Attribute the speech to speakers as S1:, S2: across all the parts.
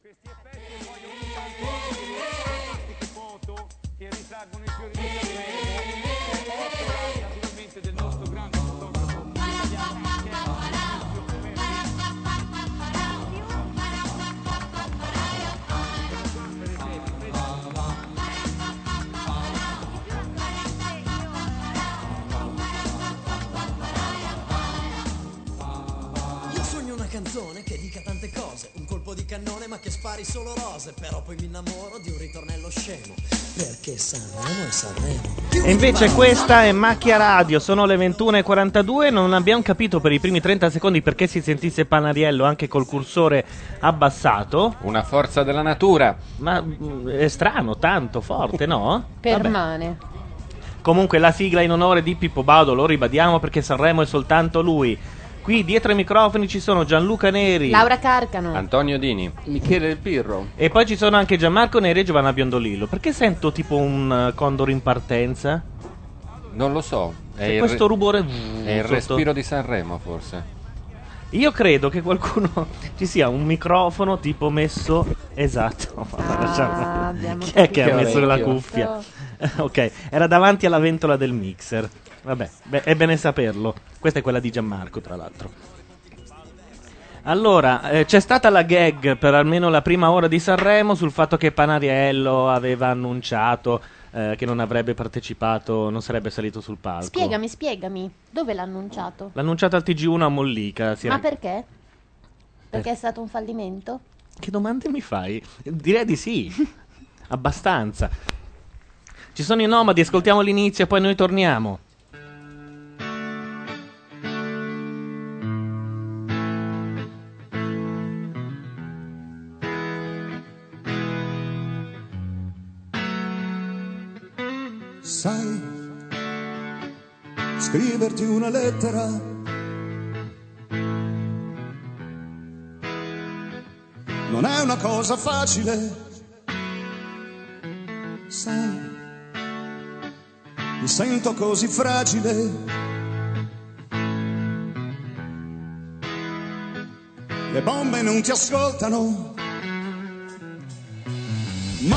S1: Questi effetti poi ogni tanto di foto che risalgono i fiori di Sanremo, naturalmente del nostro grande fotografo italiano che è Maurizio
S2: Io sogno una canzone che dica tante cose, un colpo di cannone ma che spari solo rose, però poi mi innamoro di un ritornello scemo, perché Sanremo è Sanremo.
S3: E invece questa è Macchia Radio, sono le 21.42, non abbiamo capito per i primi 30 secondi perché si sentisse Panariello anche col cursore abbassato.
S4: Una forza della natura.
S3: Ma mm, è strano, tanto forte, no?
S5: Permane.
S3: Comunque la sigla in onore di Pippo Baudo, lo ribadiamo perché Sanremo è soltanto lui. Qui dietro ai microfoni ci sono Gianluca Neri.
S5: Laura Carcano.
S3: Antonio Dini.
S6: Michele Del Pirro.
S3: E poi ci sono anche Gianmarco Neri e Giovanna Biondolillo. Perché sento tipo un eh, condor in partenza?
S4: Non lo so. È
S3: C'è
S4: il
S3: questo rubore
S4: È il
S3: sotto.
S4: respiro di Sanremo, forse.
S3: Io credo che qualcuno ci sia un microfono tipo messo esatto. Ma lasciamo-
S5: Ah, abbiamo
S3: Chi è che ha
S6: capito.
S3: messo la
S6: Orecchio.
S3: cuffia? ok, era davanti alla ventola del mixer. Vabbè, beh, è bene saperlo. Questa è quella di Gianmarco, tra l'altro. Allora, eh, c'è stata la gag per almeno la prima ora di Sanremo sul fatto che Panariello aveva annunciato eh, che non avrebbe partecipato, non sarebbe salito sul palco.
S5: Spiegami, spiegami. Dove l'ha annunciato?
S3: L'ha annunciato al TG1 a Mollica. si era-
S5: Ma perché?
S3: Eh.
S5: Perché è stato un fallimento?
S3: Che domande mi fai? Direi di sì, abbastanza. Ci sono i nomadi, ascoltiamo l'inizio e poi noi torniamo.
S7: Sai, scriverti una lettera. Non è una cosa facile. Sai, mi sento così fragile. Le bombe non ti ascoltano. Ma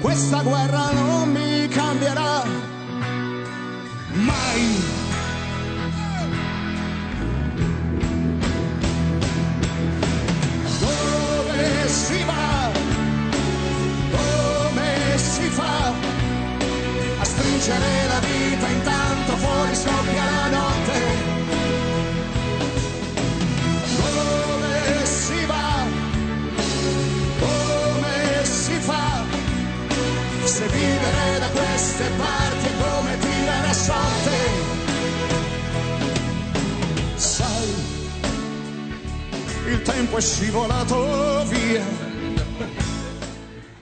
S7: questa guerra non mi cambierà mai. Dove si va? Come si fa? A stringere la vita intanto fuori scoppia la notte. Dove si va? Come si fa? Se vivere da queste parti è come tirare a sorte Sai, il tempo è scivolato via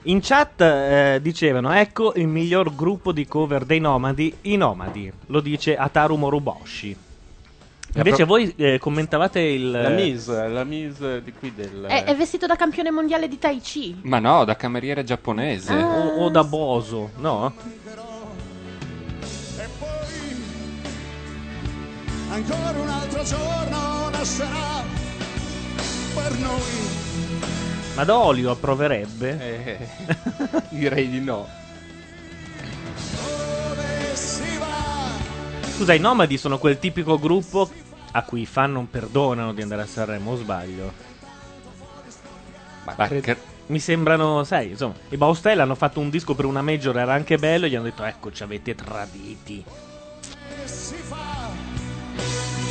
S3: In chat eh, dicevano, ecco il miglior gruppo di cover dei nomadi, i nomadi, lo dice Ataru Moruboshi. Invece
S6: pro-
S3: voi eh, commentavate il...
S6: La Mise, la Mise di qui del...
S5: È,
S3: Eh.
S5: è vestito da campione mondiale di Tai Chi.
S4: Ma no, da cameriere giapponese.
S3: Ah, O, o da Boso, no?
S7: E poi ancora un altro giorno nascerà per noi
S3: Ma da Olio approverebbe?
S6: Eh, direi di no.
S7: Dove si va?
S3: Scusa, i nomadi sono quel tipico gruppo a cui i fan non perdonano di andare a Sanremo, o sbaglio?
S4: Ma cre-
S3: Mi sembrano, sai, insomma, i Baustelle hanno fatto un disco per una major, era anche bello, e gli hanno detto, ecco, ci avete traditi.
S7: Dove si fa?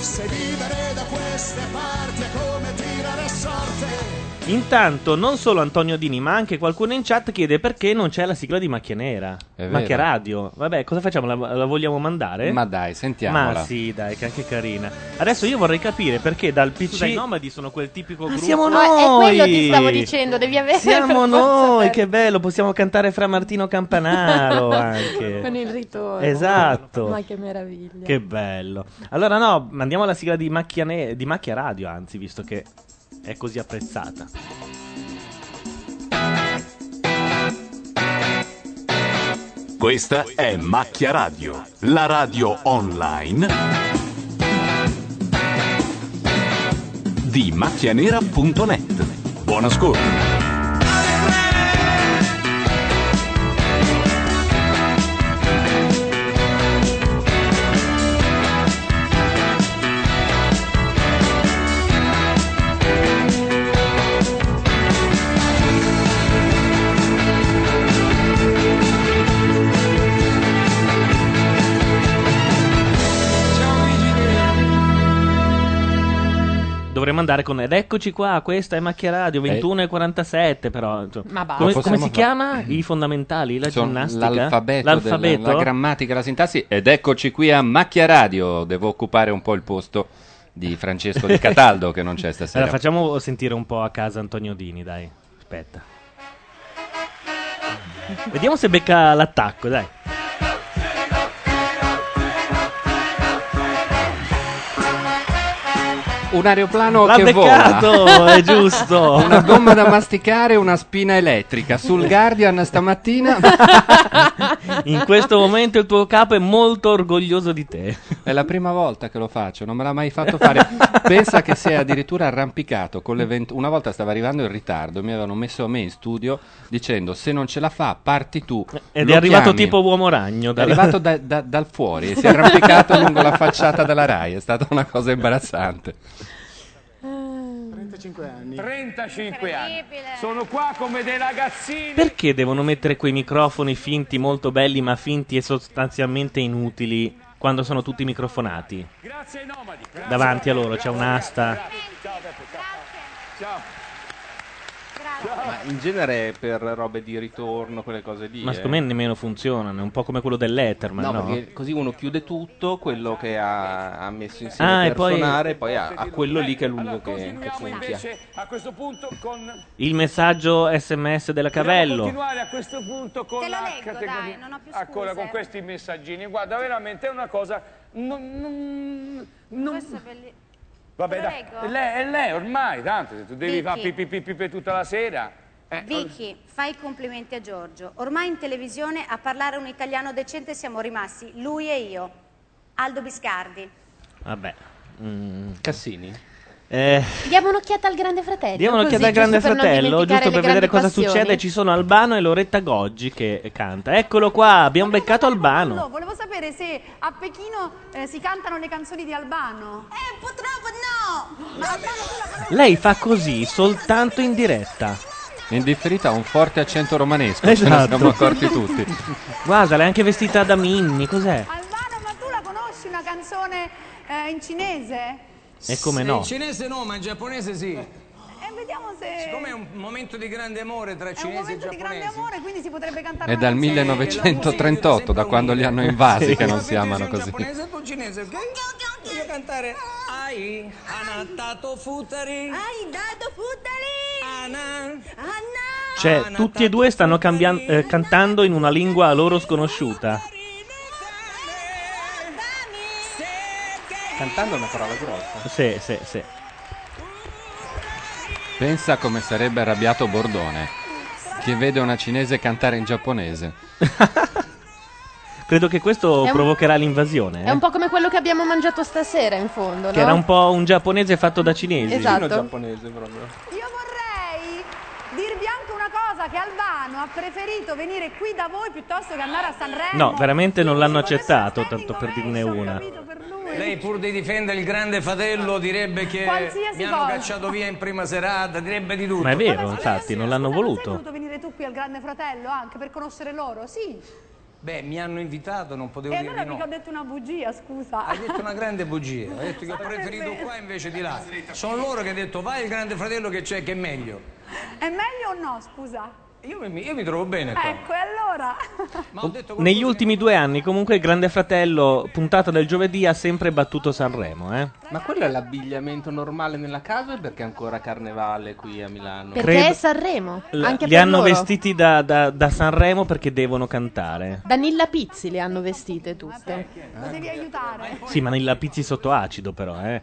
S7: Se vivere da queste parti è come tirare a sorte
S3: Intanto, non solo Antonio Dini, ma anche qualcuno in chat chiede perché non c'è la sigla di Macchia Nera.
S4: È vero.
S3: Macchia Radio. Vabbè, cosa facciamo? La, la vogliamo mandare?
S4: Ma dai, sentiamola.
S3: Ma sì, dai, che anche carina. Adesso io vorrei capire perché dal PC...
S5: Scusa, i
S3: nomadi sono quel tipico gruppo...
S5: No,
S3: siamo
S5: è-
S3: noi!
S5: è quello che stavo dicendo, devi avere per
S3: Siamo
S5: forza
S3: noi,
S5: per-
S3: che bello, possiamo cantare fra Martino Campanaro anche.
S5: Con il ritorno.
S3: Esatto.
S5: Ma che meraviglia.
S3: Che bello. Allora, no, mandiamo la sigla di macchia, ne- di macchia radio, anzi, visto che è così apprezzata.
S8: Questa è Macchia Radio, la radio online di macchianera.net. Buon ascolto.
S3: Dovremmo andare con. Ed eccoci qua, questa è Macchia
S4: Eh.
S3: Radio 21 e 47. Però. insomma.
S5: Ma basta. Lo
S3: Come, come
S5: possiamo
S3: si
S5: fare.
S3: chiama? I fondamentali? La
S4: Mm. Sono
S3: ginnastica?
S4: l'alfabeto,
S3: L'alfabeto?
S4: della- la grammatica, la sintassi. Ed eccoci qui a Macchia Radio. Devo occupare un po' il posto di Francesco Di Cataldo che non c'è stasera.
S3: Allora, facciamo sentire un po' a casa Antonio Dini, dai. Aspetta. Vediamo se becca l'attacco, dai.
S4: Un aeroplano
S3: L'ha
S4: che
S3: beccato,
S4: vola.
S3: è giusto.
S4: Una gomma da masticare e una spina elettrica. Sul Guardian stamattina
S3: In questo momento il tuo capo è molto orgoglioso di te.
S4: È la prima volta che lo faccio, non me l'ha mai fatto fare. Pensa che si è addirittura arrampicato con le 20 Una volta stava arrivando in ritardo, mi avevano messo a me in studio dicendo se non ce la fa parti tu.
S3: Ed
S4: Lo
S3: è arrivato
S4: chiami.
S3: tipo uomo ragno.
S4: È arrivato da- da- dal fuori e si è arrampicato lungo la facciata della RAI, è stata una cosa imbarazzante.
S9: 35 anni. 35 Ah. anni. Sono qua come dei ragazzini.
S3: Perché devono mettere quei microfoni finti, molto belli, ma finti e sostanzialmente inutili quando sono tutti microfonati?
S9: Grazie ai nomadi. Grazie
S3: Davanti a
S9: nomadi.
S3: loro c'è
S9: Bravo,
S3: un'asta.
S9: bravi, bravi. Ciao Beppe. Ciao. Ciao.
S6: Ma in genere è per robe di ritorno, quelle cose lì.
S3: Ma
S6: eh.
S3: secondo me nemmeno funzionano, è un po' come quello dell'Etherman,
S6: No,
S3: no?
S6: perché così uno chiude tutto quello che ha, ha messo insieme
S3: Ah, e
S6: per
S3: poi-
S6: suonare, poi ha, ha quello lì che è l'unico che, che
S9: Continuiamo
S6: funziona.
S9: invece a questo punto con
S3: Il messaggio sms della
S9: Dobbiamo
S3: Cavello.
S9: continuare a questo punto con la categoria. Ancora con questi messaggini. Guarda, veramente è una cosa. Non. non, non- Vabbè,
S10: Te lo
S9: dai.
S10: leggo?
S9: È lei, è lei ormai, tanto. se Tu devi
S10: Vicky.
S9: fare pipì pipì per tutta la sera. Eh,
S10: Vicky, fai i complimenti a Giorgio. Ormai in televisione a parlare un italiano decente siamo rimasti lui e io. Aldo Biscardi.
S3: Vabbè. Mm.
S6: Cassini.
S3: Eh,
S5: Diamo un'occhiata al Grande Fratello.
S3: diamo un'occhiata
S5: così,
S3: al Grande
S5: Eh, giusto per non
S3: Fratello,
S5: dimenticare
S3: giusto
S5: le
S3: per vedere cosa
S5: grandi passioni.
S3: succede. Ci sono Albano e Loretta Goggi che canta. Eccolo qua, abbiamo beccato
S11: Ah,
S12: Allora,
S3: Albano.
S12: volevo sapere se a Pechino eh, si cantano le canzoni di Albano. Eh, purtroppo no! Ma
S3: Lei fa così soltanto in diretta.
S4: In differita ha un forte accento romanesco, ce ne
S3: Esatto.
S4: siamo accorti tutti.
S3: Guarda, l'è anche vestita da Minni, cos'è?
S12: Albano, ma tu la conosci una canzone eh, in cinese?
S3: E come no?
S11: In cinese no, ma in giapponese sì.
S12: Eh, vediamo se...
S11: Siccome è un momento di grande amore tra
S12: È un
S11: cinesi e
S12: momento di grande
S11: giapponesi.
S12: amore, quindi si potrebbe cantare
S4: È
S12: una
S4: dal
S12: canzone.
S4: 1938, da quando li hanno invasi,
S11: Sì.
S4: che non si amano così.
S11: Giapponese e un cinese, ok? Voglio cantare
S12: Ah.
S11: Ai Hanatato Futari. Ai Dato Futari. Ana.
S3: Cioè, tutti e due stanno cambian- eh, cantando in una lingua a loro sconosciuta.
S6: Cantando è una parola grossa.
S3: Sì, sì, sì.
S4: Pensa come sarebbe arrabbiato Bordone che vede una cinese cantare in giapponese.
S3: Credo che questo
S5: È un-
S3: provocherà l'invasione.
S5: È
S3: eh?
S5: un po' come quello che abbiamo mangiato stasera, in fondo.
S3: Che
S5: no?
S3: era un po' un giapponese fatto da cinesi.
S5: Esatto. Vicino
S6: giapponese proprio.
S12: Io vorrei dirvi anche una cosa, che Albano ha preferito venire qui da voi piuttosto che andare a Sanremo.
S3: No, veramente non l'hanno accettato, tanto per dirne una.
S11: Lei pur di difendere il grande fratello direbbe che
S12: Qualsiasi
S11: mi hanno
S12: cosa.
S11: cacciato via in prima serata, direbbe di tutto.
S3: Ma è vero, infatti, non l'hanno
S12: Sei
S3: voluto.
S12: voluto venire tu qui al Grande Fratello anche per conoscere loro? Sì.
S11: Beh, mi hanno invitato, non potevo
S12: e
S11: dire
S12: allora
S11: di no.
S12: mica ho detto una bugia, scusa.
S11: Hai detto una grande bugia, hai detto che ho preferito qua invece di là. Sono loro che hanno detto vai il grande fratello che c'è che è meglio.
S12: È meglio o no, scusa?
S11: Io mi, io mi trovo bene qua.
S12: Ecco, e allora?
S11: Ma ho detto
S3: Negli ultimi due anni, comunque, il Grande Fratello, puntata del giovedì, ha sempre battuto Sanremo, eh?
S6: Ma quello è l'abbigliamento normale nella casa o è perché è ancora carnevale qui a Milano?
S5: Perché
S3: Credo-
S5: è Sanremo.
S3: L-
S5: anche
S3: li
S5: per
S3: hanno
S5: loro.
S3: vestiti da, da- da Sanremo perché devono cantare.
S5: Da Nilla Pizzi le hanno vestite tutte.
S12: Lo devi aiutare.
S3: Sì, ma nei lapizzi sotto acido, però, eh.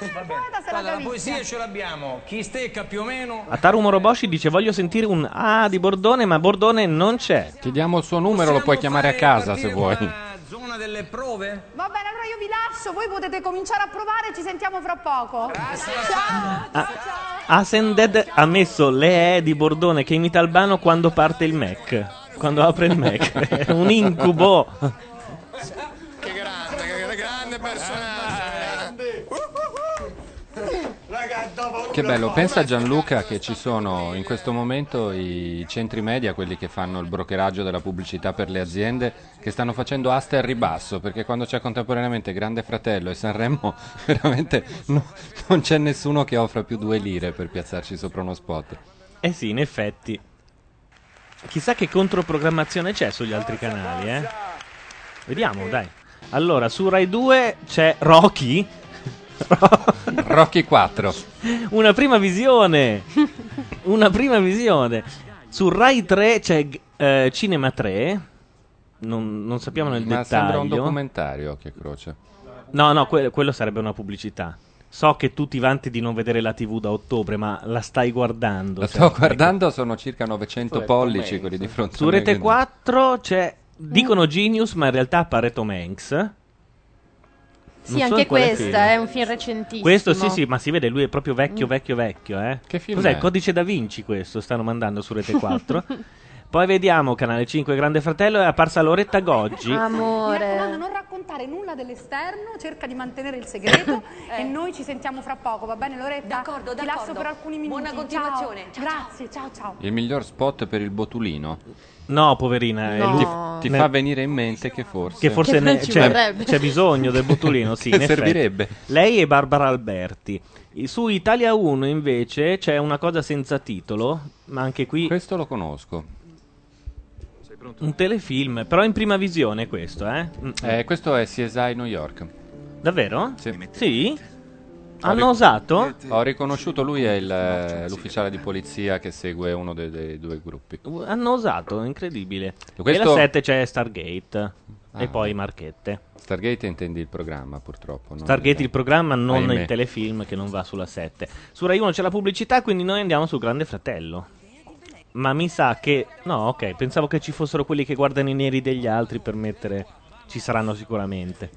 S11: Guarda, la poesia ce l'abbiamo. Chi stecca più o meno.
S3: Ataru Moroboshi dice: Voglio sentire un A di Bordone, ma Bordone non c'è.
S4: Ti diamo il suo numero, lo puoi chiamare a casa se vuoi.
S11: Ah,
S2: Zona delle prove?
S12: Va bene, allora io vi lascio, voi potete cominciare a provare, ci sentiamo fra poco. Ciao.
S3: Asended Ah, ha messo le E di Bordone che imita Albano quando parte il Mac. Quando apre il Mac. È un incubo.
S13: Che grande, che grande personaggio. Raga, dopo
S4: Che bello, pensa Gianluca che ci sono in questo momento i centri media, quelli che fanno il brokeraggio della pubblicità per le aziende, che stanno facendo aste al ribasso, perché quando c'è contemporaneamente Grande Fratello e Sanremo, veramente no- non c'è nessuno che offra più due lire per piazzarci sopra uno spot.
S3: Eh sì, in effetti. Chissà che controprogrammazione c'è sugli altri canali, eh. Vediamo, dai. Allora, su Rai 2 c'è Rocky.
S4: Rocky 4.
S3: Una prima visione. Una prima visione. Su Rai 3 c'è eh, Cinema 3. Non, non sappiamo nel
S4: Ma
S3: dettaglio.
S4: sembra un documentario, che croce.
S3: No, no, que- quello sarebbe una pubblicità. So che tu ti vanti di non vedere la TV da ottobre, ma la stai guardando.
S4: Lo
S3: cioè,
S4: sto guardando, sono circa 900
S3: Sulle
S4: pollici
S3: commenti.
S4: quelli di fronte
S3: Su
S4: a me,
S3: Rete
S4: quindi-
S3: 4 c'è. Dicono Genius, ma in realtà appare Tom Hanks. Non
S5: Sì,
S3: so in
S5: anche
S3: quale
S5: questa
S3: film.
S5: è un film recentissimo. Mm.
S3: Questo sì, sì, ma si vede, lui è proprio vecchio, vecchio, vecchio. Eh? Che
S5: film
S3: Cos'è?
S5: è?
S3: Il codice da Vinci questo, stanno mandando su Rete 4. Poi vediamo Canale 5 Grande Fratello, è apparsa Loretta Goggi.
S12: Mi raccomando, non raccontare nulla dell'esterno, cerca di mantenere il segreto e noi ci sentiamo fra poco, va bene Loretta? Eh. D'accordo, Ti lascio per alcuni minuti.
S14: Buona
S12: Ciao.
S14: continuazione.
S12: Grazie, ciao ciao.
S4: Il miglior spot per il botulino.
S3: No, poverina.
S12: No.
S4: Ti, ti
S3: Ne-
S4: fa venire in mente che forse...
S3: Che forse ne- c'è, c'è bisogno del botulino, sì,
S4: Che
S3: in effetti.
S4: servirebbe.
S3: Lei e Barbara Alberti. I- Su Italia 1 invece c'è una cosa senza titolo, ma anche qui...
S4: Questo lo conosco.
S3: Un telefilm, però in prima visione questo, eh? Mm.
S4: Eh, questo è CSI New York.
S3: Davvero?
S4: Sì.
S3: Hanno
S4: Ho ric-
S3: osato?
S4: Ho riconosciuto, lui è il, eh, l'ufficiale di polizia che segue uno dei, dei due gruppi.
S3: Hanno osato, incredibile. E
S4: Questo-
S3: la 7 c'è Stargate e
S4: Ah.
S3: poi Marchette.
S4: Stargate intendi il programma, purtroppo. non
S3: Stargate il programma, non
S4: Ahimè.
S3: il telefilm che non va sulla 7. Su Rai 1 c'è la pubblicità, quindi noi andiamo su Grande Fratello. Ma mi sa che... No, ok, pensavo che ci fossero quelli che guardano i neri degli altri per mettere... Ci saranno sicuramente.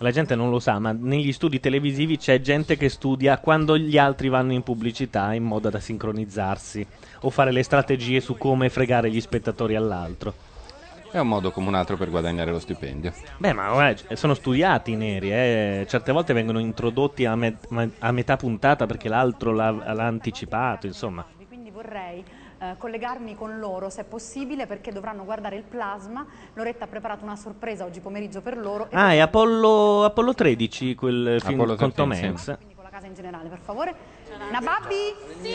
S3: La gente non lo sa, ma negli studi televisivi c'è gente che studia quando gli altri vanno in pubblicità in modo da sincronizzarsi o fare le strategie su come fregare gli spettatori all'altro.
S4: È un modo come un altro per guadagnare lo stipendio.
S3: Beh, ma guarda, sono studiati i neri, eh. certe volte vengono introdotti a, met- ma- a metà puntata perché l'altro l'ha, l'ha anticipato, insomma.
S12: Quindi vorrei eh, collegarmi con loro se è possibile perché dovranno guardare il plasma. Loretta ha preparato una sorpresa oggi pomeriggio per loro.
S3: Ah, è Apollo, Apollo 13 quel film
S4: Apollo
S3: con Tom
S4: 13,
S3: Hanks.
S12: Quindi con la casa in generale, per favore. Nababbi? Sì!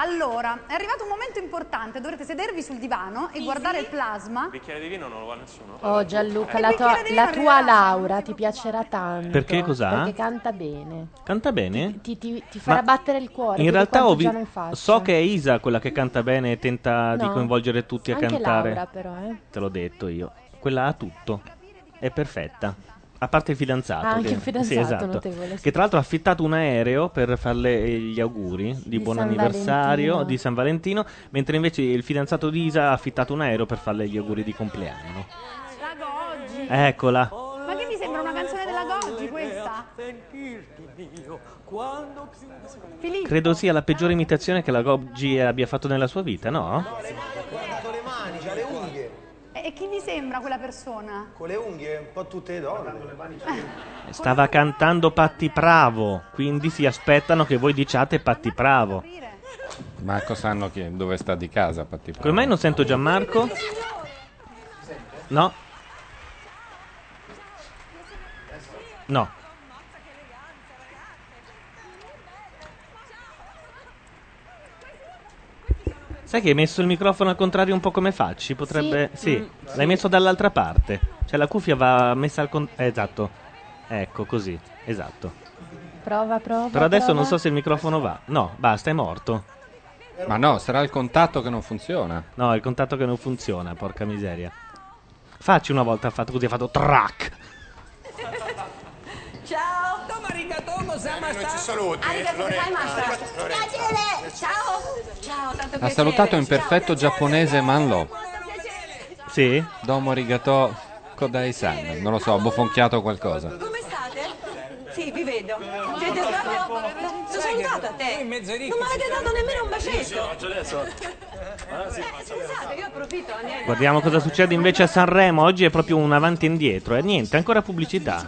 S12: Allora, è arrivato un momento importante, dovrete sedervi sul divano e guardare il plasma.
S15: bicchiere di vino non lo vuole nessuno.
S5: Oh Gianluca,
S12: Il
S5: la, tua-
S12: bicchiere di
S5: la
S12: vino
S5: tua
S12: arriverà.
S5: Laura ti piacerà tanto.
S3: Perché cos'ha?
S5: Perché canta bene.
S3: Canta bene?
S5: Ti, ti- ti farà
S3: Ma
S5: battere il cuore.
S3: In
S5: più di
S3: realtà
S5: quanto
S3: ho vi-
S5: già non faccia.
S3: so che è Isa quella che canta bene e tenta di
S5: No.
S3: coinvolgere tutti a
S5: Anche
S3: cantare.
S5: Laura, però, eh.
S3: Te l'ho detto io. Quella ha tutto. È perfetta. A parte il fidanzato.
S5: Ah, anche
S3: che-
S5: il fidanzato,
S3: sì, esatto.
S5: notevole, sì.
S3: Che tra l'altro ha affittato un aereo per farle eh, gli auguri di,
S5: Di
S3: buon
S5: San
S3: anniversario
S5: Valentino.
S3: di San Valentino, mentre invece il fidanzato di Isa ha affittato un aereo per farle gli auguri di compleanno.
S12: La Goggi!
S3: Eccola.
S12: Ma che mi sembra una canzone della Goggi questa? Filippo,
S3: Credo sia la peggiore imitazione che la Gobgi abbia fatto nella sua vita, no?
S6: Con le mani, c'ha le unghie.
S12: e e chi vi sembra quella persona?
S6: Con le unghie, un po' tutte le donne. Con le mani
S3: Eh, Stava cantando Patti Pravo, quindi si aspettano che voi diciate Patti Pravo.
S4: Marco sanno che- dove sta di casa, Patti Pravo.
S3: Come mai non sento Gianmarco? No. No. Sai che hai messo il microfono al contrario un po' come facci? Potrebbe...
S16: Sì.
S3: Sì,
S16: Mm,
S3: l'hai messo dall'altra parte. Cioè la cuffia va messa al contrario... esatto. Ecco, così. Esatto.
S5: Prova, prova.
S3: Però adesso
S5: prova.
S3: non so se il microfono va. No, basta, è morto.
S4: Ma no, sarà il contatto che non funziona.
S3: No, è il contatto che non funziona, porca miseria. Facci una volta ha fatto così, ha fatto track.
S14: Ciao. Non ci saluti. Piacere. Ciao. Ciao, tanto
S4: Ha salutato in perfetto giapponese Manlo.
S3: Sì?
S4: Domo arigato. Rocco Dai San. Non lo so, ho bofonchiato qualcosa.
S14: Come state? Sì, vi vedo. Siete state... Non sono stata a te. Non mi avete dato nemmeno un bacetto. Eh, scusate, io approfitto. andiamo.
S3: Guardiamo cosa succede invece a Sanremo. Oggi è proprio un avanti e indietro. E niente, ancora pubblicità.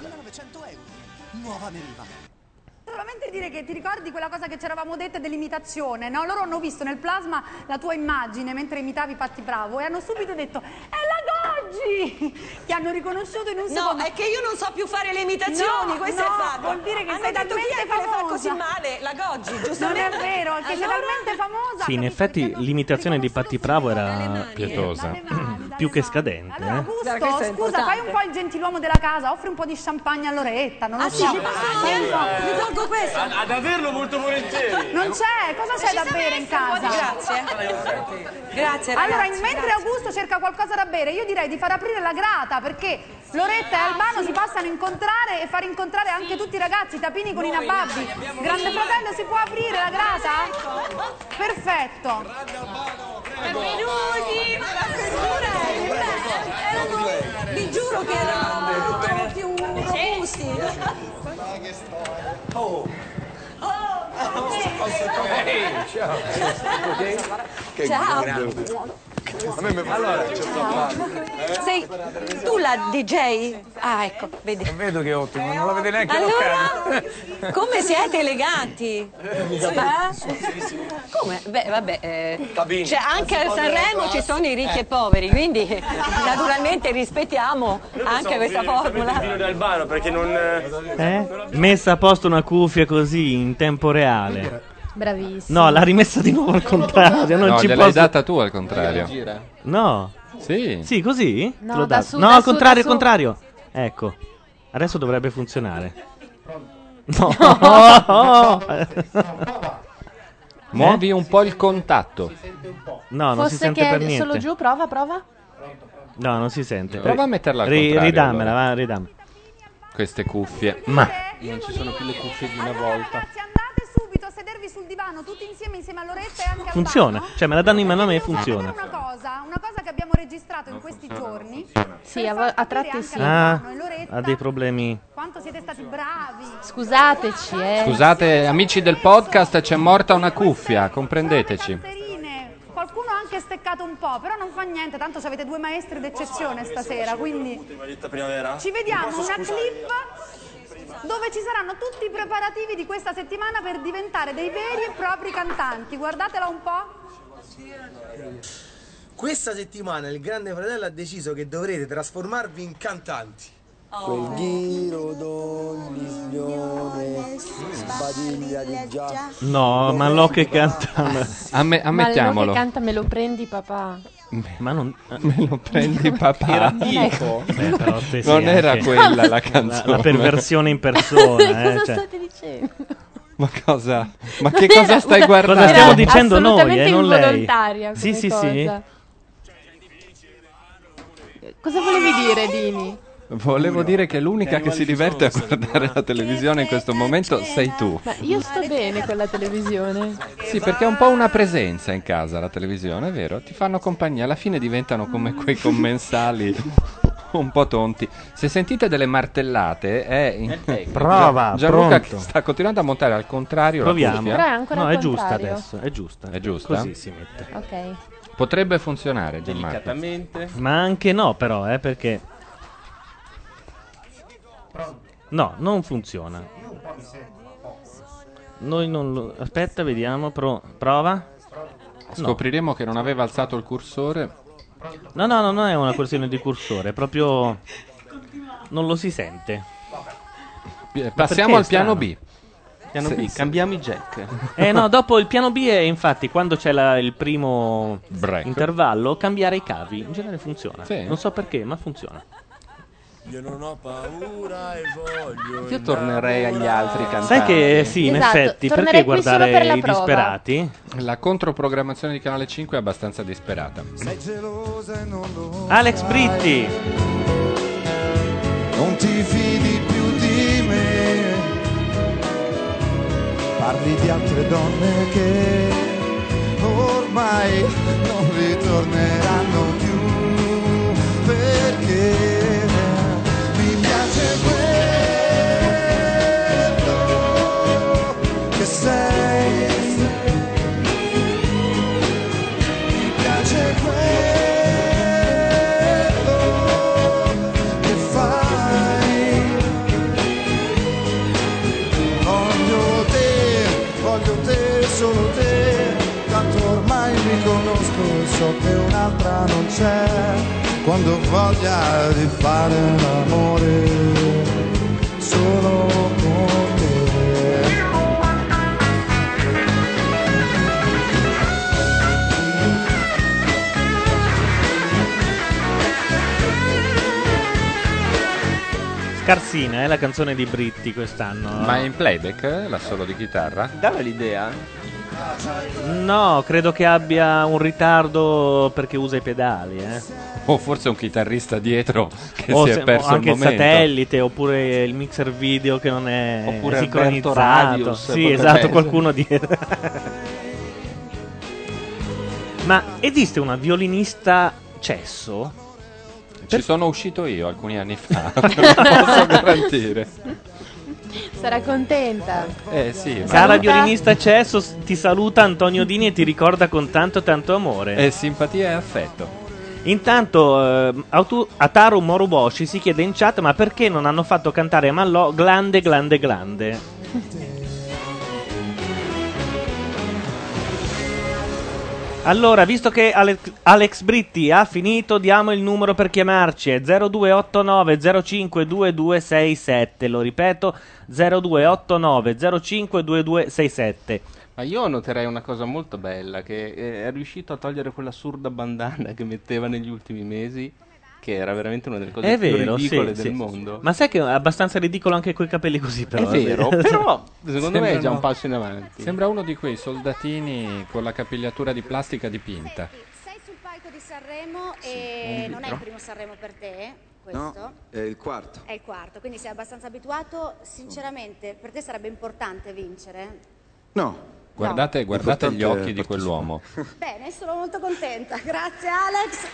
S12: Solamente dire che ti ricordi quella cosa che ci eravamo dette dell'imitazione, no? Loro hanno visto nel plasma la tua immagine mentre imitavi Patti Bravo e hanno subito detto è la Goggi! Ti hanno riconosciuto in un
S14: No,
S12: secondo.
S14: è che io non so più fare le imitazioni,
S12: No,
S14: questo
S12: no,
S14: è fatto.
S12: vuol dire che
S14: Hanno
S12: sei
S14: detto chi è
S12: talmente
S14: che le fa
S12: famosa."
S14: così male? La Goggi, giusto?
S12: Non è vero, è che sei talmente famosa.
S3: Sì, in effetti l'imitazione di Patti Bravo era pietosa. Più che scadente. eh.
S14: Guarda, questo
S12: Augusto,
S14: è
S12: scusa, fai un
S14: importante.
S12: po' il gentiluomo della casa, offri un po' di champagne all'oretta, non lo
S14: Ah, sì,
S12: so.
S14: ci posso
S12: Fai
S14: andare?
S12: un po'.
S7: Eh.
S14: Mi tolgo questo.
S2: Ad, ad averlo molto volentieri.
S12: Non c'è,
S14: Eh,
S12: cosa c'è da bere in casa?
S14: Grazie. Grazie,
S12: Allora,
S14: ragazzi,
S12: mentre
S14: grazie.
S12: Augusto cerca qualcosa da bere, io direi di far aprire la grata perché Loretta
S14: Ah,
S12: e Albano si possano incontrare e far incontrare anche tutti i ragazzi, Tapini con i Nababbi. Grande Fratello, si può aprire la grata? Perfetto.
S14: Benvenuti! Ma la figura è- erano- Vi giuro che erano molto più robusti. Ma che storia! Oh!
S13: Ehi, ciao. Che
S14: Ciao.
S13: grande. A me mi fa allora,
S14: Sei tu la DJ? Ah, ecco, vedi.
S9: Vedo che è ottimo, non la
S12: Eh,
S9: vede neanche
S14: Allora,
S9: toccare.
S14: come siete eleganti? Eh? Come? Beh, vabbè, eh,
S9: Cabine.
S14: cioè, anche a Sanremo ci sono i ricchi e poveri, quindi naturalmente rispettiamo anche questa formula.
S2: Vino d'Albano perché non...
S3: Eh? Messa a posto una cuffia così in tempo reale.
S5: Bravissimo.
S3: No, l'ha rimessa di nuovo al contrario. Non
S4: No,
S3: ci
S4: gliel'hai
S3: posso...
S4: data tu al contrario.
S3: No.
S4: Sì.
S3: Sì, così?
S5: No,
S3: Te l'ho
S5: da
S3: dato.
S5: su,
S3: no,
S5: da
S3: al
S5: su,
S3: contrario,
S5: da
S3: al
S5: su.
S3: contrario. Ecco. Adesso dovrebbe funzionare. No.
S4: Muovi un po' il contatto.
S3: No, non si
S5: Fosse
S3: sente
S5: che
S3: per
S5: è solo
S3: niente.
S5: giù, prova, prova.
S3: No, non si sente.
S4: Prova a metterla al
S3: Ri-
S4: contrario,
S3: Ridammela,
S4: allora.
S3: va, ridammela.
S4: Queste cuffie.
S3: Ma-
S4: Non ci sono più le cuffie di una volta.
S12: Subito sedervi sul divano tutti insieme insieme a Loretta e anche a
S3: Funziona. Cioè, me la danno in mano a me e funziona.
S12: Una cosa, una cosa che abbiamo registrato in questi giorni.
S5: Sì, a, vo- a tratti sì.
S3: Ah, ha dei problemi.
S12: Quanto siete stati bravi.
S5: Scusateci, eh.
S4: Scusate, amici del podcast, c'è morta una cuffia, comprendeteci.
S12: Serine. Qualcuno ha anche steccato un po', però non fa niente, tanto ci avete due maestri d'eccezione stasera, quindi
S6: Ah?
S2: primavera?
S12: ci vediamo una clip dove ci saranno tutti i preparativi di questa settimana per diventare dei veri e propri cantanti. Guardatela un po'.
S6: Questa settimana il Grande Fratello ha deciso che dovrete trasformarvi in cantanti.
S15: Quel giro d'ogni signore sbadiglia di già.
S5: Ah,
S3: No, ma lo che canta.
S5: Ma lo che canta me lo prendi papà.
S3: Ma non.
S4: Me lo prendi papà.
S5: Era Nico.
S3: Beh, però te sei
S4: Non era
S3: anche-
S4: quella la canzone.
S3: La, perversione in persona.
S5: Cosa
S3: eh, cioè.
S5: state dicendo?
S4: Ma cosa? Ma
S5: Non
S4: che cosa
S5: era
S4: stai
S5: una-
S4: guardando?
S5: Cosa
S3: stiamo dicendo noi, eh,
S5: Assolutamente
S3: non lei.
S5: involontaria
S3: Sì,
S5: come
S3: sì,
S5: cosa. Cosa volevi dire, Dini?
S4: Volevo dire che l'unica che si diverte a guardare la televisione in questo momento sei tu.
S5: Ma io sto bene con la televisione.
S4: Sì, perché è un po' una presenza in casa la televisione, è vero? Ti fanno compagnia, alla fine diventano come
S5: Mm.
S4: quei commensali un po' tonti. Se sentite delle martellate è in
S3: Prova,
S4: Gianluca
S3: pronto.
S4: che sta continuando a montare al contrario
S3: Proviamo.
S4: la cuffia.
S5: Però è ancora
S3: No,
S5: al
S3: è giusta
S5: contrario.
S3: adesso. È giusta.
S4: È giusta?
S3: Così si mette.
S5: Ok.
S4: Potrebbe funzionare, Gianmarco.
S3: Ma anche no, però, eh, perché. No, non funziona. Noi non lo. Aspetta, vediamo. pro- Prova. No.
S4: Scopriremo che non aveva alzato il cursore.
S3: No, no, no, non è una questione di cursore, è proprio. Non lo si sente. Ma
S4: Eh, Passiamo al
S3: perché è
S4: piano
S3: strano?
S4: B.
S17: Piano
S3: Sì,
S17: B,
S3: sì.
S17: cambiamo i jack.
S3: Eh no, dopo il piano B è infatti quando c'è la- il primo intervallo cambiare i cavi. In genere funziona.
S17: Sì.
S3: Non so perché, ma funziona.
S15: Io non ho paura e voglio.
S17: Io tornerei agli altri cantanti.
S3: Sai che eh, sì, in
S5: Esatto,
S3: effetti, perché
S5: tornerei qui solo
S3: guardare
S5: per la
S3: i
S5: prova.
S3: disperati?
S4: La controprogrammazione di Canale 5 è abbastanza disperata.
S3: Alex Britti.
S15: Non ti fidi più di me. Parli di altre donne che ormai non ritorneranno più perché voglio te, solo te, tanto ormai mi conosco, so che un'altra non c'è, quando ho voglia di fare l'amore, solo con te.
S3: Scarsina è la canzone di Britti quest'anno.
S4: Ma è in playback eh, l'assolo di chitarra?
S6: Dava l'idea?
S3: No, credo che abbia un ritardo perché usa i pedali, eh.
S4: O Oh, forse un chitarrista dietro che
S3: O
S4: si
S3: Oh, se-
S4: è perso
S3: o anche
S4: il momento.
S3: satellite, oppure il mixer video che non è
S6: Oppure Alberto
S3: sincronizzato.
S6: Radius,
S3: sì,
S6: potrebbe
S3: esatto,
S6: essere.
S3: qualcuno dietro. Ma esiste una violinista cesso?
S4: Ci sono uscito io alcuni anni fa, non posso garantire.
S5: Sarà contenta.
S4: Eh sì, ma-
S3: Cara violinista cesso, s- ti saluta Antonio Dini e ti ricorda con tanto tanto amore.
S4: E Eh, simpatia e affetto.
S3: Intanto eh, Autu- Ataru Moruboshi si chiede in chat ma perché non hanno fatto cantare a Mallò Glande Glande Glande? Allora, visto che Ale- Alex Britti ha finito, diamo il numero per chiamarci. È 0289 052267. Lo ripeto, 0289 052267.
S6: Ma io noterei una cosa molto bella, che eh, è riuscito a togliere quell'assurda bandana che metteva negli ultimi mesi, che era veramente una delle cose
S3: È
S6: più
S3: vero, sì,
S6: ridicole
S3: sì,
S6: del
S3: sì.
S6: mondo.
S3: Ma sai che è abbastanza ridicolo anche coi capelli così, però. eh.
S6: È vero, però secondo me è già
S4: Sembrano-
S6: un passo in avanti.
S4: Sembra uno di quei soldatini con la capigliatura di plastica dipinta.
S10: Sei sul palco di Sanremo e
S4: un
S10: non è
S4: litro.
S10: il primo Sanremo per te, eh? questo.
S18: è il quarto.
S10: È il quarto, quindi sei abbastanza abituato. Sinceramente, per te sarebbe importante vincere?
S18: No.
S4: Guardate, guardate gli
S18: Importante
S4: occhi di quell'uomo.
S10: Bene, sono molto contenta. Grazie Alex.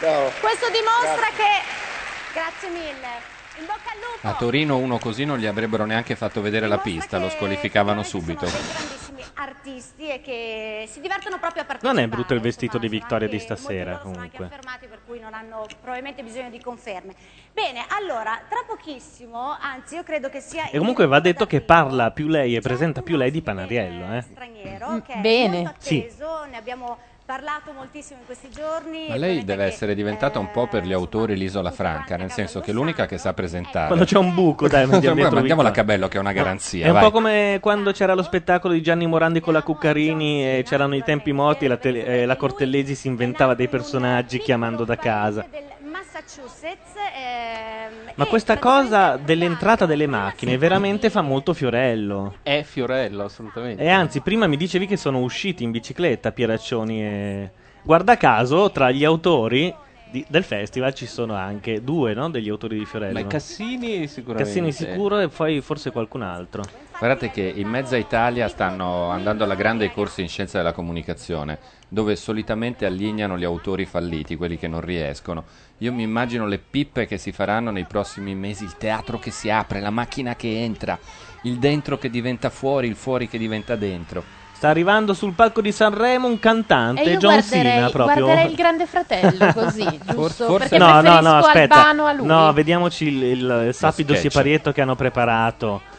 S4: Ciao.
S10: Questo dimostra che... Grazie mille. In bocca al lupo.
S4: A Torino uno così non gli avrebbero neanche fatto vedere la pista, lo squalificavano subito.
S10: grandissimi artisti e che si divertono proprio a partecipare.
S3: Non è brutto il vestito di Vittoria di stasera, comunque.
S10: affermati per cui non hanno probabilmente bisogno di conferme. Bene, allora, tra pochissimo, anzi io credo che sia
S3: E comunque va detto che parla più lei e presenta più lei di Panariello, eh.
S10: straniero che è molto
S5: Bene.
S3: Sì.
S10: atteso, ne abbiamo parlato moltissimo in questi giorni.
S4: Ma lei deve essere diventata un po' per gli autori l'isola franca, nel senso che è l'unica che sa presentare.
S3: Quando c'è un buco, dai, mandiamo dietro
S4: Mandiamola
S3: Vittoria.
S4: a Cabello che è una garanzia.
S3: Eh, È un
S4: vai.
S3: po' come quando c'era lo spettacolo di Gianni Morandi con la Cuccarini e c'erano i tempi morti e la, tele- eh, la Cortellesi si inventava dei personaggi chiamando da casa.
S10: del Massachusetts. ehm,
S5: Eh,
S3: Ma questa cosa dell'entrata delle macchine veramente fa molto Fiorello.
S6: È Fiorello, assolutamente.
S3: E anzi, prima mi dicevi che sono usciti in bicicletta Pieraccioni e... Guarda caso, tra gli autori di- del festival ci sono anche due, no? Degli autori di Fiorello.
S6: Ma Cassini sicuramente.
S3: Cassini sicuro e poi forse qualcun altro.
S4: Guardate che in mezza Italia stanno andando alla grande i corsi in scienza della comunicazione, dove solitamente allineano gli autori falliti, quelli che non riescono. Io mi immagino le pippe che si faranno nei prossimi mesi, il teatro che si apre, la macchina che entra, il dentro che diventa fuori, il fuori che diventa dentro.
S3: Sta arrivando sul palco di Sanremo un cantante,
S5: E io
S3: John
S5: guarderei,
S3: Cena proprio.
S5: guarderei il Grande Fratello così, giusto? Perché
S3: no, no,
S5: preferisco
S3: no, aspetta.
S5: Albano a lui.
S3: No, vediamoci il, il sapido
S4: sketch.
S3: siparietto che hanno preparato.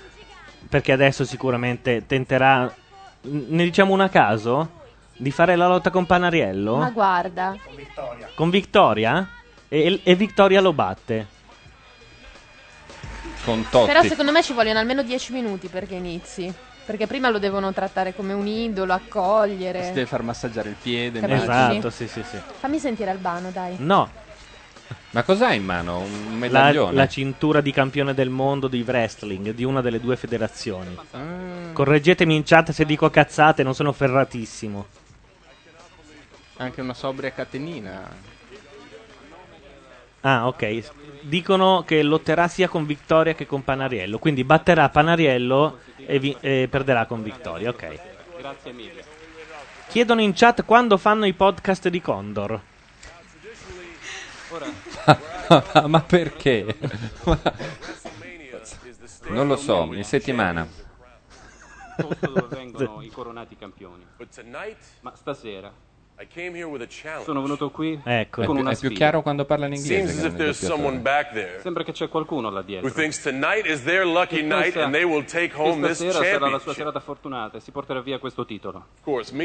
S3: Perché adesso sicuramente tenterà. Ne diciamo una a caso? Di fare la lotta con Panariello?
S5: Ma guarda.
S3: Con Vittoria? E, e Vittoria lo batte.
S4: Con
S5: Però secondo me ci vogliono almeno 10 minuti perché inizi. Perché prima lo devono trattare come un idolo, accogliere.
S6: Si deve far massaggiare il piede.
S5: Capisci?
S3: Esatto, sì, sì, sì.
S5: Fammi sentire Albano, dai.
S3: No.
S4: Ma cos'ha in mano? Un
S3: La,
S4: medaglione?
S3: la cintura di campione del mondo di wrestling di una delle due federazioni.
S4: Ah.
S3: Correggetemi in chat se dico cazzate, non sono ferratissimo.
S6: Anche una sobria catenina.
S3: Ah, ok. Dicono che lotterà sia con Vittoria che con Panariello. Quindi batterà Panariello e, vi- e perderà con Vittoria. Ok.
S6: Grazie mille.
S3: Chiedono in chat quando fanno i podcast di Condor.
S4: Ma- Ma perché? Ma- non lo so, in settimana.
S19: posto dove vengono i coronati campioni. Ma stasera Sono venuto qui
S3: Ecco.
S19: con
S4: È
S19: una
S4: più- è più
S19: sfida.
S4: chiaro quando parla in inglese
S19: Seems
S4: che
S19: as
S4: nel
S19: if there's
S4: doppiatore.
S19: someone
S20: back there
S19: Sembra che c'è qualcuno là dietro.
S20: who thinks tonight is their lucky
S19: Che
S20: night
S19: questa-
S20: and they will take home
S19: questa
S20: this
S19: sera sarà la sua
S20: championship.
S19: serata fortunata e si porterà via questo titolo.
S20: Of course, me,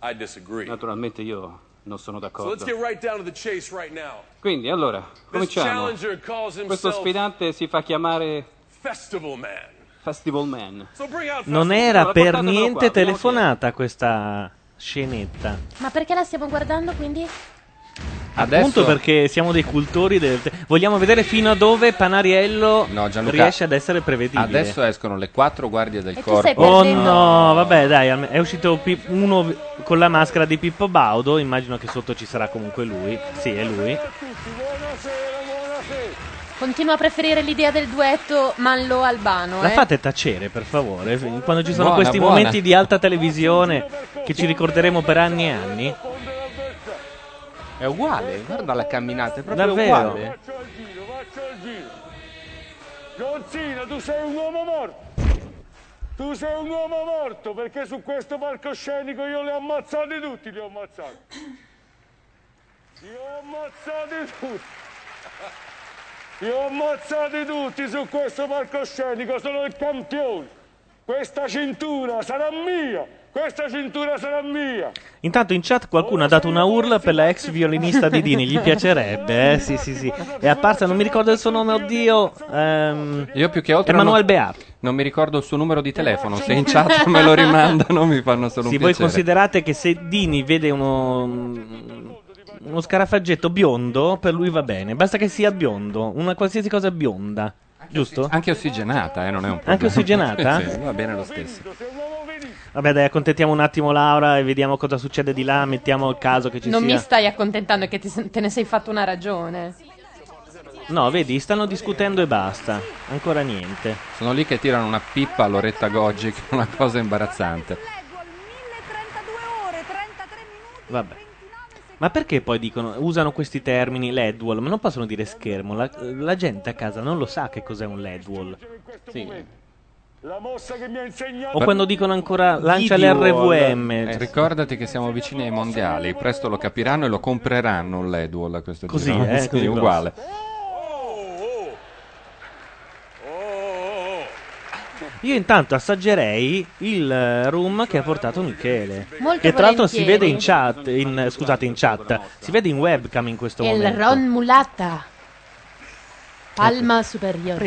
S20: I disagree.
S19: Naturalmente io non sono
S20: So let's
S19: d'accordo.
S20: get right down to the chase right now.
S19: Quindi allora,
S20: This
S19: cominciamo.
S20: challenger calls
S19: Questo
S20: himself
S19: sfidante si fa chiamare
S20: Festival Man.
S19: Festival Man.
S20: So bring out
S3: Non
S20: Festival
S3: era
S20: Man.
S3: per niente telefonata questa scenetta.
S5: Ma perché la stiamo guardando quindi?
S3: Appunto perché siamo dei cultori del te- Vogliamo vedere fino a dove Panariello
S4: Gianluca,
S3: riesce ad essere prevedibile.
S4: Adesso escono le quattro guardie del
S5: E tu stai
S4: corpo.
S3: Oh no, vabbè dai, alme- è uscito Pi- uno vi- con la maschera di Pippo Baudo, immagino che sotto ci sarà comunque lui. Sì, è lui.
S5: Continua a preferire l'idea del duetto Manlo-Albano.
S3: La
S5: eh.
S3: fate tacere, per favore, f- quando ci sono
S4: Buona,
S3: questi
S4: buona.
S3: momenti di alta televisione che ci ricorderemo per anni e anni.
S6: È uguale, guarda la camminata, è proprio
S3: Davvero?
S6: uguale.
S9: Gonzina, tu sei un uomo morto! Tu sei un uomo morto perché su questo palcoscenico io li ho ammazzati tutti, li ho ammazzati. Li ho ammazzati tutti. Li ho ammazzati tutti su questo palcoscenico, sono il campione. Questa cintura sarà mia, questa cintura sarà mia.
S3: Intanto in chat qualcuno ha dato una urla per la ex violinista di Dini, gli piacerebbe, eh? Sì, sì, sì. È apparsa, non mi ricordo il suo nome, oddio. ehm,
S4: Eh, Io più che altro
S3: Emanuele
S4: non,
S3: Beato.
S4: non mi ricordo il suo numero di telefono, se in chat me lo rimandano mi fanno solo un
S3: Sì, voi
S4: piacere.
S3: considerate che se Dini vede uno, uno scarafaggetto biondo, per lui va bene. Basta che sia biondo, una qualsiasi cosa bionda, giusto?
S4: Anche ossigenata, eh, non è un problema.
S3: Anche ossigenata?
S4: Sì, sì, va bene lo stesso.
S3: Vabbè, dai, accontentiamo un attimo Laura e vediamo cosa succede di là. Mettiamo il caso che ci
S5: non
S3: sia.
S5: mi stai accontentando è che ti- te ne sei fatto una ragione.
S3: No, vedi, stanno discutendo e basta. Ancora niente.
S4: Sono lì che tirano una pippa a Loretta Goggi, che è una cosa imbarazzante.
S3: Vabbè. Ma perché poi dicono, usano questi termini LED wall? Ma non possono dire schermo. La, la gente a casa non lo sa che cos'è un LED wall.
S9: La mossa che mi ha insegnato...
S3: O quando dicono ancora lancia l'RVM.
S4: Eh, ricordati che siamo vicini ai mondiali, presto lo capiranno e lo compreranno un Ledwall a questo
S3: Così,
S4: giro.
S3: eh,
S4: Sì,
S3: così grosso.
S4: uguale.
S3: Io intanto assaggerei il eh, rum che ha portato Michele.
S5: Molto
S3: che tra l'altro si
S5: volentieri.
S3: vede in chat, in- scusate, in chat, si vede in webcam in questo
S5: Il
S3: momento.
S5: Ron Mulatta. Palma superiore.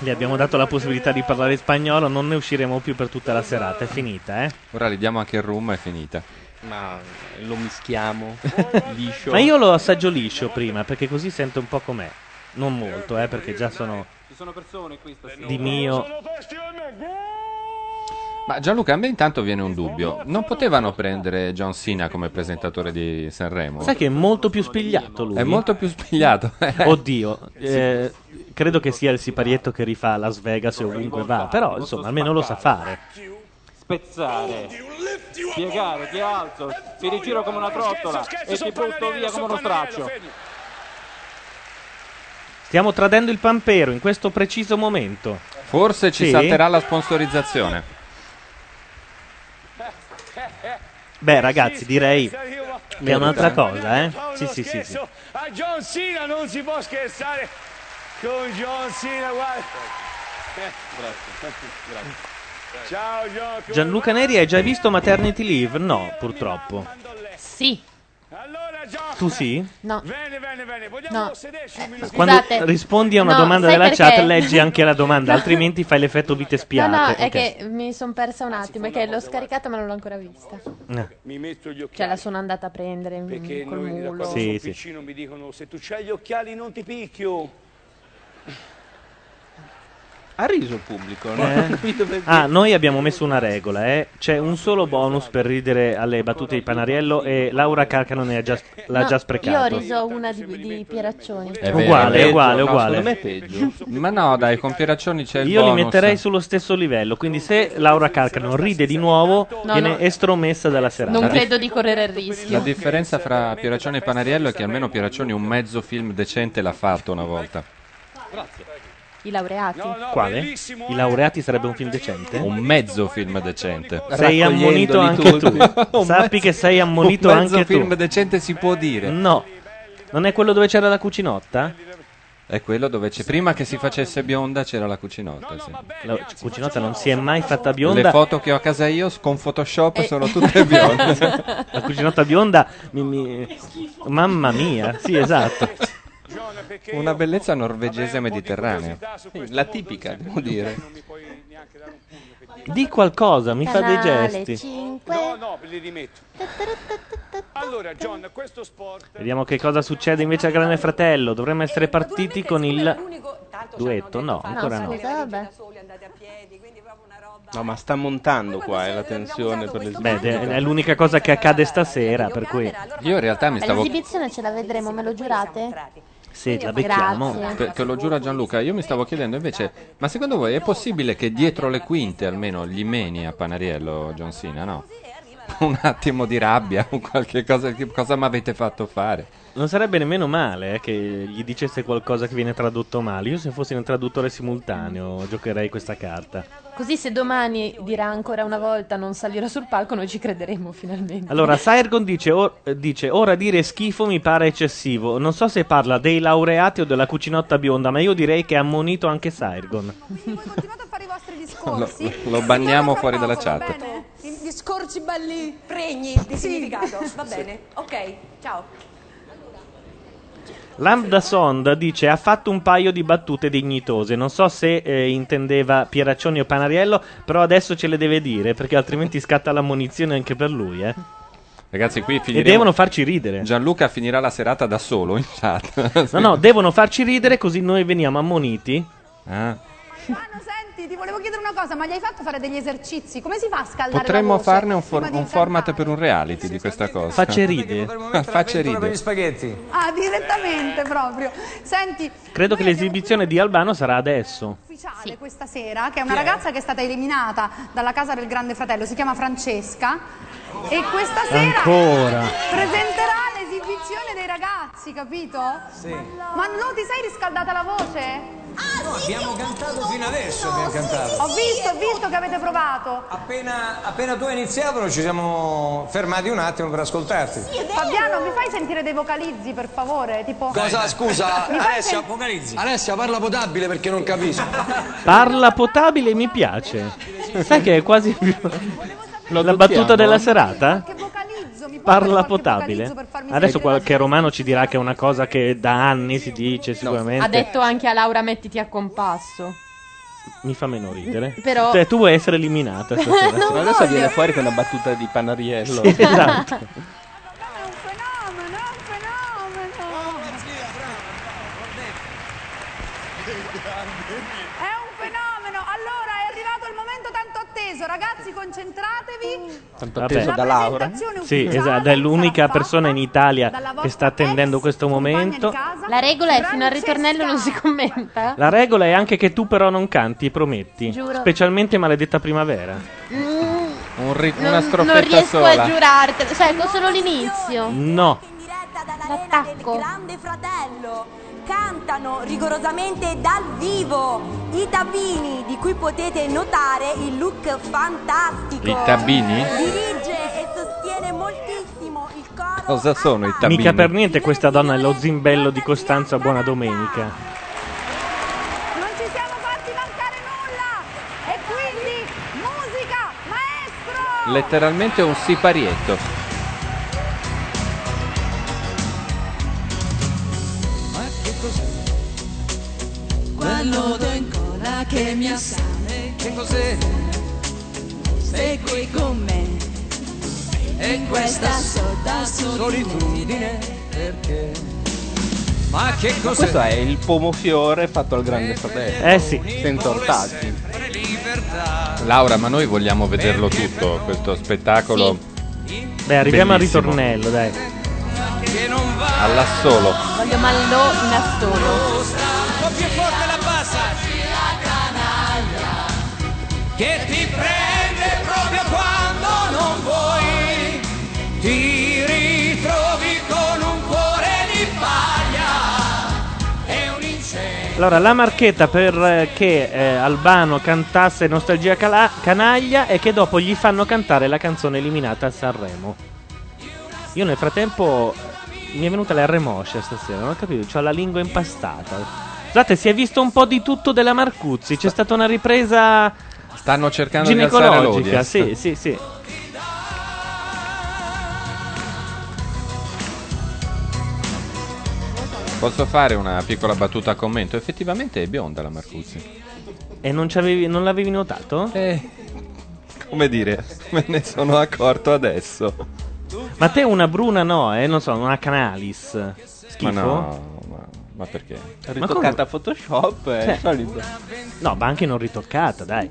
S3: Gli abbiamo dato la possibilità di parlare spagnolo, non ne usciremo più per tutta la serata, è finita, eh.
S4: Ora gli diamo anche il room, è finita.
S6: Ma Ah, lo mischiamo, liscio.
S3: Ma io lo assaggio liscio prima, perché così sento un po' com'è. Non molto, eh, perché già sono
S19: Ci sono persone qui stasera.
S3: di mio.
S4: Ma Gianluca, a me intanto viene un dubbio. Non potevano prendere John Cena come presentatore di Sanremo?
S3: Sai che è molto più spigliato lui.
S4: È molto più spigliato.
S3: Oddio, eh, credo che sia il siparietto che rifà a Las Vegas e ovunque va, però insomma almeno lo sa fare.
S19: Spezzare, piegare, ti alzo, ti rigiro come una trottola e ti butto via come uno straccio.
S3: Stiamo tradendo il pampero in questo preciso momento.
S4: Forse ci
S3: Sì?
S4: salterà la sponsorizzazione.
S3: Beh, ragazzi, direi che è un'altra
S4: Merita, eh?
S3: cosa, eh. Sì, sì, sì. sì.
S9: Scherzo, A John Cena non si può scherzare con John Cena, guarda. Eh, Ciao John. come
S3: Gianluca Neri, hai già visto Maternity Leave? No, purtroppo.
S5: Sì.
S3: Tu sì?
S5: No.
S9: Bene, bene, bene.
S5: No.
S3: Quando
S5: Scusate.
S3: rispondi a una
S5: No,
S3: domanda
S5: sai
S3: della
S5: perché?
S3: chat, leggi anche la domanda, altrimenti fai l'effetto vite
S5: No,
S3: spiate.
S5: no, è
S3: Ok.
S5: che mi sono persa
S9: Ah,
S5: un attimo, è che l'ho scaricata ma non l'ho ancora vista.
S3: Eh.
S9: Mi metto gli occhiali.
S5: Cioè la sono andata a prendere mm,
S9: Perché
S5: col
S9: noi da
S5: mulo.
S9: quando sono piccino mi dicono se tu c'hai gli occhiali non ti picchio.
S6: Ha riso il pubblico, no?
S3: Eh? Ah, noi abbiamo messo una regola, eh. C'è un solo bonus per ridere alle battute di Panariello e Laura Carcano ne ha già, l'ha
S5: No,
S3: già
S5: Io ho
S3: sprecato.
S5: riso una di, di Pieraccioni.
S4: È vero,
S3: Uguale,
S4: è peggio.
S3: uguale,
S4: No,
S3: uguale.
S4: secondo me è peggio. Ma no, dai, con Pieraccioni c'è il
S3: Io li
S4: bonus.
S3: metterei sullo stesso livello, quindi se Laura Carcano ride di nuovo
S5: No,
S3: viene
S5: no.
S3: estromessa dalla serata.
S5: Non credo di correre il
S4: La
S5: rischio.
S4: differenza fra Pieraccioni e Panariello è che almeno Pieraccioni un mezzo film decente l'ha fatto una volta.
S5: I laureati.
S3: Quale? I laureati sarebbe un film decente?
S4: Un mezzo film decente.
S3: Sei ammonito anche tu. Sappi che sei ammonito
S4: un mezzo
S3: anche tu.
S4: film decente si può dire.
S3: No. Non è quello dove c'era la cucinotta?
S4: È quello dove c'è prima che si facesse bionda c'era la cucinotta, sì.
S3: La cucinotta non si è mai fatta bionda.
S4: Le foto che ho a casa io s- con Photoshop
S5: Eh.
S4: sono tutte bionde.
S3: la cucinotta bionda mi- mi- Mamma mia, sì, esatto.
S4: Una bellezza norvegese mediterranea.
S6: La tipica, devo dire.
S3: Di qualcosa, mi fa dei gesti.
S9: No, no, li rimetto. Allora, John, questo sport
S3: Vediamo che cosa succede invece a Grande Fratello. Dovremmo essere partiti con il duetto? No, ancora no.
S5: scusa, vabbè.
S6: No, ma sta montando qua eh, la tensione per le
S3: Beh, de- è l'unica cosa che accade stasera, per cui
S4: Io in realtà mi stavo
S5: L'esibizione ce la vedremo, me lo giurate?
S3: Sì,
S5: la becchiamo. Grazie.
S4: Te, te lo giuro Gianluca, io mi stavo chiedendo invece, ma secondo voi è possibile che dietro le quinte almeno gli meni a Panariello John Cena, no? Un attimo di rabbia o qualche cosa, tipo, cosa mi avete fatto fare?
S3: non sarebbe nemmeno male eh, che gli dicesse qualcosa che viene tradotto male. Io se fossi un traduttore simultaneo giocherei questa carta.
S5: Così se domani dirà ancora una volta non salirò sul palco, noi ci crederemo finalmente.
S3: Allora, Sairgon dice, or- dice, ora dire schifo mi pare eccessivo. Non so se parla dei laureati o della cucinotta bionda, ma io direi che ha ammonito anche Sairgon.
S4: Lo, lo banniamo fuori dalla chat.
S21: I- Gli scorci belli pregni di significato. Va bene, ok, ciao.
S3: Lambda Sonda dice ha fatto un paio di battute dignitose. Non so se eh, intendeva Pieraccioni o Panariello, però adesso ce le deve dire perché altrimenti scatta l'ammonizione anche per lui. Eh.
S4: Ragazzi, qui
S3: E
S4: finiremo.
S3: devono farci ridere.
S4: Gianluca finirà la serata da solo in chat.
S3: No, no, devono farci ridere così noi veniamo ammoniti.
S12: Mano, senti, ti volevo chiedere una cosa, ma gli hai fatto fare degli esercizi? Come si fa a scaldare la
S4: Potremmo
S12: voce?
S4: farne un, for-
S12: prima di
S4: un format per un reality di questa cosa.
S3: Facceride.
S4: Facceride.
S11: per gli
S4: spaghetti.
S12: Ah, direttamente proprio. Senti,
S3: Credo che l'esibizione di Albano sarà adesso.
S12: ufficiale questa sera, che è una ragazza che è stata eliminata dalla casa del grande fratello, si chiama Francesca, e questa sera
S3: Ancora.
S12: presenterà l'esibizione dei ragazzi, capito?
S11: Sì.
S12: Ma non ti sei riscaldata la voce?
S11: Abbiamo cantato fino adesso, abbiamo cantato.
S12: Ho visto, ho visto che avete provato.
S11: Appena, appena tu hai iniziato ci siamo fermati un attimo per ascoltarti.
S12: Fabiano, mi fai sentire dei vocalizzi, per favore? Tipo...
S11: Cosa, scusa,
S12: Mi fai
S11: Alessia, Alessia parla potabile perché non capisco.
S3: Parla potabile mi piace. Sai che è quasi più- la battuta della serata? Parla potabile. Adesso qualche romano ci dirà che è una cosa che da anni si dice
S5: Ha
S3: sicuramente.
S5: detto anche a Laura mettiti a compasso.
S3: Mi fa meno ridere.
S5: Però-
S3: Cioè, tu vuoi essere eliminata stasera.
S5: Non
S6: Ma adesso voglio. viene fuori con una battuta di Panariello.
S3: Sì, esatto.
S12: È un fenomeno. Allora è arrivato il momento tanto atteso, ragazzi, concentratevi.
S3: Tanto
S12: atteso da Laura.
S3: Sì, esatto, è l'unica persona in Italia che sta attendendo questo momento.
S5: La regola è fino al ritornello non si commenta.
S3: La regola è anche che tu però non canti, prometti.
S5: Giuro.
S3: Specialmente Maledetta Primavera.
S5: Mm,
S3: una
S5: non,
S3: strofetta
S5: non riesco
S3: sola.
S5: a giurartelo. Cioè, è solo l'inizio.
S3: No.
S5: L'attacco.
S21: Grande fratello, cantano rigorosamente dal vivo i tabini di cui potete notare il look fantastico.
S4: I tabini?
S22: Cioè,
S21: Dirige e sostiene moltissimo il coro.
S4: Cosa sono i tabini?
S3: Mica per niente questa donna è lo zimbello di Costanza Buona Domenica.
S12: Non ci siamo fatti mancare nulla. E quindi musica, maestro!
S4: Letteralmente un siparietto.
S13: Ma che cos'è?
S7: Quello in cola che mi assale
S11: Che cos'è?
S7: Sei qui con me E questa soda solitudine
S11: Perché? Ma che
S6: Ma
S11: cos'è?
S6: questo è il pomofiore fatto al grande fratello.
S3: Eh sì.
S6: Senza ortaggi.
S4: Laura, ma noi vogliamo vederlo tutto, questo spettacolo
S3: Beh, arriviamo al
S4: Bellissimo.
S3: ritornello, dai.
S4: all'assolo.
S5: Voglio Mallò in assolo.
S7: Un po' più forte la bassa
S15: che ti prende proprio quando non vuoi. Ti ritrovi con un cuore di paglia e un incendio.
S3: Allora, la marchetta per eh, che eh, Albano cantasse Nostalgia Cala- Canaglia è che dopo gli fanno cantare la canzone eliminata a Sanremo. Io nel frattempo eh, mi è venuta la remoscia stasera, non ho capito, ho la lingua impastata. Scusate, si è visto un po' di tutto della Marcuzzi, c'è stata una ripresa
S4: Stanno cercando di alzare
S3: ginecologica, sì,
S4: l'audience.
S3: sì, sì.
S4: Posso fare una piccola battuta a commento? Effettivamente è bionda la Marcuzzi.
S3: E non, c'avevi- non l'avevi notato?
S4: Come dire, me ne sono accorto adesso.
S3: Ma te una bruna no, eh? Non so, una Canalis. Schifo.
S4: Ma no, ma, ma perché?
S6: Ritoccata a Photoshop eh, è
S3: Cioè,
S6: solida.
S3: No, ma anche non ritoccata, dai.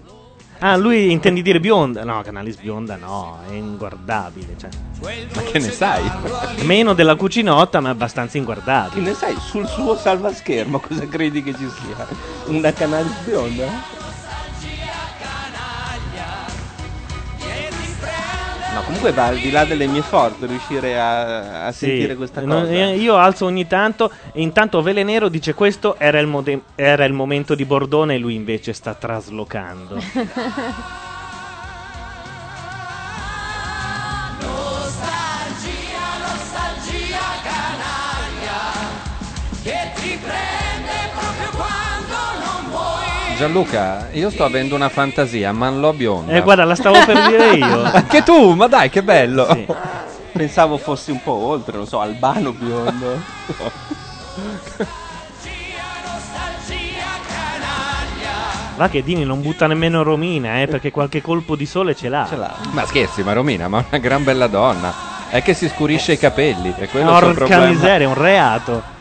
S3: Ah, lui intendi dire bionda? No, Canalis bionda no, è inguardabile. Cioè.
S4: Ma che ne sai?
S3: Meno della cucinotta, ma abbastanza inguardabile.
S6: Che ne sai? Sul suo salvaschermo cosa credi che ci sia? Una canale bionda? No, comunque va al di là delle mie forze riuscire a, a
S3: Sì,
S6: sentire questa cosa.
S3: non- eh, io alzo ogni tanto e intanto Vele Nero dice questo era il, mode- era il momento di Bordone e lui invece sta traslocando. Eh,
S7: Nostalgia, nostalgia canaglia che ti prende proprio quando non vuoi.
S4: Gianluca, io sto avendo una fantasia, Manlò bionda.
S3: Eh, guarda, la stavo per dire io.
S4: Anche tu, ma dai, che bello.
S6: Pensavo fossi un po' oltre, non so, albano biondo.
S3: Va che Dini non butta nemmeno Romina, eh, perché qualche colpo di sole ce l'ha. Ce
S6: l'ha.
S4: Ma scherzi, ma Romina, ma è una gran bella donna. È che si scurisce i capelli. E quello è il suo
S3: Porca
S4: problema.
S3: miseria, è un reato.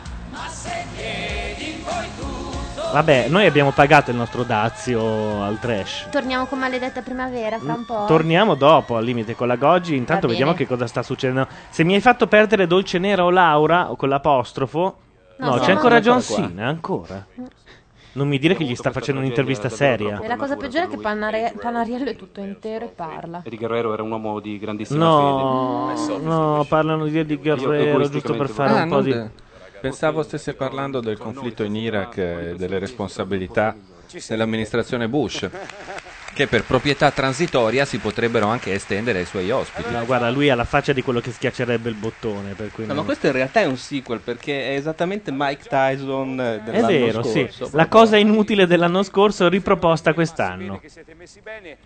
S3: Vabbè, noi abbiamo pagato il nostro dazio al trash.
S23: Torniamo con maledetta primavera fra un po'.
S3: Mm, Torniamo dopo al limite con la Goggi.
S23: Va
S3: Intanto
S23: bene.
S3: vediamo che cosa sta succedendo. Se mi hai fatto perdere Dolce Nera o Laura o con l'apostrofo.
S23: No,
S3: No, c'è
S23: siamo-
S3: ancora John
S23: Ancora qua.
S3: Cena, ancora. Non mi dire che gli sta facendo un'intervista seria.
S5: E la cosa peggiore è che Panare- Panariello è tutto intero e parla.
S19: Eddie Guerrero era un uomo di grandissima
S3: No,
S4: Eh,
S19: fede.
S3: no, parlano di Eddie Guerrero giusto per fare
S4: Ah,
S3: un po'
S4: non
S3: di.
S4: de- Pensavo stesse parlando del conflitto in Iraq e delle responsabilità dell'amministrazione Bush, che per proprietà transitoria si potrebbero anche estendere ai suoi ospiti.
S3: No, guarda, lui ha la faccia di quello che schiaccerebbe il bottone. Per cui
S6: No, ma
S3: non-
S6: questo in realtà è un sequel perché è esattamente Mike Tyson eh,
S3: È
S6: dell'anno
S3: vero, sì.
S6: scorso.
S3: La cosa inutile dell'anno scorso riproposta quest'anno.
S9: Che siete messi bene.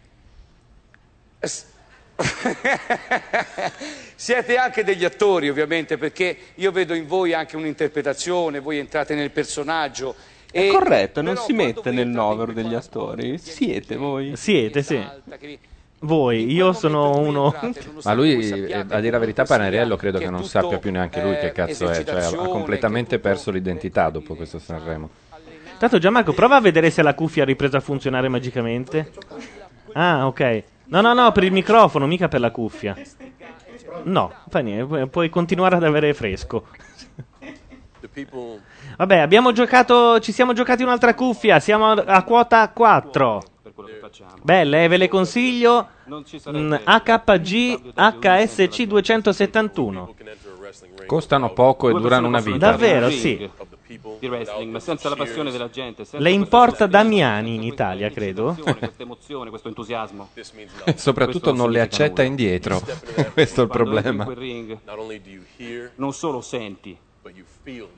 S9: Siete anche degli attori, ovviamente, perché io vedo in voi anche un'interpretazione, voi entrate nel personaggio.
S6: È corretto, non si mette nel novero degli attori. Siete voi.
S3: Siete, sì. Voi, io sono uno.
S4: Ma lui, eh, a dire la verità, Panariello credo che non sappia più neanche lui che cazzo è, cioè ha completamente perso l'identità dopo questo Sanremo.
S3: Tanto Gianmarco, prova a vedere se la cuffia ha ripreso a funzionare magicamente. Ah, ok. No, no, no, per il microfono, mica per la cuffia. No, fa niente, pu- puoi continuare ad avere fresco.
S8: The people
S3: Vabbè, abbiamo giocato, ci siamo giocati un'altra cuffia, siamo a- a quota 4. Belle, eh, ve le consiglio. Mm, HG HSC 271.
S4: Costano poco e durano una vita.
S3: Davvero, sì.
S19: Di wrestling, ma senza la passione della gente, senza
S3: Le importa Damiani in Italia, credo.
S19: questa emozione, questo entusiasmo.
S4: E soprattutto non le accetta indietro. Questo è il
S19: Quando entri in
S4: problema.
S19: quel ring, non solo senti,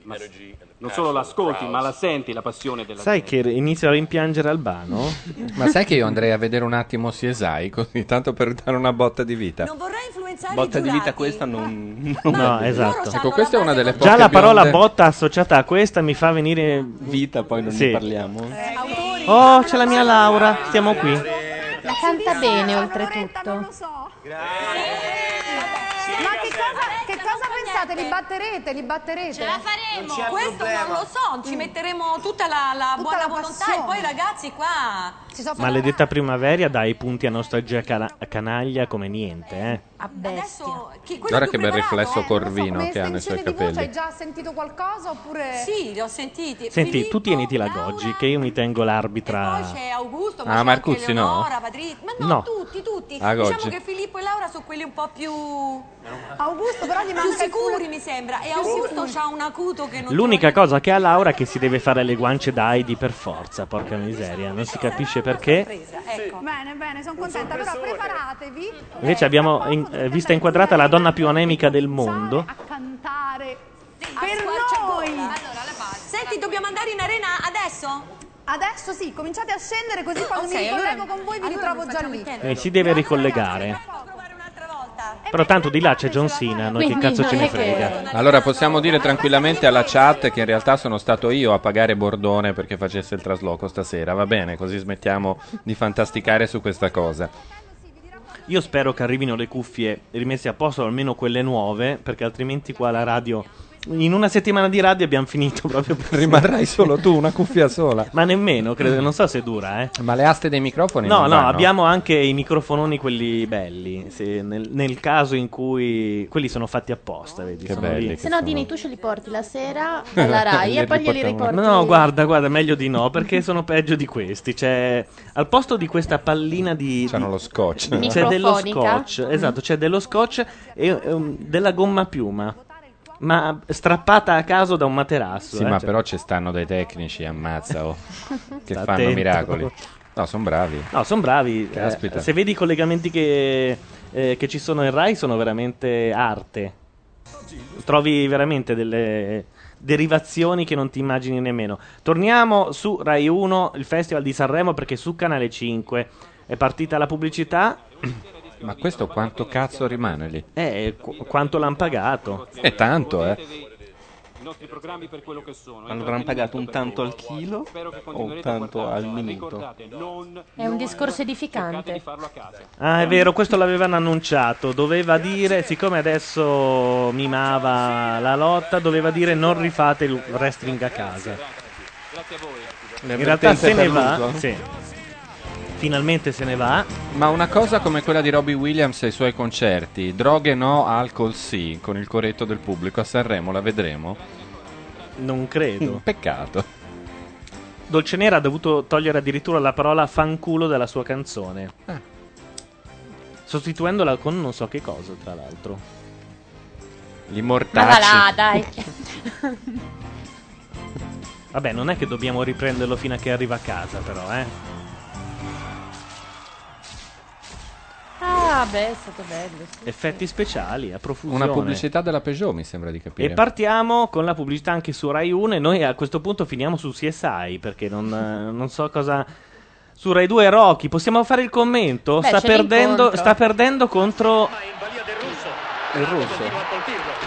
S19: ma s- non solo l'ascolti, ma la senti la passione della
S3: Sai che inizio a rimpiangere Albano?
S4: Ma sai che io andrei a vedere un attimo Siesai, così tanto per dare una botta di vita.
S12: Non vorrei influenzare
S4: Botta
S12: i
S4: di
S12: giurati.
S4: vita questa non...
S3: No, esatto.
S4: Ecco, questa è una delle poche
S3: Già la parola
S4: bionde-
S3: botta associata a questa mi fa venire. Vita, poi
S6: non ne
S3: parliamo. Oh, c'è la mia Laura, siamo qui.
S5: Ma canta bene oltretutto.
S21: Ma che cosa,
S12: eh,
S21: che cosa pensate? Li batterete? Li batterete? Ce la faremo!
S12: Questo non lo so, ci metteremo Mm. tutta la, la buona volontà e poi ragazzi qua...
S3: Maledetta primavera dà i punti a nostalgia cana- canaglia come niente, eh.
S12: Adesso, chi, quello
S4: Guarda
S12: più
S4: che bel
S12: preparato,
S4: riflesso
S12: eh,
S4: corvino
S12: non so
S4: che ha nei suoi
S21: Di voce hai
S4: capelli.
S21: già sentito qualcosa oppure...
S12: Sì, li ho sentiti.
S3: Senti,
S12: Filippo,
S3: tu tieniti la Goggi, che io mi tengo l'arbitra.
S12: C'è Augusto, ma
S3: Ah,
S12: c'è
S3: Marcuzzi
S12: anche
S3: no?
S12: Eleonora, Vadri- ma no,
S3: No.
S12: tutti, tutti.
S3: Ah,
S12: diciamo
S3: Goggi.
S12: che Filippo e Laura sono quelli un po' più...
S21: Augusto però gli
S12: gli
S14: più
S12: manca il
S14: sicuri mi sembra e Augusto c'ha un acuto che non
S3: L'unica cosa che ha Laura è che si deve fare le guance da Heidi per forza, porca miseria, non si capisce perché.
S12: Ecco. Bene, bene, sono contenta, però preparatevi
S3: Invece abbiamo in- eh, vista inquadrata la donna più anemica del mondo.
S12: a cantare per
S14: squarciagola.
S12: noi.
S14: Allora, Senti, dobbiamo andare in arena adesso?
S12: Adesso sì, cominciate a scendere così quando
S14: Ok,
S12: mi
S14: allora-
S12: ricollego con voi vi ritrovo già lì.
S3: E si deve ricollegare. Però tanto di là c'è John Cena, a noi che
S12: Quindi
S3: cazzo
S12: non
S3: ce ne
S12: è che-
S3: frega.
S4: Allora possiamo dire tranquillamente alla chat che in realtà sono stato io a pagare Bordone perché facesse il trasloco stasera, va bene, così smettiamo di fantasticare su questa cosa.
S3: Io spero che arrivino le cuffie rimesse a posto, almeno quelle nuove, perché altrimenti qua la radio... In una settimana di radio abbiamo finito proprio per...
S4: Rimarrai solo tu, una cuffia sola.
S3: Ma nemmeno, credo, non so se dura, eh.
S4: Ma le aste dei microfoni
S3: No,
S4: non
S3: no,
S4: vanno?
S3: abbiamo anche i microfononi quelli belli, se nel, nel caso in cui quelli sono fatti apposta, vedi,
S4: Che
S3: sono
S4: belli
S3: lì.
S4: che
S24: Se no, Dini, tu ce li porti la sera alla Rai e poi glieli riporti.
S3: No, guarda, guarda, meglio di no, perché sono peggio di questi. C'è al posto di questa pallina di C'hanno
S4: lo scotch.
S3: C'è dello
S24: Microfonica.
S3: scotch, esatto, c'è dello scotch e ehm, della gomma a piuma. Ma strappata a caso da un materasso.
S4: Sì,
S3: eh,
S4: ma
S3: cioè.
S4: però ci stanno dei tecnici, ammazza, oh, che
S3: Sta
S4: fanno
S3: attento.
S4: miracoli. No, sono bravi.
S3: No, sono bravi. eh,
S4: Caspita.
S3: se vedi i collegamenti che, eh, che ci sono in Rai, sono veramente arte. Trovi veramente delle derivazioni che non ti immagini nemmeno. Torniamo su Rai 1, il Festival di Sanremo, perché su Canale 5 è partita la pubblicità.
S4: Ma questo quanto cazzo rimane lì?
S3: Eh, qu- quanto l'hanno pagato?
S4: È tanto, eh.
S16: I nostri programmi per quello che sono.
S17: Allora, avranno pagato un tanto al chilo o un tanto al minuto?
S24: È un discorso edificante.
S3: Ah, è vero, questo l'avevano annunciato. Doveva dire, siccome adesso mimava la lotta, doveva dire non rifate il wrestling a casa. In realtà se ne va. Sì. Finalmente se ne va.
S4: Ma una cosa come quella di Robbie Williams e i suoi concerti, droghe no, alcol sì, con il corretto del pubblico a Sanremo, la vedremo?
S3: Non credo.
S4: Un Mm, peccato.
S3: Dolce Nera ha dovuto togliere addirittura la parola fanculo dalla sua canzone.
S4: Ah.
S3: Sostituendola con non so che cosa, tra l'altro.
S4: Gli
S24: Ma va là,
S4: mortacci.
S24: dai.
S3: Vabbè, non è che dobbiamo riprenderlo fino a che arriva a casa, però, eh.
S24: Ah, beh, è stato bello. sì.
S3: Effetti speciali, a profusione.
S4: Una pubblicità della Peugeot, mi sembra di capire.
S3: E partiamo con la pubblicità anche su Rai 1 e noi a questo punto finiamo su CSI perché non, eh, non so cosa... Su Rai 2 Rocky, possiamo fare il commento?
S10: Beh,
S3: sta,
S10: c'è
S3: perdendo,
S10: l'incontro.
S3: sta perdendo contro...
S17: Il russo.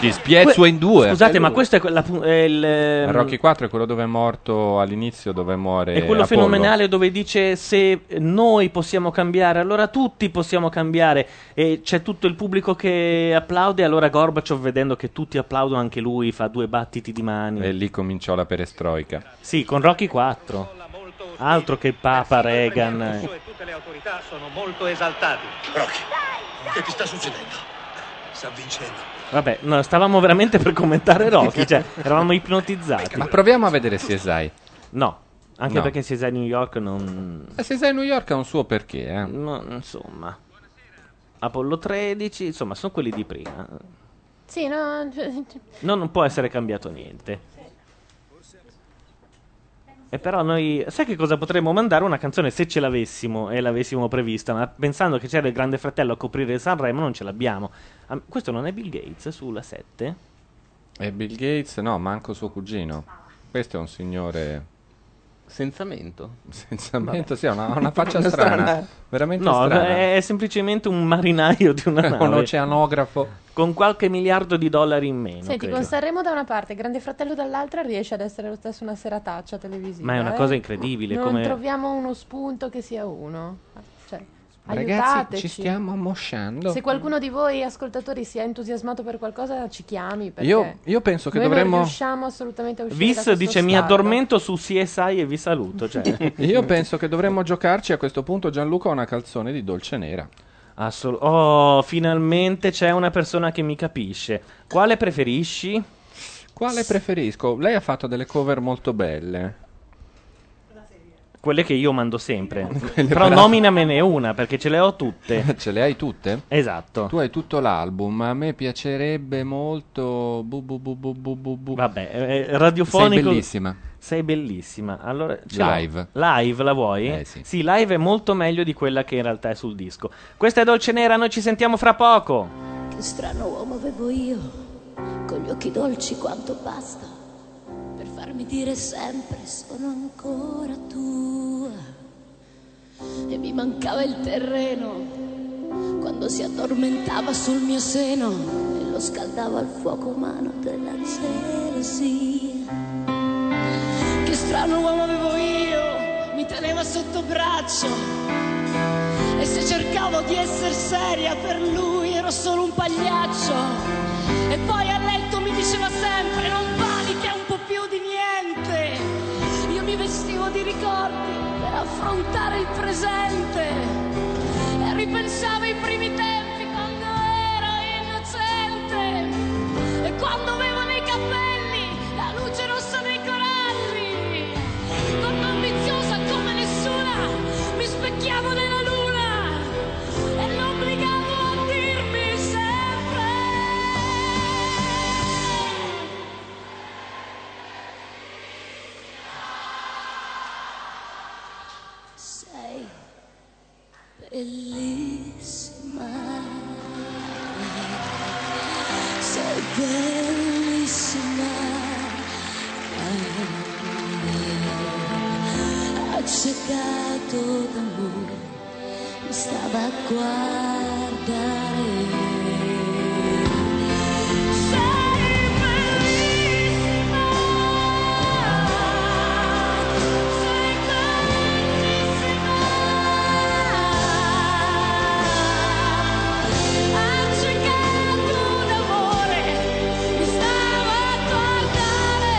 S4: Ti spiezzo
S3: Que-
S4: in due.
S3: Scusate, ma questo è que- la pu- è il... ehm,
S4: Rocky 4 è quello dove è morto all'inizio, dove muore
S3: È quello
S4: Eh, Apollo.
S3: fenomenale dove dice se noi possiamo cambiare, allora tutti possiamo cambiare. E c'è tutto il pubblico che applaude. Allora Gorbaciov, vedendo che tutti applaudono anche lui, fa due battiti di mani.
S4: E lì cominciò la perestroica.
S3: Sì, con Rocky 4. Altro che Papa Reagan. eh.
S8: Tutte le autorità sono molto esaltati. Rocky, che ti sta succedendo? Sta vincendo.
S3: Vabbè, no, stavamo veramente per commentare Rocky, cioè eravamo ipnotizzati.
S4: Ma proviamo a vedere CSI.
S3: No, anche
S4: No.
S3: perché CSI New York non...
S4: Eh, CSI New York ha un suo perché, eh.
S3: No, insomma. Apollo 13, insomma, sono quelli di prima.
S24: Sì, no. cioè,
S3: No, non può essere cambiato niente. E però noi, sai che cosa potremmo mandare? Una canzone se ce l'avessimo e l'avessimo prevista, ma pensando che c'era il Grande Fratello a coprire Sanremo non ce l'abbiamo. Ah, questo non è Bill Gates sulla 7?
S4: E Bill Gates, no, manco suo cugino. Questo è un signore.
S17: Senza mento.
S4: Senza mento, sì, ha una, ha una faccia strana. Veramente
S3: no,
S4: strana.
S3: è semplicemente un marinaio di una
S4: Un
S3: nave.
S4: oceanografo.
S3: Con qualche miliardo di dollari in meno.
S24: Senti,
S3: credo.
S24: con Sanremo da una parte, Grande Fratello dall'altra, riesce ad essere lo stesso una serataccia televisiva.
S3: Ma è una
S24: eh?
S3: cosa incredibile,
S24: Non
S3: come-
S24: troviamo uno spunto che sia uno. Cioè,
S4: Ragazzi,
S24: aiutateci.
S4: ci stiamo ammosciando.
S24: Se qualcuno di voi ascoltatori si è entusiasmato per qualcosa, ci chiami. Perché
S4: Io, io penso che
S24: noi
S4: dovremmo.
S24: Non riusciamo assolutamente a uscire. da
S3: Vis
S24: questo
S3: dice mi
S24: stallo."
S3: addormento su CSI e vi saluto. Cioè.
S4: Io penso che dovremmo giocarci a questo punto Gianluca ha una calzone di dolce nera.
S3: Assol- oh, finalmente c'è una persona che mi capisce. Quale preferisci?
S4: Quale preferisco? Lei ha fatto delle cover molto belle.
S3: Quelle che io mando sempre. Però nominamene una, perché ce le ho tutte.
S4: ce le hai tutte?
S3: Esatto.
S4: Tu hai tutto l'album, a me piacerebbe molto... bu bu bu bu bu bu bu.
S3: Vabbè, eh, radiofonico.
S4: Sei bellissima.
S3: Sei bellissima. Allora, ce l'ho.
S4: Live.
S3: Live la vuoi?
S4: Eh, sì.
S3: live è molto meglio di quella che in realtà è sul disco. Questa è Dolce Nera, noi ci sentiamo fra poco.
S2: Che strano uomo avevo io, con gli occhi dolci quanto basta, per farmi dire sempre sono ancora tua. E mi mancava il terreno, quando si addormentava sul mio seno e lo scaldava al fuoco umano della gelosia. Che strano uomo avevo io, mi teneva sotto braccio. E se cercavo di essere seria per lui ero solo un pagliaccio. E poi a letto mi diceva sempre non vali che è un po' più di niente. Io mi vestivo di ricordi per affrontare il presente. E ripensavo ai primi tempi quando ero innocente. E quando avevo nei capelli la luce rossa dei coralli. Quando ambiziosa come nessuna mi specchiavo nella luna e l'obbligavo a dirmi sempre sei bellissima. Sei bellissima. Accecato d'amore, mi stava a guardare. Sei bellissima. Sei bellissima. Accecato d'amore, mi stava a guardare.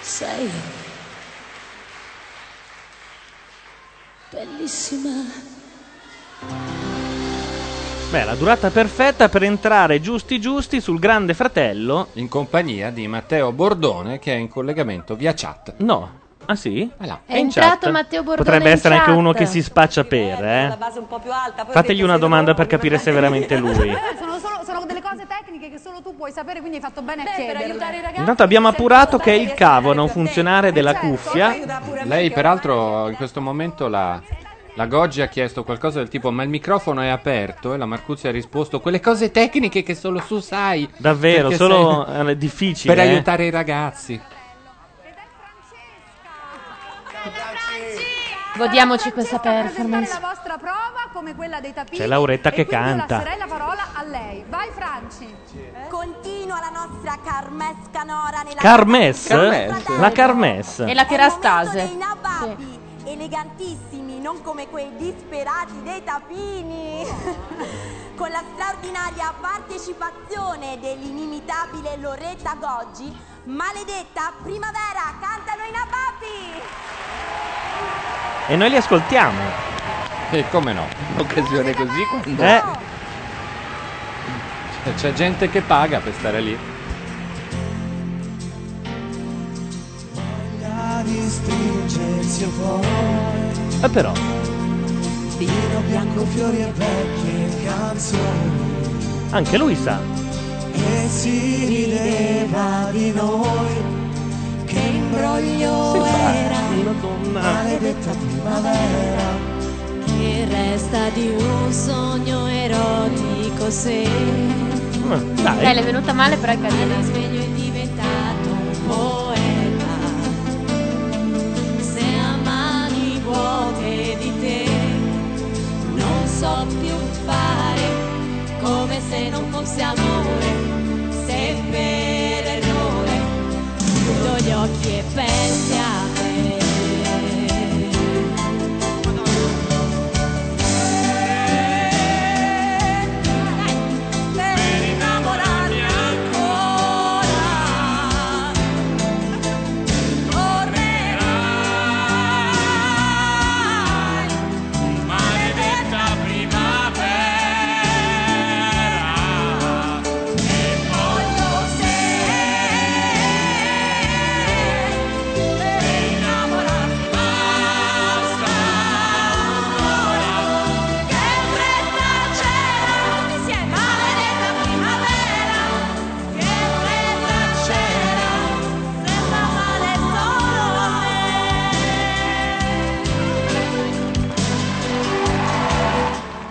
S2: Sei bellissima.
S3: Beh, la durata perfetta per entrare giusti giusti sul Grande Fratello.
S4: In compagnia di Matteo Bordone che è in collegamento via chat.
S3: No. Ah sì?
S5: È entrato Matteo Bordone
S3: Potrebbe
S5: in
S3: essere anche
S5: chat.
S3: uno che si spaccia per, eh.
S12: base un po' più alta.
S3: Fategli una domanda per capire se è veramente lui.
S12: Eh, Sono, solo- sono delle cose tecniche che solo tu puoi sapere, quindi hai fatto bene a chiederle.
S3: Intanto abbiamo appurato che è il cavo, non funzionare della cuffia.
S4: Lei peraltro in questo momento la, la Goggi ha chiesto qualcosa del tipo ma il microfono è aperto e la Marcuzzi ha risposto quelle cose tecniche che solo tu sai.
S3: Davvero,
S4: Perché
S3: solo
S4: sei-
S3: eh, difficile.
S4: Per
S3: eh.
S4: aiutare i ragazzi.
S5: Godiamoci questa
S12: Presentare la
S5: performance.
S12: vostra prova come quella dei tapini.
S3: C'è Lauretta
S12: e
S3: che
S12: quindi io
S3: canta.
S12: lascerei la parola a lei. Vai Franci.
S7: Continua la nostra Carmes Canora nella
S3: Carmes?
S7: Carmes.
S3: La Carmes.
S5: E la
S7: È
S5: Kerastase.
S7: il momento dei nababbi, elegantissimi, non come quei disperati dei tapini. Con la straordinaria partecipazione dell'inimitabile Loretta Goggi, maledetta primavera, cantano i nababbi!
S3: E noi li ascoltiamo.
S4: E come no?
S25: Occasione così quando...
S3: Eh.
S4: Cioè, C'è gente che paga per stare lì.
S15: Voglia di stringersi un po'.
S3: E però.
S15: Vino bianco, fiori e vecchie canzoni.
S3: Anche lui sa.
S15: Che si rideva di noi. Che imbroglio era.
S2: Maledetta primavera che resta di un sogno erotico se
S5: Dai, le è venuta male però è
S2: il
S5: carina.
S2: risveglio è diventato un poeta se a mani vuote di te non so più fare come se non fosse amore se per errore chiudo gli occhi e pensi a me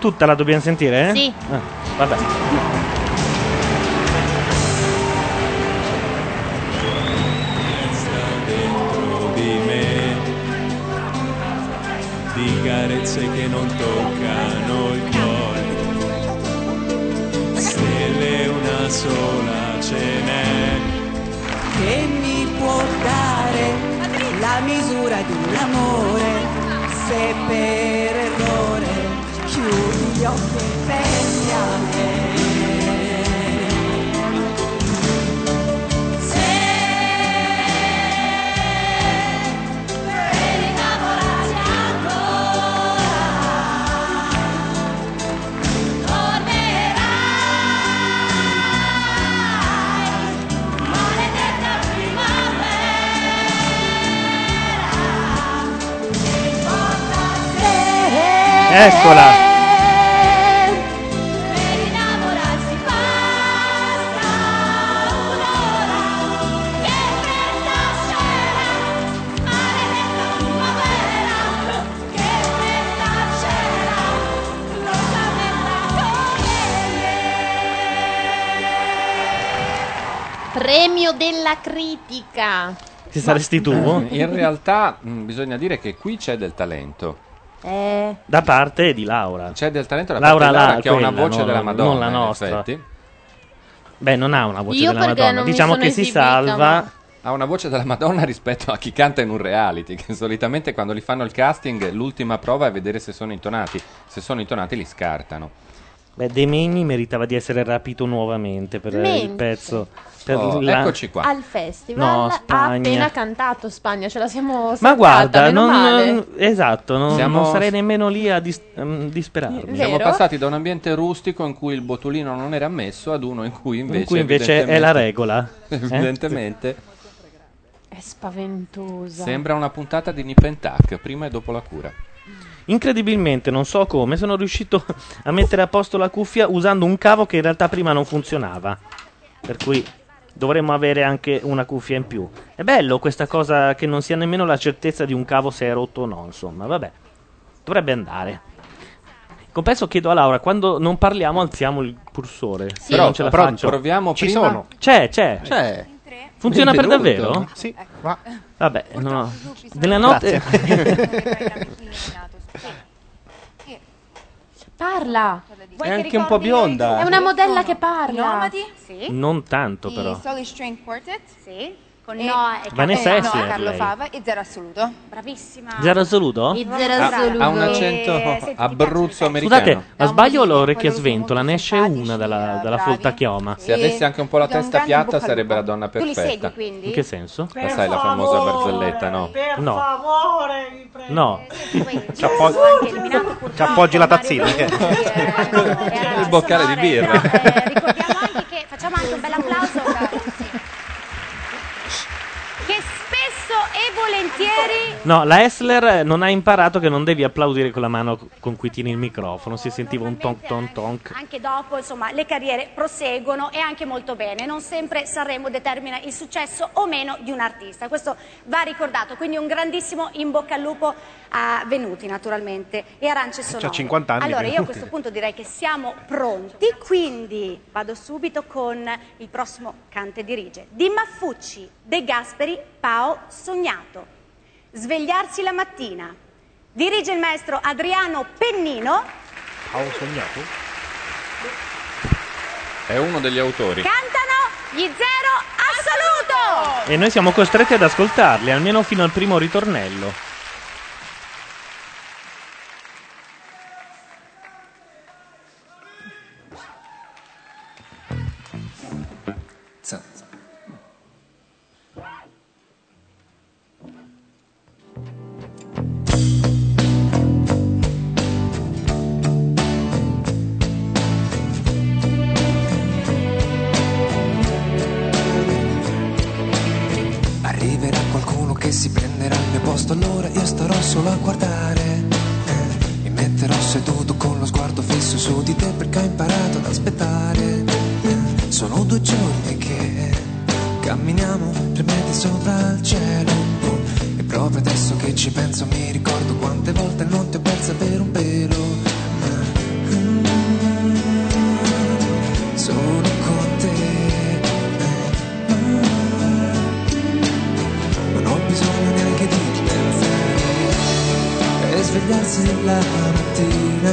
S3: tutta la dobbiamo sentire, eh?
S5: Sì.
S3: Ah, vabbè.
S6: dentro di me di carezze che non toccano il cuore stelle una sola ce n'è
S7: che mi può dare la misura di un amore se per errore chiudi gli occhi e pensi a me. Se per innamorarsi ancora tornerai Maledetta primavera che porta te
S3: Eccola.
S7: Per innamorarsi basta un'ora che presto c'era Maledetta primavera che presto c'era Lotta bella
S5: Premio della critica.
S3: Ci saresti tu?
S4: In realtà mh, bisogna dire che qui c'è del talento.
S5: Eh.
S3: Da parte di Laura.
S4: C'è del talento da
S3: Laura
S4: parte di Laura,
S3: là,
S4: che ha una
S3: quella,
S4: voce
S3: no,
S4: della
S3: no,
S4: Madonna,
S3: Non la
S4: in
S3: nostra.
S4: effetti.
S3: Beh, non ha una voce
S5: Io
S3: della
S5: perché
S3: Madonna.
S5: non mi
S3: Diciamo
S5: sono
S3: che si
S5: esibita,
S3: salva.
S5: ma-
S4: Ha una voce della Madonna rispetto a chi canta in un reality, che solitamente quando li fanno il casting l'ultima prova è vedere se sono intonati. Se sono intonati li scartano.
S3: Beh, De Megni meritava di essere rapito nuovamente per eh, il
S2: Mentre.
S3: pezzo. Per
S4: Oh,
S3: la-
S4: eccoci
S2: Al
S3: No,
S2: festival ha
S3: Spagna.
S2: appena cantato Spagna, ce la siamo
S3: Ma
S2: saltata,
S3: guarda,
S2: meno
S3: non,
S2: male.
S3: esatto, non,
S4: Siamo-
S3: non sarei nemmeno lì a dis- ehm, disperarmi.
S4: Siamo passati da un ambiente rustico in cui il botulino non era ammesso ad uno in cui invece,
S3: In cui invece è la regola. Eh?
S4: Evidentemente
S2: È spaventosa.
S4: sembra una puntata di Nip and Tuck, prima e dopo la cura.
S3: Incredibilmente, non so come, sono riuscito a mettere a posto la cuffia usando un cavo che in realtà prima non funzionava. Per cui dovremmo avere anche una cuffia in più. È bello questa cosa che non sia nemmeno la certezza di un cavo se è rotto o no, insomma, vabbè. Dovrebbe andare. In Compenso chiedo a Laura, quando non parliamo alziamo il cursore.
S4: Sì.
S3: se non
S4: Però,
S3: ce la
S4: pronto,
S3: faccio.
S4: proviamo Ci prima? sono.
S3: C'è, c'è.
S4: C'è.
S3: Funziona per
S4: Benvenuto.
S3: davvero?
S16: Sì, ma-
S3: Vabbè, no. Nella notte...
S2: Parla.
S16: È anche un po' bionda.
S2: È una modella che parla.
S16: Nomadi?
S10: Sì.
S3: Non tanto,
S16: I
S3: però.
S16: Solid String Quartet? Sì. Con
S10: Noa e
S3: Vanessa
S16: Noa,
S3: Essler,
S16: Carlo
S3: lei.
S16: Fava e Zero Assoluto.
S10: Bravissima.
S3: Zero assoluto?
S4: Ha, ha un
S16: Eh,
S4: accento abruzzo americano.
S3: Scusate, ma sbaglio o l'orecchia sventola? Ne esce una dalla, dalla folta chioma.
S4: Se avesse anche un po' la testa piatta sarebbe la donna
S3: Tu li segui,
S4: perfetta.
S10: quindi?
S3: In che senso?
S4: La sai la famosa barzelletta, no?
S3: No.
S10: favore, vi
S3: No.
S10: Ci
S16: appoggi-
S10: appoggi,
S16: appoggi la tazzina,
S4: eh.
S3: eh,
S4: Il boccale di birra.
S10: Facciamo anche un bel applauso. che spesso e volentieri
S3: No, la Essler non ha imparato che non devi applaudire con la mano con cui tieni il microfono. Si sentiva un tonk tonk tonk.
S10: anche dopo, insomma, le carriere proseguono e anche molto bene. Non sempre Sanremo determina il successo o meno di un artista. Questo va ricordato. Quindi un grandissimo in bocca al lupo a Venuti, naturalmente, e Arance Sonore.
S16: 50 anni,
S10: Allora, io a
S16: Venuti.
S10: questo punto direi che siamo pronti, quindi vado subito con il prossimo cante dirige. Di Maffucci, De Gasperi, Pao Sognato. Svegliarsi la mattina. Dirige il maestro Adriano Pennino.
S16: Ho sognato?
S4: È uno degli autori.
S10: Cantano gli Zero Assoluto!
S3: E noi siamo costretti ad ascoltarli, almeno fino al primo ritornello.
S15: Arriverà qualcuno che si prenderà il mio posto, allora io starò solo a guardare. Eh, Mi metterò seduto con lo sguardo fisso su di te perché ho imparato ad aspettare. Eh, Sono due giorni che camminiamo tre metri sopra il cielo. Oh, E proprio adesso che ci penso mi ricordo quante volte non ti ho persa per un pelo. Ma, mm,
S26: se la mattina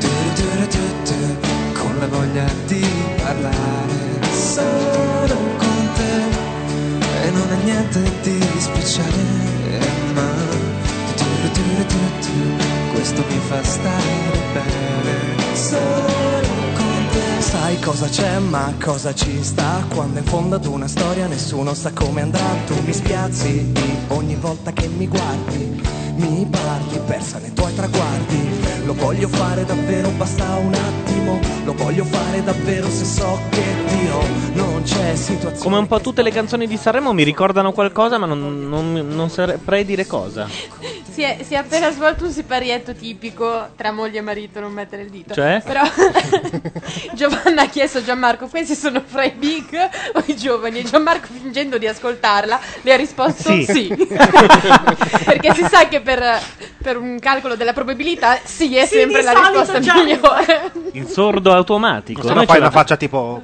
S26: Tu-tu-tu-tu-tu, con la voglia di parlare solo con te e non è niente di speciale ma tu-tu-tu-tu-tu, questo mi fa stare bene solo con te
S27: Sai cosa c'è ma cosa ci sta Quando in fondo ad una storia nessuno sa come andrà Tu mi spiazzi ogni volta che mi guardi Mi parli persa nei tuoi traguardi Lo voglio fare davvero basta un attimo Lo voglio fare davvero se so che Dio Non c'è situazione
S3: Come un po' tutte le canzoni di Sanremo mi ricordano qualcosa, ma non, non- non saprei dire cosa.
S5: Si è, si è appena svolto un siparietto tipico tra moglie e marito, non mettere il dito.
S3: Cioè?
S5: Però Giovanna ha chiesto a Gianmarco, questi sono fra i big o i giovani? E Gianmarco, fingendo di ascoltarla, le ha risposto sì.
S3: Sì.
S5: Perché si sa che per, per un calcolo della probabilità sì è
S13: Sì,
S5: sempre
S13: di
S5: la
S13: solito,
S5: risposta
S13: Gianni.
S5: migliore.
S3: Il sordo automatico.
S17: Se no fai una faccia eh.
S3: tipo...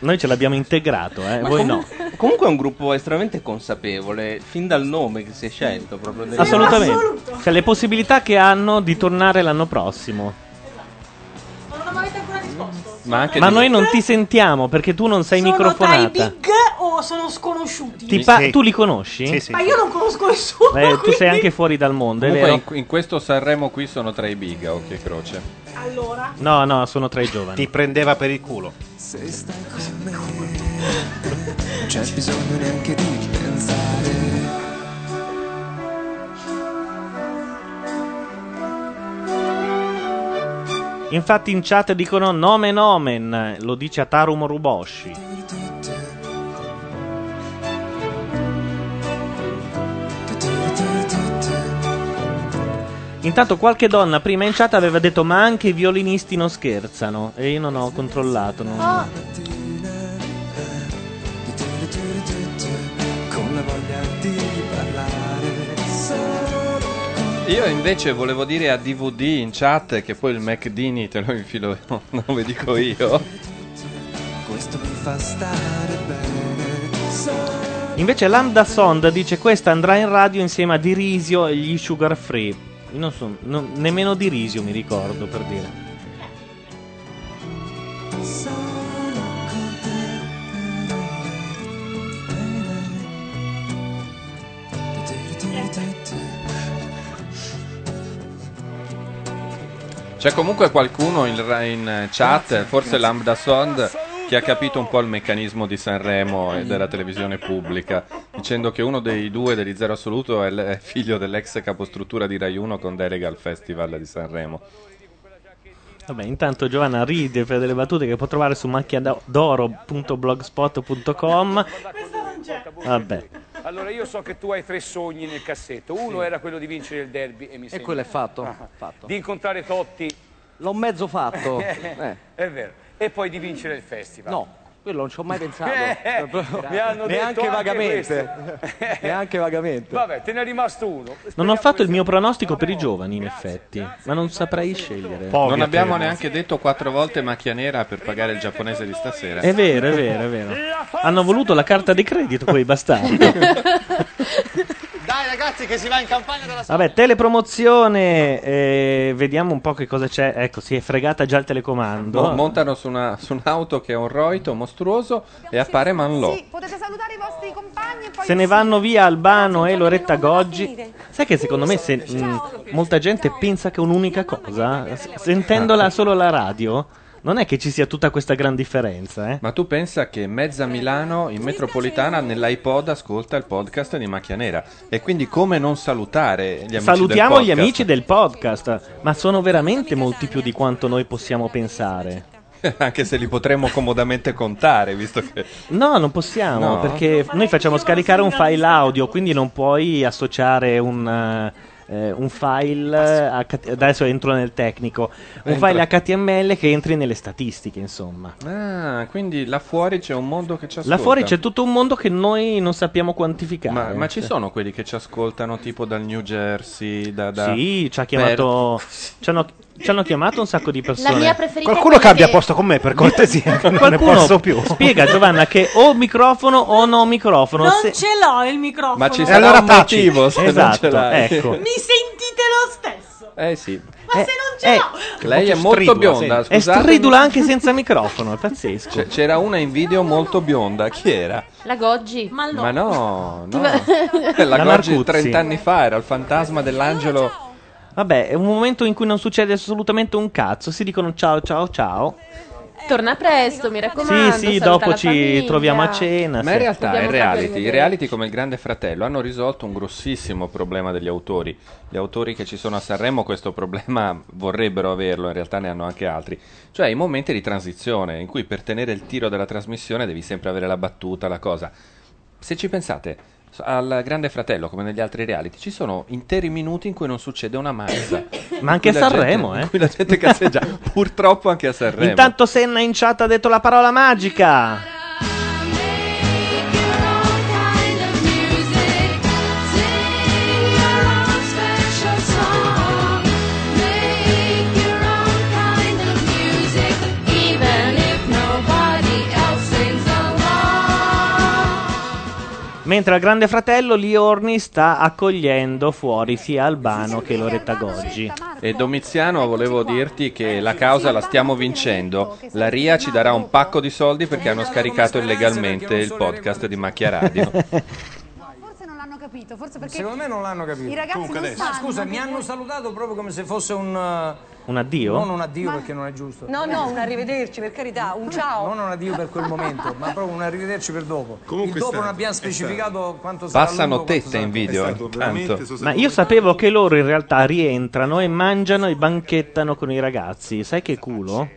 S3: Noi ce l'abbiamo integrato, eh,
S17: Ma com-
S3: voi no.
S17: Comunque è un gruppo estremamente consapevole, fin dal nome che si è scelto proprio. del-
S3: Assolutamente. Cioè, le possibilità che hanno di tornare l'anno prossimo.
S13: Non mi avete ancora risposto.
S17: Ma, anche
S3: Ma
S17: di-
S3: noi non ti sentiamo perché tu non sei
S13: Sono tra i
S3: microfonata.
S13: big o sono sconosciuti?
S3: Ti pa- Tu li conosci? Sì,
S13: Ma io non conosco nessuno.
S3: tu sei
S13: quindi-
S3: anche fuori dal mondo, è
S4: Comunque
S3: vero?
S4: in, in questo Sanremo qui sono tra i big a occhio e croce.
S13: Allora,
S3: No, no, sono tra i giovani.
S15: Ti prendeva per il culo.
S26: non c'è bisogno neanche di pensare
S3: Infatti in chat dicono nomen omen, lo dice Ataru Moruboshi. Intanto qualche donna prima in chat aveva detto ma anche i violinisti non scherzano e io non ho controllato. non-
S13: Oh,
S26: con la voglia di parlare solo
S4: Io invece volevo dire a DVD in chat che poi il McDini te lo infilo, non lo dico io.
S26: questo mi fa stare bene solo
S3: Invece Lambda Sound dice questa andrà in radio insieme a Dirisio e gli Sugar Free. Io non so, non- nemmeno Dirisio mi ricordo per dire.
S4: C'è comunque qualcuno in, ra- in chat, forse Lambda Sound, che ha capito un po' il meccanismo di Sanremo e della televisione pubblica, dicendo che uno dei due degli Zero Assoluto è, l- è figlio dell'ex capostruttura di Rai 1 con delega al Festival di Sanremo.
S3: Vabbè, intanto Giovanna ride per delle battute che può trovare su macchiadoro.blogspot.com. Vabbè.
S9: Allora io so che tu hai tre sogni nel cassetto. Uno era quello di vincere il derby e mi sembra. Ah.
S21: quello è fatto,
S11: Ah,
S21: fatto.
S9: Di incontrare Totti.
S21: L'ho mezzo fatto.
S9: Eh,
S21: Eh.
S9: È vero. E poi di vincere il festival.
S21: No, quello non ci ho mai pensato.
S9: Eh,
S21: Proprio-
S9: mi hanno detto
S21: Neanche
S9: anche
S21: vagamente. Neanche vagamente.
S9: Vabbè, te ne è rimasto uno.
S3: Non ho fatto il mio pronostico per i giovani, in effetti, ma non saprei scegliere.
S4: non abbiamo neanche detto quattro volte macchia nera per pagare il giapponese di stasera.
S3: È vero, è vero, è vero. Hanno voluto la carta di credito quei bastardi.
S20: Dai ragazzi che si va in campagna dalla
S3: Vabbè, telepromozione. eh, vediamo un po' che cosa c'è. Ecco, si è fregata già il telecomando.
S4: Mo- montano su, una- su un'auto che è un roito mostruoso e appare Manlò.
S12: Potete salutare i vostri compagni e poi...
S3: Se ne vanno via Albano e Loretta Goggi. Sai che secondo me se, mh, molta gente pensa che è un'unica cosa, S- sentendola solo la radio, non è che ci sia tutta questa gran differenza, eh.
S4: Ma tu pensa che mezza Milano in metropolitana nell'iPod ascolta il podcast di Macchia Nera e quindi come non salutare gli amici
S3: Salutiamo
S4: del
S3: gli
S4: podcast?
S3: amici del podcast, ma sono veramente molti più di quanto noi possiamo pensare.
S4: Anche se li potremmo comodamente contare, visto che
S3: No, non possiamo,
S4: No?
S3: perché noi facciamo scaricare un file audio, quindi non puoi associare un, eh, un file, eh, H- adesso entro nel tecnico, un
S4: Entra.
S3: file HTML che entri nelle statistiche, insomma.
S4: Ah, quindi là fuori c'è un mondo che ci ascolta.
S3: Là fuori c'è tutto un mondo che noi non sappiamo quantificare. Cioè,
S4: Ma, ma ci sono quelli che ci ascoltano tipo dal New Jersey, da... da-
S3: Sì, ci ha chiamato. Ci, hanno, ci hanno chiamato un sacco di persone.
S15: mia preferita Qualcuno è quella cambia che- posto con me, per cortesia, non ne
S3: Qualcuno
S15: posso più.
S3: Spiega, Giovanna, che o microfono o no microfono.
S13: non
S3: se-
S13: ce l'ho il microfono.
S3: E allora taci. Esatto, ecco.
S13: Mi sentite lo
S4: Eh sì.
S13: Ma se non ce l'ho!
S4: Lei è
S3: Voce
S4: molto
S3: stridula,
S4: bionda,
S3: sì. E
S4: scusatemi.
S3: stridula anche senza microfono, è pazzesco.
S4: C'è- c'era una in video molto bionda, chi era?
S5: La Goggi. Ma
S4: Ma no, no.
S5: Ma-
S4: La
S3: La
S4: Gorgi
S3: Marcuzzi.
S4: 30 anni fa era il fantasma dell'angelo.
S3: Vabbè, è un momento in cui non succede assolutamente un cazzo, si dicono ciao ciao ciao.
S5: Torna presto, mi raccomando.
S3: Sì, sì,
S5: saluta
S3: dopo
S5: la
S3: ci
S5: famiglia.
S3: troviamo a cena.
S4: Ma in
S3: sì.
S4: realtà i
S5: Abbiamo fatto
S4: reality, i
S5: vedere.
S4: reality come il Grande Fratello hanno risolto un grossissimo problema degli autori. Gli autori che ci sono a Sanremo questo problema vorrebbero averlo, in realtà ne hanno anche altri. Cioè i momenti di transizione in cui per tenere il tiro della trasmissione devi sempre avere la battuta, la cosa. Se ci pensate, s- al Grande Fratello come negli altri reality ci sono interi minuti in cui non succede una mazza.
S3: Ma anche
S4: In cui
S3: a
S4: la gente-
S3: Sanremo, eh.
S4: In cui la gente cazzeggia, purtroppo anche a Sanremo.
S3: Intanto Senna in chat ha detto la parola magica. Mentre al Grande Fratello Liorni sta accogliendo fuori sia Albano che Loretta Goggi.
S4: E Domiziano, volevo dirti che la causa la stiamo vincendo. La RIA ci darà un pacco di soldi perché hanno scaricato illegalmente il podcast di Macchia Radio.
S12: Forse non l'hanno capito, forse perché...
S9: Secondo me non l'hanno capito.
S12: I ragazzi
S9: Comunque
S12: non
S9: adesso.
S12: sanno
S9: Ma scusa, mi
S12: che
S9: hanno
S12: poi-
S9: salutato proprio come se fosse un. eh,
S3: Un addio?
S9: Non un addio
S6: Ma-
S9: perché non è giusto.
S6: No, no, un arrivederci, per carità, un ciao.
S9: Non un addio per quel momento, ma proprio un arrivederci per dopo.
S6: Comunque
S9: il dopo
S6: è stato,
S9: non abbiamo
S6: è
S9: specificato quanto sarà
S4: Passano
S9: lungo, quanto
S4: tette
S9: sarà-
S4: in video. eh.
S9: È stato
S4: intanto.
S9: veramente
S3: Ma io sapevo che loro in realtà rientrano e mangiano e banchettano con i ragazzi. Sai che culo?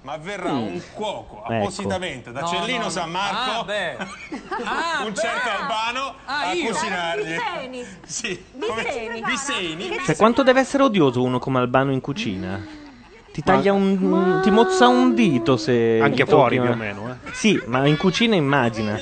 S7: Ma verrà un
S6: Mm.
S7: cuoco
S3: Ecco.
S7: appositamente da
S9: No,
S7: Cellino
S9: no, no.
S7: San Marco,
S9: Ah, beh.
S6: Ah,
S7: un certo Albano,
S9: Ah,
S7: a
S9: io.
S7: cucinargli.
S9: Biseni.
S7: Sì,
S9: Biseni.
S7: come- Biseni.
S3: Cioè, quanto deve essere odioso uno come Albano in cucina? Ti taglia un. ti mozza un dito se.
S2: Anche
S3: ti
S2: fuori,
S3: tocchi,
S2: più o
S3: ma-
S2: meno, eh.
S3: Sì, ma in cucina immagina.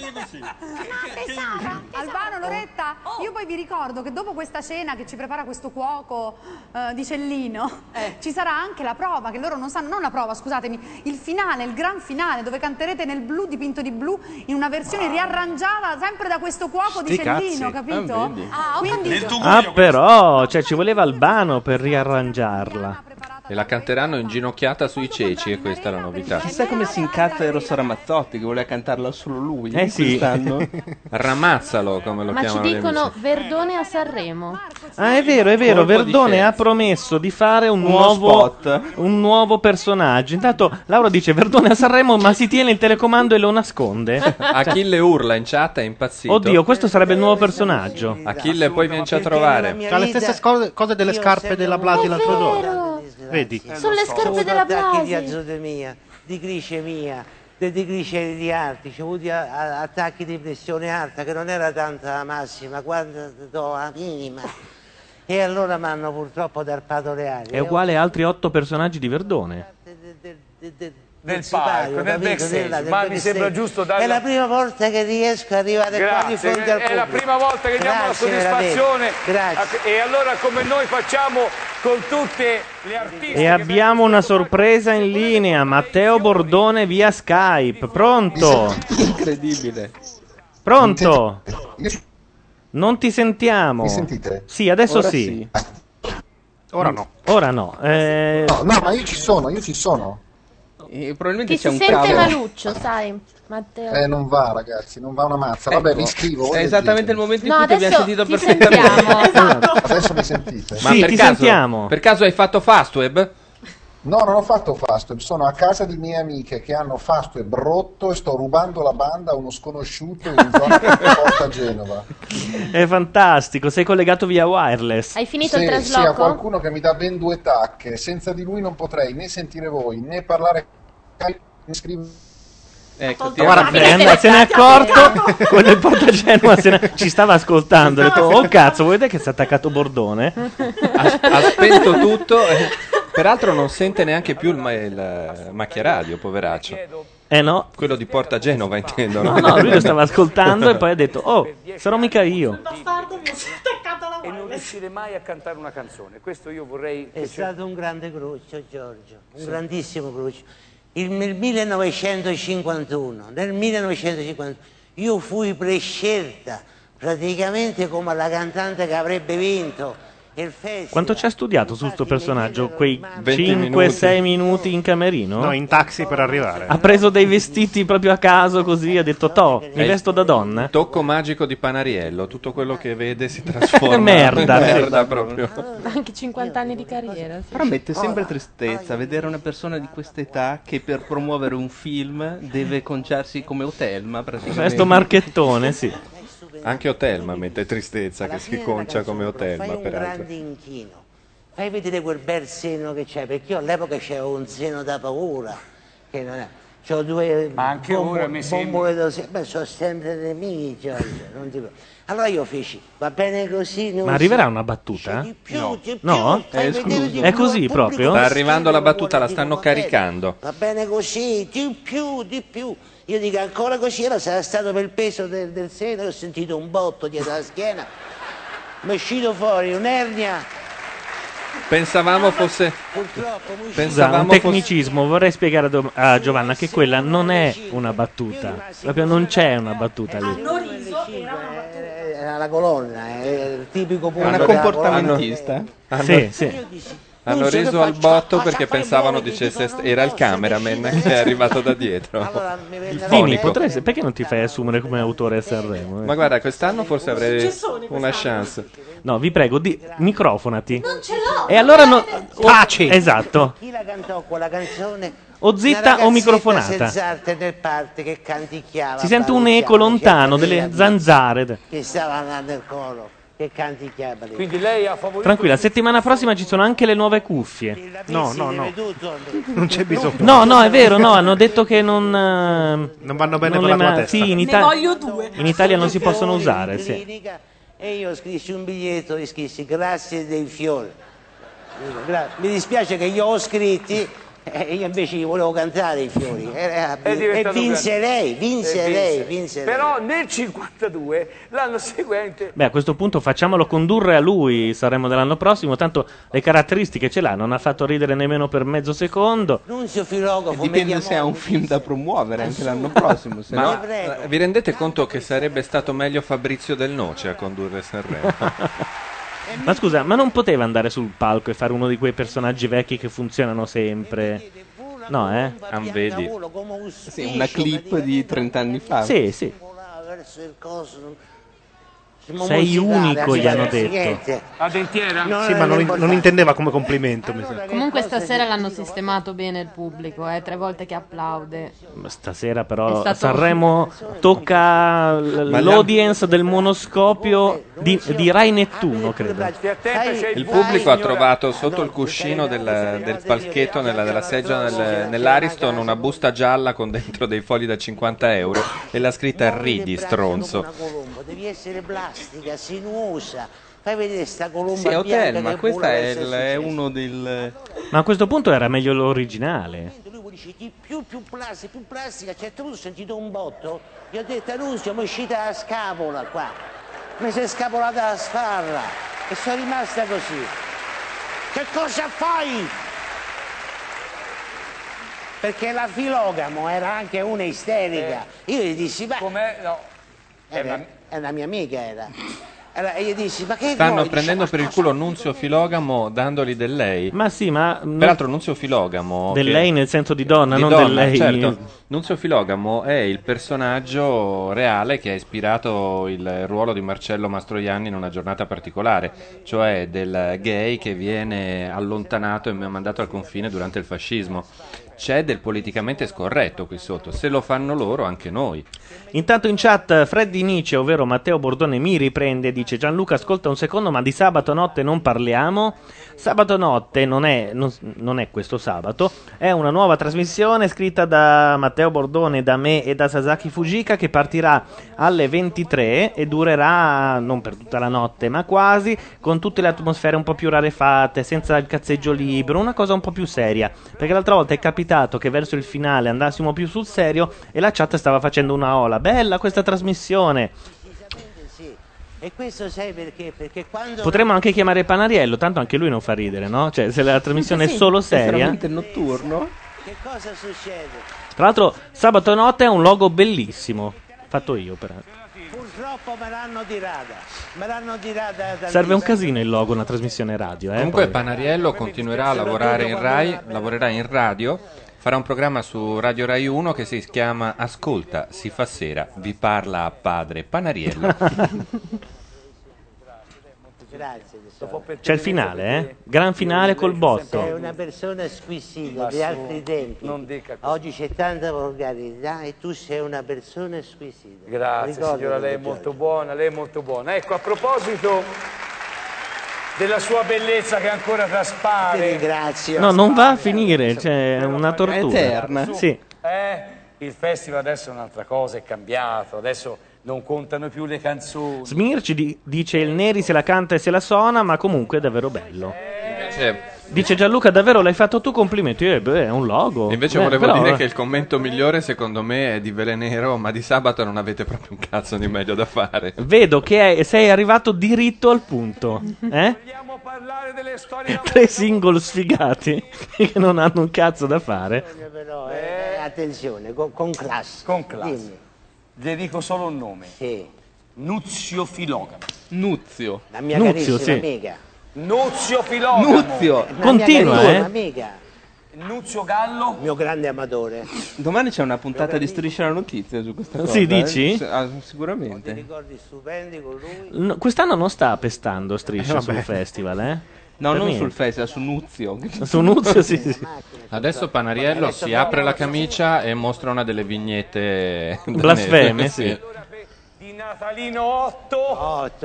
S12: Albano, Loretta,
S14: Oh.
S12: io poi vi ricordo che dopo questa cena che ci prepara questo cuoco eh, di Cellino,
S14: Eh.
S12: ci sarà anche la prova, che loro non sanno, non la prova, scusatemi, il finale, il gran finale, dove canterete nel blu dipinto di blu in una versione riarrangiata sempre da questo cuoco di
S3: Sti
S12: Cellino,
S3: cazzi.
S12: capito?
S3: Ah, vedi.
S12: Ah, ho capito.
S3: Ah, però, cioè, ci voleva Albano per riarrangiarla.
S4: E la canteranno inginocchiata sui ceci, e questa è la novità.
S6: Chissà come si incazza Eros Ramazzotti che voleva cantarla solo lui
S4: Eh sì.
S6: quest'anno.
S4: Ramazzalo come lo
S5: Ma ci
S4: chiamano gli
S5: dicono
S4: amici.
S5: Verdone a Sanremo.
S3: Ah, è vero, è vero.
S4: Colpo di
S3: Verdone
S4: scelta.
S3: ha promesso di fare un
S4: Uno
S3: nuovo,
S4: spot.
S3: un nuovo personaggio. Intanto Laura dice Verdone a Sanremo, ma si tiene il telecomando e lo nasconde. Cioè,
S4: Achille urla in chat, è impazzito.
S3: Oddio, questo sarebbe il nuovo personaggio.
S4: Achille poi vieni a trovare.
S2: Ha Cioè, le stesse sco- cose delle scarpe della Blasi l'altro giorno. Vedi?
S28: Eh, Sono le scarpe della
S29: attacchi di azotemia, di glicemia, di, di gliceridi alti, ci avuti a- a- attacchi di pressione alta, che non era tanta la massima, quanto la minima. E allora mi hanno purtroppo tarpato le ali.
S3: È uguale a altri otto personaggi di Verdone.
S9: Del palco,
S29: sipario,
S9: del
S29: capito? Della-
S9: backstage.
S29: del
S9: Ma mi sembra
S29: backstage.
S9: giusto
S29: È la
S9: dare.
S29: prima volta che riesco ad arrivare qua di
S9: Grazie,
S29: fronte al pubblico.
S9: è la prima volta che diamo la
S29: Grazie, veramente.
S9: soddisfazione.
S29: Grazie.
S9: E allora come noi facciamo con tutte le artiste.
S3: E abbiamo una sorpresa in linea, Matteo Bordone via Skype. Pronto?
S6: Incredibile.
S3: Pronto? Non ti sentiamo.
S16: Mi sentite?
S3: Sì, adesso
S16: Ora
S3: sì.
S16: Ora no.
S3: Ora no. eh,
S16: No, no, ma io ci sono, io ci sono.
S4: probabilmente
S5: Ti si sente Maluccio, sai, Matteo.
S16: Eh, non va, ragazzi, non va una mazza. Vabbè,
S4: Ecco.
S16: vi scrivo.
S4: È esattamente il momento in
S5: No,
S4: cui ti abbiamo
S5: adesso
S4: sentito
S5: ti
S4: perfettamente.
S2: Esatto.
S4: Esatto.
S16: Adesso mi sentite.
S4: Ma per caso, Per caso hai fatto Fastweb?
S16: No, non ho fatto Fastweb, sono a casa di mie amiche che hanno Fastweb rotto e sto rubando la banda a uno sconosciuto in zona di Porta Genova.
S3: È fantastico, sei collegato via wireless.
S16: Sì, Sì, a qualcuno che mi dà ben due tacche. Senza di lui non potrei né sentire voi, né parlare né scrivere.
S4: Ecco,
S3: Ma Guarda, se ne- se n'è accorto, quello in Porta Genua se ne- ci stava ascoltando. Ha detto, oh cazzo, vuoi vedere che si è attaccato Bordone?
S4: ha spento tutto. eh. Peraltro non sente neanche più il, ma- il macchia radio, poveraccio.
S3: Eh no.
S4: Quello di Porta Genova, intendo.
S3: No, no, lui lo stava ascoltando e poi ha detto, oh, sarò mica io.
S9: Bastardo, mi sono attaccata la E non riuscire mai a cantare una canzone. Questo io vorrei che
S29: È
S9: c'è-
S29: stato un grande crucio, Giorgio, un
S9: Sì.
S29: grandissimo crucio. Il- nel 1951, nel 1951, io fui prescelta praticamente come la cantante che avrebbe vinto
S3: Quanto ci ha studiato su questo personaggio? Quei
S4: 20
S3: 5-6 minuti in camerino?
S2: No, in taxi per arrivare.
S3: Ha preso dei vestiti proprio a caso così, ha detto Toh, mi
S4: il
S3: vesto da donna?
S4: Tocco magico di Panariello, tutto quello che vede si trasforma
S3: Merda,
S4: in
S3: sì.
S4: merda proprio.
S5: Anche 50 anni di carriera. sì.
S6: Però mette sempre tristezza vedere una persona di questa età che per promuovere un film deve conciarsi come Otelma praticamente.
S3: Questo marchettone, sì.
S4: Anche Otelma mette tristezza che si concia come
S3: Eh,
S4: Otelma,
S29: Fai un grande
S4: peraltro.
S29: inchino. Fai vedere quel bel seno che c'è, perché io all'epoca c'avevo un seno da paura. Che non è. C'ho due Ma
S9: anche ora mi sembra.
S29: Beh, sono sempre dei miei, Giorgio. non ti preoccupare. Allora io feci, va bene così. non
S3: Ma
S29: si-
S3: arriverà una battuta?
S29: No.
S3: No?
S29: Eh, scusi.
S3: È così proprio?
S4: Sta arrivando la battuta, la stanno caricando.
S29: Va bene così, di più, di più. Io dico ancora così, era sarà stato per il peso del, del seno, che ho sentito un botto dietro la schiena. Mi è uscito fuori un'ernia,
S4: Pensavamo fosse...
S29: purtroppo. mi è uscito-
S3: Scusa, un
S4: Pensavamo
S3: tecnicismo, vorrei spiegare a, Dom- a Giovanna che quella non è una battuta, proprio non c'è una battuta lì.
S29: Hanno Ah, riso, era la colonna, è il tipico punto
S6: Una
S29: della
S6: comportamentista.
S4: eh? Hanno-
S3: Sì, sì.
S4: Hanno reso al botto perché pensavano dicesse era il cameraman che è arrivato da dietro.
S29: colonna.
S3: Fini,
S4: Fonico.
S3: potresti- perché non ti fai assumere come autore a Sanremo? eh?
S4: Ma guarda, quest'anno forse avrei
S29: Successone
S4: una chance.
S3: No, vi prego, di- microfonati. Non
S29: ce l'ho,
S3: E
S29: non
S3: allora no...
S29: è-
S3: o-
S29: Taci!
S3: Esatto.
S29: Chi la cantò quella canzone?
S3: O zitta
S29: Una ragazzetta
S3: o microfonata.
S29: senza arte nel parte che canticchiava.
S3: Si sente un eco lontano delle zanzare.
S29: Che stava andando il coro, che canticchiava. lì.
S9: Quindi lei ha favorito...
S3: Tranquilla, settimana prossima ci sono anche le nuove cuffie.
S2: No, no, no. Non c'è bisogno.
S3: No, no, è vero, no, hanno detto che non... eh, Non
S2: vanno bene per la tua testa.
S3: Sì, in,
S2: Ne
S3: Ita-
S2: voglio
S29: due.
S3: in Italia non si possono usare, sì.
S29: Clinica, E io scrissi un biglietto e scrissi grazie dei fiori. Dico, "Gra- Mi dispiace che io ho scritti e io invece gli volevo cantare i fiori. Era-
S9: È
S29: e
S9: diventato
S29: vinse
S9: grande.
S29: lei, vinse
S9: E
S29: lei, vinse lei.
S9: Però nel 52, l'anno seguente,
S3: Beh, a questo punto facciamolo condurre a lui, saremo dell'anno prossimo, tanto le caratteristiche ce l'ha, non ha fatto ridere nemmeno per mezzo secondo.
S29: Nunzio Filogofo mi
S6: Dipende
S29: chiamò-
S6: se ha un film da promuovere anche l'anno prossimo. Se
S4: Ma
S6: no,
S4: eh, vi rendete conto che sarebbe stato meglio Fabrizio Del Noce a condurre Sanremo?
S3: Ma scusa, ma non poteva andare sul palco e fare uno di quei personaggi vecchi che funzionano sempre? No, eh?
S4: vedi.
S6: Sì, una clip di 30 anni fa.
S3: Sì, sì.
S29: verso il coso.
S3: Sei
S6: eh,
S3: unico, gli hanno detto.
S9: a dentiera?
S2: Sì, ma non, non intendeva come complimento. mi sa.
S5: Comunque stasera l'hanno sistemato bene il pubblico, eh, tre volte che applaude.
S3: Ma Stasera
S5: È
S3: però
S5: stato-
S3: Sanremo tocca l-
S4: Ma gli-
S3: l'audience del monoscopio di, di Rai Nettuno, credo.
S4: Il pubblico ha trovato sotto il cuscino del, del palchetto, nella, della seggiola nel- nell'Ariston, una busta gialla con dentro dei fogli da 50 euro e la scritta Ridi, stronzo.
S29: colomba, devi essere plastica, sinuosa. Fai vedere sta colomba
S6: Sì, è
S29: bianca
S6: Hotel, ma
S29: che
S6: questo
S29: vola
S6: è,
S29: verso
S6: il-
S29: il
S6: è
S29: successo.
S6: uno del...
S3: Ma a questo punto era meglio l'originale.
S29: Lui dice di più, più plastica, più plastica. A un certo punto ho sentito un botto. Gli ho detto, Annunzio, mi è uscita la scapola qua. Mi si è scapolata la sfarra. E sono rimasta così. Che cosa fai? Perché la filogamo era anche una isterica. Io gli dissi, ma...
S9: Com'è? No.
S29: Era, era una mia amica era. Allora, e gli dissi, ma che vuoi?
S4: Stanno
S29: Dice,
S4: prendendo
S29: "Ma
S4: per il culo Nunzio Filogamo dandogli del lei.
S3: Ma sì, ma...
S4: Peraltro Nunzio Filogamo...
S3: Del
S4: che-
S3: lei nel senso di donna,
S4: Di
S3: non del
S4: donna,
S3: lei.
S4: certo. Nunzio Filogamo è il personaggio reale che ha ispirato il ruolo di Marcello Mastroianni in una giornata particolare, cioè del gay che viene allontanato e mandato al confine durante il fascismo. C'è del politicamente scorretto qui sotto, se lo fanno loro anche noi.
S3: Intanto in chat Freddy Nice, ovvero Matteo Bordone, mi riprende e dice Gianluca ascolta un secondo ma di sabato notte non parliamo. Sabato notte non è, non- non è questo sabato, è una nuova trasmissione scritta da Matteo Bordone, da me e da Sasaki Fujika che partirà alle 23 e durerà non per tutta la notte ma quasi con tutte le atmosfere un po' più rarefate, senza il cazzeggio libero, una cosa un po' più seria. Perché l'altra volta è capitato che verso il finale andassimo più sul serio e la chat stava facendo una ola. Bella questa trasmissione.
S29: Sì. E questo sai perché? Perché quando...
S3: Potremmo anche chiamare Panariello, tanto anche lui non fa ridere, no? Cioè, se la trasmissione
S29: Sì,
S3: è solo
S29: è
S3: seria.
S6: veramente notturno.
S29: Che cosa succede?
S3: Tra l'altro, sabato notte è un logo bellissimo. Fatto io, peraltro.
S29: purtroppo me l'hanno tirata. Me l'hanno tirata da
S3: Serve un casino il logo, una trasmissione radio. Eh,
S4: Comunque
S3: poi.
S4: Panariello continuerà a lavorare in Rai, lavorerà in radio, farà un programma su Radio Rai 1 che si chiama Ascolta, si fa sera, vi parla a padre Panariello.
S29: Grazie.
S3: C'è il finale, eh? Gran finale col
S29: Sei
S3: botto.
S29: una persona squisita
S3: Ma
S29: di
S3: su,
S29: altri tempi. Oggi c'è tanta volgarità e tu sei una persona squisita.
S9: Grazie
S29: Ricordati,
S9: signora, lei è
S29: Giorgio.
S9: molto buona, lei è molto buona. Ecco, a proposito della sua bellezza che ancora traspare.
S29: Ti ringrazio.
S3: No, non va a finire, cioè, è una tortura.
S9: Su,
S3: Sì.
S9: eh, il festival adesso è un'altra cosa, è cambiato, adesso non contano più le canzoni.
S3: Smirci di- dice il Neri se la canta e se la suona, ma comunque è davvero bello. Dice Gianluca, davvero l'hai fatto tu, complimenti. Eh, beh, è un logo.
S17: Invece
S3: Beh,
S17: volevo
S3: però-
S17: dire che il commento migliore secondo me è di Velenero, ma di sabato non avete proprio un cazzo di meglio da fare.
S3: Vedo che è- sei arrivato diritto al punto. Eh? Tre single sfigati che non hanno un cazzo da fare.
S29: Però, eh, attenzione, con, con classe.
S9: Con classe. Le dico solo un nome. Nuzio Filogamo.
S6: Nuzio.
S29: La mia carissima amica.
S9: Nuzio Filogamo.
S6: Nuzio.
S29: La mia carissima
S6: eh.
S29: Amica.
S9: Nuzio Gallo.
S29: Mio grande amatore.
S6: Domani c'è una puntata di Striscia la Notizia su questa cosa.
S3: Sì,
S6: eh.
S3: dici?
S6: S- ah, sicuramente.
S29: Ricordi stupendi con lui.
S3: No, quest'anno non sta pestando striscia
S6: Eh, vabbè.
S3: sul festival, eh?
S6: No,
S3: Per
S6: non
S3: niente.
S6: sul festival, su Nuzio.
S3: Su Nuzio, sì, sì.
S4: Adesso Panariello si apre la camicia e mostra una delle vignette danese.
S3: Blasfeme, sì.
S29: Di Natalino 8.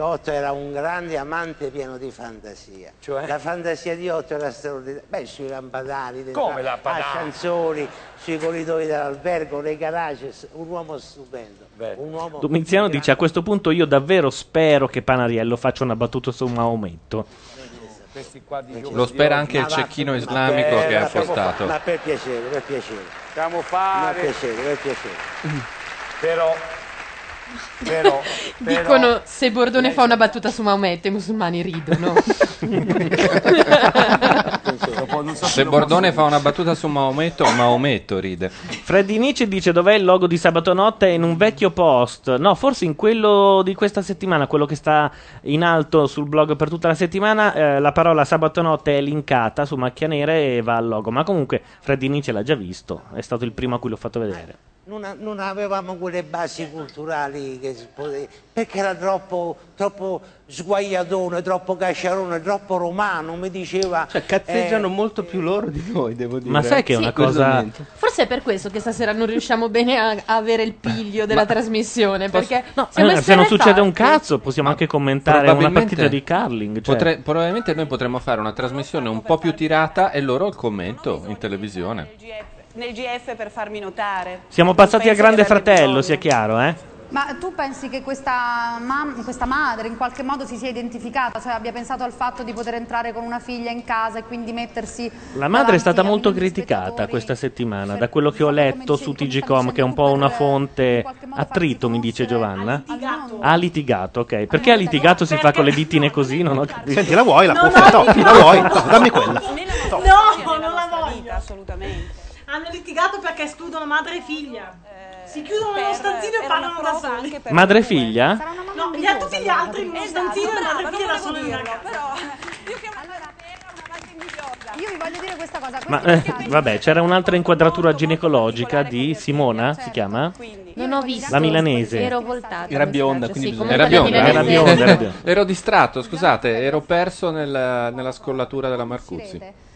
S29: 8, era un grande amante pieno di fantasia.
S9: Cioè?
S29: La fantasia di 8 era straordinaria. Beh, sui lampadari, dei
S9: Come lampadari?
S29: ascensori, sui corridoi dell'albergo, nei garage, s- un uomo stupendo. Un uomo
S3: Domiziano dice: A questo punto, io davvero spero che Panariello faccia una battuta su Maometto.
S9: Questi qua di
S4: Lo spera anche il
S29: Ma va-
S4: cecchino
S29: ma
S4: islamico
S29: per-
S4: che ha
S29: ma per-
S4: affostato.
S29: Ma per piacere, per piacere.
S9: Siamo
S29: Ma
S9: fare.
S29: per piacere, per piacere.
S9: Però, però, però-
S5: Dicono se Bordone fa una battuta su Maometto i musulmani ridono.
S4: Se Bordone fa una battuta su Maometto, Maometto ride.
S3: Freddy Nietzsche dice: Dov'è il logo di sabato notte? È In un vecchio post. No, forse in quello di questa settimana, quello che sta in alto sul blog per tutta la settimana. eh, la parola sabato notte è linkata su macchia nera e va al logo. Ma comunque, Freddy Nietzsche l'ha già visto. È stato il primo a cui l'ho fatto vedere.
S29: Non, non avevamo quelle basi culturali che si pote- perché era troppo, troppo sguaiatone, troppo casciarone, troppo romano, mi diceva. Cioè,
S6: Cazzeggiano molto più loro di noi, devo dire.
S3: Ma sai che è una
S6: In questo
S3: cosa-
S6: momento.
S5: Forse è per questo che stasera non riusciamo bene a, a avere il piglio della trasmissione. Perché siamo
S3: Eh, se non
S5: esterrefatti.
S3: succede un cazzo, possiamo anche commentare una
S4: probabilmente-
S3: partita di curling. Cioè.
S4: Potre- probabilmente noi potremmo fare una trasmissione un po' più tirata e loro il commento in televisione.
S14: nel GF per farmi notare.
S3: Siamo
S14: Non
S3: passati al
S14: penso di
S3: Grande
S14: averne
S3: Fratello, sia chiaro, eh?
S12: Ma tu pensi che questa, mam- questa madre in qualche modo si sia identificata, cioè abbia pensato al fatto di poter entrare con una figlia in casa e quindi mettersi...
S3: La madre è stata molto criticata questa settimana, da quello che ho letto su TGcom, che è un po' una fonte attrito, mi dice Giovanna. Ha litigato, ok. Perché ha litigato si fa con le ditine così? Non ho capito.
S15: Senti, la vuoi la
S14: No,
S15: puffa?
S14: no,
S15: No,
S14: no.
S15: la vuoi? No, dammi quella.
S14: No,
S13: non la voglio.
S14: assolutamente.
S13: Hanno litigato perché escludono madre e figlia. si chiudono nello stanzino e parlano da soli.
S3: Madre e figlia?
S13: No, gli, tutti gli altri in uno stanzino e madre e figlia da soli in una casa.
S12: Io vi voglio dire questa cosa.
S3: Ma eh, vabbè, c'era un'altra inquadratura ginecologica di Simona, si chiama?
S22: Non ho visto.
S3: La milanese.
S22: Ero voltata.
S3: Era
S22: questo
S3: bionda,
S22: raggio,
S3: quindi
S22: sì,
S3: bisogna-
S22: comunque
S3: Era bionda,
S22: la
S3: era
S22: milanese-
S3: bionda, era bionda.
S4: eh? Ero distratto, scusate, ero perso nella, nella scollatura della Marcuzzi.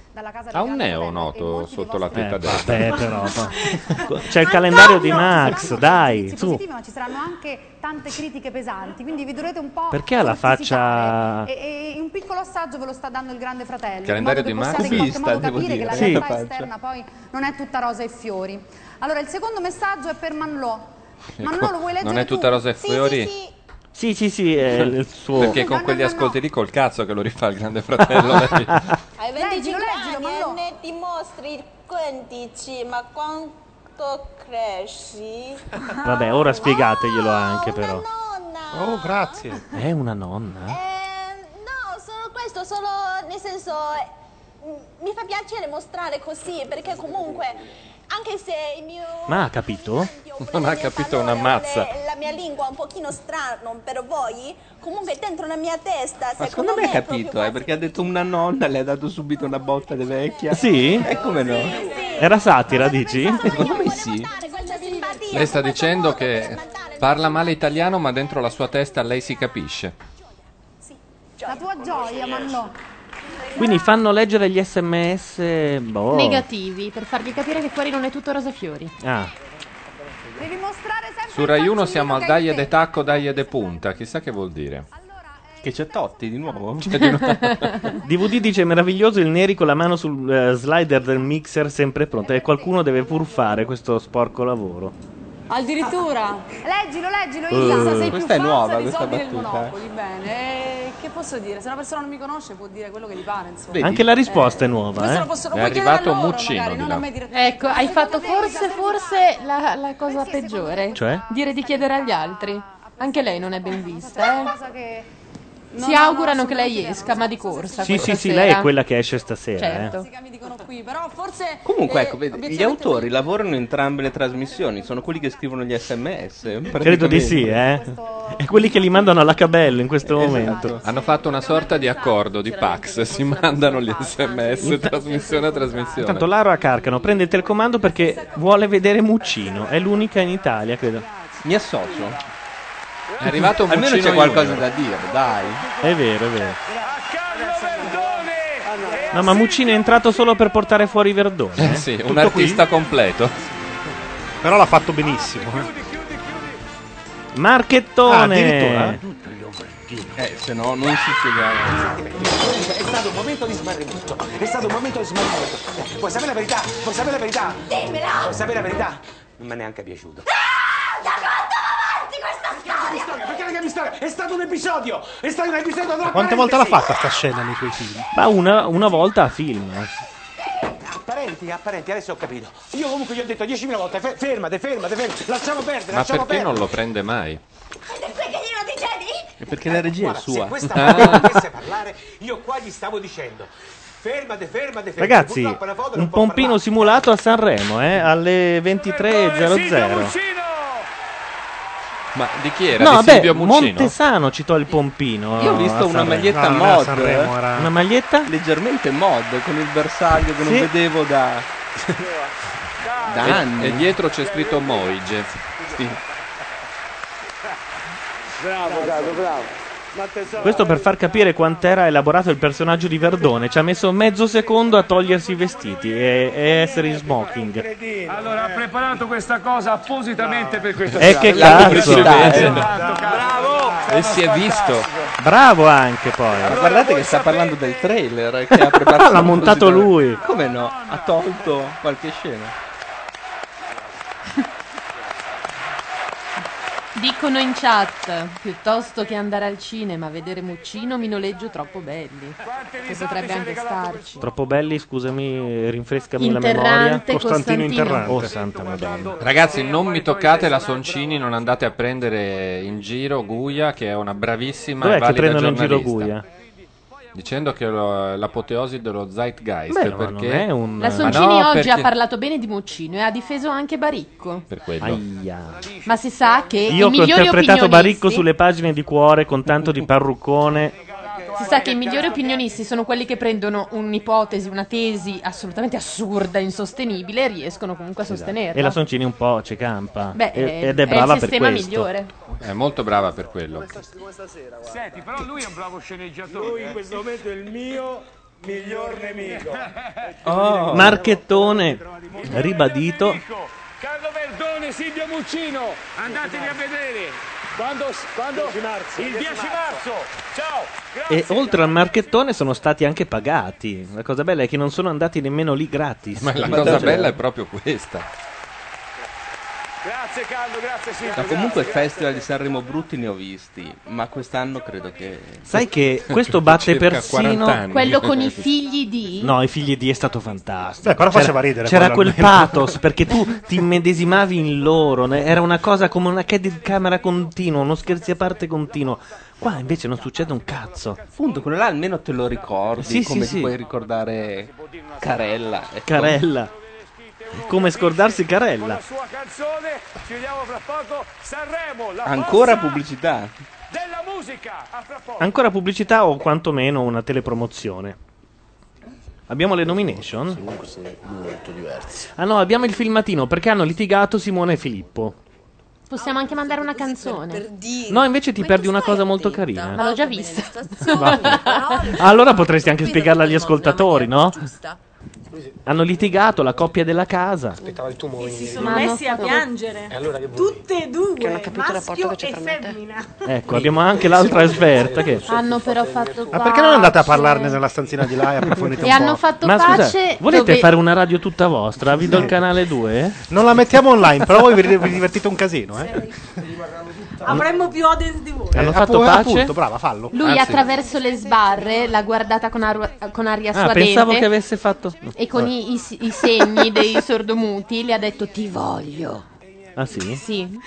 S4: Ha un neo noto sotto la testa
S3: Eh,
S4: destra.
S3: vabbè, però. no. C'è il calendario di Max, dai, su.
S12: positive, ma ci saranno anche tante critiche pesanti, quindi vi dovrete un po'.
S3: Perché ha la faccia.
S12: E, e un piccolo assaggio ve lo sta dando il Grande Fratello.
S3: Il calendario
S12: in
S3: di
S12: modo che
S3: Max
S12: possiate in qualche
S3: esista,
S12: modo
S3: devo
S12: capire
S3: dire.
S12: che la
S3: Sì.
S12: realtà
S3: Faccia.
S12: esterna poi non è tutta rosa e fiori. Allora, il secondo messaggio è per Manlò. Manlò lo vuoi leggere?
S4: Ecco, Non è tutta rosa e fiori?
S3: Sì, sì, sì, è il suo.
S4: Perché con quegli ascolti lì col cazzo che lo rifà il grande fratello. lei.
S10: Hai 25 anni e ne dimostri 15, ma quanto cresci?
S3: Eh, Vabbè, ora spiegateglielo anche, però.
S10: Oh,
S3: grazie. È una nonna?
S10: No, Oh, solo questo, solo nel senso m- mi fa piacere mostrare così perché comunque anche se il mio
S3: Ma ha capito?
S4: Non ha capito una mazza.
S10: la mia mia lingua un pochino strano per voi, comunque dentro la mia testa,
S6: Ma
S10: secondo
S6: secondo me hai capito, eh, perché ha detto una nonna, le ha dato subito una botta di vecchia.
S3: Sì?
S6: E come no? Eh,
S3: Era satira, dici?
S6: Secondo me sì.
S4: Lei sta dicendo che parla male italiano, ma dentro la sua testa lei si capisce.
S12: La tua gioia, ma no.
S3: Quindi fanno leggere gli sms. Boh.
S5: Negativi, per fargli capire che fuori non è tutto rosa fiori.
S3: Ah.
S12: Devi mostrare sempre.
S4: Su Rai 1 siamo al Daglie de Tacco, Daglie de Punta. Chissà che vuol dire.
S6: Che c'è Totti di nuovo?
S3: Cioè, DVD dice meraviglioso il Neri con la mano sul eh, slider del mixer sempre pronto. E qualcuno deve pur fare questo sporco lavoro.
S12: Addirittura. Ah. Leggilo, leggilo,
S3: Eh,
S12: Isa. sei più
S6: Uh, questa è
S12: pazza
S6: nuova,
S12: di
S6: questa
S12: soldi del
S6: battuta. eh.
S12: Monopoli. eh,
S30: Napoli, bene. E che posso dire? Se una persona non mi conosce può dire quello che gli pare, insomma.
S3: Anche la risposta è nuova.
S30: questo
S3: Eh?
S30: lo posso- lo È puoi chiedere arrivato a loro, Muccino magari, di non là. a me
S5: Ecco, hai fatto forse, forse la, la cosa peggiore.
S3: Cioè?
S5: Dire di chiedere agli altri. Anche lei non è ben vista, eh.
S12: Cosa che...
S5: Si augurano che lei esca, ma di corsa.
S3: Sì, sì,
S5: questa
S3: sì,
S5: sera.
S3: lei è quella che esce stasera.
S5: Certo.
S3: eh.
S6: Comunque, ecco, vedi, gli autori lavorano in entrambe le trasmissioni, sono quelli che scrivono gli sms.
S3: Credo
S6: praticamente.
S3: di sì, eh. E quelli che li mandano alla Cabello in questo momento.
S4: Hanno fatto una sorta di accordo di Pax, si mandano gli
S6: Ah,
S4: sms trasmissione a trasmissione.
S3: Intanto Lara Carcano prende il telecomando perché vuole vedere Muccino, è l'unica in Italia, credo.
S6: Mi associo.
S4: È arrivato un
S6: Almeno
S4: Muccino
S6: c'è qualcosa
S4: Junior.
S6: da dire, dai.
S3: È vero, è vero. No, ma Muccino è entrato solo per portare fuori Verdone. eh?
S4: Sì, un
S3: Tutto qui?
S4: artista completo.
S31: Però l'ha fatto benissimo.
S3: Marchettone.
S31: Ah, addirittura?
S6: Eh, se no non si spiegava.
S9: È stato un momento di smarrimento. È stato un momento di smarrimento. Eh, Vuoi sapere la verità? Vuoi sapere la verità?
S10: Dimmela!
S9: Vuoi sapere la verità? Non mi è neanche piaciuto.
S10: avanti questa storia!
S9: Perché ragazzi, storia? È stato un episodio! È stato un episodio tra
S31: Quante
S9: parentesi.
S31: volte l'ha fatta sta scena nei suoi film?
S3: Ma una, una volta a film. eh.
S9: Apparenti, apparenti, adesso ho capito. Io comunque gli ho detto 10.000 volte, fe- fermate, fermate, fermate, lasciamo perdere,
S4: Ma
S9: lasciamo
S4: perché
S9: perdere.
S4: non lo prende mai?
S6: Perché la regia
S9: Guarda,
S6: è sua.
S9: Se questa
S4: Eh?
S9: persona potesse parlare, io qua gli stavo dicendo. Fermate, fermate, fermate.
S3: Ragazzi,
S9: Purtroppo la foto
S3: un pompino simulato a Sanremo, eh, alle 23.00.
S4: Ma di chi era?
S3: No,
S4: di
S3: vabbè,
S4: Silvio Muccino?
S3: Montesano citò il pompino.
S6: Io ho visto
S3: a
S6: una
S3: Sanremo.
S6: maglietta mod. eh?
S3: Una maglietta?
S6: Leggermente mod con il bersaglio che non
S3: Sì.
S6: vedevo da. da
S4: E-
S6: anni.
S4: E, dietro c'è scritto Moige.
S8: Bravo, bravo, bravo. Ma tesoro, eh,
S3: Questo per far capire quant'era elaborato il personaggio di Verdone. Ci ha messo mezzo secondo a togliersi i vestiti e, e essere in smoking.
S32: Allora,
S8: eh.
S32: ha preparato questa cosa appositamente per questa
S3: E che cazzo!
S6: E si è visto.
S3: Bravo anche poi.
S6: Ma guardate che sta parlando del trailer eh, che ha preparato
S3: L'ha montato
S6: appositamente.
S3: lui.
S6: Come no? Ha tolto qualche scena.
S5: Dicono in chat, piuttosto che andare al cinema a vedere Muccino, mi noleggio troppo belli. Che potrebbe anche starci.
S3: Troppo belli, scusami, rinfrescami la
S5: Interrante
S3: memoria.
S5: Costantino Costantino. Interrante.
S3: Oh, santa madonna.
S4: Ragazzi, non mi toccate la Soncini, non andate a prendere in giro Guia, che è una bravissima
S3: Dov'è
S4: e
S3: che
S4: valida
S3: prendono in
S4: giornalista.
S3: giro Guia?
S4: Dicendo che lo- l'apoteosi dello Zeitgeist
S3: Beh, ma
S4: perché
S3: non è un-
S5: La
S4: Ma
S5: Soncini
S4: no,
S5: oggi ha
S4: perché-
S5: parlato bene di Muccino e ha difeso anche Baricco.
S4: per quello.
S5: Ma si sa che
S3: Io
S5: i
S3: che ho
S5: migliori
S3: interpretato
S5: opinionisti
S3: Baricco sulle pagine di cuore con tanto di parruccone.
S5: Si sa che i migliori opinionisti sono quelli che prendono un'ipotesi, una tesi assolutamente assurda, insostenibile e riescono comunque a sostenerla.
S3: Esatto. E la Soncini un po' ci campa.
S5: Beh, eh,
S3: E-
S5: è-
S3: ed è brava
S5: il
S3: per
S5: sistema
S3: questo.
S5: migliore.
S4: È molto brava per quello.
S32: Senti, però lui è un bravo sceneggiatore. eh.
S8: lui in questo momento è il mio miglior nemico.
S5: Oh.
S3: Marchettone ribadito.
S32: Carlo Verdone, Silvio Muccino, andatevi a vedere. Quando, quando- il 10 marzo. Ciao.
S3: E oltre al marchettone sono stati anche pagati. La cosa bella è che non sono andati nemmeno lì gratis.
S4: Ma la cosa
S6: Cioè,
S4: bella è proprio questa.
S32: Grazie Carlo, grazie Silvio.
S6: Ma comunque
S32: grazie,
S6: festival di Sanremo brutti ne ho visti, ma quest'anno credo che...
S3: Sai che questo batte persino
S5: Quello con i figli di...
S3: No, i figli di è stato fantastico.
S31: Beh, però
S3: C'era-
S31: faceva ridere
S3: C'era
S31: quello
S3: quel
S31: almeno.
S3: pathos perché tu ti immedesimavi in loro. ne- Era una cosa come una candid camera continua, uno scherzi a parte continuo. Qua invece non succede un cazzo.
S6: Appunto, quello là almeno te lo ricordi,
S3: Sì,
S6: come
S3: sì,
S6: ti
S3: sì.
S6: puoi ricordare Carella. ecco.
S3: Carella. Come scordarsi Carella.
S9: Sua canzone, ci vediamo fra poco. Sanremo, la
S6: Ancora
S9: forza
S6: pubblicità.
S9: della musica. A fra poco.
S3: Ancora pubblicità o quantomeno una telepromozione. Abbiamo le nomination?
S33: molto diversi.
S3: Ah no, abbiamo il filmatino perché hanno litigato Simone e Filippo.
S34: Possiamo anche mandare una canzone.
S3: No, invece ti perdi una cosa molto carina.
S34: Ma l'ho già vista.
S3: Allora potresti anche spiegarla agli ascoltatori, no? Hanno litigato la coppia della casa.
S16: Aspettava il tuo
S20: Si sono messi a piangere. Tutte e due, maschio e femmina.
S3: Ecco, abbiamo anche l'altra esperta che...
S5: Hanno però fatto
S13: Ma perché non è andata a
S5: pace.
S13: parlarne nella stanzina di là e approfondite un
S5: E hanno
S13: po'?
S5: fatto
S3: Ma
S5: pace.
S3: scusate, volete
S5: dove-
S3: fare una radio tutta vostra? Vi do il canale 2?
S13: Non la mettiamo online, però voi vi vi divertite un casino, eh?
S20: Avremmo più audience di voi.
S13: Eh,
S3: Hanno fatto
S13: appu-
S3: pace? Ah,
S13: appunto, brava, fallo.
S5: Lui attraverso le sbarre l'ha guardata con, arua- con aria
S3: Ah, pensavo che
S5: suadente
S3: avesse fatto... Ah,
S5: e con i, i- i segni dei sordomuti le ha detto ti voglio.
S3: Ah sì?
S5: Sì.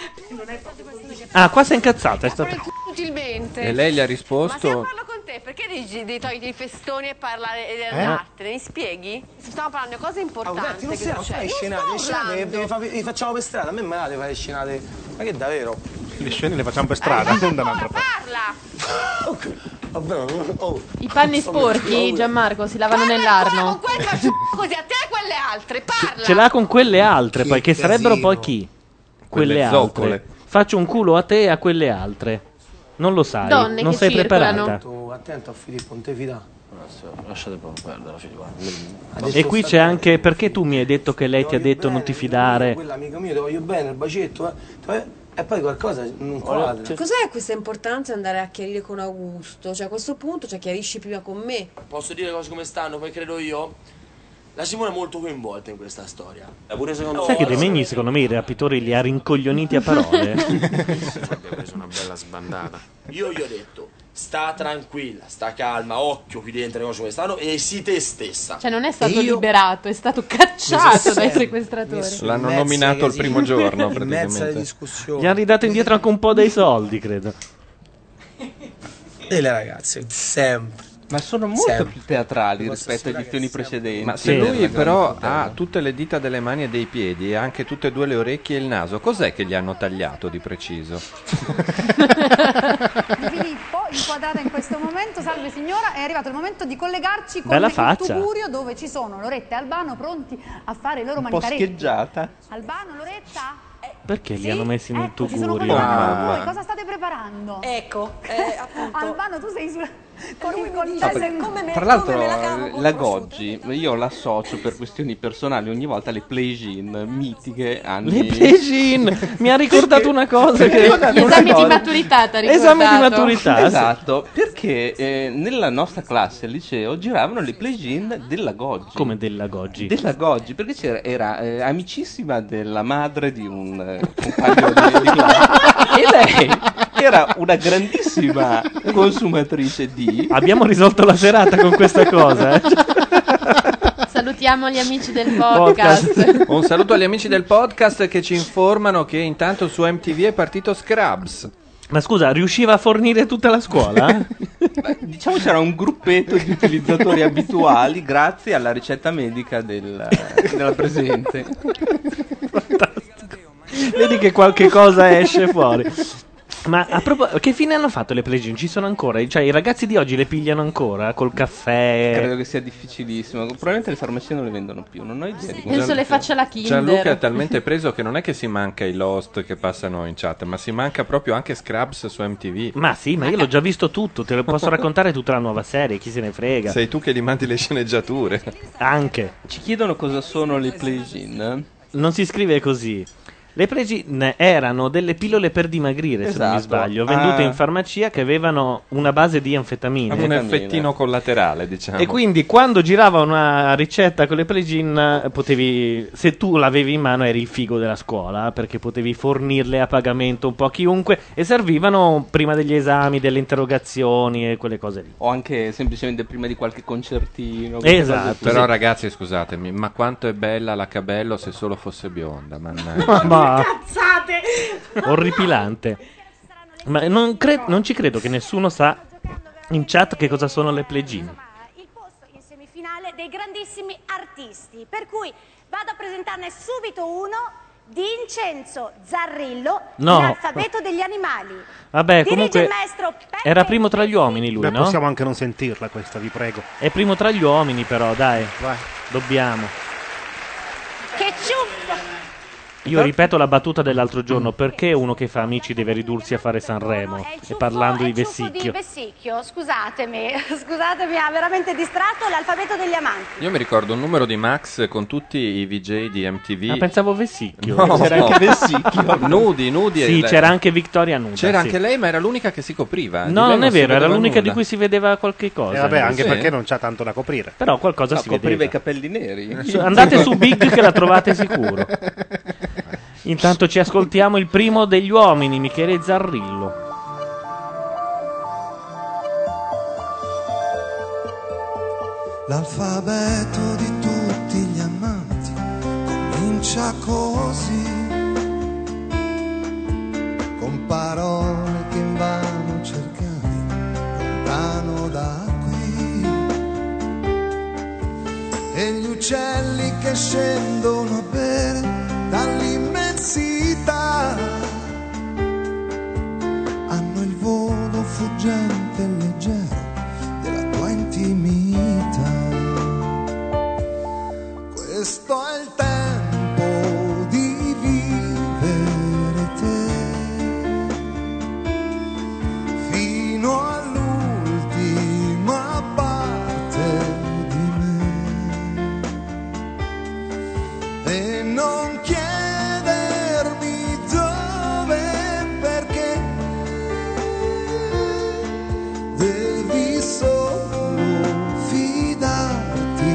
S3: Ah, qua si è incazzata. È stata...
S35: Inutilmente.
S4: E lei gli ha
S35: Ma se
S4: risposto...
S35: parlo con te, perché devi, devi togliere i festoni e parlare
S4: Eh?
S35: dell'arte? Mi spieghi? Stiamo parlando di cose
S36: Ah,
S35: importanti.
S16: non
S35: che
S16: si non
S35: succedono. Non
S16: fai scenate,
S35: sto
S16: le scenate
S35: urlando.
S16: le fa- le facciamo per strada, a me me la fare le scenate. Ma che davvero?
S13: Le scene le facciamo per strada, non da un'altra parte.
S35: Parla!
S16: Vabbè, oh.
S5: I panni sporchi, Gianmarco, si lavano nell'arno.
S35: Così a te e quelle altre, parla!
S3: Ce l'ha con quelle altre, poi che
S16: casino.
S3: sarebbero poi chi? Quelle,
S4: Quelle
S3: altre.
S4: zoccole.
S3: Faccio un culo a te e a quelle altre. Non lo sai,
S5: Donne
S3: non
S5: che
S3: sei
S5: circolano.
S3: preparata.
S16: Attento a Filippo, non te fida. Lasciate proprio perdere,
S3: E qui c'è anche perché tu mi hai detto che lei ti ha detto non ti fidare.
S16: Quell'amico mio, ti voglio bene, il bacetto, eh. Ti voglio- E poi qualcosa non quadra.
S36: Cioè, Cos'è questa importanza di andare a chiarire con Augusto? Cioè a questo punto, cioè chiarisci prima con me.
S19: Posso dire le cose come stanno, poi credo io. La Simone è molto coinvolta in questa storia.
S16: E pure secondo
S3: Sai che De Megni, secondo me, i rapitori li ha rincoglioniti a parole.
S19: Abbiamo preso una bella sbandata. Io gli ho detto, sta tranquilla, sta calma, occhio qui dentro le cose come stanno e si te stessa.
S5: Cioè non è stato
S19: Io-
S5: liberato, è stato cacciato dai
S16: messo
S5: sequestratori.
S4: L'hanno nominato il primo giorno,
S16: In mezzo alle
S4: praticamente.
S16: discussioni.
S3: Gli hanno ridato indietro anche un po' dei soldi, credo.
S16: E le ragazze, sempre.
S6: Ma sono molto più teatrali rispetto agli film precedenti. Cioè,
S4: Ma se lui però ha tutte le dita delle mani e dei piedi e anche tutte e due le orecchie e il naso, cos'è che gli hanno tagliato di preciso?
S12: di Filippo, inquadrata in questo momento. Salve signora, è arrivato il momento di collegarci con
S6: Bella
S12: il
S6: faccia.
S12: Tugurio dove ci sono Loretta e Albano pronti a fare i loro
S6: un po'
S12: manicaretti.
S6: scheggiata.
S12: Albano, Loretta,
S3: Perché li hanno messi in un
S12: Eh, ci sono
S3: tugurio?
S12: collegati con
S3: Mamma.
S6: Ah.
S12: voi, cosa state preparando? Ecco, Albano tu sei sulla... con, con
S6: Ah,
S12: te
S6: perché-
S12: sei-
S6: Tra l'altro eh, la Goggi io l'associo per questioni personali ogni volta alle play-in mitiche anni...
S3: Le play-in! Mi ha ricordato una cosa
S6: Perché-
S3: che...
S6: Ricordate
S5: Gli
S6: una
S5: esami di
S6: cosa?
S5: maturità, ti
S3: Esami di maturità.
S6: Esatto, perché eh, nella nostra classe al liceo giravano le play-in della Goggi.
S3: Come della Goggi?
S6: Della Goggi, perché c'era, era eh, amicissima della madre di un eh, compagno di, di classe. E lei era una grandissima consumatrice di...
S3: Abbiamo risolto la serata con questa cosa. eh.
S5: Salutiamo gli amici del podcast.
S4: Un saluto agli amici del podcast che ci informano che intanto su MTV è partito Scrubs.
S3: Ma scusa, riusciva a fornire tutta la scuola? Eh?
S6: Diciamo c'era un gruppetto di utilizzatori abituali grazie alla ricetta medica del- della presente.
S3: Vedi che qualche cosa esce fuori. Ma a proposito, che fine hanno fatto le play Ci sono ancora? Cioè, i ragazzi di oggi le pigliano ancora col caffè?
S4: Eh.
S6: Credo che sia difficilissimo. Probabilmente le farmacie non le vendono più, non ho idea di come.
S5: Penso le faccia la Kinder.
S4: Eh, Gianluca è talmente preso che non è che si manca i Lost che passano in chat, ma si manca proprio anche Scrubs su MTV.
S3: Ma sì, ma io l'ho già visto tutto, te lo posso raccontare tutta la nuova serie, chi se ne frega.
S4: Sei tu che gli mandi le sceneggiature.
S3: Anche.
S6: Ci chiedono cosa sono le play-in.
S3: Non si scrive così. Le play erano delle pillole per dimagrire, se non mi
S6: Esatto.
S3: sbaglio, vendute
S6: Ah.
S3: in farmacia che avevano una base di anfetamine.
S4: Un effettino collaterale, diciamo.
S3: E quindi quando girava una ricetta con le play-in, eh, potevi, se tu l'avevi in mano eri il figo della scuola, perché potevi fornirle a pagamento un po' a chiunque e servivano prima degli esami, delle interrogazioni e quelle cose lì.
S6: O anche semplicemente prima di qualche concertino. queste
S3: Esatto.
S6: cose così.
S4: Però ragazzi, scusatemi, ma quanto è bella la Cabello se solo fosse bionda, mannaggia.
S3: Ma
S20: Cazzate!
S3: orripilante. Ma non, cre- non ci credo che nessuno sa in chat che cosa sono le play-in.
S10: in semifinale dei grandissimi artisti. Per cui Vado a presentarne subito uno di Incenzo Zarrillo,
S3: No.
S10: l'alfabeto degli animali.
S3: Vabbè,
S10: Dirige
S3: comunque
S10: il maestro Peppe
S3: era primo tra gli uomini lui,
S16: Beh,
S3: no?
S16: possiamo anche non sentirla questa, vi prego.
S3: È primo tra gli uomini però, dai. Dobbiamo.
S10: che ciuffo.
S3: Io ripeto la battuta dell'altro giorno, perché uno che fa amici deve ridursi a fare Sanremo? E parlando di
S10: Di
S3: Vessicchio.
S10: Vessicchio, scusatemi, scusatemi, ha veramente distratto l'alfabeto degli amanti.
S4: Io mi ricordo un numero di Max con tutti i VJ di MTV.
S3: Ah, pensavo Vessicchio.
S4: No,
S3: C'era
S4: no.
S3: anche Vessicchio.
S4: Nudi, nudi.
S3: Sì,
S4: e-
S3: c'era anche Vittoria Nuda.
S4: C'era
S3: sì.
S4: anche lei, ma era l'unica che si copriva. eh, Di
S3: No,
S4: lei
S3: non è
S4: si
S3: vero, era
S4: vedeva
S3: l'unica di
S4: nulla.
S3: cui si vedeva qualche cosa. eh,
S16: E Eh, vabbè, anche
S3: Sì.
S16: perché non c'ha tanto da coprire.
S3: Però qualcosa
S16: No,
S3: si
S16: copriva
S3: vedeva.
S16: i capelli neri.
S3: Su- Andate su Big che la trovate sicuro. Intanto ci ascoltiamo il primo degli uomini, Michele Zarrillo.
S15: L'alfabeto di tutti gli amanti comincia così, con parole che invano cercavi lontano da qui. E gli uccelli che scendono a bere dall'immensità hanno il volo fuggente e leggero della tua intimità. Questo è il tempo di vivere te fino all'ultima parte di me. E non chiedermi dove, perché devi solo fidarti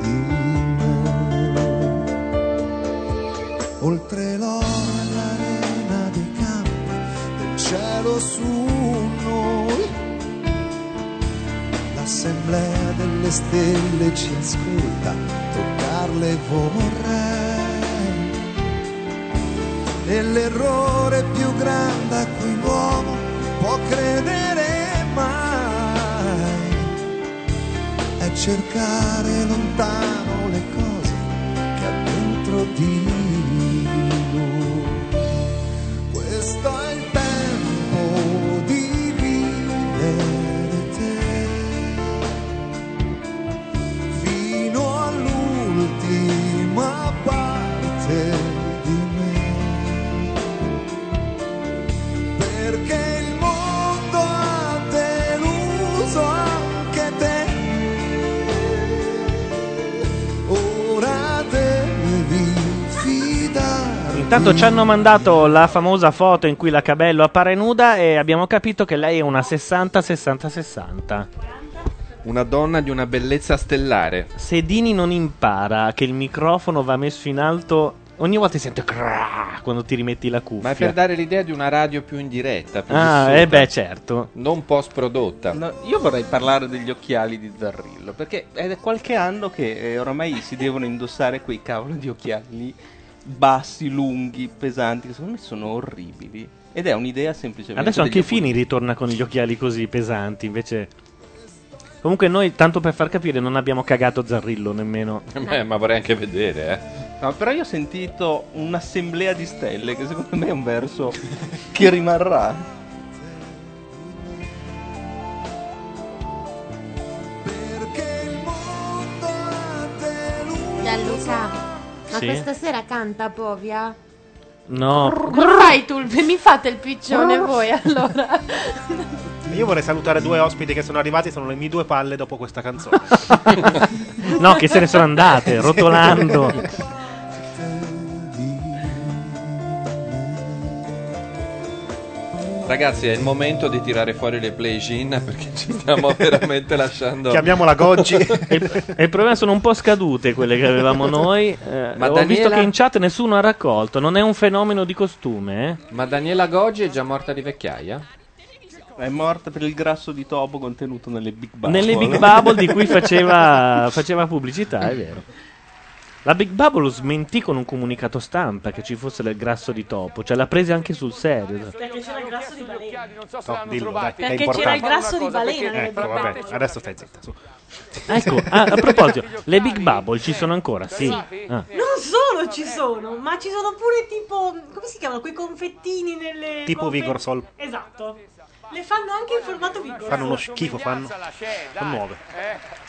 S15: di me. Oltre l'ora e l'arena dei campi del cielo su noi, l'assemblea delle stelle ci ascolta, toccarle vorrei. E l'errore più grande a cui l'uomo può credere mai è cercare lontano le cose che ha dentro di noi. Questo è il tempo di vivere te fino all'ultima parte di me perché il mondo ha deluso anche te. Ora devi fidarti.
S3: Intanto ci hanno mandato la famosa foto in cui la Cabello appare nuda e abbiamo capito che lei è una 60-60-60.
S4: Una donna di una bellezza stellare.
S3: Sedini non impara che il microfono va messo in alto. Ogni volta sento crrrr quando ti rimetti la cuffia.
S4: Ma è per dare l'idea di una radio più in diretta. Più
S3: Ah,
S4: vissuta,
S3: eh beh, certo.
S4: Non post prodotta.
S6: No, io vorrei parlare degli occhiali di Zarrillo, perché è da qualche anno che eh, oramai si devono indossare quei cavolo di occhiali lì, bassi, lunghi, pesanti, che secondo me sono orribili. Ed è un'idea semplicemente...
S3: Adesso anche
S6: degli
S3: Fini ritorna con gli occhiali così pesanti, invece... Comunque noi, tanto per far capire, non abbiamo cagato Zarrillo nemmeno.
S4: Beh, Eh, ma vorrei anche vedere, eh.
S6: No, Ah, però io ho sentito un'assemblea di stelle, che secondo me è un verso che rimarrà.
S5: Gianluca, ma
S3: Sì?
S5: questa sera canta Povia?
S3: No,
S13: Non fai Tulpe, mi fate il piccione voi allora.
S16: Io vorrei salutare due ospiti che sono arrivati, sono le mie due palle dopo questa canzone.
S3: no, che se ne sono andate, rotolando.
S4: Ragazzi, è il momento di tirare fuori le play gin perché ci stiamo veramente lasciando.
S3: e, e il problema sono un po' scadute quelle che avevamo noi. eh,
S4: Ma
S3: ho
S4: Daniela-
S3: visto che in chat nessuno ha raccolto. Non è un fenomeno di costume. eh.
S4: Ma Daniela Goggi è già morta di vecchiaia?
S6: È morta per il grasso di topo contenuto nelle Big Bubble.
S3: Nelle Big Bubble di cui faceva, faceva pubblicità, è vero. La Big Bubble lo smentì con un comunicato stampa che ci fosse del grasso di topo, cioè la prese anche sul serio.
S13: Perché c'era il grasso di balena.
S7: No, dillo, dai, è
S13: Perché
S7: importante.
S13: c'era il grasso di balena. nelle
S7: Ecco,
S13: bambole.
S7: vabbè, adesso stai zitta. su.
S3: Ecco, ah, a proposito, le Big Bubble ci sono ancora, sì.
S7: Eh.
S3: Ah.
S13: Non solo ci sono, ma ci sono pure tipo. come si chiamano? Quei confettini nelle.
S7: Tipo Vigor Sol.
S13: Esatto. Le fanno anche in formato Vigor
S7: Fanno uno
S13: Sol.
S7: schifo, fanno. Sono nuove.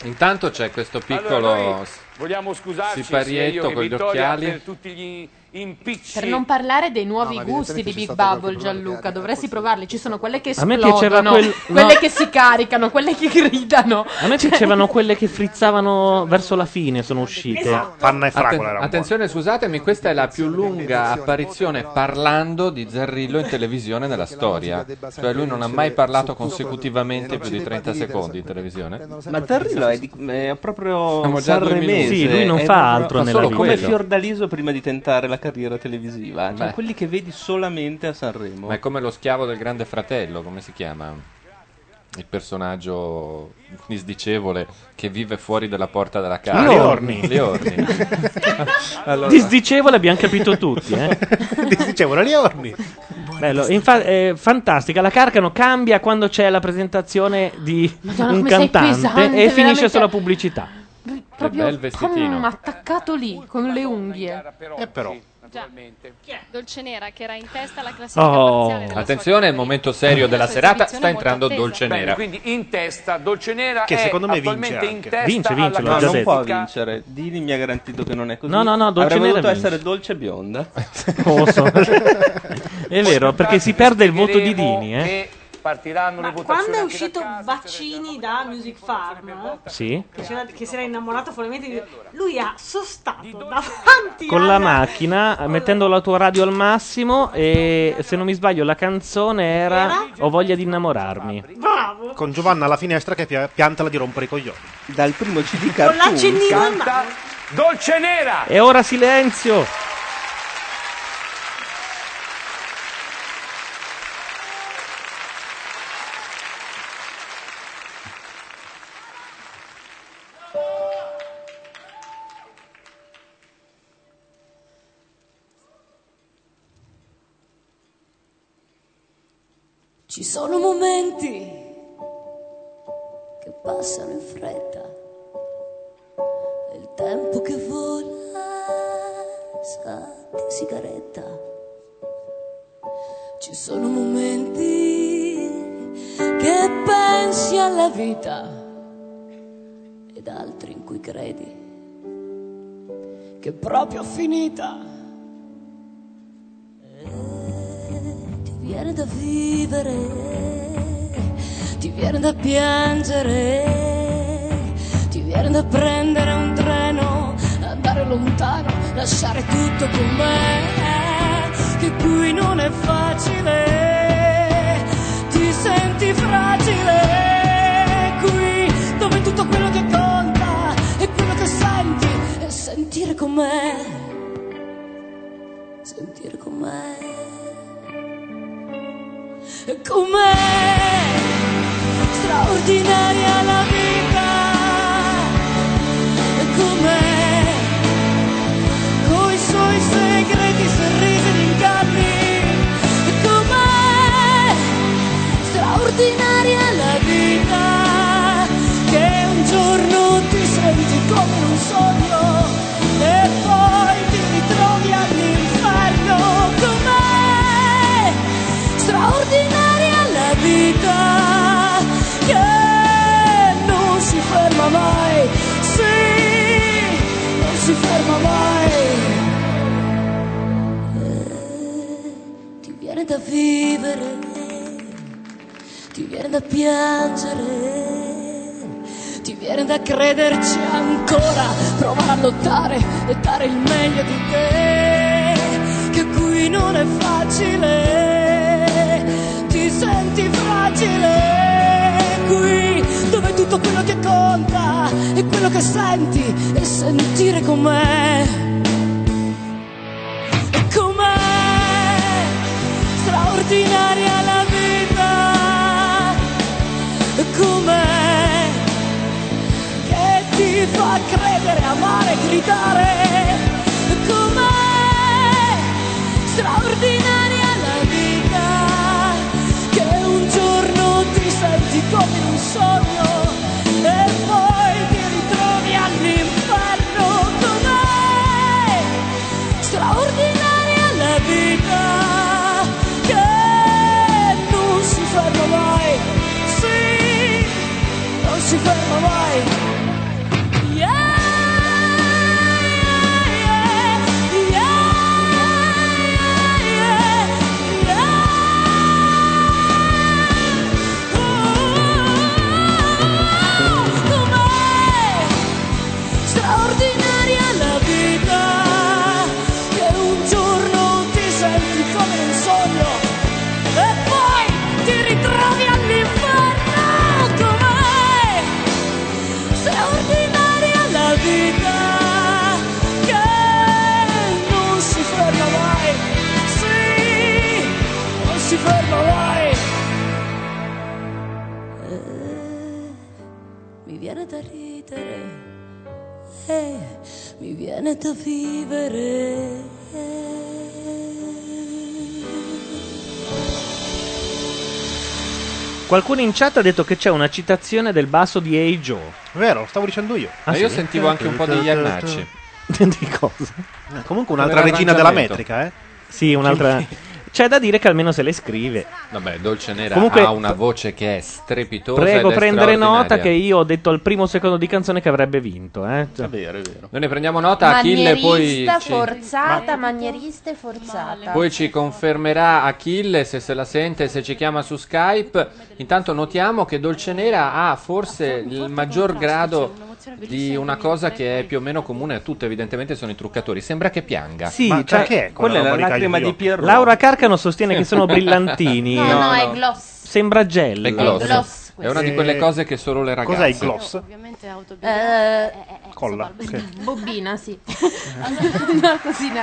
S4: Eh. Intanto c'è questo piccolo
S9: Allora, noi vogliamo scusarci sia io
S4: siparietto
S9: che
S4: con gli
S9: Vittoria
S4: occhiali.
S9: per tutti gli impicci.
S5: Per non parlare dei nuovi
S9: No, ma
S5: gusti di
S9: evidentemente c'è
S5: Big
S9: stato
S5: Bubble, Gianluca, dovresti provarli. Ci sono quelle che
S3: A me
S5: esplodono,
S3: piaceva quel- no.
S5: quelle che si caricano, quelle che gridano. Cioè,
S3: A me piacevano quelle che frizzavano verso la fine, sono uscite.
S4: Esatto. Atten- attenzione, scusatemi, questa è la più lunga apparizione parlando di Zarrillo in televisione nella storia. Cioè, lui non ha mai parlato consecutivamente più di 30 secondi in televisione.
S6: Ma Tarrillo è, di- è proprio
S4: Siamo già a due
S6: sanremese.
S4: minuti. Sì, lui non
S6: è
S4: fa
S6: proprio-
S4: altro
S6: ma
S4: nella
S6: solo
S4: vita.
S6: come
S4: quello.
S6: Fiordaliso prima di tentare la carriera televisiva. Cioè,
S4: Beh.
S6: quelli che vedi solamente a Sanremo.
S4: Ma è come lo schiavo del Grande Fratello, come si chiama? Il personaggio disdicevole che vive fuori dalla porta della casa.
S3: Le orni.
S4: Le orni. Allora-
S3: Disdicevole abbiamo capito tutti, eh?
S7: Disdicevole le orni.
S3: Bello, infa- è fantastica. La Carcano cambia quando c'è la presentazione di
S5: Madonna,
S3: un
S5: come sei
S3: cantante
S5: pesante,
S3: e
S5: veramente.
S3: finisce sulla pubblicità.
S5: Proprio
S3: bel vestitino.
S5: pom, attaccato lì con le unghie.
S3: E però.
S37: Dolce Nera che era in testa alla classifica
S4: Oh.
S37: parziale della
S4: Attenzione, il momento serio della serata. Sta entrando Dolce
S9: Bene,
S4: Nera.
S9: quindi in testa Dolce Nera
S4: Che
S9: è
S4: secondo me vince
S9: attualmente in
S4: anche.
S9: testa
S4: Vince, vince,
S9: alla
S6: No, non può
S9: classifica.
S6: vincere. Dini mi ha garantito che non è così.
S3: No, no, no, Dolce
S6: Avrebbe
S3: Nera
S6: dovuto
S3: vince.
S6: essere dolce e bionda.
S3: È vero, perché si perde il voto di Dini, eh?
S9: Partiranno le votazioni.
S13: Quando è uscito Baccini da Music Farm,
S3: Sì.
S13: che, c'era- che si era innamorato follemente di lui, ha sostato davanti
S3: Con la
S13: alla-
S3: macchina, mettendo la tua radio al massimo e se non mi sbaglio la canzone era Ho voglia di innamorarmi.
S13: Bravo!
S7: Con Giovanna alla finestra che pia- piantala di rompere i coglioni.
S6: Dal primo CD
S7: Cartoon
S9: Canta Dolce Nera.
S3: Ah. E ora silenzio.
S2: Ci sono momenti che passano in fretta e il tempo che vola sa di sigaretta. Ci sono momenti che pensi alla vita ed altri in cui credi che è proprio finita. Ti viene da vivere, ti viene da piangere, ti viene da prendere un treno, andare lontano, lasciare tutto con me, che qui non è facile, ti senti fragile, qui dove tutto quello che conta è quello che senti, e sentire con me, sentire con me com'è straordinaria la vita com'è coi suoi segreti sorrisi ed inganni com'è straordinaria la vita che un giorno ti senti come in un sogno e poi ti ritrovi all'inferno com'è straordinaria la vita che non si ferma mai, sì, non si ferma mai. Eh, Ti viene da vivere, ti viene da piangere, ti viene da crederci ancora, provare a lottare e dare il meglio di te, che qui non è facile, ti senti fragile, qui dove tutto quello che conta è quello che senti e sentire com'è. E Com'è straordinaria la vita, com'è che ti fa credere chiedere, amare, gridare com'è straordinaria la vita che un giorno ti senti come in un sogno e poi ti ritrovi all'inferno com'è straordinaria la vita che non si ferma mai sì non si ferma mai straordinaria la vita che un giorno ti senti come un sogno e poi ti ritrovi all'inferno com'è straordinaria la vita che non si ferma mai sì non si ferma mai Eh, mi viene da ridere eh, mi viene da vivere.
S3: Qualcuno in chat ha detto che c'è una citazione del basso di Hey Joe.
S16: Vero, lo stavo dicendo io.
S3: Ah,
S4: Ma io
S3: sì?
S4: sentivo anche un po' di Iannacci.
S3: di cosa?
S16: Comunque un'altra regina della metrica, eh?
S3: Sì, un'altra. C'è da dire che almeno se le scrive.
S4: Vabbè, Dolce Nera
S3: Comunque-
S4: ha una voce che è strepitosa.
S3: Prego
S4: ed è
S3: prendere nota
S4: straordinaria.
S3: che io ho detto al primo secondo di canzone che avrebbe vinto. Eh? Cioè-
S4: Noi ne prendiamo nota, Achille poi
S5: Manierista
S4: ci,
S5: forzata, manierista e forzata.
S4: poi ci confermerà Achille se se la sente, se ci chiama su Skype. Intanto notiamo che Dolce Nera ha forse il maggior grado di una cosa che è più o meno comune a tutte, evidentemente sono i truccatori. Sembra che pianga.
S3: Sì, cioè- Laura
S4: Laura
S3: Carcano sostiene che sono brillantini.
S4: No, no, è
S5: gloss.
S3: Sembra gel.
S4: È gloss. È gloss, È una di quelle cose che solo le ragazze.
S3: Cos'è il gloss?
S5: Ovviamente
S3: Eh, Colla. ok.
S5: Bobbina, sì. no, così no.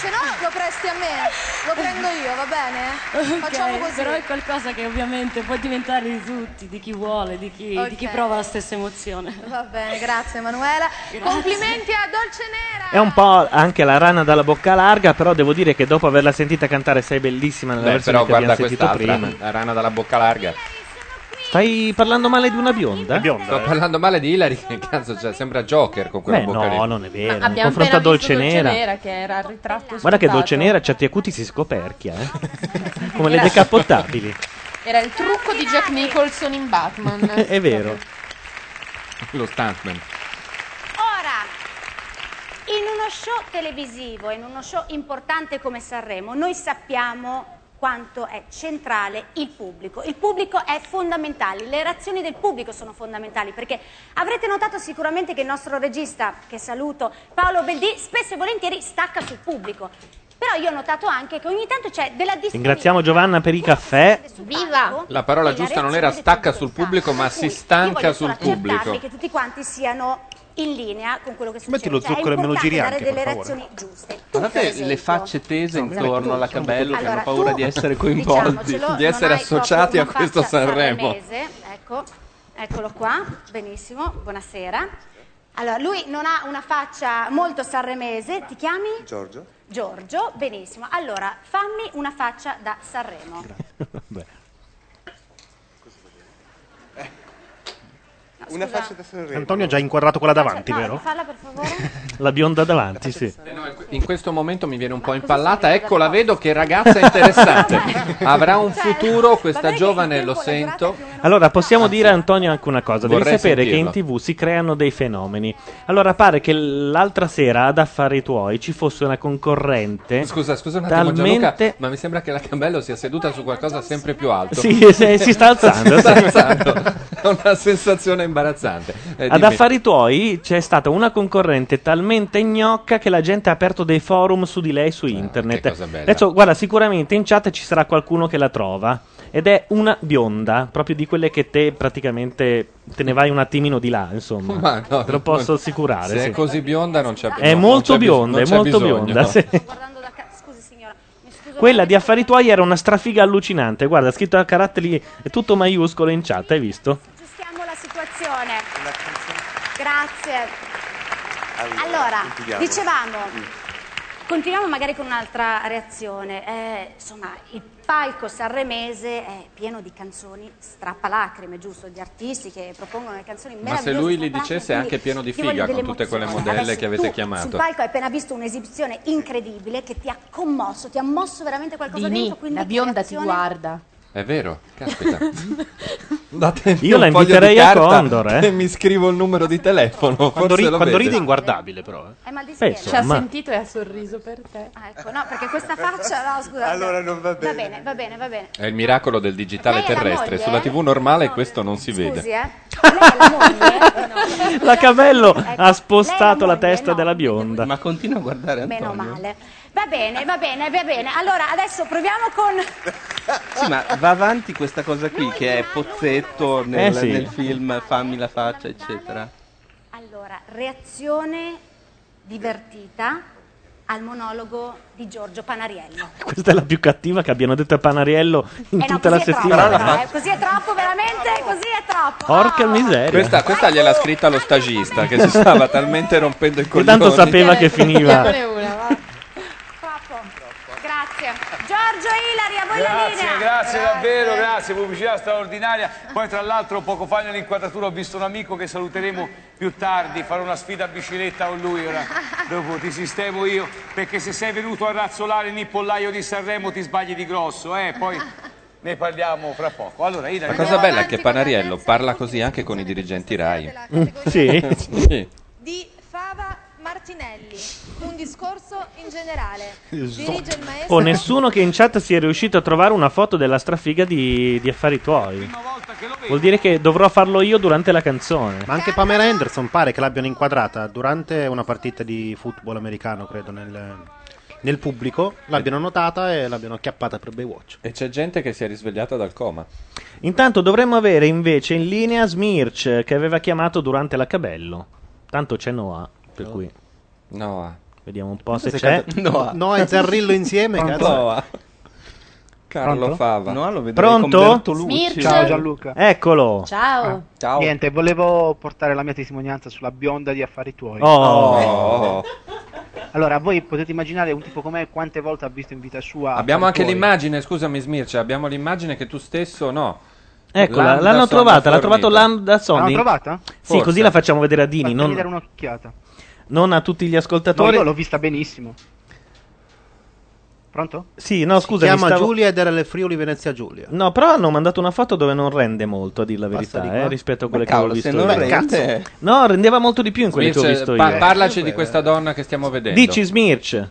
S12: Se no lo presti a me, lo prendo io, va bene?
S38: Ok,
S12: Facciamo così.
S38: Però è qualcosa che ovviamente può diventare di tutti, di chi vuole, di chi, di chi
S12: Ok.
S38: prova la stessa emozione.
S12: Va bene, grazie Emanuela. Complimenti a Dolce Nera.
S3: È un po' anche la rana dalla bocca larga, però devo dire che dopo averla sentita cantare sei bellissima nella
S4: Beh,
S3: versione
S4: però
S3: che abbiamo
S4: guarda
S3: sentito
S4: quest'altra,
S3: prima.
S4: la rana dalla bocca larga.
S3: Stai parlando male di una bionda?
S4: Sto parlando male di Hillary, che cazzo, cioè, sembra Joker con quella
S3: Beh,
S4: bocca lì.
S3: no, non è vero.
S5: Abbiamo
S3: in confronto
S5: appena
S3: a Dolce
S5: visto
S3: Nera.
S5: che era il ritratto
S3: Guarda che
S5: scottato.
S3: Dolce Nera Certi acuti si scoperchia, eh. Come le decappottabili.
S5: Era il trucco di Jack Nicholson in Batman.
S3: è vero.
S4: Lo stuntman.
S10: Ora, in uno show televisivo, in uno show importante come Sanremo, noi sappiamo quanto è centrale il pubblico. Il pubblico è fondamentale, le reazioni del pubblico sono fondamentali perché avrete notato sicuramente che il nostro regista, che saluto, Paolo Beldì, spesso e volentieri stacca sul pubblico. Però io ho notato anche che ogni tanto c'è della disponibilità.
S3: Ringraziamo Giovanna per i caffè.
S10: Viva!
S4: La parola giusta non era stacca sul pubblico, ma si stanca sul pubblico.
S10: che tutti quanti siano in linea con quello che succede.
S4: Metti lo
S10: Cioè, è
S4: zucchero e me lo
S10: importante
S4: giri
S10: dare
S4: anche,
S10: delle
S4: per favore.
S10: reazioni giuste. Tu, per
S6: Guardate
S10: esempio,
S6: le facce tese intorno alla Cabello che
S10: Allora,
S6: hanno paura
S10: tu,
S6: di essere coinvolti,
S10: diciamocelo,
S6: di essere
S10: non hai
S6: associati
S10: proprio
S6: a
S10: una
S6: questo
S10: faccia
S6: Sanremo.
S10: sanremese. Ecco, eccolo qua, benissimo, buonasera. Allora, lui non ha una faccia molto sanremese, ti chiami?
S15: Giorgio?
S10: Giorgio, benissimo. Allora, fammi una faccia da Sanremo.
S15: Una
S10: scusa.
S15: faccia da Sanremo.
S16: Antonio ha già inquadrato quella davanti,
S10: No,
S16: vero?
S10: Falla per favore.
S3: La bionda davanti, sì.
S4: In questo momento mi viene un po' impallata. Ecco, la vedo che ragazza interessante. Avrà un futuro questa giovane, lo sento.
S3: Allora, possiamo dire a Antonio anche una cosa. Devi
S4: Ah, Vorrei
S3: sapere
S4: sentirlo.
S3: che in tv si creano dei fenomeni. Allora, pare che l'altra sera ad Affari Tuoi ci fosse una concorrente.
S4: Scusa, scusa un attimo,
S3: talmente...
S4: Gianluca, ma mi sembra che la Cabello sia seduta su qualcosa sempre più alto.
S3: Sì, eh, se- si sta alzando.
S4: sta alzando. È una sensazione imbarazzante. Eh,
S3: Ad
S4: dimmi.
S3: Affari Tuoi c'è stata una concorrente talmente gnocca che la gente ha aperto dei forum su di lei su
S4: Cioè,
S3: internet. Adesso, guarda, sicuramente in chat ci sarà qualcuno che la trova. Ed è una bionda, proprio di quelle che te praticamente te ne vai un attimino di là, insomma.
S4: Ma no,
S3: te lo posso
S4: non-
S3: assicurare.
S4: Se
S3: sì.
S4: è così bionda non c'è
S3: È
S4: non
S3: molto
S4: c'è bis-
S3: bionda,
S4: non
S3: è
S4: c'è
S3: molto
S4: bisogno.
S3: bionda. sì. Quella di affari tuoi era una strafiga allucinante. Guarda, scritto a caratteri è tutto maiuscolo in chat, hai visto?
S10: Aggiustiamo la situazione. Grazie. Allora,
S2: continuiamo.
S10: dicevamo,
S4: Mm.
S10: continuiamo magari con un'altra reazione. Eh, insomma, il palco sanremese è pieno di canzoni strappalacrime, giusto? Di artisti che propongono le canzoni
S4: Ma
S10: meravigliose.
S4: se lui li
S10: strappalacrime,
S4: dicesse è anche
S10: quindi
S4: pieno di
S10: io voglio
S4: figa con
S10: delle
S4: tutte quelle
S10: emozioni.
S4: modelle
S10: Adesso
S4: che avete
S10: tu Sul
S4: chiamato.
S10: palco hai appena visto un'esibizione incredibile che ti ha commosso, ti ha mosso veramente qualcosa
S5: Dini,
S10: dentro. Quindi
S5: la bionda
S10: creazione-
S5: ti guarda.
S4: È vero, caspita.
S3: Io la inviterei a Condor, eh.
S4: E mi scrivo il numero di telefono.
S16: Quando, ri-
S4: forse lo
S16: quando
S4: vede.
S16: ride è inguardabile, però. eh.
S10: Hai mal di
S4: Beh,
S10: schiena?
S5: Ci ha
S4: Ma-
S5: sentito e ha sorriso per te.
S10: Ecco, no, perché questa faccia, no, scusa.
S4: Allora non va
S10: Va bene, va bene, va bene.
S4: È il miracolo del digitale
S10: Lei è Eh, la
S4: terrestre.
S10: moglie?
S4: Sulla TV normale questo non si vede.
S10: Scusi, eh.
S3: La Cavello
S10: Ecco,
S3: ha spostato la testa della bionda.
S24: Ma continua a guardare
S10: Meno
S24: Antonio.
S10: male. Va bene, va bene, va bene. Allora, adesso proviamo con...
S24: Sì, ma va avanti questa cosa qui che è Pozzetto nel,
S3: Eh sì.
S24: nel film Fammi la faccia, eccetera.
S10: Allora, reazione divertita al monologo di Giorgio Panariello.
S3: Questa è la più cattiva che abbiano detto a Panariello in
S10: Eh no,
S3: tutta la
S10: così è troppo,
S3: settimana.
S10: eh, Così è troppo, veramente, così è troppo.
S3: Porca miseria.
S4: Questa, questa gliel'ha scritta lo stagista che si stava talmente rompendo il
S3: Che
S4: coglione.
S3: tanto sapeva che finiva.
S10: Grazie. Giorgio Ilari, a voi la
S9: Grazie,
S10: linea.
S9: grazie davvero, grazie, pubblicità straordinaria. Poi tra l'altro poco fa nell'inquadratura ho visto un amico che saluteremo più tardi, farò una sfida a bicicletta con lui, ora dopo ti sistemo io, perché se sei venuto a razzolare il nippollaio di Sanremo ti sbagli di grosso, eh, poi ne parliamo fra poco. Allora, Ilari,
S4: La cosa bella è che Panariello parla così anche con i dirigenti Rai.
S3: Mm, Sì.
S4: Sì.
S12: di Fava Martinelli. Un discorso in generale.
S16: Esatto.
S12: Dirige il maestro.
S3: O nessuno che in chat sia riuscito a trovare una foto della strafiga di, di Affari Tuoi. Vuol dire che dovrò farlo io durante la canzone.
S16: Ma anche Pamela Anderson pare che l'abbiano inquadrata durante una partita di football americano, credo, nel, nel pubblico. L'abbiano notata e l'abbiano acchiappata per Baywatch.
S4: E c'è gente che si è risvegliata dal coma.
S3: Intanto dovremmo avere invece in linea Smirch che aveva chiamato durante la Cabello. Tanto c'è Noah, per cui.
S4: Noah.
S3: Vediamo un po' se
S16: Se
S3: c'è.
S16: canta- Noah. Noah e Zarrillo insieme,
S3: Pronto?
S16: cazzo. Noah.
S4: ah. Carlo
S3: Pronto?
S4: Fava.
S24: No, lo vedrei con
S3: Pronto?
S24: Bertolucci.
S6: Smirch. Ciao, Gianluca.
S3: Eccolo.
S6: Ah, Niente, volevo portare la mia testimonianza sulla bionda di affari tuoi.
S3: Oh. Oh.
S6: Allora, voi potete immaginare un tipo come me quante volte ha visto in vita
S16: Ah,
S6: sua.
S4: Abbiamo anche
S6: affari tuoi.
S4: l'immagine, scusami Smircia, abbiamo l'immagine che tu stesso no.
S3: Eccola,
S4: Lambda
S3: Ecco, l'hanno
S4: Sonda
S3: trovata, l'ha
S4: fornita.
S3: trovato Lambda Sony.
S6: L'hanno trovata?
S3: Sì, così
S6: Forse.
S3: la facciamo vedere a Dini,
S6: Fatemi
S3: non,
S6: dare un'occhiata.
S3: non a tutti gli
S6: No,
S3: ascoltatori.
S6: io l'ho vista benissimo. Pronto?
S3: Sì, no, scusa,
S6: Si
S3: mi
S6: chiama
S3: stavo...
S6: Giulia
S16: ed era le Friuli Venezia Giulia.
S3: No, però hanno mandato una foto dove non rende molto, a dir la
S16: Passa
S3: verità,
S16: di qua.
S3: eh, rispetto a
S16: Ma
S3: quelle che
S16: cavolo,
S3: avevo visto
S16: se non
S3: io.
S16: rende-
S3: Cazzo. No, rendeva molto di più in quelle che ho
S4: Smirce,
S3: visto io.
S4: pa- parlaci
S16: Eh.
S4: di questa donna che stiamo vedendo.
S3: Dici Smirch.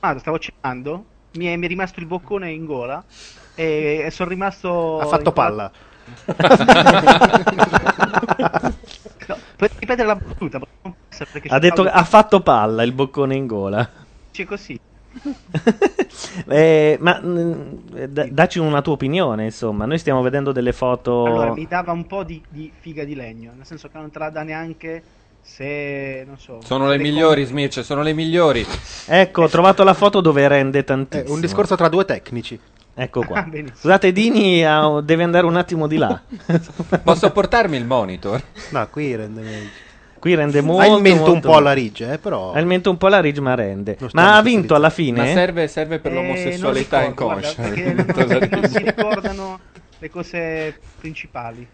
S6: Ah, stavo cenando, mi è, mi è rimasto il boccone in gola e, e sono rimasto...
S16: Ha fatto
S6: in-
S16: palla.
S6: no, potete ripetere la battuta? perché non posso, perché
S3: Ha detto
S6: sono-
S3: ha fatto palla il boccone in gola.
S6: Dice così.
S3: Eh, ma mh, da- dacci una tua opinione, insomma. Noi stiamo vedendo delle foto.
S6: Allora, mi dava un po' di, di figa di legno, nel senso che non te la dà neanche se... non so...
S4: Sono le migliori Smirce, sono le migliori.
S3: Ecco, ho trovato la foto dove rende tantissimo.
S16: Eh, un discorso tra due tecnici.
S3: Ecco
S16: Ah,
S3: qua.
S16: benissimo.
S3: Scusate, Dini ha- deve andare un attimo di là.
S4: Posso portarmi il monitor?
S16: No, qui rende meglio.
S3: Qui rende molto.
S16: Ha in mente un
S3: molto-
S16: po' la rige, eh, però.
S3: Ha in mente un po' la Ridge, ma rende.
S16: stiamo
S3: Ma ha vinto alla fine.
S4: Ma serve, serve per
S6: Eh,
S4: l'omosessualità
S6: non ricordo,
S4: inconscia.
S6: guarda, perché non, non si ricordano le cose principali.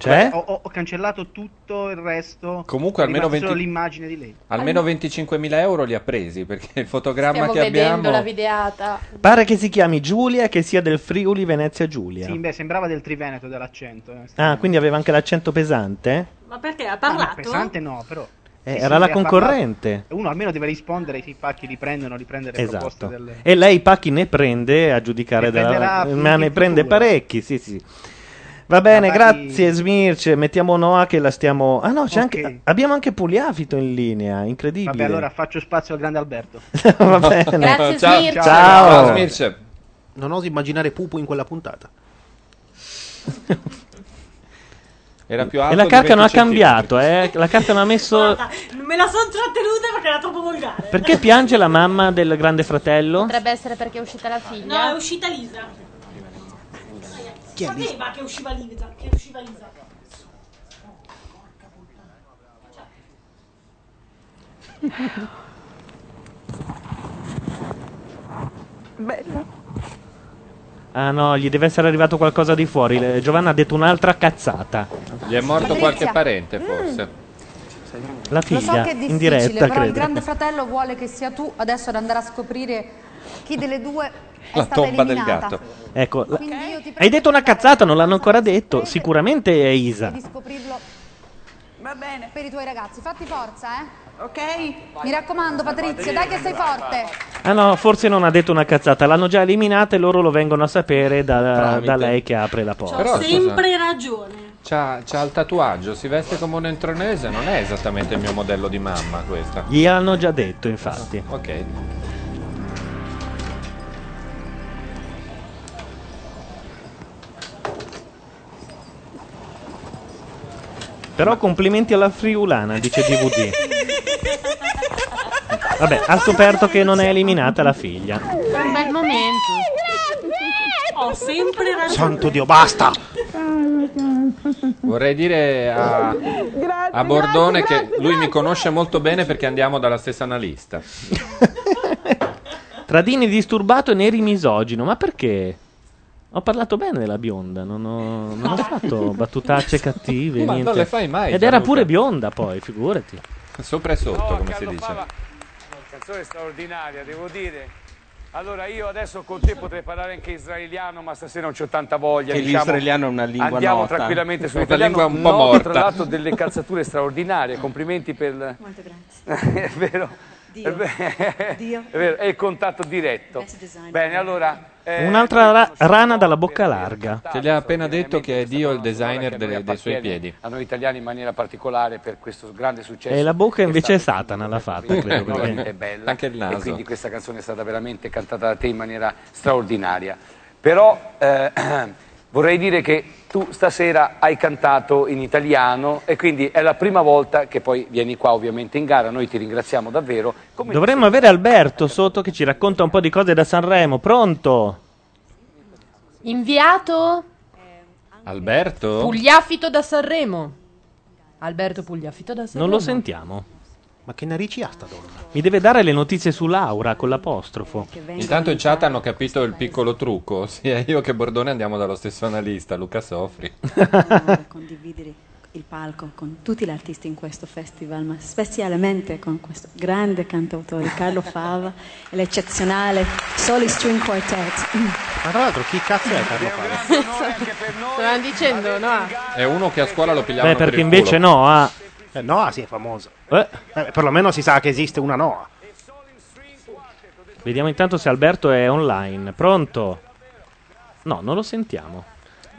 S4: Cioè?
S6: Ho, ho- ho cancellato tutto il resto.
S4: Comunque
S6: è
S4: almeno
S6: rimasta solo
S4: 20
S6: l'immagine di lei.
S4: Almeno 25.000 euro li ha presi perché il fotogramma
S6: Stiamo
S4: che abbiamo.
S6: videata.
S3: Pare che si chiami Giulia e che sia del Friuli Venezia Giulia.
S6: Sì, beh, sembrava del Triveneto dall'accento. eh. Ah,
S3: Ah, quindi aveva anche l'accento pesante?
S6: Ma perché ha
S13: parlato?
S6: pesante no, però.
S3: Eh, era la
S6: ha
S3: concorrente.
S6: parlato. Uno almeno deve rispondere se i pacchi li prendono, li prende le proposte
S3: Esatto.
S6: delle...
S3: E lei i pacchi ne prende a giudicare
S6: Ne
S3: dalla...
S6: prenderà
S3: Ma ne
S6: in
S3: prende
S6: futuro.
S3: parecchi, sì, sì. Va bene,
S6: Ma pacchi-
S3: grazie Smirce. Mettiamo Noah che la stiamo. Ah no, c'è
S6: Ok.
S3: anche... abbiamo anche Pugliafito in linea, incredibile.
S6: Vabbè, allora faccio spazio al grande Alberto.
S3: Va bene.
S6: Ciao.
S3: Ciao.
S16: Ciao, Non oso immaginare Pupu in quella puntata.
S4: Era più
S3: E
S4: alto
S3: la
S4: di
S3: carta non ha
S4: 20 centimetri.
S3: cambiato, eh. La carta non ha messo.
S13: Me la sono trattenuta perché era troppo volgare.
S3: Perché piange la mamma del grande fratello?
S5: Potrebbe essere perché è uscita la
S13: No,
S5: figlia.
S13: è uscita Lisa.
S5: Chi è
S13: Sapeva che usciva Lisa. Che usciva Lisa.
S20: Bella.
S3: Ah no, gli deve essere arrivato qualcosa di fuori. Le- Giovanna ha detto un'altra cazzata.
S4: Gli è morto
S12: Patrizia.
S4: qualche parente, forse.
S12: Lo
S3: La
S12: so
S3: figlia,
S12: che è
S3: in
S12: difficile,
S3: diretta,
S12: però il
S3: credo.
S12: grande fratello vuole che sia tu adesso ad andare a scoprire chi delle due è
S3: La
S12: stata
S3: tomba del
S12: eliminata.
S3: gatto. Ecco, la-
S12: Quindi io ti prego
S3: hai detto una cazzata, non l'hanno ancora detto. Sicuramente è Isa.
S12: di scoprirlo Va bene. per i tuoi ragazzi. Fatti forza, eh? Ok? Mi raccomando, Patrizia, dai che sei forte.
S3: Ah no, forse non ha detto una cazzata, l'hanno già eliminata e loro lo vengono a sapere da,
S4: Tramite.
S3: da lei che apre la porta.
S4: Però, scusa,
S13: Sempre ragione.
S4: c'ha, c'ha il tatuaggio, si veste come un entronese, non è esattamente il mio modello di mamma questa.
S3: Gli hanno già detto, infatti.
S4: Ok.
S3: Però complimenti alla friulana, dice DVD. Vabbè, ha scoperto che non è eliminata la figlia.
S39: Un bel momento.
S13: Eh, Ho sempre ragione.
S16: Santo Dio, basta!
S4: Vorrei dire a, a Bordone che lui mi conosce molto bene perché andiamo dalla stessa analista.
S3: Tradini disturbato e neri misogino, ma perché? Ho parlato bene della bionda, non ho, non ho fatto battutacce cattive.
S4: Ma non
S3: niente.
S4: le fai mai,
S3: Ed era
S4: Gianluca.
S3: pure bionda poi, figurati.
S4: Sopra e sotto, come si dice.
S9: Una canzone straordinaria, devo dire. Allora io adesso con te potrei parlare anche israeliano, ma stasera non c'ho tanta voglia.
S6: Che
S9: diciamo.
S6: l'israeliano è una lingua
S9: Andiamo
S6: nota.
S9: tranquillamente
S6: Una
S9: sull'italiano.
S6: lingua un po'
S9: Noto,
S6: morta.
S9: Tra l'altro delle calzature straordinarie, complimenti per...
S7: Molto grazie.
S9: è vero.
S7: Dio.
S9: È vero.
S7: Dio.
S9: È vero, è il contatto diretto. Bene, allora... eh,
S3: Un'altra ra- rana dalla bocca larga.
S4: Che gli ha appena detto che è Dio il designer delle- dei suoi piedi.
S9: a noi italiani in maniera particolare per questo grande successo.
S3: E la bocca invece è Satana l'ha fatta,
S9: Perché
S3: credo.
S9: veramente è
S3: perché-
S9: bella.
S4: Anche il
S9: E
S4: naso.
S9: quindi questa canzone è stata veramente cantata da te in maniera straordinaria. Però eh, vorrei dire che tu stasera hai cantato in italiano e quindi è la prima volta che poi vieni qua ovviamente in gara. Noi ti ringraziamo davvero. Come
S3: Dovremmo avere Alberto sotto che ci racconta un po' di cose da Sanremo. Pronto?
S5: Inviato
S4: Alberto?
S5: Pugliafito da Sanremo. Alberto Pugliafito da Sanremo.
S3: Non lo sentiamo.
S16: Ma che narici ha sta donna?
S3: Mi deve dare le notizie su Laura con l'apostrofo.
S4: Intanto in chat hanno capito il piccolo trucco. Sia io che Bordone andiamo dallo stesso analista, Luca Sofri.
S7: condividere il palco con tutti gli artisti in questo festival, ma specialmente con questo grande cantautore Carlo Fava e l'eccezionale Soli String Quartet.
S16: Ma tra l'altro chi cazzo è Carlo Fava?
S5: Stavano dicendo, no?
S4: È uno che a scuola lo pigliava
S3: Beh, perché invece Noa.
S16: Eh, Noa si è famoso.
S3: Eh.
S16: perlomeno si sa che esiste una Noa.
S3: Vediamo intanto se Alberto è online. Pronto? No, non lo sentiamo.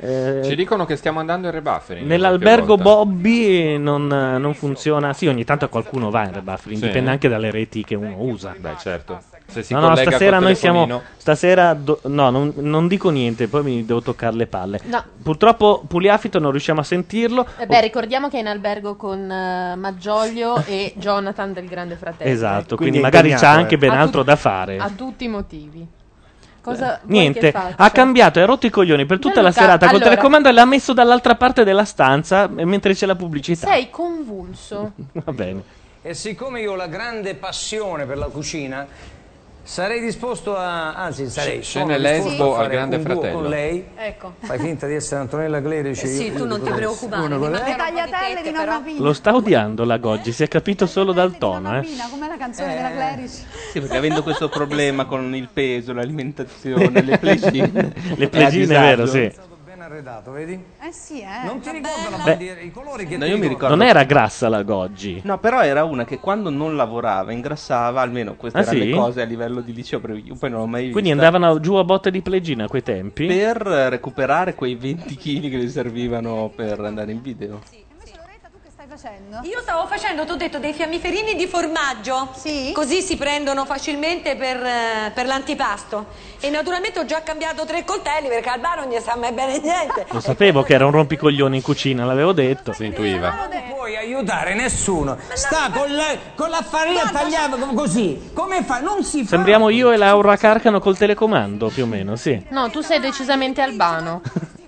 S3: Eh,
S4: Ci dicono che stiamo andando in rebuffering.
S3: Nell'albergo
S4: qualche volta.
S3: Bobby non, non funziona. Sì, ogni tanto qualcuno va in rebuffering,
S4: Sì.
S3: dipende anche dalle reti che uno usa.
S4: Beh, certo. Se si
S3: No, no,
S4: collega
S3: stasera
S4: col
S3: noi
S4: telefonino-
S3: siamo. Stasera. do- no, non, non dico niente, poi mi devo toccare le palle.
S5: No.
S3: Purtroppo Pugliafito non riusciamo a sentirlo.
S5: Eh Beh, ricordiamo che è in albergo con eh, Maggioglio e Jonathan del Grande Fratello.
S3: Esatto,
S16: Quindi
S3: quindi,
S16: è
S3: magari c'ha
S16: impegnato,
S3: anche
S16: eh.
S3: ben
S5: A
S3: altro
S5: tutti-
S3: da fare. Eh,
S5: A tutti i motivi. Cosa vuoi
S3: Niente,
S5: che
S3: ha
S5: faccia?
S3: cambiato, ha rotto i coglioni per tutta la
S5: Gianluca,
S3: serata col
S5: allora-
S3: telecomando e l'ha messo dall'altra parte della stanza eh, mentre c'è la pubblicità.
S5: Sei convulso.
S3: Va bene.
S11: E siccome io ho la grande passione per la cucina, sarei disposto a. anzi, sarei.
S4: Sc-
S11: sono
S4: scene
S11: disposto
S4: lesbo
S11: a fare
S4: al Grande
S11: un duo
S4: Fratello.
S11: con lei.
S7: Ecco.
S11: Fai finta di essere Antonella Clerici.
S7: Eh sì,
S11: io-
S7: tu
S11: io
S7: non ti
S11: dico questo.
S7: preoccupare,
S11: Uno con
S7: mi
S11: lei.
S7: manca-
S12: Le tagliatelle di Nonna Pina.
S3: Lo sta odiando la Goggi, si è capito solo dal tono. Eh.
S12: Pina, com'è la canzone della Clerici?
S6: Sì, perché avendo questo problema con il peso, l'alimentazione, le plegine.
S3: Le plegine,
S6: è a
S3: vero,
S6: disagio.
S3: sì.
S11: Ben arredato, vedi?
S12: Eh sì, eh.
S11: Non ti ricordo la
S3: Beh.
S11: bandiera, i colori che
S6: No,
S11: ti
S6: io mi ricordo-
S3: Non era grassa la Goggi.
S6: No, però era una che quando non lavorava, ingrassava, almeno queste
S3: Ah,
S6: erano
S3: sì?
S6: le cose a livello di liceo, perché io poi non l'ho mai
S3: Quindi
S6: vista.
S3: andavano giù a botte di plegina a quei tempi.
S6: per eh, recuperare quei 20 kg che gli servivano per andare in video.
S12: Stai facendo?
S7: Io stavo facendo, ti ho detto, dei fiammiferini di formaggio. Sì. Così si prendono facilmente per, eh, per l'antipasto. E naturalmente ho già cambiato tre coltelli perché al bar non gli sa mai bene niente.
S3: Lo sapevo che era un rompicoglioni in cucina, l'avevo detto. Si
S11: intuiva. Non puoi aiutare nessuno. Sta con la, con la farina tagliata co- così. Come fa? Non si fa.
S3: Sembriamo io e Laura Carcano col telecomando, più o meno, sì.
S5: No, tu sei decisamente albano.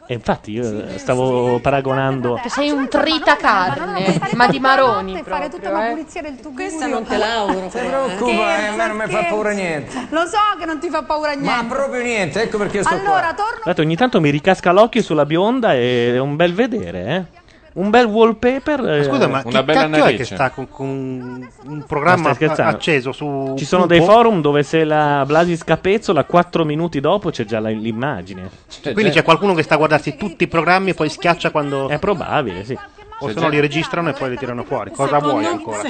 S3: E infatti io stavo paragonando...
S5: Sei un trita carne, ma di maroni. eh.
S12: e fare tutta la pulizia del tuo Questa
S5: non te l'auguro,
S11: Ti
S7: eh.
S11: preoccupare, Eh? a me non mi fa paura niente.
S12: Lo so che non ti fa paura niente.
S11: Ma proprio niente, ecco perché sto qua.
S12: Allora, torno
S3: Guardate, ogni tanto mi ricasca l'occhio sulla bionda e è un bel vedere, eh. Un bel wallpaper. eh.
S15: Scusa, ma chi cacchio è che sta con, con un- un programma
S3: Ma stai scherzando?
S15: acceso su
S3: Ci sono
S15: Cubo?
S3: dei forum dove se la Blasi scapezzola 4 minuti dopo c'è già la- l'immagine.
S15: Quindi c'è qualcuno che sta a guardarsi tutti i programmi e poi schiaccia quando...
S3: È probabile, sì.
S15: O
S3: C'è
S15: se
S3: già-
S15: no li registrano e poi li tirano fuori. Cosa vuoi
S13: Secondo-
S15: ancora?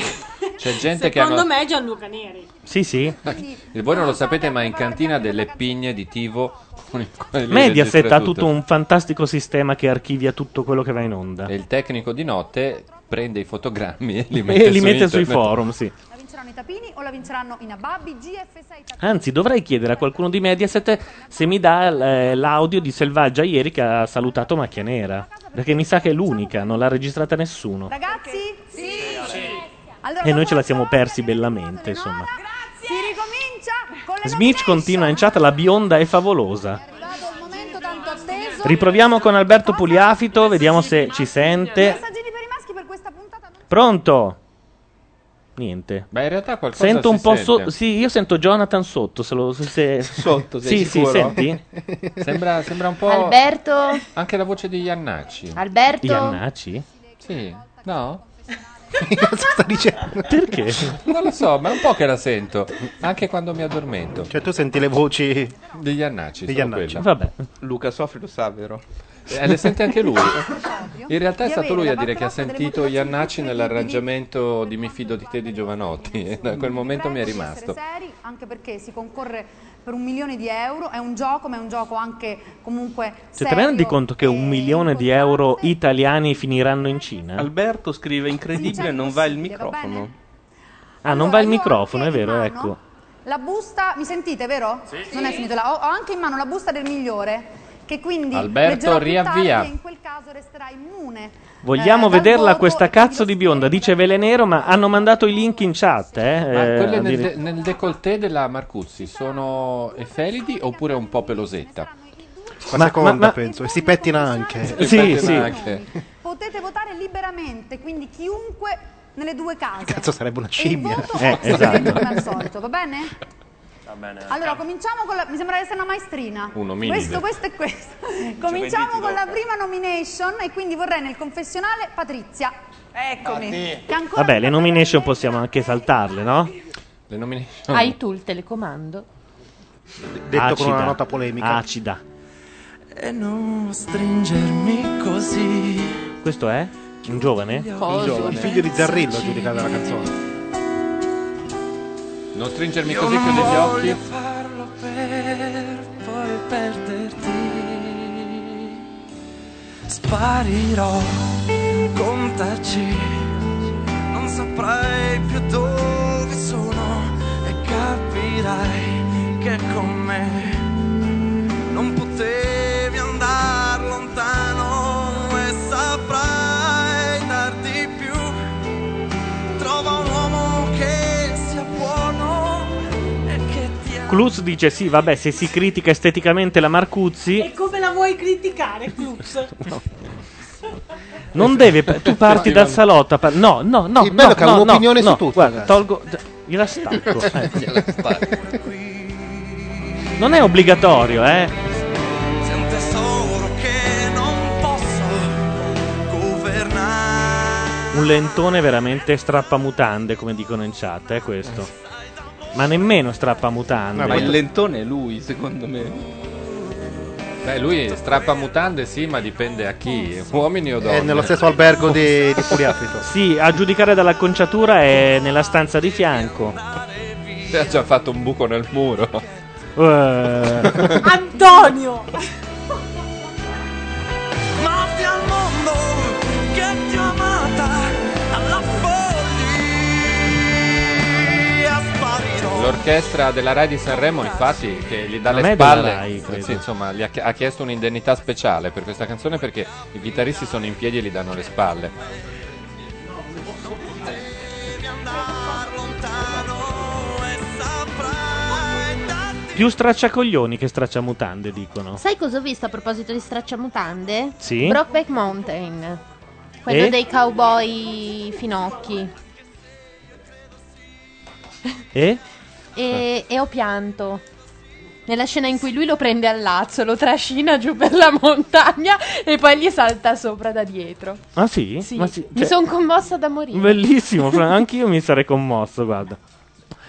S4: C'è gente che
S13: Secondo
S4: hanno...
S13: me è Gianluca Neri.
S3: Sì, sì.
S4: Voi non lo sapete, ma in cantina delle pigne di Tivo... con il quale lui
S3: Mediaset
S4: registra
S3: ha tutto un fantastico sistema che archivia tutto quello che va in onda.
S4: E il tecnico di notte prende i fotogrammi e li
S3: E
S4: mette,
S3: li
S4: su
S3: mette sui
S4: internet.
S3: forum, sì.
S12: La vinceranno i tapini o la vinceranno i nababbi? GF6 tapini.
S3: Anzi, dovrei chiedere a qualcuno di Mediaset se mi dà eh, l'audio di Selvaggia ieri che ha salutato Macchia Nera. Perché mi sa che è l'unica, non l'ha registrata nessuno.
S12: Ragazzi? Sì. Allora,
S3: E noi ce la siamo persi bellamente, insomma.
S12: si ricomincia con le
S3: Smitch continua in chat, la bionda è favolosa.
S12: nomination. Un momento tanto atteso.
S3: Riproviamo con Alberto Pugliafito, vediamo se ci sente.
S12: Messaggini per i maschi per questa puntata.
S3: Pronto? Niente.
S4: Beh, in realtà qualcosa
S3: Sento
S4: si
S3: un po'
S4: sente.
S3: so- sì, io sento Jonathan sotto, se lo- se- se-
S4: Sotto,
S3: Sì,
S4: sei
S3: sì,
S4: sicuro?
S3: senti?
S4: Sembra, sembra un po'...
S22: Alberto?
S4: Anche la voce di Iannacci.
S22: Alberto?
S3: Iannacci?
S4: Sì, no?
S15: sta dicendo?
S3: Perché?
S4: Non lo so, ma è un po' che la sento, anche quando mi addormento.
S15: Cioè tu senti le voci
S4: degli annacci,
S15: Degli
S4: sono
S15: Iannacci.
S4: quelle.
S3: Vabbè.
S6: Luca Sofri lo sa, vero?
S4: Eh, le sente anche lui. In realtà è stato lui a dire che ha sentito Iannacci nell'arrangiamento di Mi fido di te di Giovanotti e da quel momento mi è rimasto.
S12: seri, anche perché si concorre per un milione di euro, è un gioco, ma è un gioco anche comunque
S3: Cioè, te ne
S12: serio.
S3: rendi conto che un milione di euro italiani finiranno in Cina?
S6: Alberto scrive incredibile, non va il microfono.
S3: Ah, non va il microfono, è vero, ecco.
S12: La busta, mi sentite, vero? Sì. Non è finito là. Ho, ho anche in mano la busta del migliore che quindi
S3: Alberto,
S12: leggerò più tardi
S3: riavvia.
S12: e in quel caso resterà immune.
S3: Vogliamo
S12: Eh, dal
S3: vederla
S12: voto
S3: questa cazzo di bionda, dice Velenero, ma hanno mandato i link in chat, eh?
S4: Ma
S3: eh,
S4: quelle nel,
S3: addiri-
S4: de- nel decolleté della Marcuzzi sono efelidi oppure un po' pelosetta?
S15: La seconda, penso. E si pettina anche.
S4: Si pettina
S15: sì.
S4: anche.
S12: Potete votare liberamente, quindi chiunque nelle due case.
S15: Cazzo, sarebbe una scimmia.
S12: Eh, esatto. Come al solito, va bene?
S17: Va bene.
S12: Allora, cominciamo con la. Mi sembra di essere una maestrina.
S17: Un ominide.
S12: Questo, questo e questo.
S17: venditi
S12: cominciamo con la
S17: dopo.
S12: prima nomination e quindi vorrei nel confessionale Patrizia. Eccomi. Che ancora
S3: Vabbè, le nomination possiamo anche saltarle, no?
S4: Le
S3: Oh.
S4: nomination.
S40: Hai tu il telecomando?
S15: Detto con una nota polemica.
S3: Acida.
S20: E non stringermi così.
S3: Questo è? Un giovane?
S20: Cosa?
S15: Il figlio di Zarrillo è giudicato la canzone.
S4: Non stringermi
S20: Io
S4: così,
S20: non
S4: chiudi gli
S20: voglio
S4: occhi.
S20: farlo per poi perderti. Sparirò, contaci, non saprai più dove sono e capirai che con me non potevi andare lontano e saprai dar di più. Trova un uomo che sia buono e che ti ami.
S3: Cluz dice sì, vabbè, se si critica esteticamente la Marcuzzi,
S13: E come la vuoi criticare, Clux?
S3: non deve... Tu parti dal salotto... a par- no, no, no,
S15: Il bello
S3: no,
S15: che ha
S3: no,
S15: un'opinione
S3: no,
S15: su
S3: no,
S15: tutto,
S3: Guarda,
S15: ragazzi.
S3: tolgo... Gliela stacco. ecco. Non è obbligatorio, eh?
S20: Sei un tesoro che non posso governare.
S3: Un lentone veramente strappamutande, come dicono in chat, è questo. Ma nemmeno strappamutande.
S6: ma il lentone è lui, secondo me.
S4: Beh, lui strappa mutande, sì, ma dipende a chi, uomini o donne.
S15: È nello stesso albergo di, di Pugliafito.
S3: Sì, a giudicare dall'acconciatura è nella stanza di fianco.
S4: Ha già fatto un buco nel muro.
S3: Eh.
S13: Antonio!
S20: Mafia al mondo che ti ho amata alla follia sparirò.
S4: L'orchestra della Rai di Sanremo, infatti, che gli dà
S3: Non
S4: le
S3: è della
S4: spalle,
S3: Rai, credo.
S4: sì, insomma, gli ha, ha chiesto un'indennità speciale per questa canzone perché i chitarristi sono in piedi e gli danno le spalle.
S3: Più stracciacoglioni che stracciamutande, dicono.
S5: Sai cosa ho visto a proposito di stracciamutande?
S3: Sì?
S5: Brokeback Mountain. Quello
S3: E?
S5: dei cowboy finocchi.
S3: Eh?
S5: E, e ho pianto. Nella scena in cui lui lo prende al lazzo, lo trascina giù per la montagna e poi gli salta sopra da dietro.
S3: Ah sì?
S5: Sì,
S3: Ma sì,
S5: mi
S3: cioè-
S5: sono commossa da morire.
S3: Bellissimo, fra- anche io mi sarei commosso, guarda.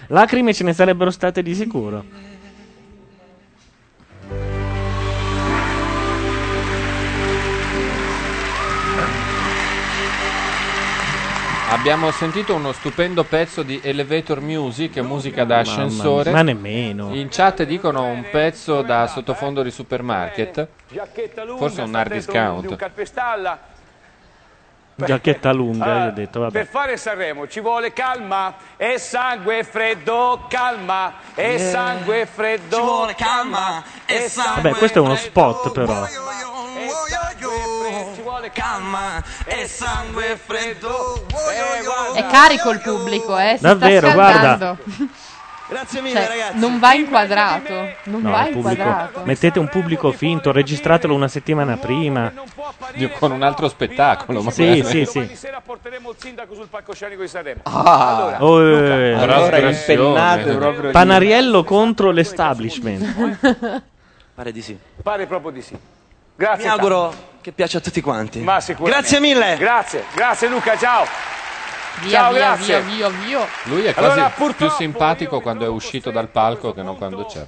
S3: Lacrime ce ne sarebbero state di sicuro.
S4: Abbiamo sentito uno stupendo pezzo di Elevator Music, musica da
S3: Mamma
S4: ascensore.
S3: mia, ma nemmeno.
S4: In chat dicono un pezzo da sottofondo di supermarket.
S9: Giacchetta lunga,
S4: Forse un
S9: sta
S4: hard
S9: dentro un- di un
S4: discount.
S9: calpestalla.
S3: Giacchetta lunga,
S9: Allora,
S3: io ho detto, vabbè.
S9: Per fare Sanremo ci vuole calma e sangue freddo, calma e
S4: Eh.
S15: Yeah.
S9: sangue freddo.
S15: Ci vuole calma e sangue
S3: Vabbè, questo è uno spot però.
S9: Ci vuole calma e
S15: sangue freddo.
S41: È carico il pubblico, eh. Si
S3: Davvero,
S41: sta
S3: guarda.
S41: Grazie mille,
S5: Cioè,
S41: ragazzi. Non va inquadrato. Non
S3: No,
S41: va
S3: il pubblico.
S41: inquadrato.
S3: Mettete un pubblico finto, registratelo una settimana prima.
S4: Con un altro spettacolo. ma
S3: Sì,
S4: quello-
S3: sì, sì.
S9: Stasera porteremo il sindaco sul palcoscenico di Sanremo.
S3: Ah,
S9: allora, Luca,
S3: eh,
S6: allora è impennato proprio lì.
S3: Panariello contro l'establishment.
S6: Pare di sì.
S9: pare proprio di sì. Grazie.
S6: Mi auguro
S9: tanto.
S6: che piaccia a tutti quanti.
S9: Ma sicuramente.
S6: Grazie mille.
S9: Grazie, grazie Luca, ciao.
S41: Via,
S9: ciao,
S41: via,
S9: grazie.
S41: via, via, via.
S4: Lui è
S9: Allora,
S4: quasi più simpatico quando è uscito dal palco che non quando c'è.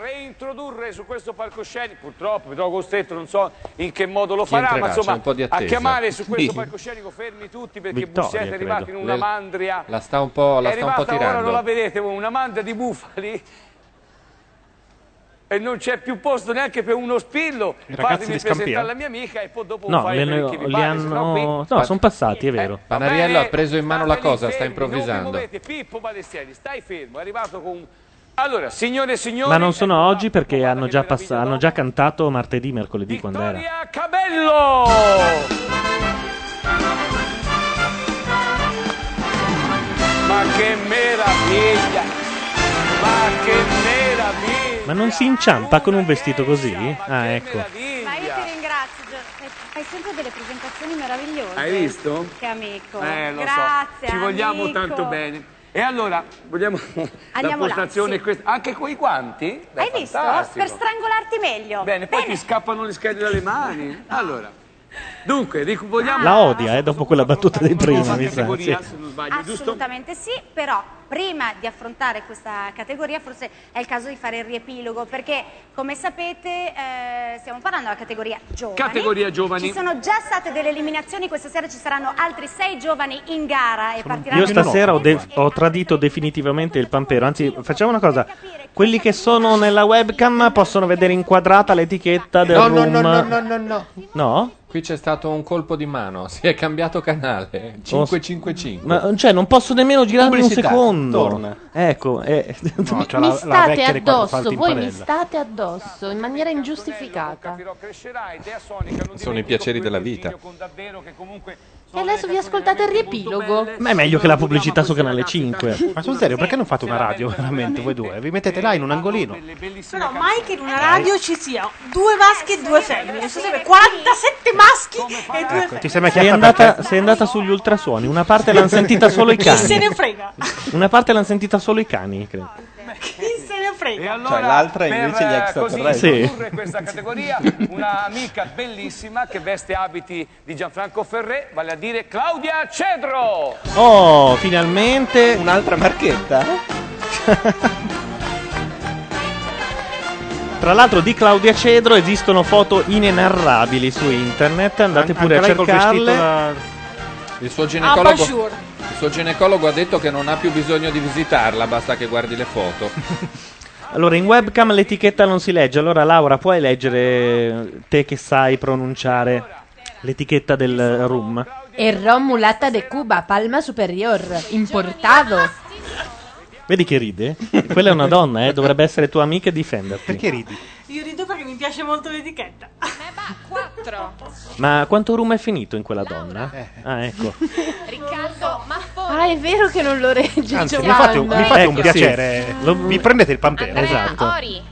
S9: reintrodurre su questo palcoscenico, purtroppo mi trovo costretto, non so in che modo lo
S4: Chi
S9: farà,
S4: entrerà?
S9: ma
S4: C'è
S9: insomma
S4: un po' di
S9: a
S4: attesa.
S9: chiamare su questo
S4: Sì.
S9: palcoscenico fermi tutti perché
S4: Vittoria,
S9: Bussetti è arrivato in
S4: credo.
S9: una
S4: Le-
S9: mandria.
S4: La sta un po', la
S9: è
S4: sta un po
S9: arrivata ora, non la
S4: tirando.
S9: vedete, voi, una mandria di bufali e non c'è più posto neanche per uno spillo.
S3: I ragazzi
S9: Fatemi
S3: di Scampia?
S9: presentare la mia amica e poi dopo
S3: No,
S9: fare
S3: le,
S9: quello che vi
S3: li
S9: pare, se no qui-
S3: hanno... No, sono passati, è vero.
S4: Panariello ha preso in mano la cosa, sta improvvisando.
S9: Muovete, Pippo Palestieri, stai fermo, è arrivato con... Allora, signore e signori,
S3: Ma non sono oggi perché hanno già, pass- hanno già cantato martedì, mercoledì, quando era.
S9: a Cabello! Ma che meraviglia! Ma che meraviglia!
S3: Ma non si inciampa con un vestito così? Ah, ecco.
S10: Ma io ti ringrazio, Gio- fai- fai sempre delle presentazioni meravigliose.
S9: Hai visto?
S10: Che amico.
S9: Eh, lo
S10: Ecco, Grazie.
S9: so, ci vogliamo
S10: amico.
S9: tanto bene. E allora, vogliamo
S10: Andiamo
S9: la
S10: là,
S9: postazione
S10: sì.
S9: questa. Anche quei quanti? Beh,
S10: Hai visto?
S9: fantastico.
S10: Per strangolarti meglio.
S9: Bene, poi ti scappano le schede dalle mani. Allora, dunque, ric- vogliamo...
S10: Ah.
S3: La odia, eh, dopo quella battuta di prima, mi sa.
S9: categoria,
S3: sì.
S9: se non
S10: Ah,
S9: sbaglio, giusto?
S10: Assolutamente sì, però prima di affrontare questa categoria forse è il caso di fare il riepilogo perché come sapete eh, stiamo parlando della categoria giovani.
S9: Categoria giovani.
S10: Ci sono già state delle eliminazioni, questa sera ci saranno altri sei giovani in gara e partiranno
S3: Io stasera ho, de- ho tradito definitivamente il pampero. Anzi, facciamo una cosa. Quelli che sono nella webcam possono vedere inquadrata l'etichetta del
S4: No, no,
S3: room.
S4: no, no, no,
S3: no,
S4: Qui c'è stato un colpo di mano, si è cambiato canale. 555.
S3: Ma cioè, non posso nemmeno girarmi un
S4: Pubblicità,
S3: secondo.
S4: torna.
S3: Ecco, eh.
S42: c'ha
S5: Mi state addosso, voi mi state addosso in maniera ingiustificata.
S4: Sono i piaceri della vita.
S5: E adesso vi ascoltate il riepilogo.
S3: Ma è meglio che la pubblicità su canale 5.
S42: Ma sul serio, perché non fate una radio veramente voi due? Vi mettete là in un angolino.
S13: Però mai che in una radio ci sia due maschi e due femmine. Non so se- 47 maschi e due
S42: Ecco,
S13: femmine.
S3: Ti sembra sei andata, sei andata sugli ultrasuoni. Una parte l'hanno sentita solo i
S13: Chi se
S3: cani.
S13: ne frega?
S3: Una parte l'hanno sentita solo i cani, credo.
S13: Chi se ne frega?
S15: Cioè,
S9: Allora,
S6: Cioè, l'altra
S9: per,
S6: invece gli
S9: eh,
S6: extraterrestri.
S9: Così
S6: Sì.
S9: introdurre questa categoria, un'amica bellissima che veste abiti di Gianfranco Ferré, vale a dire Claudia Cedro.
S3: Oh, finalmente.
S6: Un'altra marchetta?
S3: Tra l'altro di Claudia Cedro esistono foto inenarrabili su internet, andate pure a
S42: anche lei col
S3: cercarle.
S42: vestito da-
S4: Il suo
S13: Ah,
S4: ginecologo.
S13: Bashur.
S4: Il suo ginecologo ha detto che non ha più bisogno di visitarla, basta che guardi le foto.
S3: Allora, in webcam l'etichetta non si legge, allora Laura puoi leggere te che sai pronunciare l'etichetta del room?
S5: Erró mulata de Cuba, palma superior, importado.
S3: Vedi che ride? Quella è una donna, eh, dovrebbe essere tua amica e difenderti. Perché ridi?
S13: Io rido perché mi piace molto l'etichetta. Ma va, 4.
S43: Eh.
S3: Ma quanto room è finito in quella donna? Ah, ecco.
S44: Riccardo, ma forse
S5: Ah, è vero che non lo regge.
S43: Anzi, mi
S5: Giovanna.
S43: fate un, mi fate un
S3: Ecco,
S43: piacere.
S3: sì. Lo- Eh, esatto.
S43: Mi prendete il pampero.
S5: Ah,
S22: Ori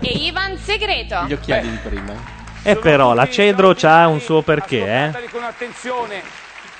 S22: e Ivan Segreto.
S6: occhiali di prima.
S3: E Eh, però la Cedro c'ha un suo perché, eh.
S9: Guardate con attenzione.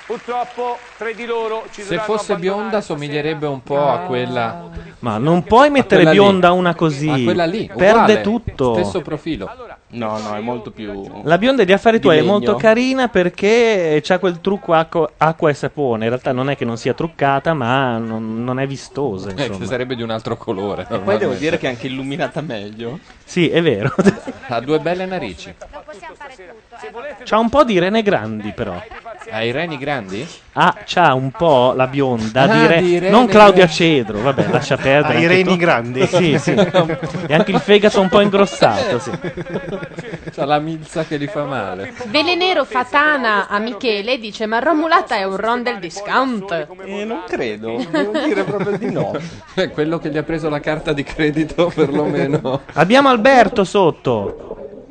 S9: Purtroppo tre di loro ci
S4: Se
S9: dovranno
S4: fosse bionda somiglierebbe un po' a quella eh,
S3: Ma non puoi mettere
S4: quella lì.
S3: bionda una così.
S4: a quella lì,
S3: Perde
S4: uguale,
S3: tutto.
S4: Stesso profilo.
S6: No, no, è molto più
S3: La bionda di affari
S6: Di
S3: tuoi è
S6: legno.
S3: molto carina perché c'ha quel trucco acqua, acqua e sapone. In realtà non è che non sia truccata, ma non, non è vistosa.
S4: Eh,
S3: Insomma.
S4: che sarebbe di un altro colore.
S6: E poi devo dire che è anche illuminata meglio.
S3: Sì, è vero.
S4: ha due belle narici.
S10: eh,
S3: c'ha un po' di rene grandi, però.
S4: Ha i reni grandi?
S3: Ah, c'ha un po' la bionda di
S4: Ah,
S3: re-
S4: di rene
S3: Non Claudia
S4: grandi.
S3: Cedro, Oh, vabbè, lascia
S43: Ha
S3: perdere.
S43: Ah, i
S4: Ah,
S3: anche
S43: reni
S3: tu.
S43: grandi.
S3: Sì, sì. E anche il fegato un po' ingrossato, sì.
S4: C'ha la milza che gli fa male.
S5: Velenero Fatana a Michele dice: Ma Romulata è un ron del discount.
S4: non credo, devo dire proprio di no. È quello che gli ha preso la carta di credito, perlomeno.
S3: Abbiamo Alberto sotto.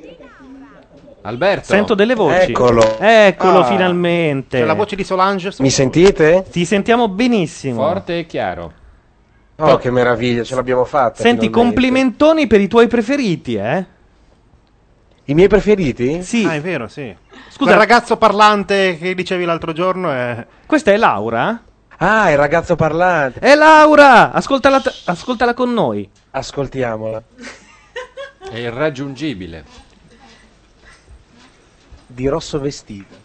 S4: Alberto.
S3: Sento delle voci.
S4: Eccolo.
S3: Eccolo
S4: Ah.
S3: finalmente.
S4: C'è la voce
S43: di Solange.
S3: Mi sentite? Ti sentiamo benissimo.
S4: Forte e chiaro.
S16: Oh, che meraviglia, ce l'abbiamo fatta.
S3: Senti,
S16: finalmente.
S3: complimentoni per i tuoi preferiti, eh?
S16: I miei preferiti?
S3: Sì.
S43: Ah, è vero, sì.
S3: Scusa-
S43: Scusa, il ragazzo parlante che dicevi l'altro giorno è.
S3: Questa è Laura?
S16: Ah, il ragazzo parlante.
S3: È Laura! Ascoltala, t- ascoltala con noi.
S16: Ascoltiamola.
S4: È irraggiungibile.
S16: Di rosso vestito.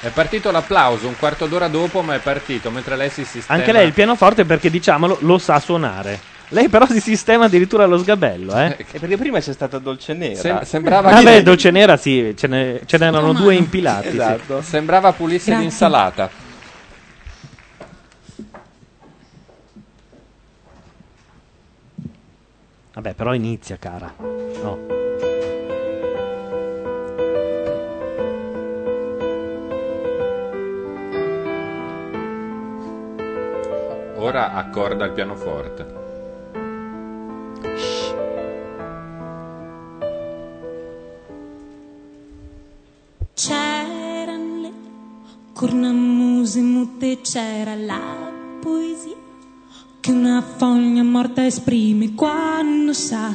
S4: È partito l'applauso un quarto d'ora dopo, ma è partito mentre lei si sistema.
S3: Anche lei il pianoforte perché, diciamolo, lo sa suonare. Lei però si sistema addirittura allo sgabello, eh?
S6: E perché prima c'è stata Dolce Nera.
S4: Sem- sembrava
S3: Vabbè,
S4: che-
S3: dolce nera sì, ce, ne- ce n'erano due impilati. sì.
S4: Esatto. Sembrava pulisse
S3: Grazie.
S4: l'insalata.
S3: Vabbè, però inizia, cara. No.
S4: Ora accorda il pianoforte.
S22: C'erano le cornamuse mute, c'era la poesia che una foglia morta esprime quando sa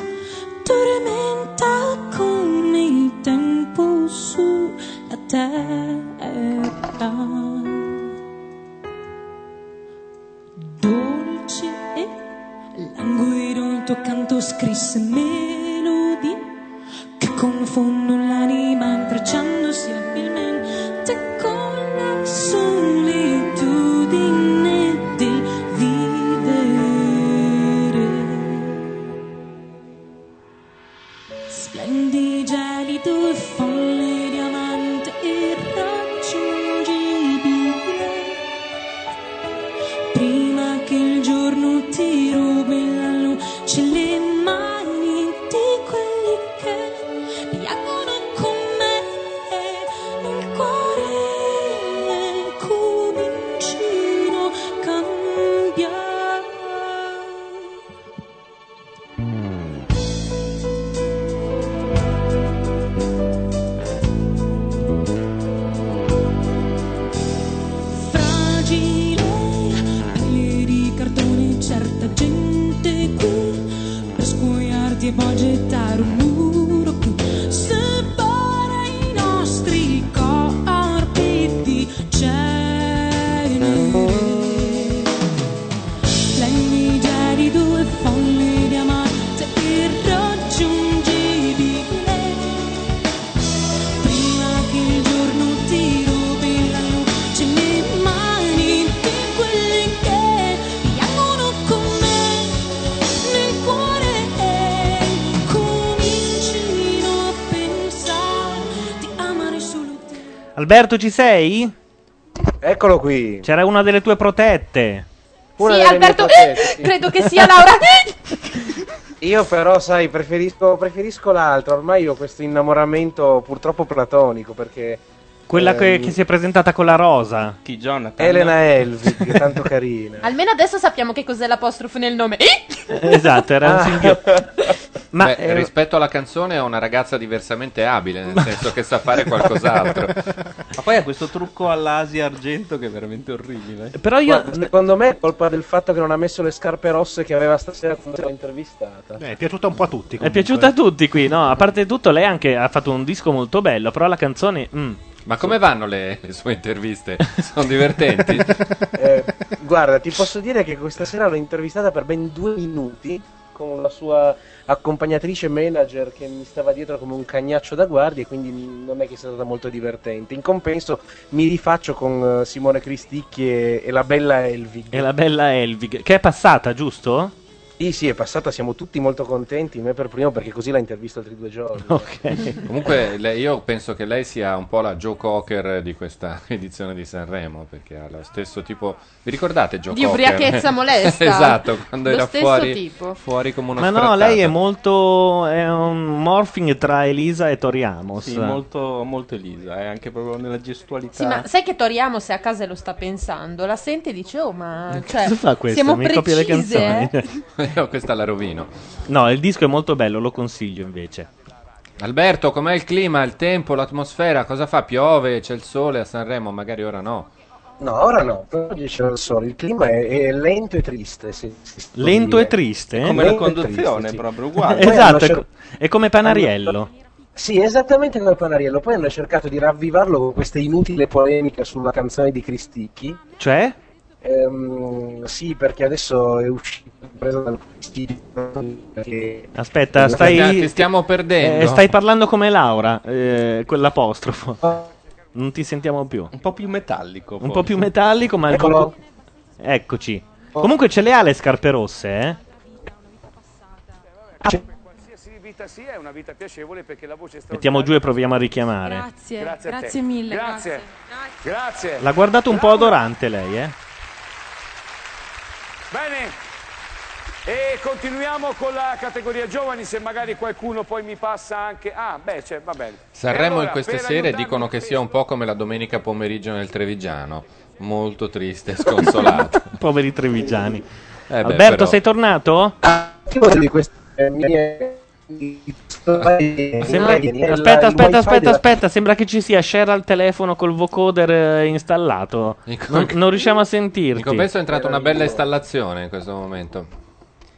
S22: tormenta con il tempo sulla terra. Dolce e languido il tuo canto scrisse melodie che confondono l'anima intrecciandosi abilmente con la solitudine del vivere. Splendi gelido e folle diamante irraggiungibile prima che il giorno ti rubi la luce le mani di quelli che piangono con me il cuore come un cino cambia fragile pelle di cartone certa gente qui per scuoiarti e poi gettare un muro che separa i nostri corpi di cenere Lenni gelido e folle di amante irraggiungibile prima che il giorno ti rubi la luce le mani di quelli che piangono con me nel cuore comincino a pensare di amare solo
S3: Alberto, ci sei?
S16: Eccolo qui.
S3: C'era una delle tue protette.
S16: Una
S3: Eh,
S5: sì,
S16: delle mie
S5: Alberto, eh,
S16: protette, sì.
S5: credo che sia Laura.
S16: Io però, sai, preferisco, preferisco l'altro. Ormai ho questo innamoramento purtroppo platonico perché...
S3: Quella che,
S16: ehm,
S3: che si è presentata con la rosa.
S6: Chi, Jonathan?
S16: Elena Elvig, tanto carina.
S5: Eh, Almeno adesso sappiamo che cos'è l'apostrofo nel nome.
S16: Ah.
S3: esatto, era un singhiozzo. Ah. Ma,
S4: Beh,
S3: eh,
S4: rispetto alla canzone è una ragazza diversamente abile, nel senso che sa fare qualcos'altro.
S6: Ma poi ha questo trucco all'Asia Argento che è veramente orribile.
S3: Però
S6: io-
S16: secondo me è colpa del fatto che non ha messo le scarpe rosse che aveva stasera quando l'ho intervistata.
S45: Beh, Eh, è piaciuta un po' a tutti.
S3: È piaciuta a tutti qui, no? A parte tutto, lei anche ha fatto un disco molto bello, però la canzone. mm.
S4: Ma come vanno le, le sue interviste? Sono divertenti?
S16: Eh, guarda, ti posso dire che questa sera l'ho intervistata per ben due minuti con la sua accompagnatrice manager che mi stava dietro come un cagnaccio da guardia e quindi non è che sia stata molto divertente. In compenso mi rifaccio con eh, Simone Cristicchi e, e la bella Elvig.
S3: E la bella Elvig, che è passata, giusto?
S16: Sì, sì, è passata, siamo tutti molto contenti, me per primo perché così la intervisto altri due giorni.
S4: Comunque le- io penso che lei sia un po' la Joe Cocker di questa edizione di Sanremo, perché ha lo stesso tipo... Vi ricordate Joe
S5: Di
S4: Cocker?
S5: ubriachezza molesta.
S4: esatto, quando
S5: Lo
S4: era
S5: stesso
S4: fuori,
S5: tipo.
S4: fuori come uno
S3: Ma no,
S4: sfrattato.
S3: lei è molto. È un morphing tra Elisa e Tori Amos.
S6: Sì, molto, molto Elisa, eh, anche proprio nella gestualità.
S5: Sì, ma sai che Toriamo se a casa lo sta pensando, la sente e dice "Oh, ma cioè,
S3: Cosa fa questo?
S5: siamo
S3: Mi copia le
S5: precise,
S3: canzoni.
S5: eh?"
S4: Io questa la rovino.
S3: No, il disco è molto bello, lo consiglio invece.
S4: Alberto, com'è il clima, il tempo, l'atmosfera? Cosa fa? Piove? C'è il sole a Sanremo? Magari ora no.
S16: No, ora no, però oggi c'è il sole, il clima è, è lento e triste. se- se si può
S3: Lento
S16: dire.
S3: e triste. eh?
S16: Come la Lento e conduzione, triste, sì. proprio uguale. Poi hanno
S3: esatto, è,
S16: scelto-
S3: co- è come Panariello.
S16: Sì, esattamente come Panariello. Poi hanno cercato di ravvivarlo con queste inutili polemiche sulla canzone di Cristicchi.
S3: Cioè?
S16: Ehm, sì, perché asso è uscito preso dal Cristicchi. perché-
S3: Aspetta, stai.
S4: Ti stiamo perdendo.
S3: Eh, stai parlando come Laura, eh, quell'apostrofo. Non ti sentiamo più.
S6: Un po' più metallico.
S3: Un po' più metallico, ma. il
S6: Eccolo.
S3: concu- Eccoci. Comunque ce le ha le scarpe rosse, eh?
S9: Qualsiasi vita sia è una vita piacevole perché la voce è
S3: Mettiamo giù e proviamo a richiamare.
S9: Grazie, a te.
S11: grazie mille,
S9: Grazie. grazie.
S3: L'ha guardato un po' odorante lei, eh?
S9: Bene, e continuiamo con la categoria giovani, se magari qualcuno poi mi passa anche... Ah, beh, cioè, va bene.
S4: Sanremo
S9: E allora,
S4: in queste
S9: per
S4: sere
S9: aiutarmi-
S4: dicono che sia un po' come la domenica pomeriggio nel Trevigiano. Molto triste e sconsolata.
S3: Poveri trevigiani.
S4: beh,
S3: Alberto,
S4: però.
S3: sei tornato?
S16: Che voglio di queste mie...
S3: Sembra-
S16: Nella-
S3: aspetta,
S16: il wifi
S3: aspetta, aspetta,
S16: della-
S3: aspetta, sembra che ci sia share al telefono col vocoder eh, installato. Non, non riusciamo a sentirti.
S4: In compenso è entrata una bella installazione in questo momento.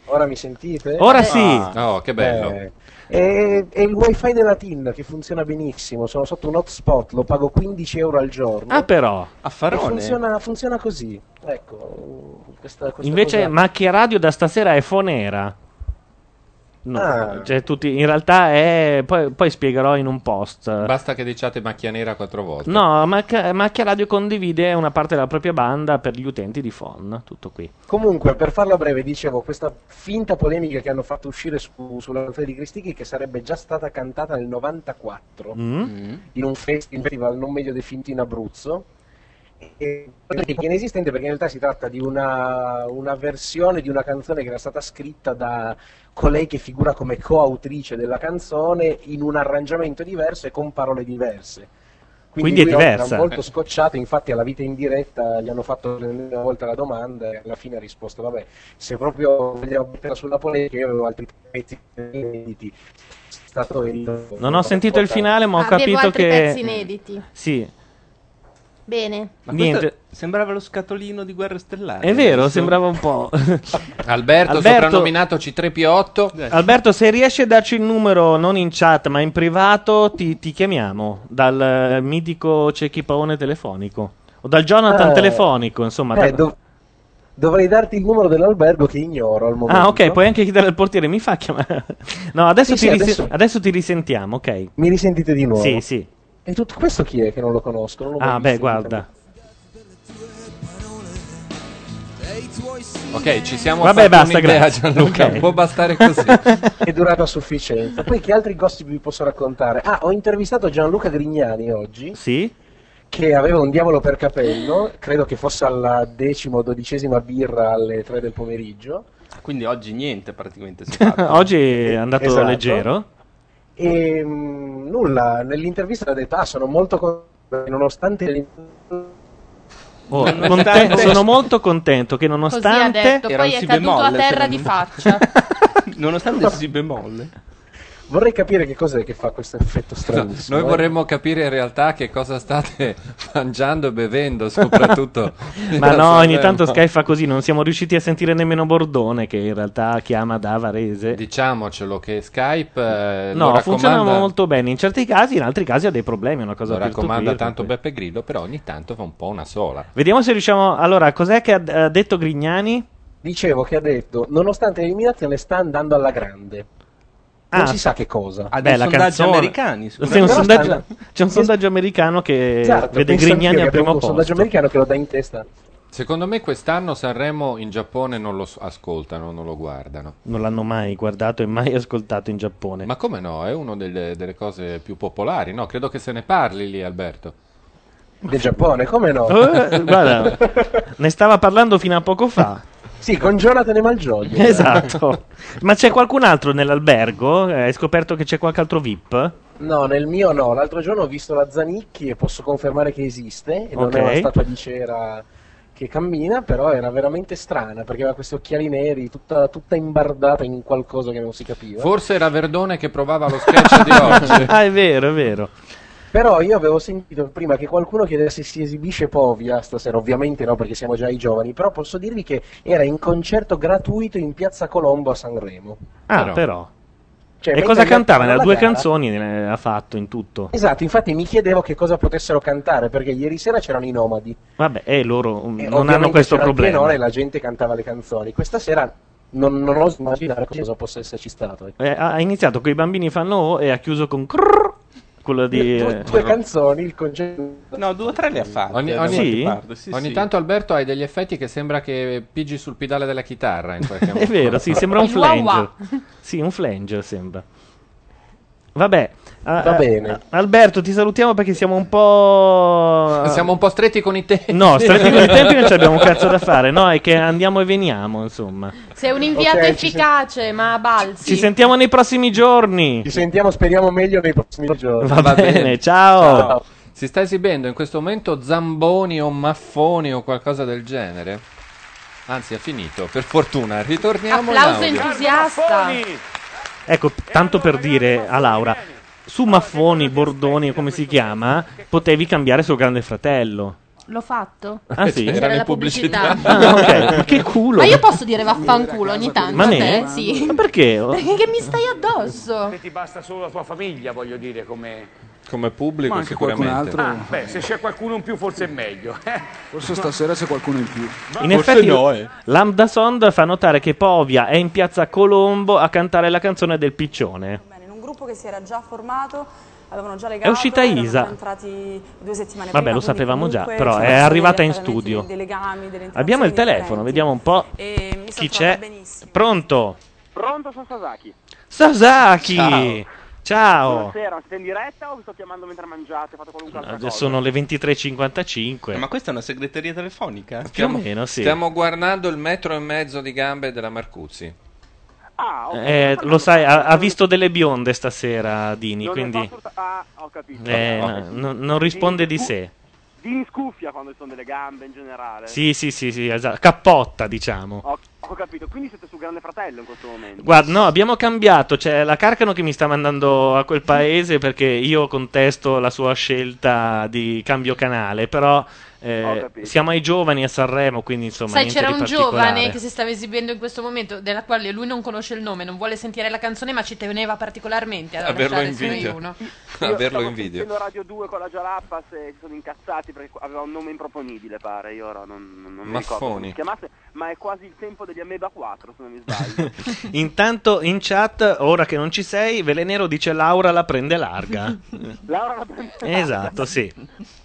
S16: Ora mi sentite?
S3: Ora sì.
S4: Ah, oh, che bello.
S16: Eh, È, è il wifi della TIN che funziona benissimo, sono sotto un hotspot, lo pago 15 euro al giorno.
S3: Ah, però.
S16: E funziona, funziona così. Ecco, eh, questa- questa
S3: Invece
S16: cosa-
S3: Macchia Radio da stasera è fonera. No,
S16: Ah.
S3: cioè, tutti, in realtà è... Poi, poi spiegherò in un post.
S4: Basta che diciate macchia nera quattro volte.
S3: No, Mac- Macchia Radio condivide una parte della propria banda per gli utenti di FON. Tutto qui.
S16: Comunque, per farla breve, dicevo, questa finta polemica che hanno fatto uscire su- sulla canzone di Cristichi che sarebbe già stata cantata nel 94
S3: Mm?
S22: Mm?
S16: in un fest- in un festival non meglio definito in Abruzzo. E- Perché è inesistente perché in realtà si tratta di una, una versione di una canzone che era stata scritta da colei che figura come coautrice della canzone in un arrangiamento diverso e con parole diverse.
S3: Quindi è
S16: lui oggi
S3: diversa.
S16: Era molto scocciato, infatti alla vita in diretta gli hanno fatto una volta la domanda e alla fine ha risposto, vabbè, se proprio vogliamo metterla sulla polemica io avevo altri pezzi inediti. È stato il-
S3: Non ho sentito il finale, ma ho
S5: Avevo
S3: capito
S5: altri
S3: che...
S5: pezzi inediti.
S3: Sì,
S5: Bene.
S6: Ma questo
S3: Niente.
S6: Sembrava lo scatolino di Guerre Stellari.
S3: è vero,
S6: adesso.
S3: sembrava un po'.
S4: Alberto, soprannominato C3P8.
S3: Alberto, se riesci a darci il numero non in chat ma in privato, ti, ti chiamiamo dal eh, mitico cecchi paone telefonico o dal Jonathan
S16: Eh.
S3: telefonico, insomma.
S16: Eh,
S3: da-
S16: dov- dovrei darti il numero dell'albergo che ignoro al momento.
S3: Ah, ok, puoi anche chiedere al portiere, mi fa chiamare. No, adesso,
S16: Sì,
S3: ti,
S16: sì,
S3: risen-
S16: adesso-
S3: adesso ti risentiamo, ok?
S16: Mi risentite di nuovo?
S3: Sì, sì.
S16: E tutto questo chi è che non lo conosco? Non l'ho mai
S3: Ah, beh,
S16: visto.
S3: guarda.
S4: Ok, ci siamo
S3: Vabbè,
S4: fatti
S3: basta,
S4: un'idea,
S3: grazie.
S4: Gianluca,
S3: Ok.
S4: può bastare così.
S16: È durato a sufficienza. Poi che altri gossip vi posso raccontare? Ah, ho intervistato Gianluca Grignani oggi.
S3: Sì?
S16: Che aveva un diavolo per capello, credo che fosse alla decima o dodicesima birra alle tre del pomeriggio.
S6: Quindi oggi niente praticamente si
S3: Oggi è andato
S16: Esatto.
S3: leggero.
S16: E mm, nulla, nell'intervista ha detto, ah, sono molto contento, nonostante le
S3: Oh,
S16: Nonostante-
S3: contento- sono molto contento che
S5: Così ha
S3: nonostante
S5: cioè, detto, poi è caduto a terra di faccia.
S6: Nonostante il si bemolle.
S16: Vorrei capire che cos'è che fa questo effetto stranissimo. eh.
S4: Noi vorremmo capire in realtà che cosa state mangiando e bevendo, soprattutto.
S3: Ma
S4: da
S3: no, ogni
S4: Sanremo.
S3: tanto Sky fa così, non siamo riusciti a sentire nemmeno Bordone che in realtà chiama da Varese.
S4: Diciamocelo che Skype eh,
S3: No,
S4: lo raccomanda,
S3: funziona molto bene in certi casi, in altri casi ha dei problemi, è una cosa
S4: lo
S3: peer-to-peer,
S4: raccomanda
S3: per
S4: tanto
S3: cui-
S4: Beppe Grillo, però ogni tanto fa un po' una sola.
S3: Vediamo se riusciamo. Allora, cos'è che ha d- ha detto Grignani?
S16: Dicevo che ha detto, nonostante eliminati ne sta andando alla grande. Non
S3: Ah.
S16: si sa che cosa.
S3: Beh, la canzone. Sì,
S16: Però
S3: un sondaggio-
S16: stanno-
S3: c'è un sondaggio americano che
S16: Esatto,
S3: vede
S16: penso
S3: Grignani
S16: anch'io
S3: al
S16: che abbiamo
S3: primo
S16: un sondaggio
S3: posto.
S16: americano che lo dà in testa.
S4: Secondo me quest'anno Sanremo in Giappone non lo s- ascoltano, non lo guardano.
S3: Non l'hanno mai guardato e mai ascoltato in Giappone.
S4: Ma come no? È una delle, delle cose più popolari, no? Credo che se ne parli lì, Alberto.
S16: Del Giappone, come no?
S3: Eh, guarda, ne stava parlando fino a poco fa.
S16: Sì, con Jonathan e Malgioglio.
S3: Esatto. Ma c'è qualcun altro nell'albergo? Eh, Hai scoperto che c'è qualche altro VIP?
S16: No, nel mio no. L'altro giorno ho visto la Zanicchi e posso confermare che esiste. E non
S3: Ok.
S16: è una statua di cera che cammina, però era veramente strana perché aveva questi occhiali neri, tutta, tutta imbardata in qualcosa che non si capiva.
S4: Forse era Verdone che provava lo sketch di oggi.
S3: ah, è vero, è vero.
S16: Però io avevo sentito prima che qualcuno chiedesse se si esibisce Povia stasera, ovviamente no perché siamo già i giovani, però posso dirvi che era in concerto gratuito in Piazza Colombo a Sanremo.
S3: Ah,
S16: Però.
S3: però.
S16: Cioè,
S3: e
S16: mentre
S3: cosa
S16: gli
S3: cantava?
S16: altri
S3: Ne ha
S16: alla
S3: due
S16: gara-
S3: canzoni ne ha fatto in tutto.
S16: Esatto, infatti mi chiedevo che cosa potessero cantare perché ieri sera c'erano i nomadi.
S3: Vabbè, eh, loro um,
S16: E
S3: non hanno
S16: ovviamente
S3: questo
S16: c'era il
S3: problema.
S16: pianone e la gente cantava le canzoni. Questa sera non, non oso immaginare cosa possa esserci stato. ecco.
S3: Eh, ha ha iniziato con i bambini fanno oh e ha chiuso con crrr, quello di... eh,
S16: Due, due canzoni, il concerto.
S6: No, due o tre le ha fatte.
S4: Ogni,
S6: da
S4: ogni-
S6: qualche parte, sì,
S4: ogni
S6: sì.
S4: tanto Alberto hai degli effetti che sembra che pigi sul pedale della chitarra in qualche modo.
S3: È vero, sì, sembra un flanger. Sì, un flanger sembra. Vabbè. ah,
S4: Va
S3: ah,
S4: bene.
S3: Alberto, ti salutiamo perché siamo un po'...
S4: Siamo un po' stretti con i tempi.
S3: No, stretti con i tempi non ci abbiamo un cazzo da fare, no? È che andiamo e veniamo, insomma.
S22: Sei un'inviata
S16: Ok, ci
S22: efficace, ma a balzi.
S3: Ci sentiamo nei prossimi giorni.
S16: Ci sentiamo, speriamo meglio nei prossimi giorni.
S3: Va, bene, ciao.
S4: Si sta esibendo in questo momento Zamboni o Maffoni o qualcosa del genere? Anzi, ha finito, per fortuna. Ritorniamo in
S22: Applauso
S4: audio.
S22: entusiasta.
S3: Ecco, tanto per dire a Laura, su Maffoni, Bordoni, come si chiama, potevi cambiare sul Grande Fratello.
S22: L'ho fatto?
S3: Ah, sì?
S22: C'era
S3: Era
S22: la
S3: in
S22: pubblicità.
S3: Ah, ok, ma che culo.
S22: Ma io posso dire vaffanculo ogni tanto
S3: Ma
S22: a
S3: me?
S22: te? Sì.
S3: Ma perché?
S22: Perché mi stai addosso?
S9: Se ti basta solo la tua famiglia, voglio dire, come...
S17: Come pubblico,
S9: Ma anche
S17: sicuramente.
S9: Ah, beh, se c'è qualcuno in più forse è meglio. eh. Forse
S27: stasera c'è qualcuno in più.
S3: In effetti, eh.
S9: eh.
S3: Lambda Sonda fa notare che Povia è in piazza Colombo a cantare la canzone del piccione.
S21: in un gruppo che si era già formato, avevano già legato.
S3: È uscita
S21: erano
S3: Isa.
S21: entrati due settimane
S3: Vabbè,
S21: prima,
S3: lo
S21: quindi
S3: sapevamo già,
S21: comunque
S3: però è
S21: c'erano
S3: arrivata
S21: degli
S3: in
S21: allenamenti,
S3: studio.
S21: dei legami, delle
S3: Abbiamo il telefono, vediamo un po'
S21: E mi sono
S3: chi
S21: trovata
S3: c'è. Pronto?
S7: Pronto, sono Sasaki.
S3: Sasaki!
S21: Ciao.
S3: Ciao!
S7: Buonasera, siete in diretta o vi sto chiamando mentre mangiate? Fate qualunque altra cosa? Eh,
S3: Sono le 23.55.
S6: Ah, Ma questa è una segreteria telefonica?
S3: Più o meno, sì.
S4: Stiamo guardando il metro e mezzo di gambe della Marcuzzi.
S3: Eh, lo sai, ha, ha visto delle bionde stasera
S7: Non
S3: Dini,
S7: ne so
S3: quindi
S7: assoluta- Ah, ho capito. Ah,
S3: eh,
S7: Ho capito.
S3: no- non risponde di sé.
S7: Dini scuffia quando ci sono delle gambe in generale.
S3: Sì, sì, sì, sì, esatto. Cappotta, diciamo.
S7: Ho, ho capito, quindi siete su Grande Fratello in questo momento.
S3: Guarda, no, abbiamo cambiato. C'è la Carcano che mi sta mandando a quel paese perché io contesto la sua scelta di cambio canale. Però eh,
S21: Ho capito.
S3: siamo ai giovani a Sanremo, quindi insomma.
S22: Sai,
S3: niente
S22: c'era
S3: di
S22: un
S3: particolare.
S22: giovane che si stava esibendo in questo momento, della quale lui non conosce il nome, non vuole sentire la canzone, ma ci teneva particolarmente ad
S4: Averlo in
S22: su Rai
S4: video.
S22: Uno.
S4: Averlo in
S7: Sentendo
S4: video.
S7: Radio 2 con la Jalappa se sono incazzati perché aveva un nome improponibile, pare. Io ora non, non, non mi ricordo come
S4: Maffoni.
S7: si chiamasse, ma è quasi il tempo degli Ameba 4, se non mi sbaglio.
S3: Intanto in chat, ora che non ci sei, Velenero dice Laura la prende larga.
S7: Laura la prende.
S3: esatto, sì.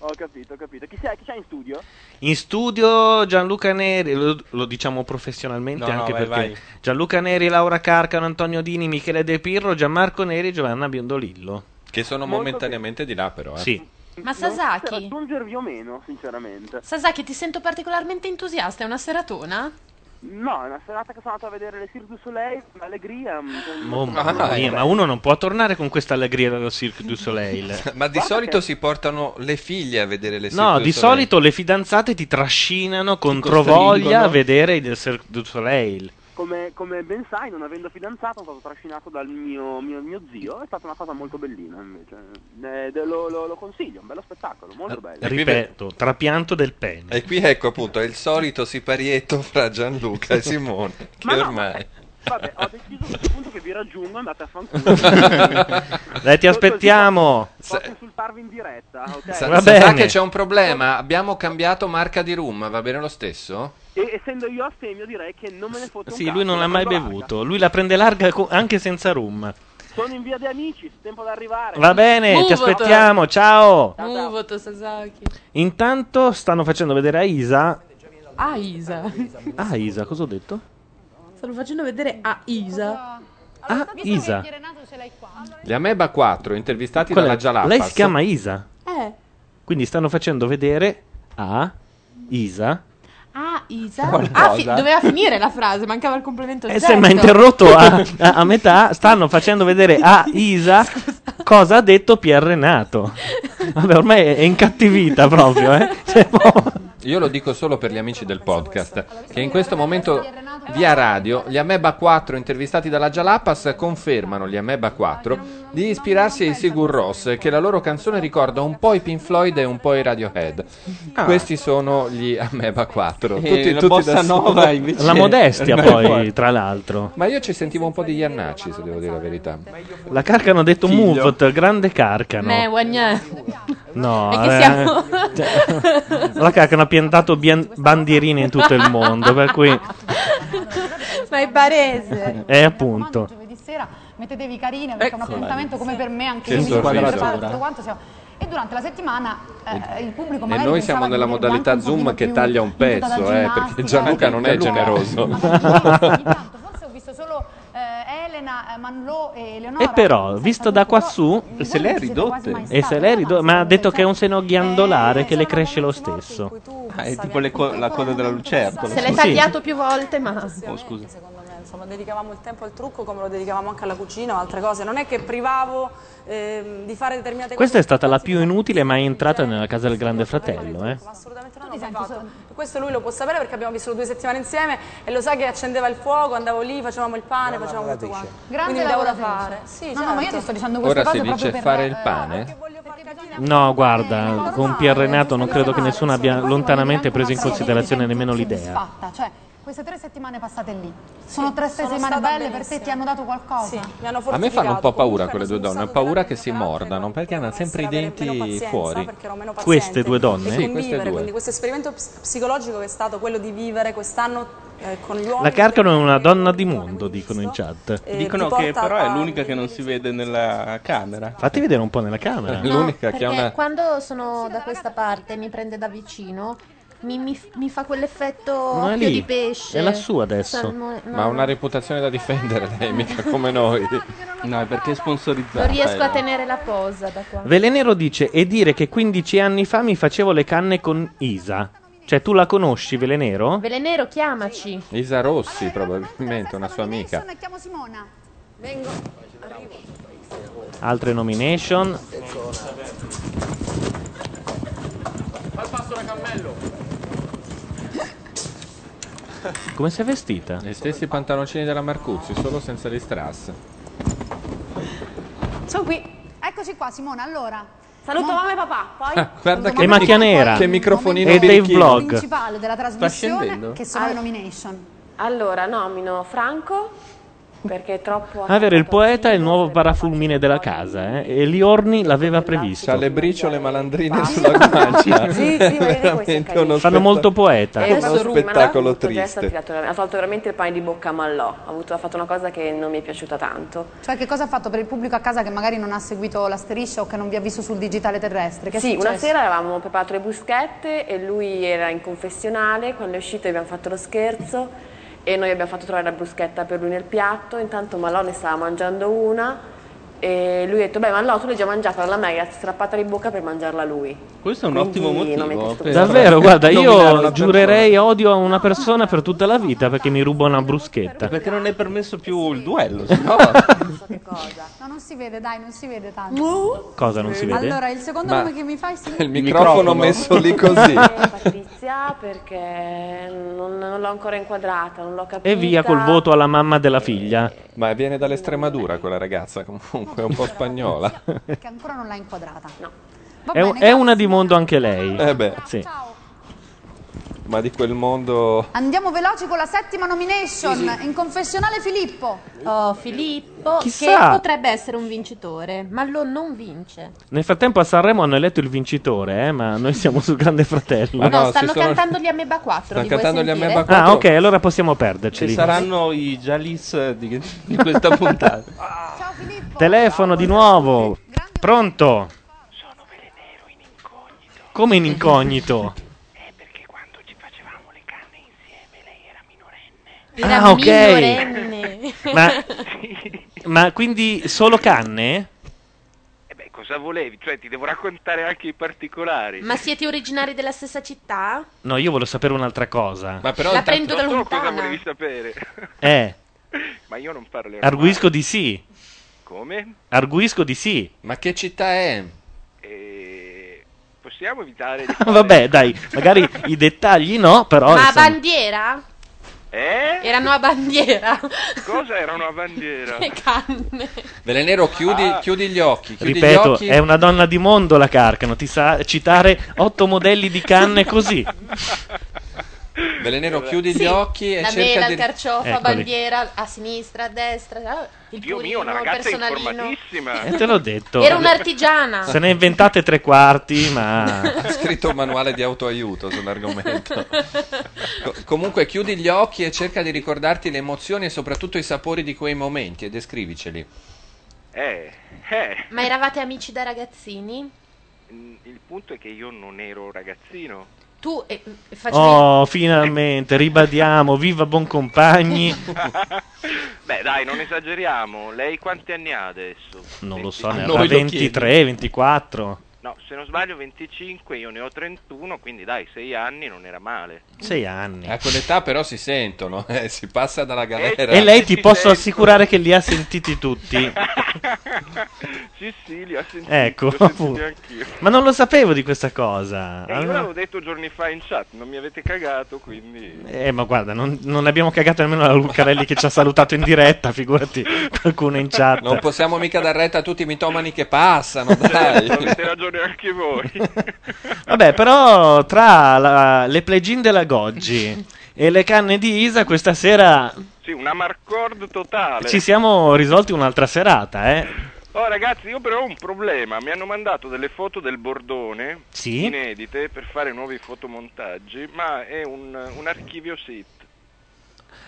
S7: Ho capito, ho capito. Chi c'è, chi c'è in studio?
S3: In studio Gianluca Neri, lo, lo diciamo professionalmente
S21: No, no,
S3: anche
S21: vai,
S3: perché
S21: vai.
S3: Gianluca Neri, Laura Carcano, Antonio Dini, Michele De Pirro, Gianmarco Neri e Giovanna Biondolillo.
S4: Che sono momentaneamente di là, però. Eh.
S3: Sì.
S22: Ma
S7: Non
S22: Sasaki?
S7: so se raggiungervi o meno, sinceramente.
S22: Sasaki, ti sento particolarmente entusiasta, è una seratona?
S7: No, è una serata che sono andato a vedere le Cirque du Soleil, un'allegria. un-
S3: Oh,
S7: un-
S3: mamma
S4: Ah,
S3: mia, ma uno non può tornare con questa allegria dello Cirque du Soleil.
S4: Ma di solito si portano le figlie a vedere le
S3: No,
S4: Cirque du
S3: di
S4: Soleil.
S3: solito le fidanzate ti trascinano
S4: costringono.
S3: controvoglia a vedere il Cirque du Soleil.
S19: come, come ben sai, non avendo fidanzato, sono stato trascinato dal mio, mio, mio zio. È stata una cosa molto bellina, invece. Eh, de- lo, lo- lo consiglio, è un bello spettacolo, molto bello.
S3: Ripeto, trapianto del pene.
S4: E qui ecco appunto è il solito siparietto fra Gianluca e Simone, che
S19: Ma no,
S4: ormai...
S19: Vabbè, ho deciso a questo punto che vi raggiungo, andate a fanculo.
S3: Dai, ti aspettiamo.
S19: Posso insultarvi in diretta, ok?
S4: Sa,
S3: Va
S4: sa- sa
S3: bene.
S4: che c'è un problema, abbiamo cambiato marca di rum, va bene lo stesso?
S19: E essendo io astemio direi che non me ne foto
S3: Sì,
S19: un
S3: lui
S19: cazzo,
S3: non l'ha
S19: la
S3: mai
S19: prendo
S3: bevuto. Lui la prende larga co- anche senza rum.
S19: larga. Sono in via di amici, tempo di arrivare.
S3: Va bene, ti aspettiamo. Ciao.
S46: Muvoto Sasaki.
S3: Intanto stanno facendo vedere a Isa.
S46: Ah, Isa.
S3: Ah, Isa, cosa ho detto?
S46: Stanno facendo vedere a Isa.
S3: Ah, Isa.
S4: Gli Ameba 4, intervistati
S3: Quella-
S4: dalla Jalapas.
S3: Lei si chiama Isa.
S46: Eh.
S3: Quindi stanno facendo vedere a Isa.
S46: Ah, Isa.
S3: Qualcosa.
S46: doveva finire la frase, mancava il complemento. certo.
S3: E Eh,
S5: Certo.
S3: se mi ha interrotto ah, a, a- a metà, stanno facendo vedere a Isa cosa ha detto Pier Renato. Vabbè, ormai è è incattivita proprio, eh. Cioè, po-
S4: Io lo dico solo per gli amici del podcast, che in questo momento via radio gli Ameba 4 intervistati dalla Jalapas confermano gli Ameba 4 di ispirarsi ai Sigur Ross, che la loro canzone ricorda un po' i Pink Floyd e un po' i Radiohead. Questi sono gli Ameba 4.
S6: Ah. E
S4: Tutti,
S6: Eh, la
S4: tutti
S6: bossa
S4: da
S6: nova
S4: solo.
S6: invece-
S3: la modestia,
S6: Ma
S3: poi,
S6: guarda.
S3: tra l'altro.
S4: Ma io ci sentivo un po' di Iannacci, se devo dire la verità.
S3: La Carcano ha detto
S4: Figlio.
S3: Move, grande Carcano.
S47: Me, guagna.
S3: No,
S47: È che
S3: eh,
S47: siamo-
S3: cioè, la Carcano ha piantato bian- bandierine in tutto il mondo, per cui
S12: Ma è barese.
S3: è appunto.
S12: Giovedì sera mettetevi carine perché è un
S4: Ecco.
S3: Eccola.
S12: appuntamento come per me anche
S3: Che
S12: io mi sono
S3: sorriso.
S12: preparata, tutto quanto siamo- E durante la settimana eh, il pubblico
S4: E
S12: magari
S4: noi
S12: pensava
S4: siamo
S12: di
S4: nella
S12: vedervi
S4: modalità
S12: anche un
S4: Zoom
S12: pochino
S4: che
S12: più
S4: taglia un
S12: venuta da
S4: pezzo, eh, perché
S12: ginnastica.
S4: Gianluca non è
S12: Gianluca.
S4: generoso.
S12: Forse ho visto solo eh, Elena, eh, Manlò e Eleonora.
S3: E però, visto da quassù,
S12: E se l'è ridotte.
S3: E se l'è ridotte, ma ha detto che è un seno ghiandolare che le cresce lo stesso.
S6: Ah, è tipo le co- la coda della lucertola.
S48: Se l'è
S3: Sì.
S48: tagliato più volte, ma.
S6: Oh, scusa.
S21: Secondo me, insomma, dedicavamo il tempo al trucco come lo dedicavamo anche alla cucina o altre cose. Non è che privavo ehm, di fare determinate
S3: Questa è
S21: cose.
S3: stata la più inutile mai entrata nella casa del Grande Fratello, eh.
S21: Ma assolutamente no, non l'ho fatto. Questo lui lo può sapere perché abbiamo vissuto due settimane insieme Eh, e lo sa che accendeva il fuoco, andavo lì, facevamo il pane, facevamo tutto quanto.
S12: Grande
S21: Quindi mi davo da
S12: lavoratrice.
S21: fare. Sì, certo.
S12: No, no, ma io ti sto dicendo queste
S4: Ora
S12: cose
S4: si
S12: proprio
S4: dice
S12: per
S4: fare
S12: eh,
S4: il pane.
S3: No, guarda, con Pier Renato non credo che nessuno abbia lontanamente preso in considerazione nemmeno l'idea.
S12: soddisfatta, cioè queste tre settimane passate lì sono tre
S21: sono
S12: settimane
S21: stata
S12: belle per
S21: benissimo.
S12: te, ti hanno dato qualcosa.
S21: Mi hanno
S4: A me fanno un
S21: fortificato.
S4: po' paura quelle due donne, ho paura che si mordano perché hanno sempre i denti fuori.
S21: perché ero meno paziente.
S4: Queste due donne?
S21: E
S4: Sì,
S21: convivere,
S4: queste due.
S21: Quindi questo esperimento ps- psicologico che è stato quello di vivere quest'anno eh, con gli uomini.
S3: La Carcano è una donna di mondo, dicono in chat.
S21: Eh,
S6: Dicono
S21: ti
S6: che
S21: porta
S6: però è
S21: a-
S6: l'unica che non si vede nella camera.
S3: Fatti vedere un po' nella camera.
S6: No, L'unica che
S47: Perché quando sono da questa parte mi prende da vicino, mi, mi- mi fa quell'effetto
S4: Non è
S47: occhio
S4: lì,
S47: di pesce.
S4: è lassù adesso.
S47: Salmone- no,
S4: Ma ha una reputazione da difendere lei, mica come noi.
S6: No, è perché è sponsorizzata.
S47: non riesco a tenere la posa da qua.
S3: Velenero dice e dire che 15 anni fa mi facevo le canne con Isa. Cioè, tu la conosci, Velenero?
S47: Velenero, chiamaci.
S4: Isa Rossi, probabilmente, una sua amica.
S12: Mi chiamo Simona. Vengo.
S3: Altre nomination.
S19: Fai il passo da cammello.
S3: Come si è vestita?
S4: Gli stessi pantaloncini della Marcuzzi, solo senza gli strass.
S12: Sono qui. Eccoci qua, Simona. Allora,
S49: Saluto
S12: Mo-
S49: mamma e papà, poi
S4: Ah, guarda
S3: E macchia nera.
S4: Che microfonino
S3: E dei
S4: birichino.
S3: vlog.
S12: principale della
S3: scendendo?
S12: trasmissione che sono
S5: Ah.
S12: le nomination.
S5: Allora nomino Franco perché è troppo
S3: Ah, vero, il poeta è il nuovo parafulmine della casa, eh? E Liorni l'aveva previsto.
S4: Ha le briciole malandrine sulla guancia.
S5: Ah. Sì, sì, ma io
S4: È
S5: dico
S4: veramente uno
S3: Fanno
S4: spettacolo-
S3: molto poeta.
S5: E adesso
S4: Uno
S5: Ruman ha
S4: spettacolo
S5: avuto gesto, ha
S4: triste.
S5: tirato- ha fatto veramente il pane di bocca a Mallò. Ha, avuto- ha fatto una cosa che non mi è piaciuta tanto.
S12: Cioè, che cosa ha fatto per il pubblico a casa che magari non ha seguito la striscia o che non vi ha visto sul digitale terrestre? Che è
S5: sì, una
S12: successo?
S5: sera avevamo preparato le bruschette e lui era in confessionale. Quando è uscito abbiamo fatto lo scherzo e noi abbiamo fatto trovare la bruschetta per lui nel piatto. Intanto Mallò ne stava mangiando una.
S50: E lui ha detto, beh, ma l'Otto già mangiata la Megat, strappata di bocca per mangiarla lui.
S19: Questo è un ottimo
S50: Quindi non
S19: motivo. per-
S3: Davvero, guarda,
S19: nominare una
S3: io giurerei odio a una persona per tutta la vita perché mi ruba una bruschetta.
S19: Perché non è permesso più il duello,
S12: No, non si vede, dai, non si vede tanto.
S3: Cosa non si vede?
S12: Eh, Allora, il secondo
S3: Ma-
S12: nome che mi fai Eh, si
S3: il microfono Eh, messo lì così.
S50: Patrizia perché non, non l'ho ancora inquadrata, non l'ho capita.
S3: E via col voto alla mamma
S12: Eh,
S3: della figlia.
S4: Ma viene dall'Estremadura quella ragazza, comunque, è un po' spagnola.
S12: che ancora non l'ha inquadrata. No.
S3: È, un- è una di mondo anche lei.
S4: Eh beh.
S3: Sì.
S4: Ma di quel mondo...
S12: Andiamo veloci con la settima nomination. In confessionale Filippo.
S5: Oh, Filippo,
S3: Chissà.
S5: che potrebbe essere un vincitore, ma lo non vince.
S3: Nel frattempo a Sanremo hanno eletto il vincitore, eh, ma noi siamo sul Grande Fratello.
S5: no, stanno cantando gli Ameba 4.
S19: Stanno
S5: li vuoi
S19: cantando gli
S5: sentire?
S19: Ameba
S3: Ah, ok, allora possiamo perderceli.
S19: Ci saranno i Jalis di, di questa puntata.
S3: Telefono di nuovo. Pronto? Sono Come in incognito?
S7: Era
S3: ah, ok.
S7: minorenne.
S3: Ma, ma quindi solo canne?
S6: Eh beh, cosa volevi? Cioè, ti devo raccontare anche i particolari.
S5: Ma siete originari della stessa città?
S3: No, io volevo sapere un'altra cosa. Ma
S5: La prendo da
S6: Non solo cosa
S5: lontana.
S6: volevi sapere.
S3: Eh,
S6: Ma io non parlerò.
S3: arguisco di sì.
S6: Come?
S3: Arguisco di sì.
S4: Ma che città è?
S6: Possiamo evitare di...
S3: Vabbè, dai, magari i dettagli no, però...
S5: ma a
S3: insomma.
S5: bandiera?
S6: Eh?
S5: Erano a bandiera.
S6: Cosa era una bandiera?
S5: Che canne.
S4: Velenero, chiudi,
S6: Ah.
S4: chiudi gli occhi. Chiudi gli
S3: Ripeto,
S4: occhi.
S3: è una donna di mondo la Carcano, ti sa citare otto modelli di canne così.
S4: Velenero, chiudi gli
S5: Sì,
S4: occhi e
S5: la
S4: cerca
S5: mela,
S4: di...
S5: il carciofo, a
S3: Eccoli.
S5: bandiera, a sinistra, a destra, ah, il
S6: Dio mio,
S5: purino,
S6: una
S5: il
S6: ragazza
S5: personalino.
S6: informatissima.
S3: Eh, te l'ho detto.
S5: Era un'artigiana.
S3: Se ne inventate tre quarti, ma...
S4: Ha scritto un manuale di autoaiuto sull'argomento. Co- comunque, chiudi gli occhi e cerca di ricordarti le emozioni e soprattutto i sapori di quei momenti e descriviceli.
S6: Eh, eh.
S5: Ma eravate amici da ragazzini?
S6: Mm, Il punto è che io non ero ragazzino.
S5: Tu eh, facevi...
S3: Oh, finalmente, ribadiamo, viva Boncompagni.
S6: Beh, dai, non esageriamo. Lei quanti anni ha adesso?
S3: Non lo so,
S6: A
S3: ne
S6: noi
S3: avrà
S6: lo chiedi.
S3: 23, 24,
S6: No, se non sbaglio 25, io ne ho 31, quindi dai, 6 anni non era male.
S3: 6 anni.
S4: A quell'età però si sentono, eh, si passa dalla galera.
S3: E lei ti posso assicurare che li ha sentiti tutti.
S6: Sì, sì, li ho sentiti.
S3: Ecco,
S6: li ho sentiti
S3: appunto.
S6: anch'io.
S3: ma non lo sapevo di questa cosa.
S6: E io l'avevo detto giorni fa in chat, non mi avete cagato, quindi...
S3: Eh, ma guarda, non, non abbiamo cagato nemmeno la Lucarelli che ci ha salutato in diretta, figurati qualcuno in chat.
S4: Non possiamo mica dar retta a tutti i mitomani che passano, dai.
S6: Certo, Avete ragione anche voi.
S3: Vabbè, però tra la- le play-in della Goggi e le canne di Isa questa sera
S6: Sì, una marcord totale.
S3: ci siamo risolti un'altra serata, eh?
S6: Oh ragazzi, io però ho un problema. Mi hanno mandato delle foto del Bordone
S3: Sì.
S6: inedite per fare nuovi fotomontaggi, ma è un, un archivio SIT.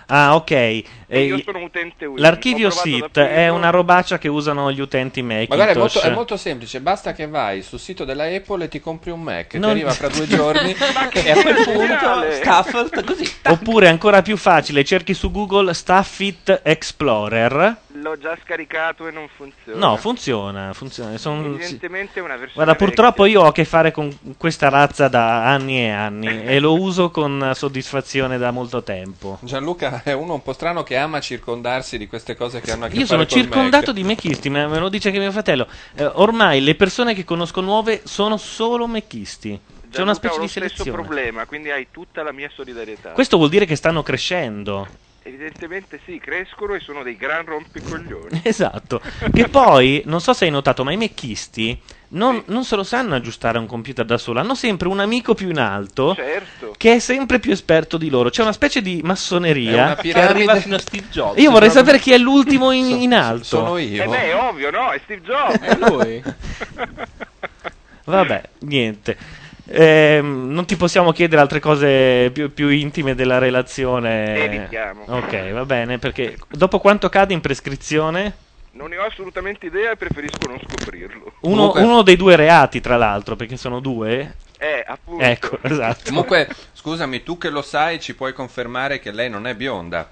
S3: Ah, ok. Eh,
S6: io sono un utente Windows,
S3: L'archivio
S4: ho provato
S3: SIT
S4: ad aprirlo.
S3: è una robaccia che usano gli utenti Macintosh.
S4: Ma guarda, è molto, è molto semplice, basta che vai sul sito della Apple e ti compri un Mac, ti
S3: Non-
S4: arriva fra due giorni e
S19: a quel
S4: punto
S19: Stafford, così.
S3: Oppure ancora più facile, cerchi su Google Staffit Explorer.
S6: L'ho già scaricato e non funziona.
S3: No, funziona, funziona. Son- sì.
S6: Evidentemente è una versione
S3: Guarda,
S6: vecchia.
S3: purtroppo io ho a che fare con questa razza da anni e anni e lo uso con soddisfazione da molto tempo.
S4: Gianluca è uno un po' strano che ama circondarsi di queste cose che hanno a che
S3: Io
S4: fare
S3: sono
S4: col
S3: circondato
S4: Mac.
S3: di mechisti, me me lo dice anche mio fratello. Eh, ormai le persone che conosco nuove sono solo mechisti. C'è
S6: Gianluca,
S3: una specie
S6: ho
S3: di
S6: lo stesso
S3: selezione.
S6: problema, quindi hai tutta la mia solidarietà.
S3: Questo vuol dire che stanno crescendo.
S6: Evidentemente sì, crescono e sono dei gran rompicoglioni.
S3: Esatto. Che poi, non so se hai notato, ma i mecchisti non, non se lo sanno aggiustare a un computer da solo. Hanno sempre un amico più in alto
S6: Certo.
S3: che è sempre più esperto di loro. C'è una specie
S19: È
S3: di
S19: una
S3: massoneria che
S19: piramide-
S3: arriva fino a Steve Jobs. Io vorrei sapere chi è l'ultimo in, in alto.
S4: sono
S6: Eh beh, è ovvio, no? È Steve Jobs. È
S19: lui.
S3: Vabbè, niente. Ehm, non ti possiamo chiedere altre cose più, più intime della relazione.
S6: Evitiamo.
S3: Ok, va bene, perché dopo quanto cade in prescrizione?
S6: Non ne ho assolutamente idea e preferisco non scoprirlo.
S3: Uno, uno dei due reati, tra l'altro, perché sono due.
S6: Eh, appunto.
S3: Ecco, esatto.
S4: Comunque, scusami, tu che lo sai, ci puoi confermare che lei non è bionda.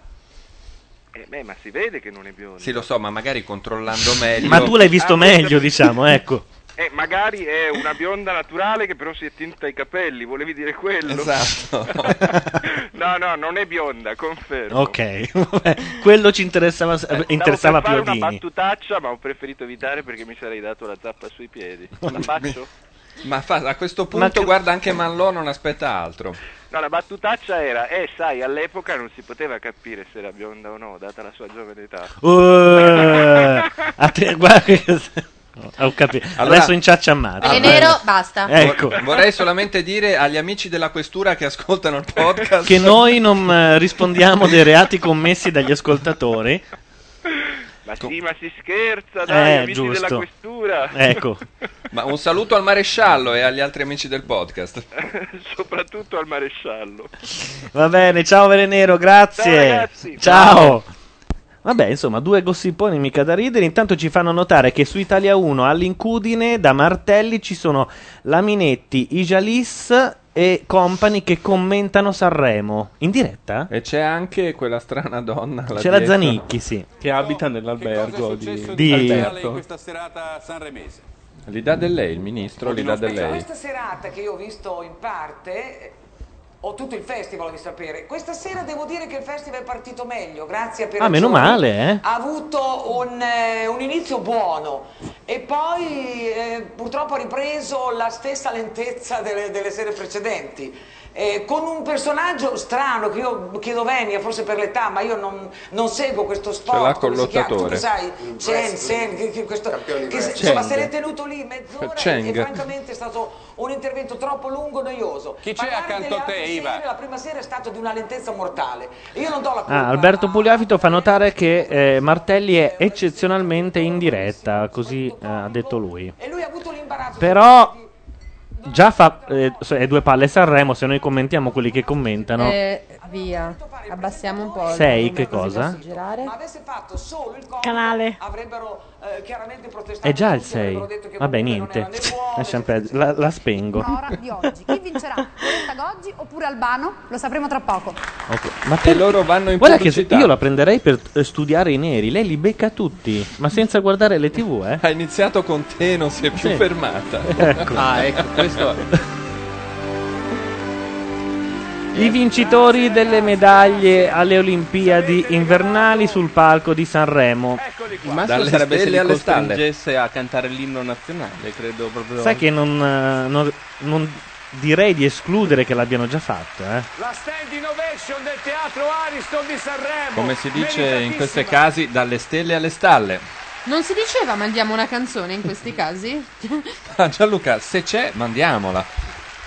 S24: Eh, beh, ma si vede che non è biondo.
S4: Sì, lo so, ma magari controllando meglio.
S3: Ma tu l'hai visto
S24: Ah,
S3: meglio, diciamo, ecco.
S24: Eh, magari è una bionda naturale che però si è tinta i capelli, volevi dire quello?
S4: Esatto.
S24: no, no, non è bionda, confermo.
S3: Ok, vabbè, quello ci interessava, interessava più
S24: Eh, Stavo
S3: a
S24: per fare una
S3: Dini.
S24: battutaccia, ma ho preferito evitare perché mi sarei dato la zappa sui piedi. La faccio?
S4: Ma fa- a questo
S24: Ma
S4: punto,
S24: che-
S4: guarda, anche Manlò non aspetta altro.
S24: No, la battutaccia era, eh, sai, all'epoca non si poteva capire se era bionda o no, data la sua giovane età.
S3: Uh, a te- guarda che- Ho capito.
S4: Allora-
S3: Adesso in chat a Mario.
S4: Allora-
S5: basta.
S3: Ecco.
S4: Vor- Vorrei solamente dire agli amici della questura che ascoltano il podcast
S3: Che noi non eh, rispondiamo dei reati commessi dagli ascoltatori.
S24: Ma sì, ma si scherza, dai,
S3: Eh,
S24: amici della
S3: giusto. Ecco.
S24: questura.
S4: Ma un saluto al maresciallo e agli altri amici del podcast.
S24: Soprattutto al maresciallo.
S3: Va bene, ciao Velenero, grazie.
S24: Ciao, ragazzi.
S3: Ciao. Vabbè, insomma, due gossiponi mica da ridere. Intanto ci fanno notare che su Italia 1 all'incudine da Martelli ci sono Laminetti, Ijalis e compagni che commentano Sanremo in diretta.
S4: E c'è anche quella strana donna.
S3: C'è la Zanicchi, sì.
S6: Che abita nell'albergo di,
S3: di
S6: Alberto.
S20: questa serata sanremese.
S4: Gli dà del lei, il ministro gli dà del lei.
S20: Questa serata che io ho visto in parte, eh, ho tutto il festival di sapere. Questa sera devo dire che il festival è partito meglio, grazie per
S3: Ah, meno male, eh.
S20: Ha avuto un, eh, un inizio buono e poi eh, purtroppo ha ripreso la stessa lentezza delle, delle sere precedenti. Eh, con un personaggio strano che io chiedo venia, forse per l'età, ma io non, non seguo questo sport.
S4: l'ha
S20: come si chiama?
S4: collottatore.
S20: Tu sai, Chen, Sen, che- che- questo, che se-
S4: wrestling.
S20: insomma, se
S4: Cheng.
S20: l'è tenuto lì mezz'ora e,
S4: Cheng.
S20: e francamente è stato un intervento troppo lungo e noioso. Chi c'è
S29: accanto a te, Iva?
S20: La prima sera è stata di una lentezza mortale. Io non do la colpa.
S3: Ah, Alberto Pugliafito fa notare che eh, Martelli è eccezionalmente in diretta, così eh, ha detto lui.
S20: E lui ha avuto l'imbarazzo.
S3: Però già fa eh, so- è due palle Sanremo, se noi commentiamo quelli che commentano.
S5: Eh, via, abbassiamo un po'. il
S3: Sei,
S5: volume
S3: che
S5: così
S3: cosa?
S5: posso girare.
S20: Canale. Avrebbero eh, chiaramente protestato.
S3: È già il
S20: tutti,
S3: 6.
S20: avrebbero detto che
S3: Vabbè,
S20: comunque non
S3: niente.
S20: era né buono,
S3: Lasciamo perdere. La, la spengo.
S12: Ora di oggi. Chi vincerà? Loretta Goggi oppure Albano? Lo sapremo tra poco.
S3: Ok, Ma per-
S4: loro vanno in
S3: Guarda
S4: pubblicità.
S3: che se- io la prenderei per eh, studiare i neri. Lei li becca tutti, ma senza guardare le tv, eh.
S4: Ha iniziato con te, non si è più
S3: Sì.
S4: fermata.
S3: Ecco.
S6: Ah, ecco, questo è.
S3: I vincitori delle medaglie alle Olimpiadi invernali sul palco di Sanremo.
S6: Il maschio
S4: Dalle
S6: sarebbe se
S4: stelle
S6: li
S4: alle stalle.
S6: costringesse a cantare l'inno nazionale, credo proprio.
S3: Sai che non, eh, non- non direi di escludere che l'abbiano già fatto, eh.
S9: La standing ovation del teatro Ariston di Sanremo.
S4: Come si dice in questi casi, dalle stelle alle stalle.
S5: Non si diceva mandiamo una canzone in questi casi?
S4: Ah, Gianluca, se c'è, mandiamola.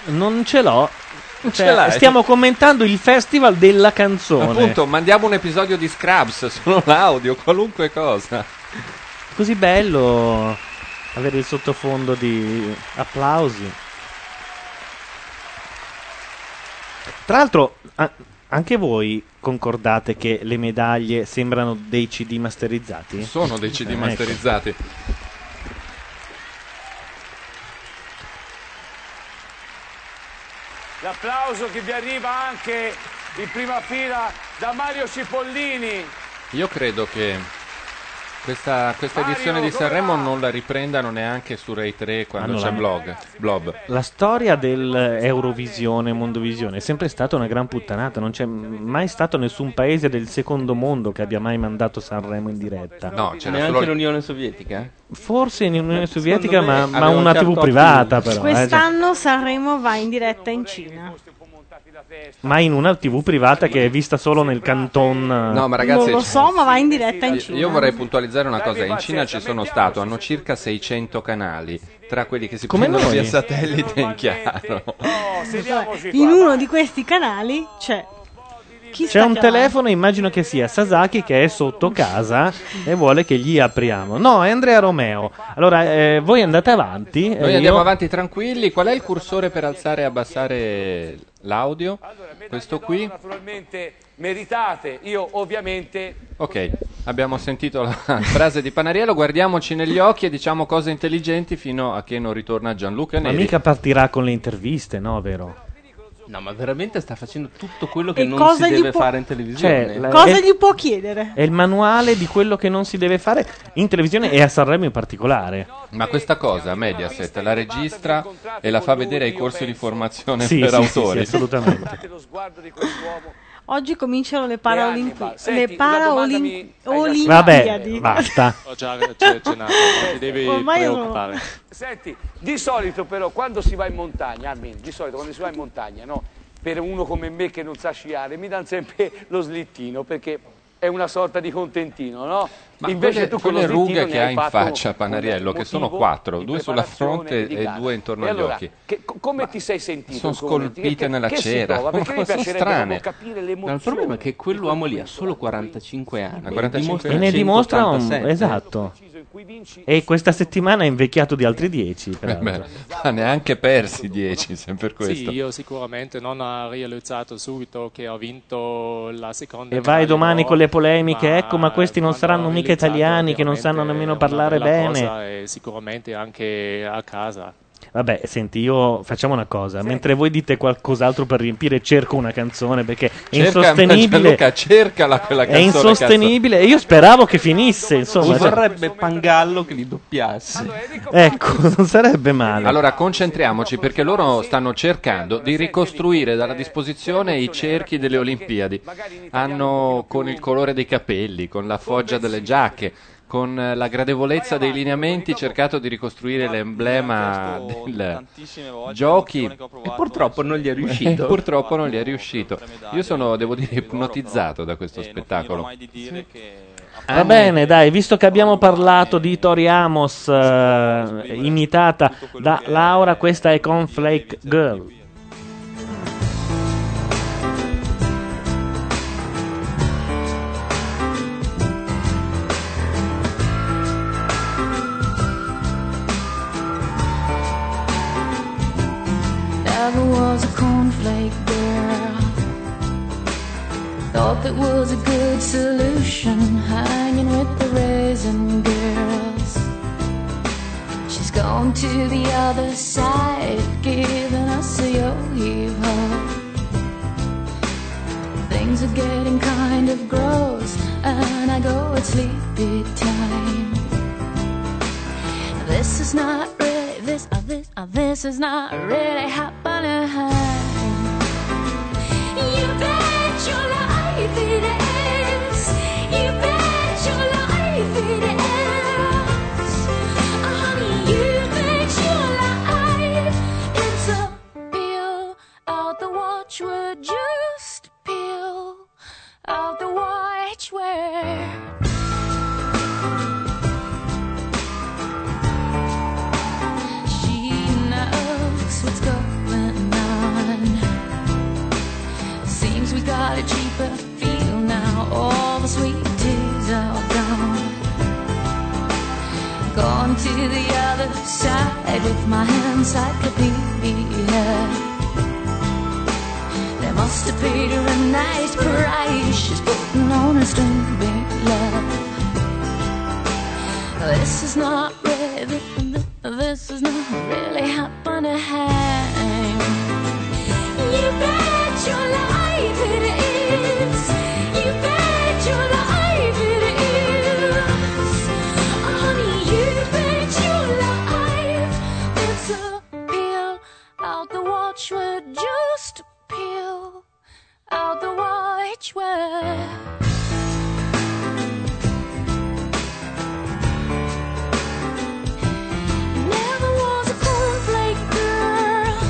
S3: Non ce l'ho.
S4: ce
S3: Cioè,
S4: l'hai.
S3: stiamo commentando il festival della canzone.
S4: Appunto, mandiamo un episodio di Scrubs, solo l'audio, qualunque cosa.
S3: Così bello avere il sottofondo di applausi. Tra l'altro, a- anche voi concordate che le medaglie sembrano dei CD masterizzati?
S4: Sono dei CD
S3: Eh, ecco.
S4: masterizzati.
S9: L'applauso che vi arriva anche in prima fila da Mario Cipollini.
S4: Io credo che questa, questa
S9: Mario,
S4: edizione di
S9: dove
S4: Sanremo non la riprendano neanche su Rai 3 quando
S3: Ah, no,
S4: c'è
S3: la-
S4: blog, Blob.
S3: La storia dell'Eurovisione, Mondovisione, è sempre stata una gran puttanata. Non c'è mai stato nessun paese del secondo mondo che abbia mai mandato Sanremo in diretta.
S4: No, c'era
S6: Neanche
S4: solo il-
S6: l'Unione Sovietica?
S3: Forse in Unione
S6: Secondo
S3: Sovietica,
S6: me
S3: ma, ma
S6: avevano
S3: una
S6: già
S4: certo
S3: TV
S6: tolto-
S3: privata, però. eh, cioè-
S13: Quest'anno Sanremo va in diretta in Cina.
S3: ma in una TV privata che è vista solo nel canton. eh,
S4: No, ma ragazzi,
S13: non lo so, ma va in diretta in Cina.
S4: Eh, Io vorrei puntualizzare una cosa, in Cina ci sono stato, hanno circa 600 canali, tra quelli che si
S3: Come
S4: prendono
S3: noi.
S4: via satellite in chiaro.
S13: In uno di questi canali c'è. Chi
S3: C'è
S13: sta
S3: un
S13: chiamando?
S3: telefono, immagino che sia Sasaki che è sotto casa e vuole che gli apriamo. No, è Andrea Romeo. Allora, eh, voi andate avanti. eh,
S4: Noi
S3: io-
S4: andiamo avanti tranquilli, qual è il cursore per alzare e abbassare l'audio? Questo qui?
S9: Naturalmente meritate, io ovviamente
S4: Ok, abbiamo sentito la frase di Panariello, guardiamoci negli occhi e diciamo cose intelligenti fino a che non ritorna Gianluca
S3: Ma
S4: Neri.
S3: mica partirà con le interviste, no, vero?
S6: No, Ah, ma veramente sta facendo tutto quello che
S13: E
S6: non si
S13: cosa gli
S6: deve
S13: può-
S6: fare in televisione.
S3: Cioè, la-
S13: Cosa
S3: è-
S13: gli può chiedere?
S3: È il manuale di quello che non si deve fare in televisione e a Sanremo in particolare.
S4: Ma questa cosa Mediaset la registra e la fa vedere ai corsi di formazione
S3: Sì,
S4: per
S3: sì, sì,
S4: autori.
S3: sì, assolutamente.
S13: Oggi cominciano le paraolimpiadi. Le paraolimpiadi.
S3: Vabbè, basta.
S8: Ho Oh, già ce- cenato, non ti devi
S13: Ormai io-
S8: preoccupare.
S9: Senti, di solito però quando si va in montagna, almeno di solito quando si va in montagna, no? Per uno come me che non sa sciare, mi danno sempre lo slittino perché è una sorta di contentino, no?
S4: Ma quelle,
S9: con lo
S4: quelle rughe
S9: slittino
S4: che
S9: ne
S4: ha in
S9: fatto
S4: faccia
S9: un
S4: Panariello, che sono
S9: motivo
S4: quattro,
S9: di
S4: due sulla
S9: preparazione
S4: fronte
S9: di
S4: e
S9: gara.
S4: due intorno
S9: E
S4: agli
S9: allora,
S4: occhi.
S9: che- co- come ti sei sentito?
S4: sono
S9: Come ti-
S4: scolpite
S9: che-
S4: nella
S9: che si
S4: cera,
S9: prova? Perché mi
S6: cose
S9: piacerebbe
S6: strane.
S9: proprio capire
S6: Ma il
S9: l'emozione.
S6: problema è che quell'uomo lì ha solo 45 anni.
S3: e ne dimostra un esatto. E questa settimana è invecchiato di altri 10.
S4: Eh beh, ma neanche persi 10, sempre questo.
S8: Sì, io sicuramente non ho realizzato subito che ho vinto la seconda
S3: E vai
S8: medaglia
S3: domani
S8: d'oro,
S3: con le polemiche, ecco, ma questi non saranno
S8: ho
S3: mica
S8: realizzato
S3: italiani che non sanno nemmeno
S8: una
S3: parlare
S8: bella
S3: bene.
S8: cosa e sicuramente anche a casa.
S3: Vabbè, senti, io facciamo una cosa. Mentre voi dite qualcos'altro per riempire, cerco una canzone perché è
S4: Cerca-
S3: insostenibile.
S4: Gianluca, cercala quella
S3: È
S4: canzone.
S3: insostenibile. Io speravo che finisse, insomma. cioè-
S6: vorrebbe Pangallo che li doppiasse.
S3: ecco, non sarebbe male.
S4: Allora concentriamoci perché loro stanno cercando di ricostruire dalla disposizione i cerchi delle Olimpiadi. Hanno con il colore dei capelli, con la foggia delle giacche, con eh, la gradevolezza dei lineamenti cercato di ricostruire l'emblema del giochi e
S6: purtroppo non gli è riuscito.
S4: purtroppo non gli è riuscito. Io sono devo dire ipnotizzato da questo spettacolo.
S3: Va bene, dai, visto che abbiamo parlato di Tori Amos, eh, imitata da Laura, questa è Conflake Girl.
S2: Never was a cornflake girl. Thought that was a good solution, hanging with the raisin girls. She's gone to the other side, giving us a yo-yo. Things are getting kind of gross, and I go at sleepy time. This is not really this uh, this uh, this is not really happening. You bet your life it ends. You bet your life it ends. Uh, honey, you bet your life it's a peel out the watchword. Just peel out the watchword. She knows what's going on. Seems we got a cheaper feel now. All the sweet tears are gone. Gone to the other side with my encyclopedia. They must have paid her a nice price. She's putting on a stupid love. This is not really, this is not really happening. You bet your life it is. You bet your life it is. Honey, you bet your life. It's a peel out the watchword. Just peel out the watchword. Never was a cornflake girl.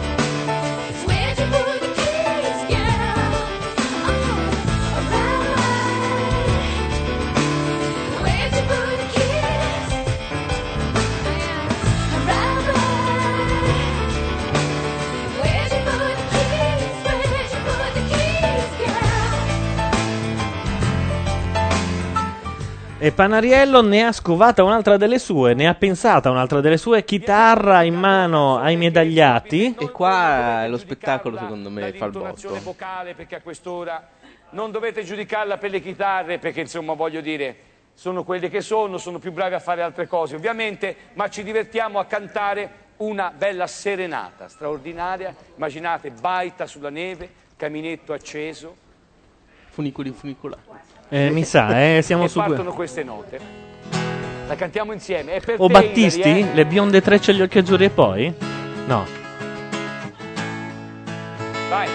S2: Oh,
S3: E Panariello ne ha scovata un'altra delle sue, ne ha pensata un'altra delle sue, chitarra in mano ai medagliati.
S6: E qua eh, lo spettacolo secondo me fa il
S9: Intonazione
S6: botto.
S9: vocale perché a quest'ora non dovete giudicarla per le chitarre perché insomma voglio dire sono quelle che sono, sono più bravi a fare altre cose ovviamente, ma ci divertiamo a cantare una bella serenata straordinaria. Immaginate baita sulla neve, caminetto acceso.
S6: Funicoli funicolari.
S3: Eh, mi sa, eh, siamo
S9: e
S3: su...
S9: partono queste note. La cantiamo insieme. È per
S3: O
S9: te, Ilari, eh.
S3: Oh, Battisti? Le bionde trecce agli occhi azzurri e poi? No.
S9: Vai.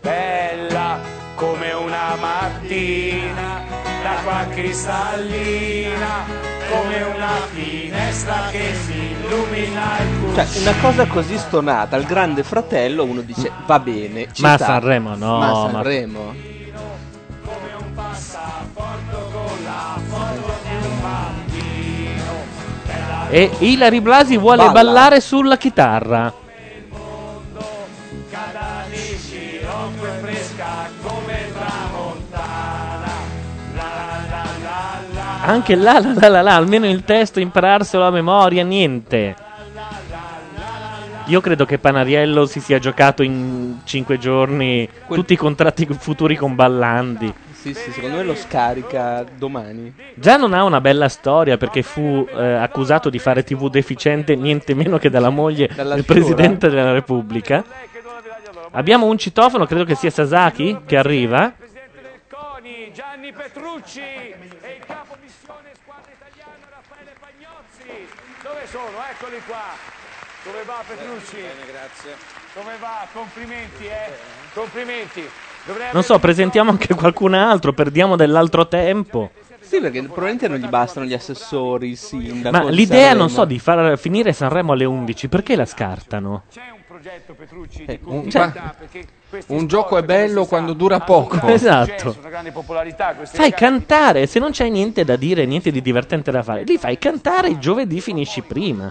S9: Bella come una mattina, la tua cristallina, come una finestra che si illumina il cuore.
S6: Cioè, una cosa così stonata, al grande fratello uno dice va bene. Ci
S3: Ma a
S6: sta.
S3: Sanremo
S6: Ma
S3: no, ma-
S6: a Sanremo.
S3: E Ilari Blasi vuole
S6: Balla.
S3: ballare sulla chitarra. Anche là, la la la la, almeno il testo, impararselo a memoria, niente. Io credo che Panariello si sia giocato in 5 giorni tutti i contratti futuri con Ballandi.
S6: Sì, sì, secondo me lo scarica domani.
S3: Già non ha una bella storia perché fu eh, accusato di fare TV deficiente niente meno che dalla moglie
S6: Dalla
S3: del
S6: signora.
S3: presidente della Repubblica. Abbiamo un citofono, credo che sia Sasaki, che arriva.
S9: Gianni Petrucci e il capo missione squadra italiana Raffaele Pagnozzi. Dove sono? Eccoli qua. Come va Petrucci? Bene, grazie. Come va? Complimenti, eh. Complimenti. Dovrei
S3: Non so, presentiamo anche qualcun altro, perdiamo dell'altro tempo.
S6: Sì, perché probabilmente non gli bastano gli assessori, il sindaco.
S3: Ma
S6: il
S3: l'idea, non so,
S6: Sanremo.
S3: di far finire Sanremo alle 11, perché la scartano?
S4: Eh, un,
S3: Cioè-
S4: ma- un gioco è bello quando dura poco.
S3: Esatto.
S9: una grande popolarità questi
S3: Fai
S9: ragazzi.
S3: cantare, se non c'è niente da dire, niente di divertente da fare, li fai cantare e giovedì finisci prima.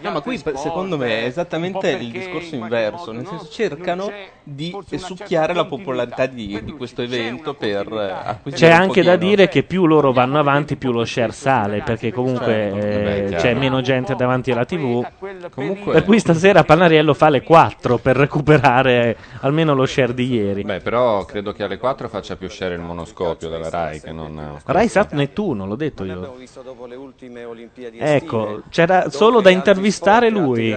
S6: No, ma qui per- secondo me è esattamente il discorso inverso, nel senso cercano di succhiare la popolarità di, di questo evento per eh, acquisire
S3: C'è
S6: un
S3: anche da
S6: pochino.
S3: dire che più loro vanno avanti, più lo share sale, perché comunque
S6: Certo, vabbè,
S3: eh,
S6: chiaro.
S3: c'è meno gente davanti alla TV.
S4: Comunque-
S3: Per cui stasera Panariello fa le 4 per recuperare eh, almeno lo share di ieri.
S4: Beh, però credo che alle 4 faccia più share il monoscopio della Rai che non...
S3: Rai Sat Nettuno, l'ho detto io.
S14: visto dopo le ultime Olimpiadi
S3: Ecco, c'era solo da intervistare lui.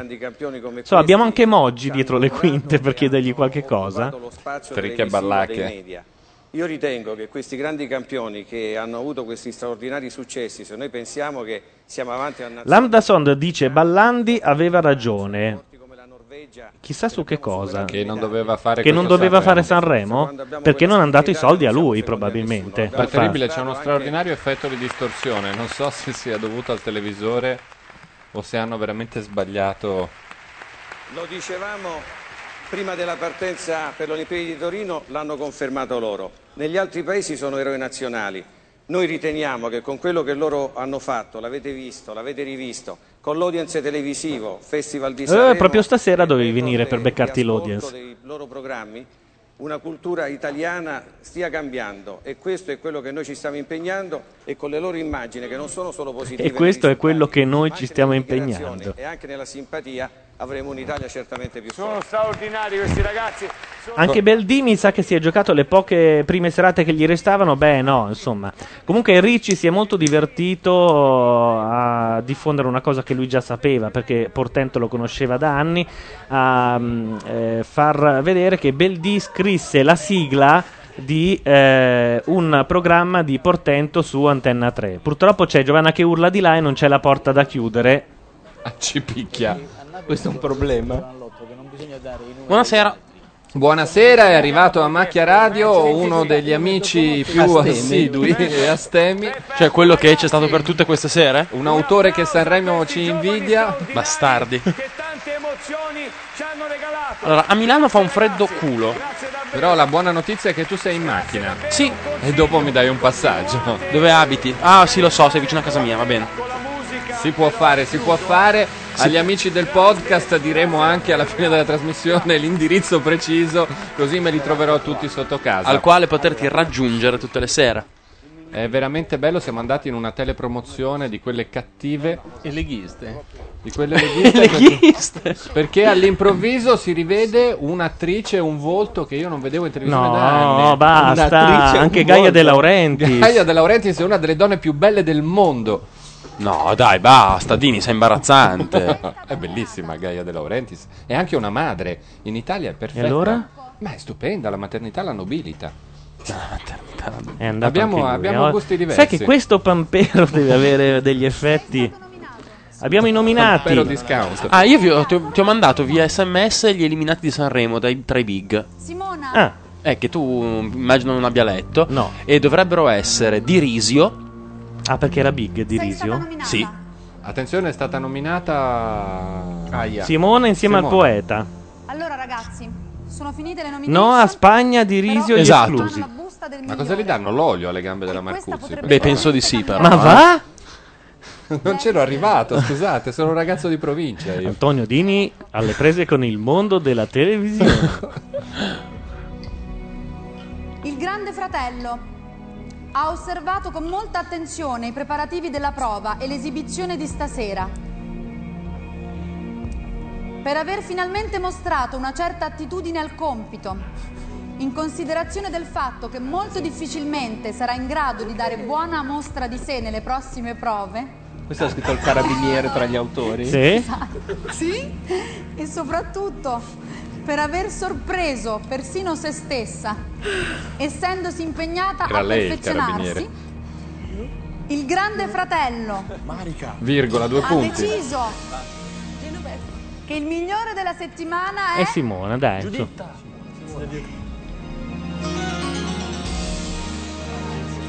S3: So, abbiamo anche Moggi dietro le quinte per chiedergli qualche cosa.
S14: spazio
S4: Tricche e
S14: televisivo
S4: ballacche.
S14: dei media. Io ritengo che questi grandi campioni che hanno avuto questi straordinari successi, se noi pensiamo che siamo avanti a una
S3: Lambda Sond dice Ballandi aveva ragione. Chissà su che cosa.
S4: Che non doveva fare
S3: Che non
S4: questo
S3: doveva fare
S4: Sanremo.
S3: Sanremo? Perché non hanno dato i soldi a lui, probabilmente.
S4: È
S3: per
S4: terribile, c'è uno straordinario effetto di distorsione. Non so se sia dovuto al televisore o se hanno veramente sbagliato.
S14: Lo dicevamo prima della partenza per le Olimpiadi di Torino, l'hanno confermato loro. Negli altri paesi sono eroi nazionali. Noi riteniamo che con quello che loro hanno fatto, l'avete visto, l'avete rivisto, con l'audience televisivo, Festival di
S3: far-
S14: Sanremo,
S3: Eh, proprio stasera dovevi venire per beccarti l'audience.
S14: dei loro programmi, una cultura italiana stia cambiando e questo è quello che noi ci stiamo impegnando e con le loro immagini che non sono solo positive.
S3: E questo è quello che noi ci stiamo
S14: nelle
S3: impegnando.
S14: dichiarazioni E anche nella simpatia avremo un'Italia certamente più forte.
S9: Sono straordinari questi ragazzi. Sono-
S3: Anche Beldini sa che si è giocato le poche prime serate che gli restavano. Beh, no, insomma. Comunque Ricci si è molto divertito eh, a diffondere una cosa che lui già sapeva, perché Portento lo conosceva da anni, a mm, eh, far vedere che Beldì scrisse la sigla di eh, un programma di Portento su Antenna 3. Purtroppo c'è Giovanna che urla di là e non c'è la porta da chiudere.
S4: Ci picchia.
S6: Questo è un problema.
S4: Buonasera. Buonasera, è arrivato a Macchia Radio uno degli amici più
S19: Astemi.
S4: assidui e astemi,
S19: Cioè, quello che c'è stato per tutte queste sere?
S4: un autore che Sanremo ci invidia.
S19: Bastardi. Allora, a Milano fa un freddo culo.
S4: Però la buona notizia è che tu sei in macchina.
S19: Sì.
S4: E dopo mi dai un passaggio.
S19: Dove abiti? Ah, sì, lo so, sei vicino a casa mia, va bene.
S4: Si può fare, si può fare.
S19: Sì.
S4: Agli amici del podcast diremo anche alla fine della trasmissione l'indirizzo preciso, così me li troverò tutti sotto casa.
S19: Al quale poterti raggiungere tutte le sere.
S4: È veramente bello, siamo andati in una telepromozione di quelle cattive.
S6: E leghiste.
S4: Di quelle leghiste. perché- Perché all'improvviso si rivede un'attrice, un volto che io non vedevo in televisione
S3: No,
S4: da anni.
S3: basta,
S4: Un'attrice, un
S3: Ah, anche Gaia
S4: volto.
S3: De Laurentiis.
S4: Gaia De Laurentiis è una delle donne più belle del mondo.
S19: No, dai, basta, Dini, sei imbarazzante.
S4: è bellissima Gaia De Laurentiis. È anche una madre. In Italia è perfetta.
S19: allora?
S4: Ma è stupenda, la maternità la nobilita.
S3: È andato
S4: Abbiamo-
S3: anche lui.
S4: abbiamo
S3: Oh,
S4: gusti diversi.
S3: Sai che questo pampero deve avere degli effetti. Abbiamo i nominati.
S4: Pampero discount.
S19: Ah, io vi ho- ti, ho, ti ho mandato via sms gli eliminati di Sanremo dai, tra i big.
S10: Simona,
S3: Ah.
S19: Eh, che tu mm, immagino non abbia letto. No. E dovrebbero essere Dirisio.
S3: Ah, perché era big Dirisio?
S19: Sì.
S4: Attenzione, è stata nominata
S3: Simone insieme al poeta.
S12: Allora ragazzi, sono finite le nomination.
S3: No a Spagna di Risio gli
S4: Esatto.
S3: esclusi.
S4: Ma cosa gli danno? L'olio alle gambe della Marcuzzi?
S19: Beh, penso di sì, però. eh.
S3: Ma va?
S4: Non c'ero arrivato, scusate, sono un ragazzo di provincia io.
S3: Antonio Dini alle prese con il mondo della televisione.
S12: Il grande fratello ha osservato con molta attenzione i preparativi della prova e l'esibizione di stasera. Per aver finalmente mostrato una certa attitudine al compito, in considerazione del fatto che molto difficilmente sarà in grado di dare buona mostra di sé nelle prossime prove,
S6: Questo ha scritto il carabiniere tra gli autori.
S3: Sì.
S12: sì? E soprattutto per aver sorpreso persino se stessa, essendosi impegnata
S4: Era
S12: a
S4: lei il
S12: perfezionarsi, il grande fratello
S4: Marica. Virgola, due
S12: ha
S4: punti.
S12: deciso che il migliore della settimana è...
S3: E Simona, dai. su.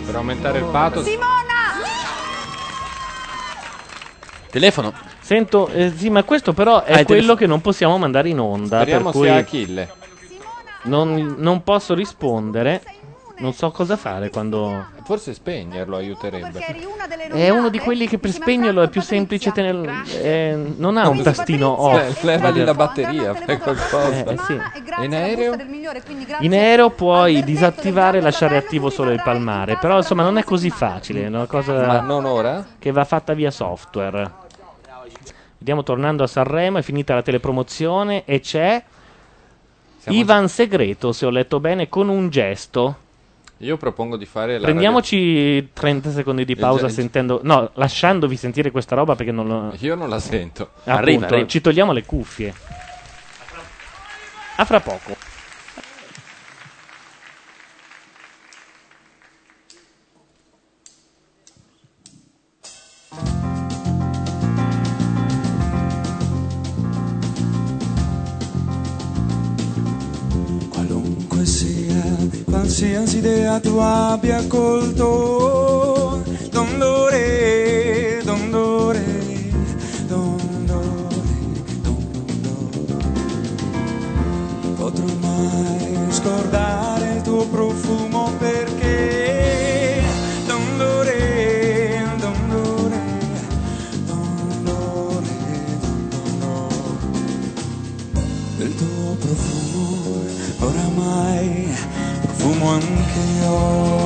S4: Per aumentare il pathos.
S12: Simona!
S19: Telefono.
S3: Sento, eh, sì, ma questo però è
S19: Ah, il
S3: quello
S19: telefono.
S3: che non possiamo mandare in onda.
S4: Speriamo
S3: per cui
S4: sia Achille.
S3: Non, non posso rispondere. Non so cosa fare quando.
S4: Forse spegnerlo aiuterebbe.
S3: È uno di quelli che per spegnerlo è più semplice tenerlo. eh, non ha un tastino
S4: Cioè,
S3: off.
S4: Levagli la batteria, fai qualcosa.
S3: Eh, sì.
S4: In aereo?
S3: In aereo puoi disattivare e lasciare attivo solo il palmare, però insomma non è così facile, è una cosa
S4: Ma non ora?
S3: che va fatta via software. Vediamo tornando a Sanremo, è finita la telepromozione e c'è Ivan Segreto, se ho letto bene, con un gesto.
S4: Io propongo di fare la
S3: Prendiamoci 30 secondi di
S4: Il
S3: pausa
S4: ge-
S3: sentendo, no, lasciandovi sentire questa roba perché non lo...
S4: radio- Io non la sento.
S3: Appunto, ci togliamo le cuffie. A fra poco.
S15: Qualunque sia, qualsiasi idea tu abbia colto, dondore, dondore, dondore, dondore. Potrò mai scordare il tuo profumo perché, dondore, dondore, dondore, dondore. Del tuo profumo oramai profumo anche io.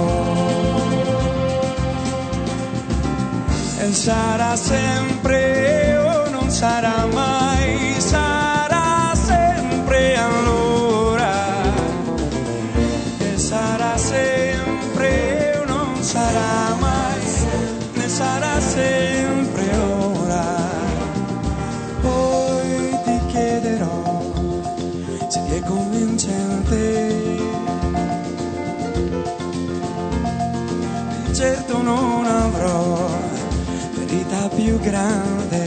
S15: E sarà sempre o non sarà mai, sarà sempre allora. E sarà sempre o non sarà mai, ne sarà sempre ora. Poi ti chiederò se ti è convincente. Certo non avrò verità più grande.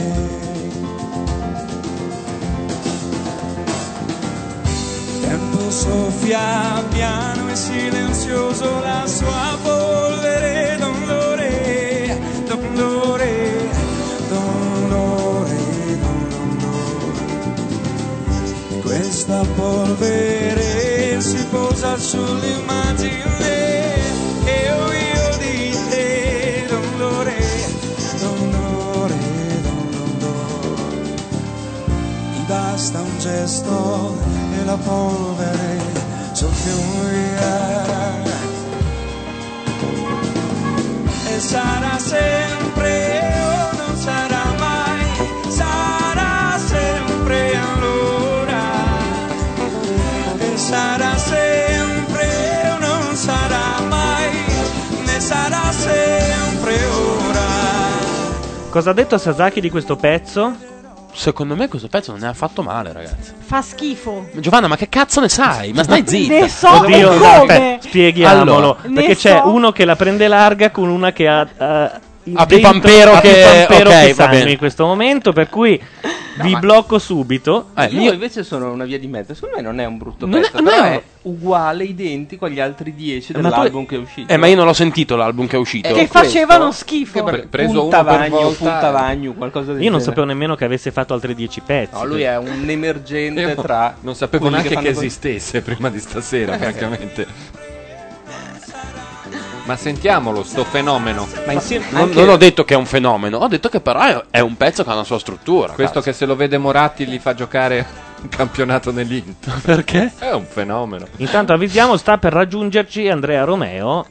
S15: Il Tempo soffia piano e silenzioso la sua polvere d'ondore, d'ondore, d'ondore, d'ondore. Questa polvere si posa sull'immagine e io, io di te, dolore, dolore, dolore. Mi basta un gesto e la polvere soffia via. se sarà sempre o non sarà mai, sarà sempre allora. E sarà sempre o non sarà mai, ne sarà sempre ora.
S3: Cosa ha detto Sasaki di questo pezzo?
S19: Secondo me questo pezzo non ne ha fatto male, ragazzi.
S13: Fa schifo.
S19: Giovanna, ma che cazzo ne sai? Ma stai zitta.
S13: Ah, Ne so
S3: Oddio,
S13: come.
S3: aspetta, spieghiamolo.
S19: Allora.
S13: Ne
S3: perché c'è
S13: so.
S3: uno che la prende larga con una che ha. eh, in
S19: Apri
S3: dentro-
S19: Pampero
S3: apri
S19: che-
S3: Pampero
S19: ok,
S3: che
S19: va
S3: sangue
S19: bene.
S3: in questo momento. Per cui vi blocco subito.
S19: Eh,
S6: io, Ah, invece sono una via di mezzo. Secondo me non è un brutto
S19: Non è-
S6: pezzo,
S19: non
S6: però
S19: è-
S6: è uguale, identico agli altri 10
S19: Ma tu-
S6: dell'album che è uscito.
S19: Eh, ma io non l'ho sentito l'album che è uscito.
S6: Eh, Che questo- facevano schifo. Che pre- preso uno per
S19: Puntavagno,
S6: volta. puntavagno, qualcosa del
S3: Io non
S6: genere.
S3: sapevo nemmeno che avesse fatto altri 10 pezzi.
S6: No, lui è un emergente
S3: Io
S6: tra.
S3: non sapevo
S6: quelli
S3: neanche
S6: fanno
S3: che
S6: così.
S4: esistesse prima di stasera,
S6: Eh.
S4: francamente. Ma sentiamolo, sto fenomeno.
S19: Ma non, non ho detto che è un fenomeno, ho detto che però è, è un pezzo che ha una sua struttura.
S4: Questo che se lo vede Moratti gli fa giocare un campionato nell'Inter. Perché? È un fenomeno.
S3: Intanto avvisiamo, sta per raggiungerci Andrea Romeo,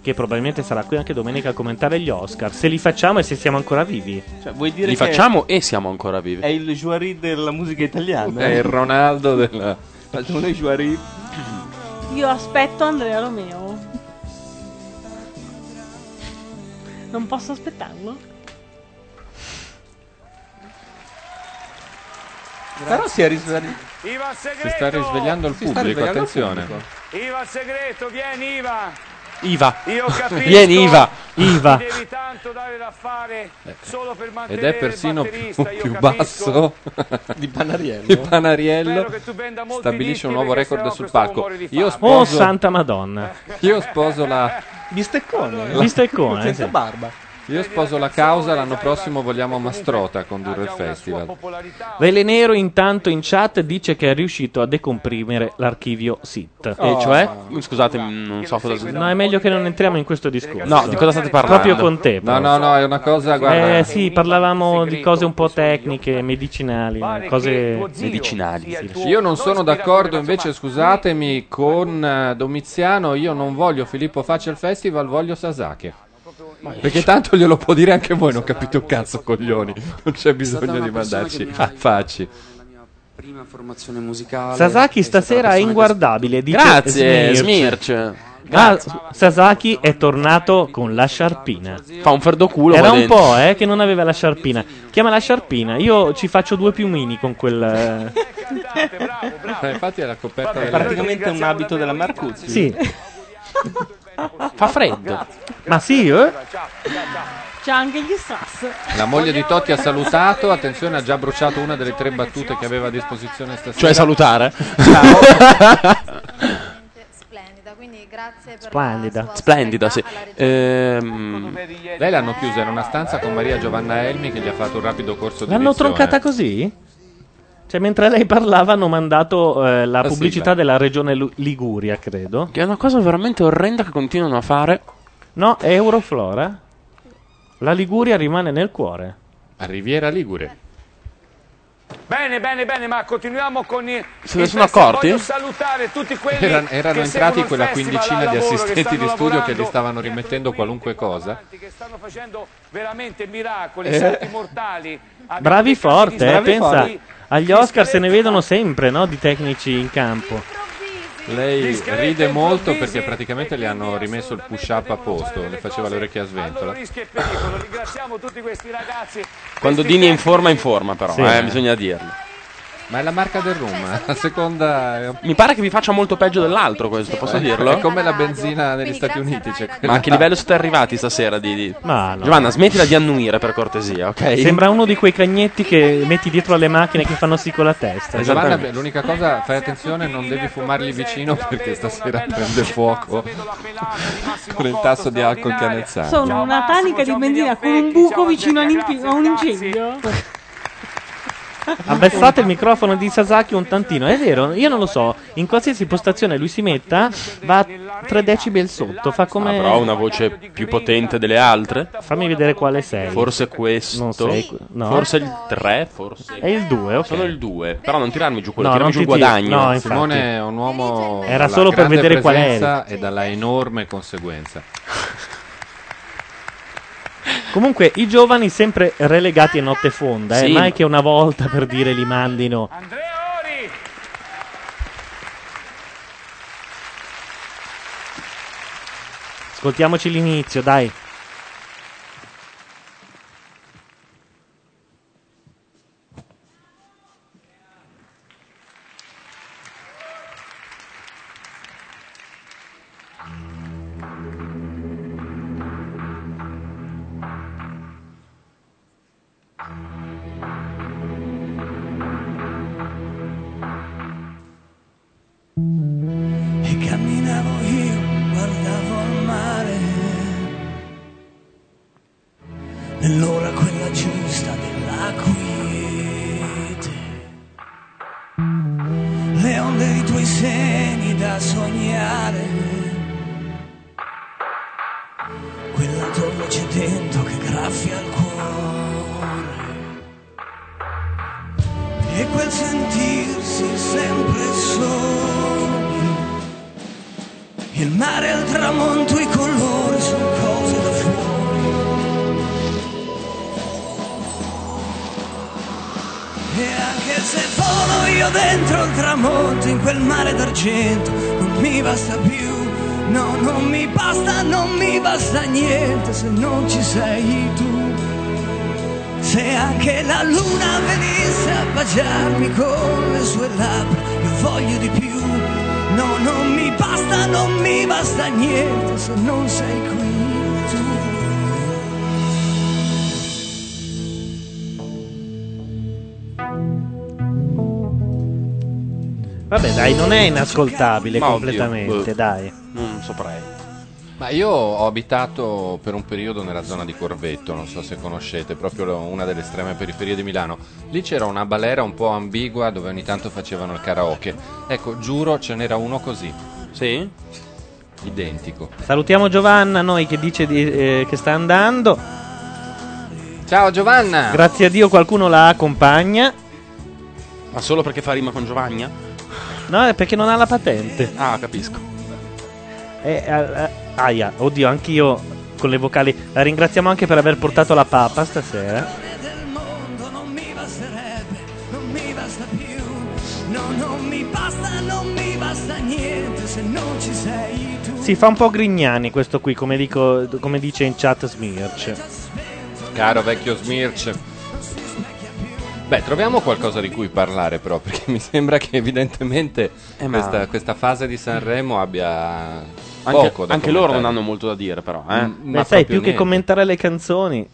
S3: che probabilmente sarà qui anche domenica a commentare gli Oscar. Se li facciamo e se siamo ancora vivi.
S6: Cioè, vuoi dire
S19: Li
S6: che
S19: facciamo e siamo ancora vivi.
S6: È il Juari della musica italiana.
S4: Ronaldo della.
S6: Facciamo noi Juari.
S13: Io aspetto Andrea Romeo. Non posso aspettarlo?
S6: Però si è risvegliato.
S9: Ivan Segreto!
S4: Si sta risvegliando il
S6: Si sta
S4: pubblico,
S6: risvegliando il
S4: attenzione.
S6: pubblico.
S9: Ivan Segreto, vieni Ivan!
S19: Iva.
S9: Io capisco.
S19: Vieni, Iva.
S9: Iva.
S4: Ed è persino più, più basso
S6: di Panariello.
S4: Di Panariello stabilisce un nuovo record sul palco. Io
S3: Oh,
S4: sposo,
S3: santa Madonna.
S9: Eh.
S4: io sposo la
S6: bisteccone, eh.
S4: la-
S3: Bisteccone, Senza sì.
S6: barba.
S4: Io sposo la causa, l'anno prossimo vogliamo a Mastrota a condurre il festival.
S3: Vele Nero intanto in chat dice che è riuscito a decomprimere l'archivio SIT.
S19: E cioè, scusate, non so cosa.
S3: Oh. No, è meglio che non entriamo in questo discorso.
S19: No, di cosa state parlando?
S3: Proprio con te.
S4: No, no, no, è una cosa, guarda.
S3: Eh sì, parlavamo di cose un po' tecniche, medicinali, cose
S19: medicinali.
S4: Io non sono d'accordo invece, scusatemi, con eh, Domiziano, io non voglio Filippo Faccia al festival, voglio Sasaki. Perché tanto glielo può dire anche voi, non capite un cazzo coglioni, non c'è bisogno di mandarci a facci.
S5: prima formazione musicale.
S3: Sasaki stasera è inguardabile. Dice
S5: Grazie,
S3: Smirch.
S5: Smirch.
S3: Ah, Sasaki è tornato con la sciarpina.
S19: Fa un ferdoculo.
S3: Era
S19: qua
S3: un
S19: dentro.
S3: po', eh, che non aveva la sciarpina. Chiama la sciarpina. Io ci faccio due piumini con quel. eh,
S4: Eh, Infatti è la coperta
S6: È
S4: della-
S6: praticamente un abito della Marcuzzi.
S3: Sì.
S19: Fa freddo.
S3: Ma sì, eh?
S13: C'ha anche gli strass.
S4: La moglie di Totti ha salutato, attenzione ha già bruciato una delle tre battute che aveva a disposizione stasera.
S19: Cioè salutare?
S12: Splendida, quindi grazie per
S4: Splendida.
S19: Splendida, sì. Ehm,
S4: Lei l'hanno chiusa in una stanza con Maria Giovanna Elmi che gli ha fatto un rapido corso di
S3: L'hanno
S4: lezione.
S3: troncata così? Cioè, mentre lei parlava, hanno mandato eh, la
S19: La
S3: pubblicità
S19: sigla.
S3: della regione Lu- Liguria, credo.
S19: Che è una cosa veramente orrenda che continuano a fare.
S3: No, è Euroflora. La Liguria rimane nel cuore.
S4: A Riviera Ligure.
S9: Bene, bene, bene, ma continuiamo con i.
S4: Se
S9: il
S4: ne
S9: festival.
S4: sono accorti?
S9: Voglio salutare tutti quelli
S4: Erano,
S9: che
S4: erano
S9: seguono
S4: entrati
S9: il
S4: quella
S9: festival
S4: quindicina
S9: al
S4: di
S9: lavoro, che
S4: assistenti
S9: stanno
S4: di studio che
S9: lavorando,
S4: gli stavano rimettendo qualunque cosa.
S9: che stanno facendo veramente miracoli,
S4: Eh.
S9: salti mortali. Abbiamo
S3: Bravi
S9: dei casi di
S3: forte, eh,
S9: bravi
S3: pensa.
S9: forti.
S3: Agli Oscar se ne vedono sempre, no? Di tecnici in campo.
S4: Lei ride molto perché praticamente le hanno rimesso il push up a posto, le faceva le orecchie a sventola.
S9: Ringraziamo tutti questi ragazzi.
S19: Quando Dini è in forma, è in forma, però.
S4: Sì.
S19: eh, bisogna dirlo.
S4: Ma è la marca del rum, la seconda è
S19: Mi pare che vi faccia molto peggio dell'altro questo, posso
S4: Eh,
S19: dirlo?
S4: È come la benzina negli Stati Uniti. Cioè
S19: Ma a che livello siete arrivati stasera? Di, di-
S3: Ma no.
S19: Giovanna, smettila di annuire per cortesia, ok?
S3: Sembra uno di quei cagnetti che metti dietro alle macchine che fanno sì con la testa.
S4: Giovanna, beh, l'unica cosa, fai attenzione, non devi fumargli vicino perché stasera prende fuoco con il tasso di alcol che ha nel sangue.
S13: Sono una tanica di benzina con un buco vicino all'impi- a un incendio.
S3: Abbassate il microfono di Sasaki un tantino. È vero, io non lo so. In qualsiasi postazione lui si metta, va 3 decibel sotto. Fa
S19: Ah,
S3: come.
S19: però ha una voce più potente delle altre.
S3: Fammi vedere quale sei.
S19: Forse questo.
S3: Non sei que- no.
S19: Forse il 3, forse.
S3: È il 2, ok.
S19: Solo il 2. Però non tirarmi giù quello,
S3: No,
S19: tirami
S3: non
S19: giù il
S3: ti tiro-
S19: guadagno.
S3: no, infatti.
S4: Simone è un uomo
S3: Era
S4: dalla
S3: solo per
S4: grande
S3: vedere qual è.
S4: presenza E dalla enorme conseguenza.
S3: Comunque, i giovani sempre relegati a notte fonda, eh,
S19: Sì.
S3: mai che una volta per dire li mandino. Ascoltiamoci l'inizio, dai.
S15: E camminavo io, guardavo al mare. Nell'ora quella giusta della quiete. Le onde dei tuoi seni da sognare. Quella tua voce dentro che graffia il cuore. E quel sentirsi sempre soli il mare al tramonto, i colori sono cose da fuori. E anche se volo io dentro il tramonto, in quel mare d'argento, non mi basta più. No, non mi basta, non mi basta niente se non ci sei tu. Se anche la luna venisse a baciarmi con le sue labbra, io voglio di più. No, non mi basta, non mi basta niente se non sei qui tu.
S3: Vabbè, dai, non è inascoltabile
S4: Ma oddio,
S3: completamente,
S4: boh.
S3: dai.
S4: Non saprei. Ma io ho abitato per un periodo nella zona di Corvetto, non so se conoscete, proprio lo- una delle estreme periferie di Milano. Lì c'era una balera un po' ambigua dove ogni tanto facevano il karaoke. Ecco, giuro ce n'era uno così. Sì? Identico.
S3: Salutiamo Giovanna, noi che dice di- eh, che sta andando.
S4: Ciao
S19: Ah.
S4: Giovanna!
S3: Grazie a Dio qualcuno la accompagna.
S19: Ma solo perché fa rima con Giovanna?
S3: No, è perché non ha la patente.
S19: Ah, capisco.
S3: Eh, eh, eh, aia, oddio, anch'io con le vocali. La ringraziamo anche per aver portato la papa stasera.
S15: Non mi basterebbe, non mi basta più. No, non mi basta, non mi basta niente se non ci sei tu.
S3: Si fa un po' Grignani questo qui, come, dico- come dice in chat Smirch.
S4: Caro vecchio Smirch. Beh, troviamo qualcosa di cui parlare però, perché mi sembra che evidentemente
S6: Eh, ma-
S4: questa, questa fase di Sanremo abbia
S6: Anche-
S4: poco da
S6: anche loro
S4: commentare.
S6: non hanno molto da dire, però, eh.
S4: Mm,
S3: Beh,
S4: ma
S3: sai, più
S4: proprio
S3: che
S4: niente.
S3: commentare le canzoni,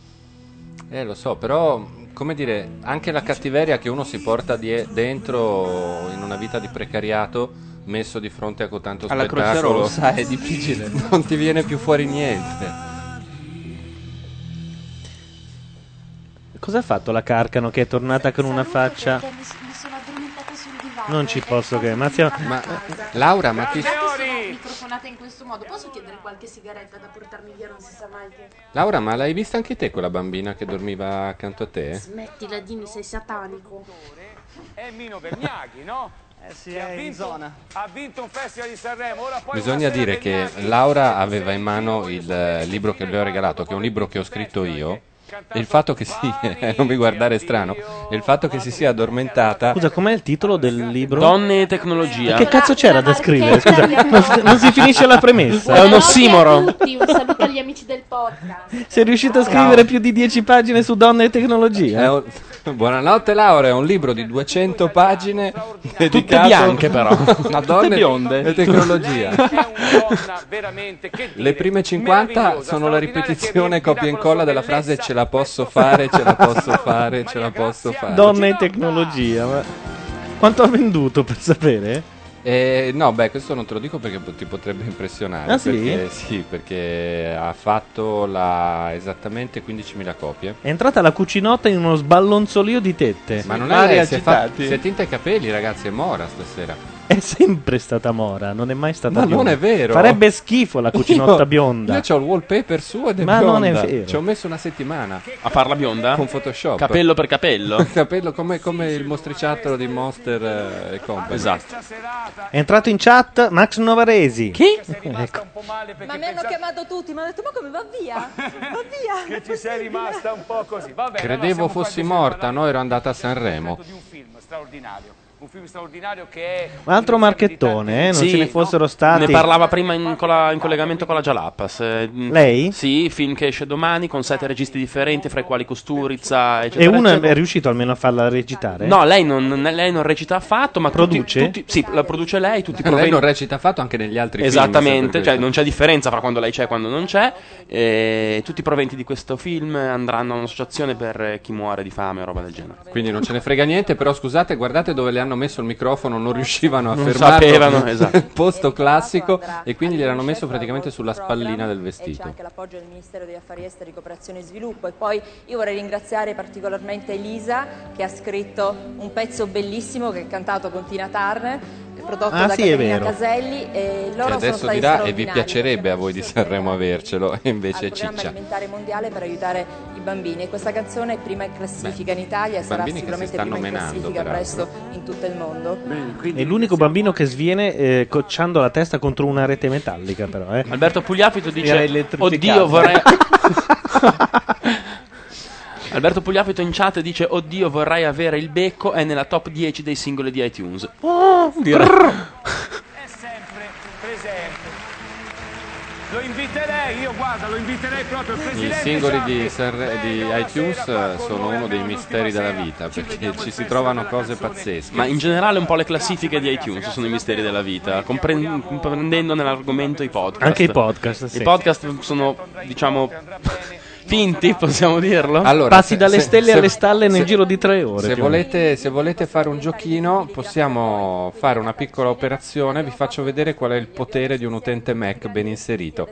S4: Eh, lo so, però, come dire, anche la cattiveria che uno si porta die- dentro in una vita di precariato, messo di fronte a cotanto
S6: Alla Croce
S4: spettacolo...
S6: Rossa è difficile.
S4: non ti viene più fuori niente.
S3: cosa ha fatto la Carcano che è tornata con una faccia?
S2: Mi, s- mi sono addormentata sul divano.
S3: Cioè,
S2: eh,
S3: Non ci posso credere. Ma, zia-
S4: Ma- Laura, ma chi-
S2: sono microfonata in questo modo. Posso chiedere qualche sigaretta da portarmi via? Non si sa mai che.
S4: Laura, ma l'hai vista anche te quella bambina che dormiva accanto a te?
S2: Smettila, Dini, sei satanico.
S9: È Mino Bergnaghi, no? Eh sì, ha vinto, ha vinto un festival di Sanremo, ora poi
S4: Bisogna dire che Laura aveva in mano il eh, libro che le ho regalato, che è un libro che ho scritto io. E il fatto che si. non mi guardare strano. E il fatto che si sia addormentata.
S3: Scusa, com'è il titolo del libro?
S4: Donne
S19: e tecnologia.
S3: che cazzo c'era da scrivere? Scusa, non, si- non si finisce la premessa.
S19: È un
S3: ossimoro.
S2: Tutti, un saluto agli amici del podcast.
S3: Sei riuscito a scrivere più di 10 pagine su donne e eh? tecnologia?
S4: Ah, È un- Buonanotte Laura, è un libro di 200 pagine dedicato
S19: bianche, però.
S4: a
S19: Tutte
S4: donne
S19: bionde.
S4: e tecnologia. Le prime 50 sono la ripetizione copia e incolla della frase ce la posso fare, ce la posso fare, ce la posso fare.
S3: Donne e tecnologia. Ma... Quanto ha venduto per sapere?
S4: Eh, no, beh, questo non te lo dico perché po- ti potrebbe impressionare.
S3: Ah, sì?
S4: Perché, sì, perché ha fatto la- esattamente 15.000 copie.
S3: È entrata la cucinotta in uno sballonzolio di tette.
S4: Ma non è lei, si è, fa- si è tinta i capelli, ragazzi, è mora stasera.
S3: È sempre stata Mora, non è mai stata
S4: Ma
S3: bionda.
S4: non è vero.
S3: Farebbe schifo la cucinotta
S4: Io-
S3: bionda.
S4: Io ho il wallpaper suo ed è
S3: Ma non è
S4: bionda.
S3: vero.
S4: Ci ho messo una settimana.
S19: A farla bionda?
S4: Con Photoshop.
S19: Capello per capello.
S4: Capello come, come il mostriciattolo di Monster eh, e Company.
S19: Esatto.
S3: È entrato in chat Max Novaresi. Chi? Ecco.
S21: Ma mi hanno chiamato tutti, mi hanno detto ma come va via? Va via.
S9: che ci sei rimasta un po' così. Va bene,
S4: Credevo
S9: allora siamo qua
S4: fossi
S9: che
S4: morta, no? Ero andata a Sanremo.
S9: siamo di un film straordinario. Un film straordinario che è
S3: Un altro marchettone, eh? Non
S19: Sì,
S3: ce ne fossero
S19: Ne
S3: stati.
S19: parlava prima in, colla- in collegamento con la Jalapas. eh, mm,
S3: Lei?
S19: Sì, film che esce domani con sette registi differenti, fra i quali Costurizza, eccetera.
S3: e uno
S19: eccetera.
S3: è riuscito almeno a farla recitare.
S19: No, lei non, lei non recita affatto, ma tutti-
S3: Produce?
S19: tutti- sì, la produce lei, tutti i
S4: Lei
S19: proventi-
S4: non recita affatto anche negli altri film,
S19: Esattamente,
S4: sempre
S19: cioè
S4: questo.
S19: non c'è differenza fra quando lei c'è e quando non c'è. E tutti i proventi di questo film andranno a un'associazione per eh, chi muore di fame o roba del genere.
S4: Quindi non ce ne frega niente, però scusate, guardate dove le hanno messo il microfono, non riuscivano a
S19: Non
S4: fermarlo.
S19: sapevano, esatto.
S4: Posto classico e quindi gliel'hanno messo praticamente sulla spallina del
S21: E c'è
S4: vestito. Cioè,
S21: anche l'appoggio del Ministero degli Affari Esteri, Cooperazione e Sviluppo. E poi io vorrei ringraziare particolarmente Elisa che ha scritto un pezzo bellissimo che è cantato con Tina Turner, prodotto
S4: Ah,
S21: da
S4: sì, è
S21: Caterina
S4: vero.
S21: Caselli. E
S4: Che
S21: loro sono
S4: adesso
S21: stati
S4: dirà e vi
S21: straordinari.
S4: piacerebbe a voi di Sanremo avercelo, e invece
S21: al programma
S4: ciccia.
S21: alimentare mondiale per aiutare i bambini e questa canzone è prima in classifica in Italia e sarà
S4: bambini che si
S21: sicuramente
S4: stanno
S21: prima in
S4: menando,
S21: classifica
S4: peraltro.
S21: presto in tutto il mondo.
S3: È l'unico bambino che sviene eh, cocciando la testa contro una rete metallica, però. eh.
S19: Alberto Pugliapito
S3: Era
S19: dice:
S3: elettrificato.
S19: Oddio, vorrei. Alberto Pugliapito in chat dice: Oddio, vorrei avere il becco. È nella top 10 dei singoli di iTunes.
S4: Oh,
S19: Direi.
S9: è sempre presente. Lo inviterei, io guarda, lo inviterei proprio il
S4: I
S9: presidente.
S4: singoli
S9: Ciampi.
S4: di, Sanre- di iTunes eh, sono uno dei misteri della vita perché ci si trovano cose pazzesche.
S19: Ma in generale, un po' le classifiche di iTunes sono i misteri della vita, compren- comprendendo nell'argomento i podcast.
S3: Anche i podcast, sì.
S19: I podcast sono, diciamo, finti, possiamo dirlo.
S3: Passi dalle stelle alle stalle nel giro di tre ore.
S4: Se
S3: più o meno.
S4: volete, se volete fare un giochino, possiamo fare una piccola operazione. Vi faccio vedere qual è il potere di un utente Mac ben inserito.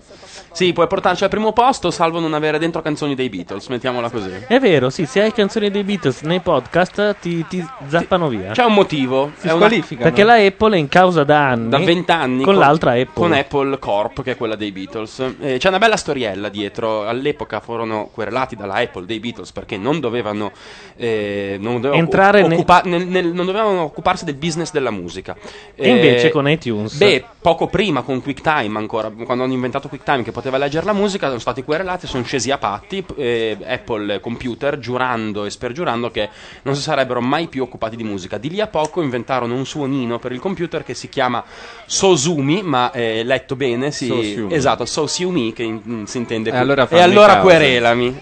S19: Sì, puoi portarci al primo posto, salvo non avere dentro canzoni dei Beatles, mettiamola così.
S3: È vero, sì, se hai canzoni dei Beatles nei podcast ti, ti zappano via.
S19: C'è un motivo.
S3: Si
S19: è una-
S3: squalificano. Perché la Apple è in causa da anni.
S19: da 20 anni
S3: Con, l'altra Apple.
S19: con Apple Corp che è quella dei Beatles Eh, c'è una bella storiella dietro all'epoca furono querelati dalla Apple dei Beatles perché non dovevano eh, non dovevano
S3: Entrare
S19: occu-
S3: nel-
S19: occupa- nel- nel- non dovevano occuparsi del business della musica Eh,
S3: E invece con iTunes.
S19: beh poco prima con QuickTime ancora quando hanno inventato QuickTime che poteva leggere la musica sono stati querelati sono scesi a patti p- eh, Apple Computer giurando e spergiurando che non si sarebbero mai più occupati di musica di lì a poco inventarono un suonino per il computer che si chiama Sosumi, ma eh, letto bene, sì.
S4: Sosumi.
S19: Esatto, Sosumi che in- in- si intende
S4: E
S19: qui.
S4: allora
S19: e
S4: fammi
S19: allora
S4: causa.
S19: querelami.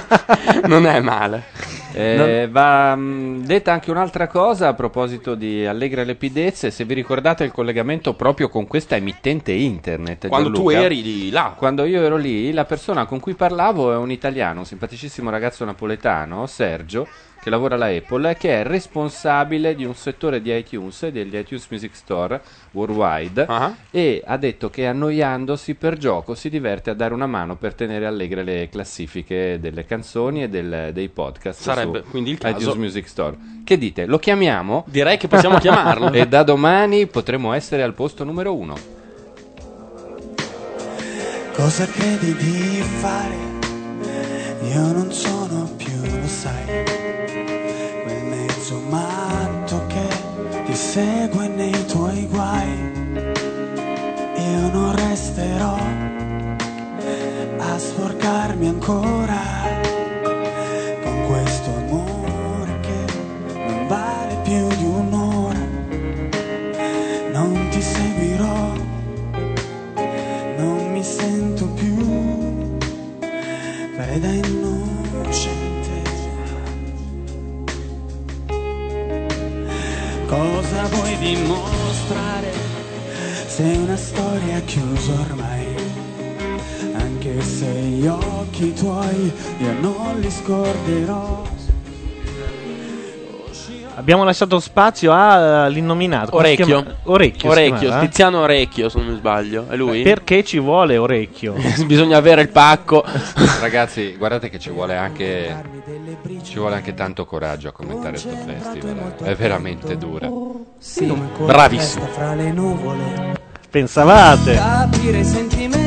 S19: non è male.
S4: Eh, Va mh, detta anche un'altra cosa a proposito di Allegra Lepidezze, se vi ricordate il collegamento proprio con questa emittente internet.
S19: Quando tu
S4: Gianluca.
S19: eri di là.
S4: Quando io ero lì, la persona con cui parlavo è un italiano, un simpaticissimo ragazzo napoletano, Sergio, che lavora alla Apple, che è responsabile di un settore di iTunes, degli iTunes Music Store worldwide,
S19: Ah.
S4: e ha detto che annoiandosi per gioco si diverte a dare una mano per tenere allegre le classifiche delle canzoni e del- dei podcast.
S19: Sarebbe
S4: su
S19: quindi il caso-
S4: iTunes Music Store. Che dite? Lo chiamiamo?
S19: Direi che possiamo chiamarlo.
S4: e da domani potremo essere al posto numero uno.
S15: Cosa credi di fare? Io non sono più, lo sai, quel mezzo matto che ti segue nei tuoi guai. Io non resterò a sporcarmi ancora con questo amore che non vale più di un'ora. Non ti seguirò non mi sento più fare da innocente. Cosa vuoi dimostrare se una storia è chiusa ormai? Anche se gli occhi tuoi io non li scorderò.
S3: Abbiamo lasciato spazio all'innominato. Come si
S19: Orecchio.
S3: chiama? eh? Orecchio. si
S19: Orecchio,
S3: chiamava?
S19: Tiziano Orecchio, se non mi sbaglio. È lui?
S3: Perché ci vuole orecchio?
S19: Bisogna avere il pacco.
S4: Ragazzi, guardate che ci vuole anche ci vuole anche tanto coraggio a commentare questo festival. È eh. veramente dura.
S15: Sì, come corre
S3: Bravissimo.
S15: testa fra le nuvole.
S3: Pensavate?
S15: Capire i sentimenti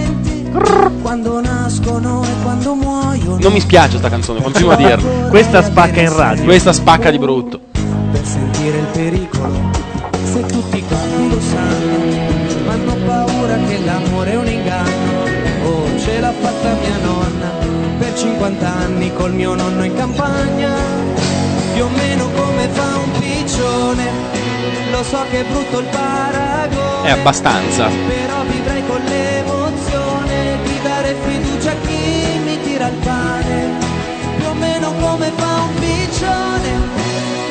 S15: quando nascono e quando muoiono.
S19: Non mi spiace sta canzone, continuo a dirlo.
S3: Questa spacca in radio.
S19: Questa spacca di brutto.
S15: Per sentire il pericolo, se tutti quanti lo sanno, ma hanno paura che l'amore è un inganno. Oh, ce l'ha fatta mia nonna, per 50 anni col mio nonno in campagna. Più o meno come fa un piccione, lo so che è brutto il paragone.
S19: È abbastanza.
S15: Però vivrai con l'emozione di dare fiducia a chi mi tira il pane. Più o meno come fa un piccione,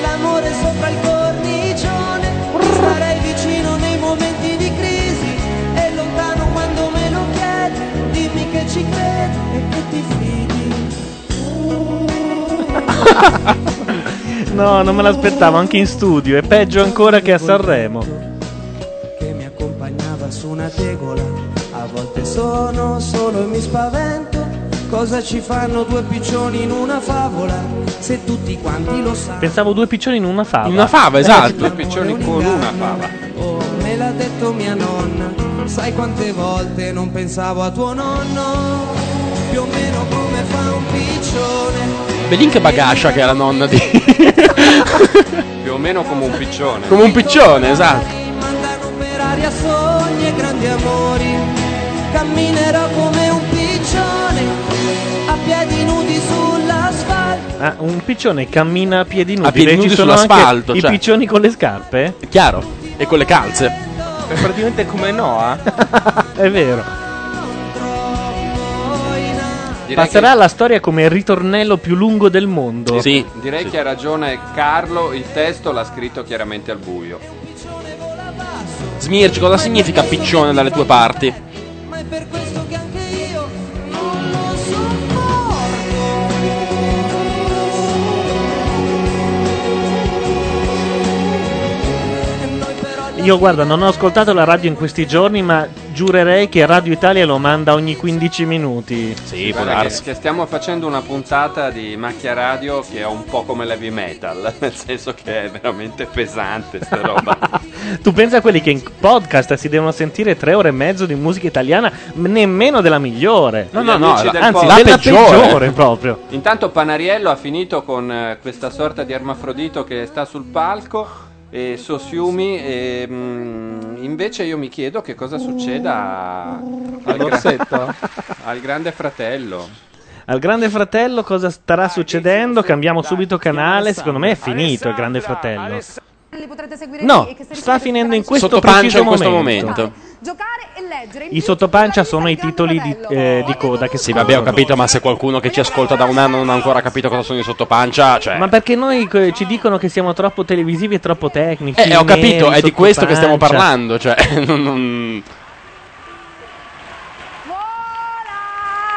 S15: l'amore sopra il cornicione. Sarei vicino nei momenti di crisi e lontano quando me lo chiedi. Dimmi che ci credi e che ti fidi.
S3: No, non me l'aspettavo, anche in studio. È peggio ancora che a Sanremo.
S15: che mi accompagnava su una tegola. A volte sono solo e mi spavento. Cosa ci fanno due piccioni in una favola? Se tutti quanti lo sanno.
S3: Pensavo due piccioni in una fava. Eh.
S15: In una fava, esatto. Due
S3: piccioni
S15: con una fava. Oh, me l'ha detto mia nonna. Sai quante volte non pensavo a tuo nonno? Più o meno come fa un piccione.
S19: Belin Bagascia che è la nonna di...
S4: Più o meno come un piccione.
S19: Come un piccione, esatto.
S15: Per aria sogni e grandi amori. Camminerò come un piccione. A piedi nudi sull'asfalto.
S3: Ah, un piccione cammina a piedi nudi.
S19: A piedi
S3: Beh,
S19: nudi
S3: ci sono anche
S19: sull'asfalto,
S3: I
S19: cioè.
S3: piccioni con le scarpe? Eh,
S19: Chiaro. E con le calze. Ah.
S6: Praticamente è come Noah.
S3: È vero.
S4: Direi
S3: Passerà alla storia come il ritornello più lungo del mondo.
S4: Direi che ha ragione Carlo, il testo l'ha scritto chiaramente al buio.
S19: Smirci, cosa significa piccione dalle tue parti?
S3: Io guarda, non ho ascoltato la radio in questi giorni, ma giurerei che Radio Italia lo manda ogni 15 minuti.
S19: Sì,
S4: Guarda che, che stiamo facendo una puntata di macchia radio che è un po' come l'heavy metal, nel senso che è veramente pesante sta roba.
S3: Tu pensa a quelli che in podcast si devono sentire tre ore e mezzo di musica italiana, m- nemmeno della migliore.
S4: No, no, no, Amici la- del
S3: anzi,
S4: podcast.
S3: della
S4: la peggiore.
S3: peggiore proprio.
S4: Intanto Panariello ha finito con eh, questa sorta di ermafrodito che sta sul palco e Sosiumi e, mm, invece io mi chiedo che cosa succeda a- al,
S6: All'orsetto?
S4: al grande fratello.
S3: Al Grande Fratello cosa starà succedendo? Cambiamo subito canale. Secondo me è finito il Grande Fratello.
S51: Li potrete seguire
S3: No,
S51: lì e che se
S3: sta
S51: riuscite
S3: finendo in
S51: a fare-
S3: questo preciso
S51: Giocare e leggere. In
S3: I sottopancia sono i titoli di, eh, di coda che
S19: Sì, vabbè, ho capito, ma se qualcuno che ci ascolta da un anno non ha ancora capito cosa sono i sottopancia, cioè...
S3: Ma perché noi eh, ci dicono che siamo troppo televisivi e troppo tecnici?
S19: Eh, ho capito,
S3: neri,
S19: è di questo che stiamo
S3: sottopancia.
S19: parlando, cioè... non- non-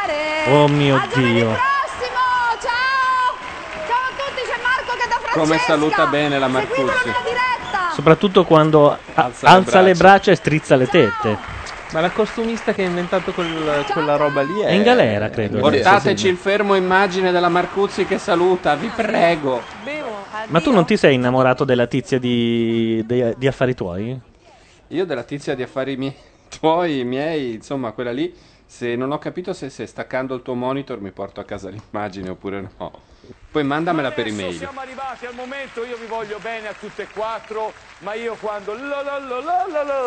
S51: Eh,
S3: Oh mio Dio.
S51: prossimo, ciao! Ciao a tutti, c'è Marco che da Francesca.
S4: Come saluta bene
S51: Seguitela
S4: la Marcuzzi.
S51: nella diretta.
S3: Soprattutto quando a- alza,
S4: le
S3: le,
S4: braccia.
S3: braccia e strizza le tette.
S6: Ma la costumista che ha inventato quel- quella roba lì è.
S3: È in galera, credo.
S4: Portateci il fermo immagine della Marcuzzi che saluta, vi prego.
S3: Ma tu non ti sei innamorato della tizia di, di- di affari tuoi?
S4: Io della tizia di affari miei, tuoi, miei, insomma, quella lì, se non ho capito se, se staccando il tuo monitor mi porto a casa l'immagine oppure no. Poi mandamela per email.
S9: Siamo arrivati al momento, io vi voglio bene a tutte e quattro, ma io quando la la la la la la,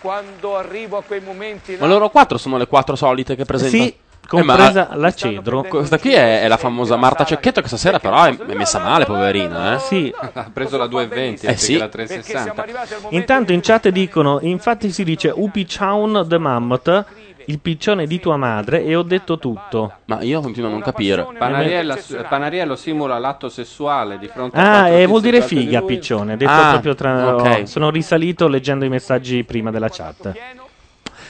S9: quando arrivo a quei momenti là,
S19: Ma loro quattro sono le quattro solite che presentano.
S3: Sì,
S19: Eh, ma-
S3: compresa la Cedro.
S19: Questa qui è, è la famosa Marta Cecchetto che stasera però è, è messa male, poverina, eh?
S3: Sì.
S4: Ha preso la 220
S19: Eh
S4: anziché
S19: sì.
S4: la 360.
S3: Intanto in chat dicono, infatti si dice Upi Chown the Mammoth, il piccione di tua madre e ho detto tutto.
S19: Ma io continuo a non capire.
S4: Panariello, Panariello simula l'atto sessuale di fronte a
S3: Ah,
S4: quattro
S3: eh,
S4: tizi
S3: vuol dire
S4: davanti di
S3: figa,
S4: lui.
S3: piccione. Detto
S4: Ah,
S3: proprio tra...
S4: ok.
S3: oh, sono risalito leggendo i messaggi prima della chat.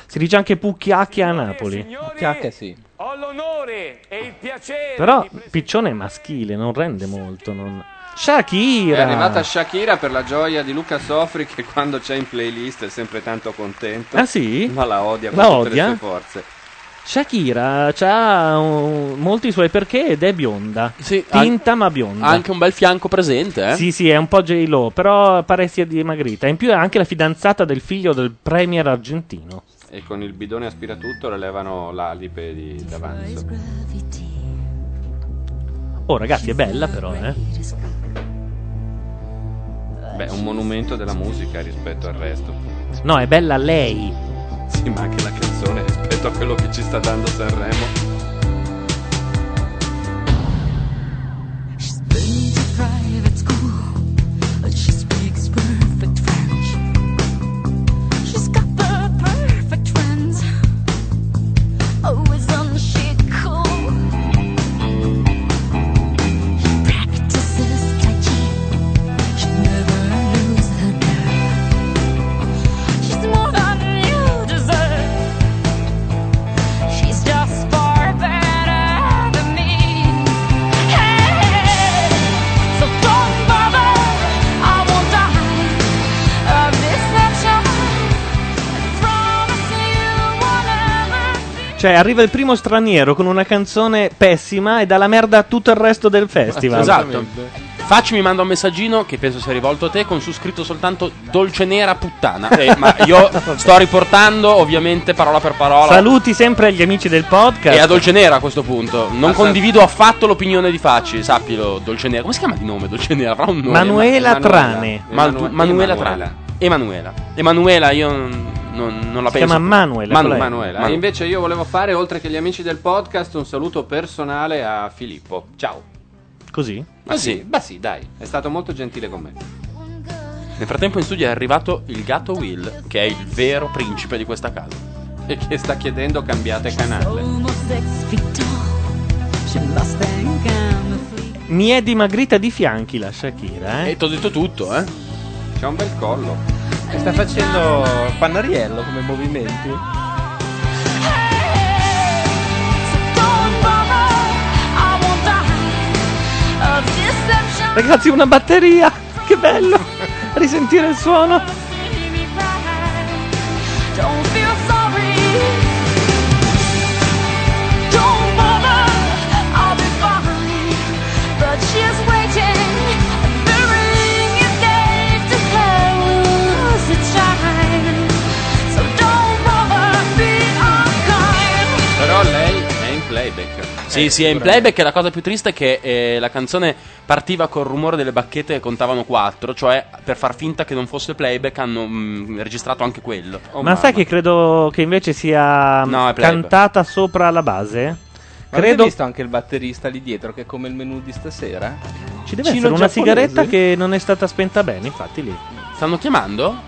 S3: Si dice anche Pucchiacchia a Napoli.
S6: Chiacca, sì.
S9: ho l'onore e il piacere.
S3: Però piccione è maschile, non rende molto. non- Shakira!
S4: È arrivata Shakira per la gioia di Luca Sofri che quando c'è in playlist è sempre tanto contento.
S3: Ah, sì?
S4: Ma la odia con
S3: La
S4: tutte
S3: odia?
S4: le sue forze.
S3: Shakira ha molti suoi perché ed è bionda. tinta ma bionda.
S19: Ha anche un bel fianco presente, eh?
S3: Sì, sì, è un po' J-Lo, però pare sia dimagrita. In più è anche la fidanzata del figlio del premier argentino.
S17: E con il bidone aspiratutto levano l'alipe di davanti. sopra.
S3: Oh, ragazzi, è bella però, eh.
S17: Beh, è un monumento della musica rispetto al resto.
S3: No, è bella lei.
S17: Sì, ma anche la canzone rispetto a quello che ci sta dando Sanremo.
S2: Been to private school, but she speaks perfect French. She's got the perfect friends, always on the shit cool. She practices tai chi, she never lose her nerve. She's more than you deserve. She's just far better than me. Hey. So don't bother, I won't die of this nature. I promise you will never
S3: Cioè, arriva il primo straniero con una canzone pessima e dà la merda a tutto il resto del festival.
S19: Esatto. Facci mi manda un messaggino che penso sia rivolto a te con su scritto soltanto dolce nera puttana. Eh, ma io sto riportando ovviamente parola per parola.
S3: Saluti sempre agli amici del podcast.
S19: E a Dolce Nera a questo punto. Non
S3: Ah, sa-
S19: condivido affatto l'opinione di Facci, sappilo, Dolce Nera. Come si chiama di nome Dolce Nera? Avrà un nome.
S3: Manuela Trane.
S19: Ma-
S3: Emanue-
S19: Manuela
S3: Emanuela.
S19: Trane. Emanuela. Emanuela, io non, non la
S3: Si
S19: penso.
S3: chiama Manuela,
S19: Manu-
S3: quella è?
S19: Manuela.
S17: E invece io volevo fare, oltre che gli amici del podcast, un saluto personale a Filippo. Ciao.
S3: Così?
S19: Ah,
S17: Ma sì, ma sì, dai. È stato molto gentile con me.
S19: Nel frattempo in studio è arrivato il gatto Will, che è il vero principe di questa casa. E che sta chiedendo cambiate canale.
S2: Almost six feet tall, she must think I'm a
S3: Mi è dimagrita di fianchi la Shakira, eh.
S19: E ti ho detto tutto, eh.
S17: C'ha un bel collo.
S6: E sta facendo pannariello come movimenti.
S2: Don't bother, I won't die of deception.
S3: Ragazzi, una batteria! Che bello! Risentire il suono!
S2: Don't feel sorry. Don't bother, I'll be fine. But she's waiting. The ring is gave to close its shine. So don't bother, be unkind.
S17: Però lei è in playback.
S19: Sì, sì, è in playback e la cosa più triste è che eh, la canzone partiva col rumore delle bacchette che contavano 4, cioè per far finta che non fosse playback hanno mm, registrato anche quello.
S3: Ma sai che credo che invece sia
S19: Oh, No, è playback.
S3: cantata sopra la base?
S6: Ma Avete
S3: Credo
S6: visto anche il batterista lì dietro che è come il menù di stasera?
S3: ci deve essere una sigaretta che non è stata spenta bene, infatti lì.
S19: Stanno chiamando?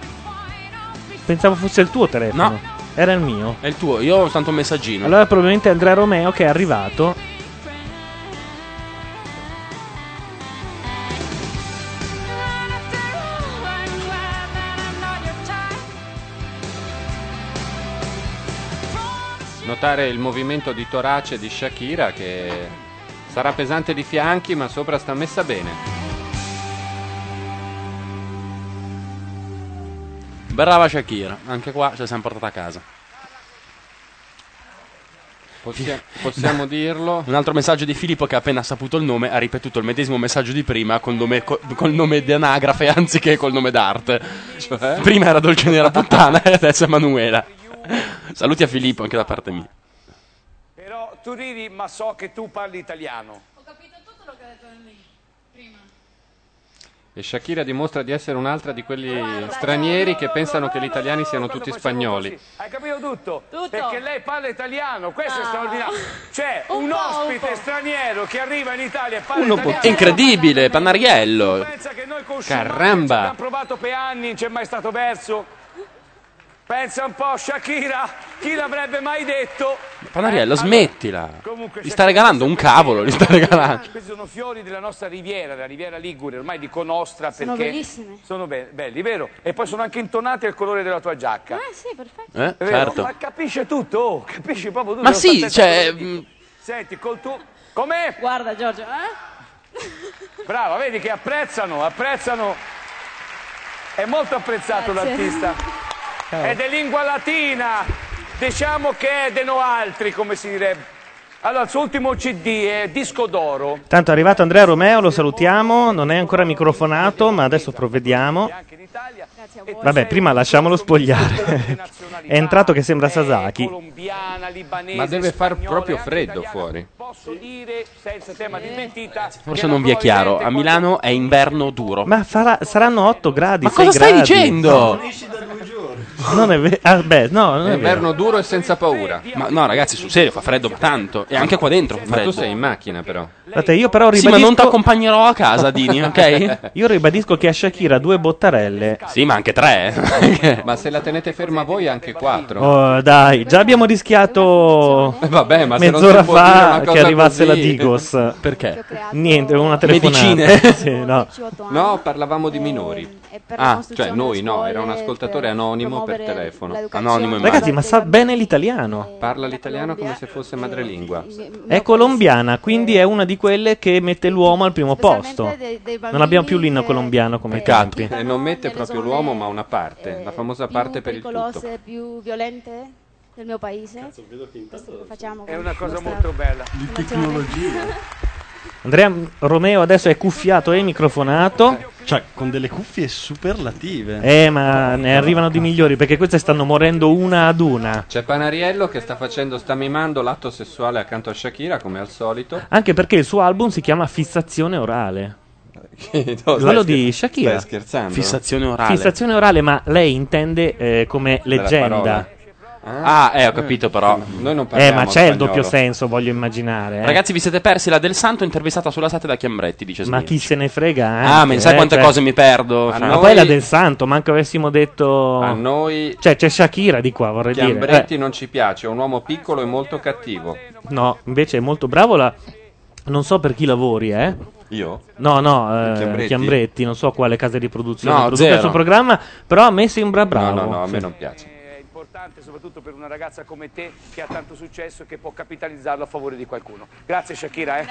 S3: Pensavo fosse il tuo telefono.
S19: No.
S3: Era il mio.
S19: È il tuo, io ho soltanto un messaggino.
S3: Allora probabilmente Andrea Romeo che è arrivato.
S17: Notare il movimento di torace di Shakira che sarà pesante di fianchi ma sopra sta messa bene.
S19: Brava Shakira, anche qua ce la siamo portata a casa.
S17: Possi- possiamo dirlo.
S19: Un altro messaggio di Filippo che ha appena saputo il nome ha ripetuto il medesimo messaggio di prima col nome, co- col nome di anagrafe anziché col nome d'arte.
S9: Cioè?
S19: Prima era Dolce Nera Puttana e adesso è Manuela. Saluti a Filippo anche da parte mia.
S9: Però tu ridi, ma so che tu parli italiano.
S27: Ho capito tutto quello che ha detto lì prima.
S17: E Shakira dimostra di essere un'altra di quelli stranieri che pensano che gli italiani siano tutti spagnoli.
S9: Hai capito tutto? Perché lei parla italiano, questo è straordinario. C'è un, ospite straniero che arriva in Italia e parla
S19: Uno
S9: italiano.
S19: pot- incredibile, Pannariello.
S9: Ci abbiamo
S19: Caramba.
S9: provato per anni, non c'è mai stato verso. Pensa un po', Shakira, chi l'avrebbe mai detto?
S19: Pannariello, smettila.
S9: Comunque,
S19: Gli sta regalando un cavolo, gli sta regalando.
S9: Questi sono fiori della nostra riviera, la riviera Ligure, ormai dico nostra perché
S7: Sono bellissimi.
S9: Sono be- belli, vero? E poi sono anche intonati al colore della tua giacca.
S7: Eh sì, perfetto.
S19: Eh,
S9: È vero?
S19: certo.
S9: Ma capisce tutto, oh, capisci proprio tutto.
S19: Ma
S9: non sta
S19: sì,
S9: attento a
S19: cioè...
S9: quello che dici. Senti, col tuo... Com'è?
S7: Guarda Giorgio, eh?
S9: Brava, vedi che apprezzano, apprezzano. È molto apprezzato
S7: Grazie.
S9: l'artista. Ed è lingua latina. diciamo che è de no altri, come si direbbe. Allora, il suo ultimo CD è Disco d'Oro.
S3: Tanto è arrivato Andrea Romeo, lo salutiamo, non è ancora microfonato, ma adesso provvediamo. Vabbè, prima lasciamolo spogliare. È entrato che sembra Sasaki.
S4: Ma deve far proprio freddo
S17: fuori.
S19: Forse non vi è chiaro, a Milano è inverno duro.
S3: Ma farà- saranno 8 gradi.
S19: Ma
S3: 6
S19: cosa stai
S3: gradi.
S19: dicendo?
S3: Non è vero. Ah, beh, no, non è, vero.
S4: Inverno duro e senza paura.
S19: Ma no, ragazzi, sul serio, fa freddo tanto. E anche qua dentro fa
S4: Ma tu
S19: freddo.
S4: sei in macchina però.
S3: Guardate, io però
S19: Sì,
S3: ribadisco...
S19: ma non ti accompagnerò a casa, Dini, ok?
S3: Io ribadisco che a Shakira due bottarelle.
S19: Sì, ma anche tre. eh.
S4: Ma se la tenete ferma voi anche quattro.
S3: Oh, dai, già abbiamo rischiato
S4: Eh, vabbè, ma se non
S3: mezz'ora
S4: si può dire una
S3: fa
S4: cosa
S3: che arrivasse
S4: così. eh,
S3: la Digos.
S19: Perché?
S3: Niente, una telefonata.
S4: Medicine.
S3: Sì, no.
S4: No, parlavamo di minori. Ah, cioè noi no, era un ascoltatore anonimo per telefono. Anonimo
S3: Ragazzi, ma sa bene l'italiano.
S4: Parla l'italiano come se fosse madrelingua.
S3: È colombiana, quindi è una di quelle che mette l'uomo al primo posto. Non abbiamo più l'inno colombiano come capi.
S4: E non mette proprio l'uomo, ma una parte, la famosa parte per il tutto.
S40: pericolose, più violente del mio paese. Questo lo facciamo
S9: È una cosa molto bella.
S3: Andrea Romeo adesso è cuffiato e microfonato.
S24: Cioè, con delle cuffie superlative.
S3: Eh, ma ne arrivano di migliori perché queste stanno morendo una ad una.
S4: C'è Panariello che sta facendo, sta mimando l'atto sessuale accanto a Shakira, come al solito.
S3: Anche perché il suo album si chiama Fissazione orale.
S4: No,
S3: Quello
S4: stai
S3: di
S4: scher-
S3: Shakira.
S4: stai scherzando?
S19: Fissazione orale.
S3: Fissazione orale, ma lei intende eh, come
S19: Della
S3: leggenda.
S19: parola. Ah, eh, ho capito però. Noi non
S3: Eh, ma c'è il doppio senso, voglio immaginare. eh.
S19: Ragazzi, vi siete persi la del santo intervistata sulla sete da Chiambretti, dice
S3: ma
S19: Smir.
S3: chi se ne frega?
S19: Ah, ma
S3: anche,
S19: sai
S3: eh,
S19: quante
S3: cioè-
S19: cose mi perdo?
S3: Ma
S19: Cioè,
S3: poi la del santo, manco avessimo detto.
S4: A noi-
S3: Cioè, c'è Shakira di qua, vorrei dire.
S4: Chiambretti non ci piace, è un uomo piccolo e molto cattivo.
S3: Eh, no, invece è molto bravo. La... Non so per chi lavori, eh.
S4: Io?
S3: No, no, eh, Chiambretti.
S4: Chiambretti?
S3: non so quale casa di produzione
S4: No,
S3: produce il
S4: zero.
S3: suo programma, però a me sembra bravo.
S4: no, no, a me
S3: Sì.
S4: non piace.
S9: È importante soprattutto per una ragazza come te che ha tanto successo e che può capitalizzarlo a favore di qualcuno. Grazie Shakira, eh.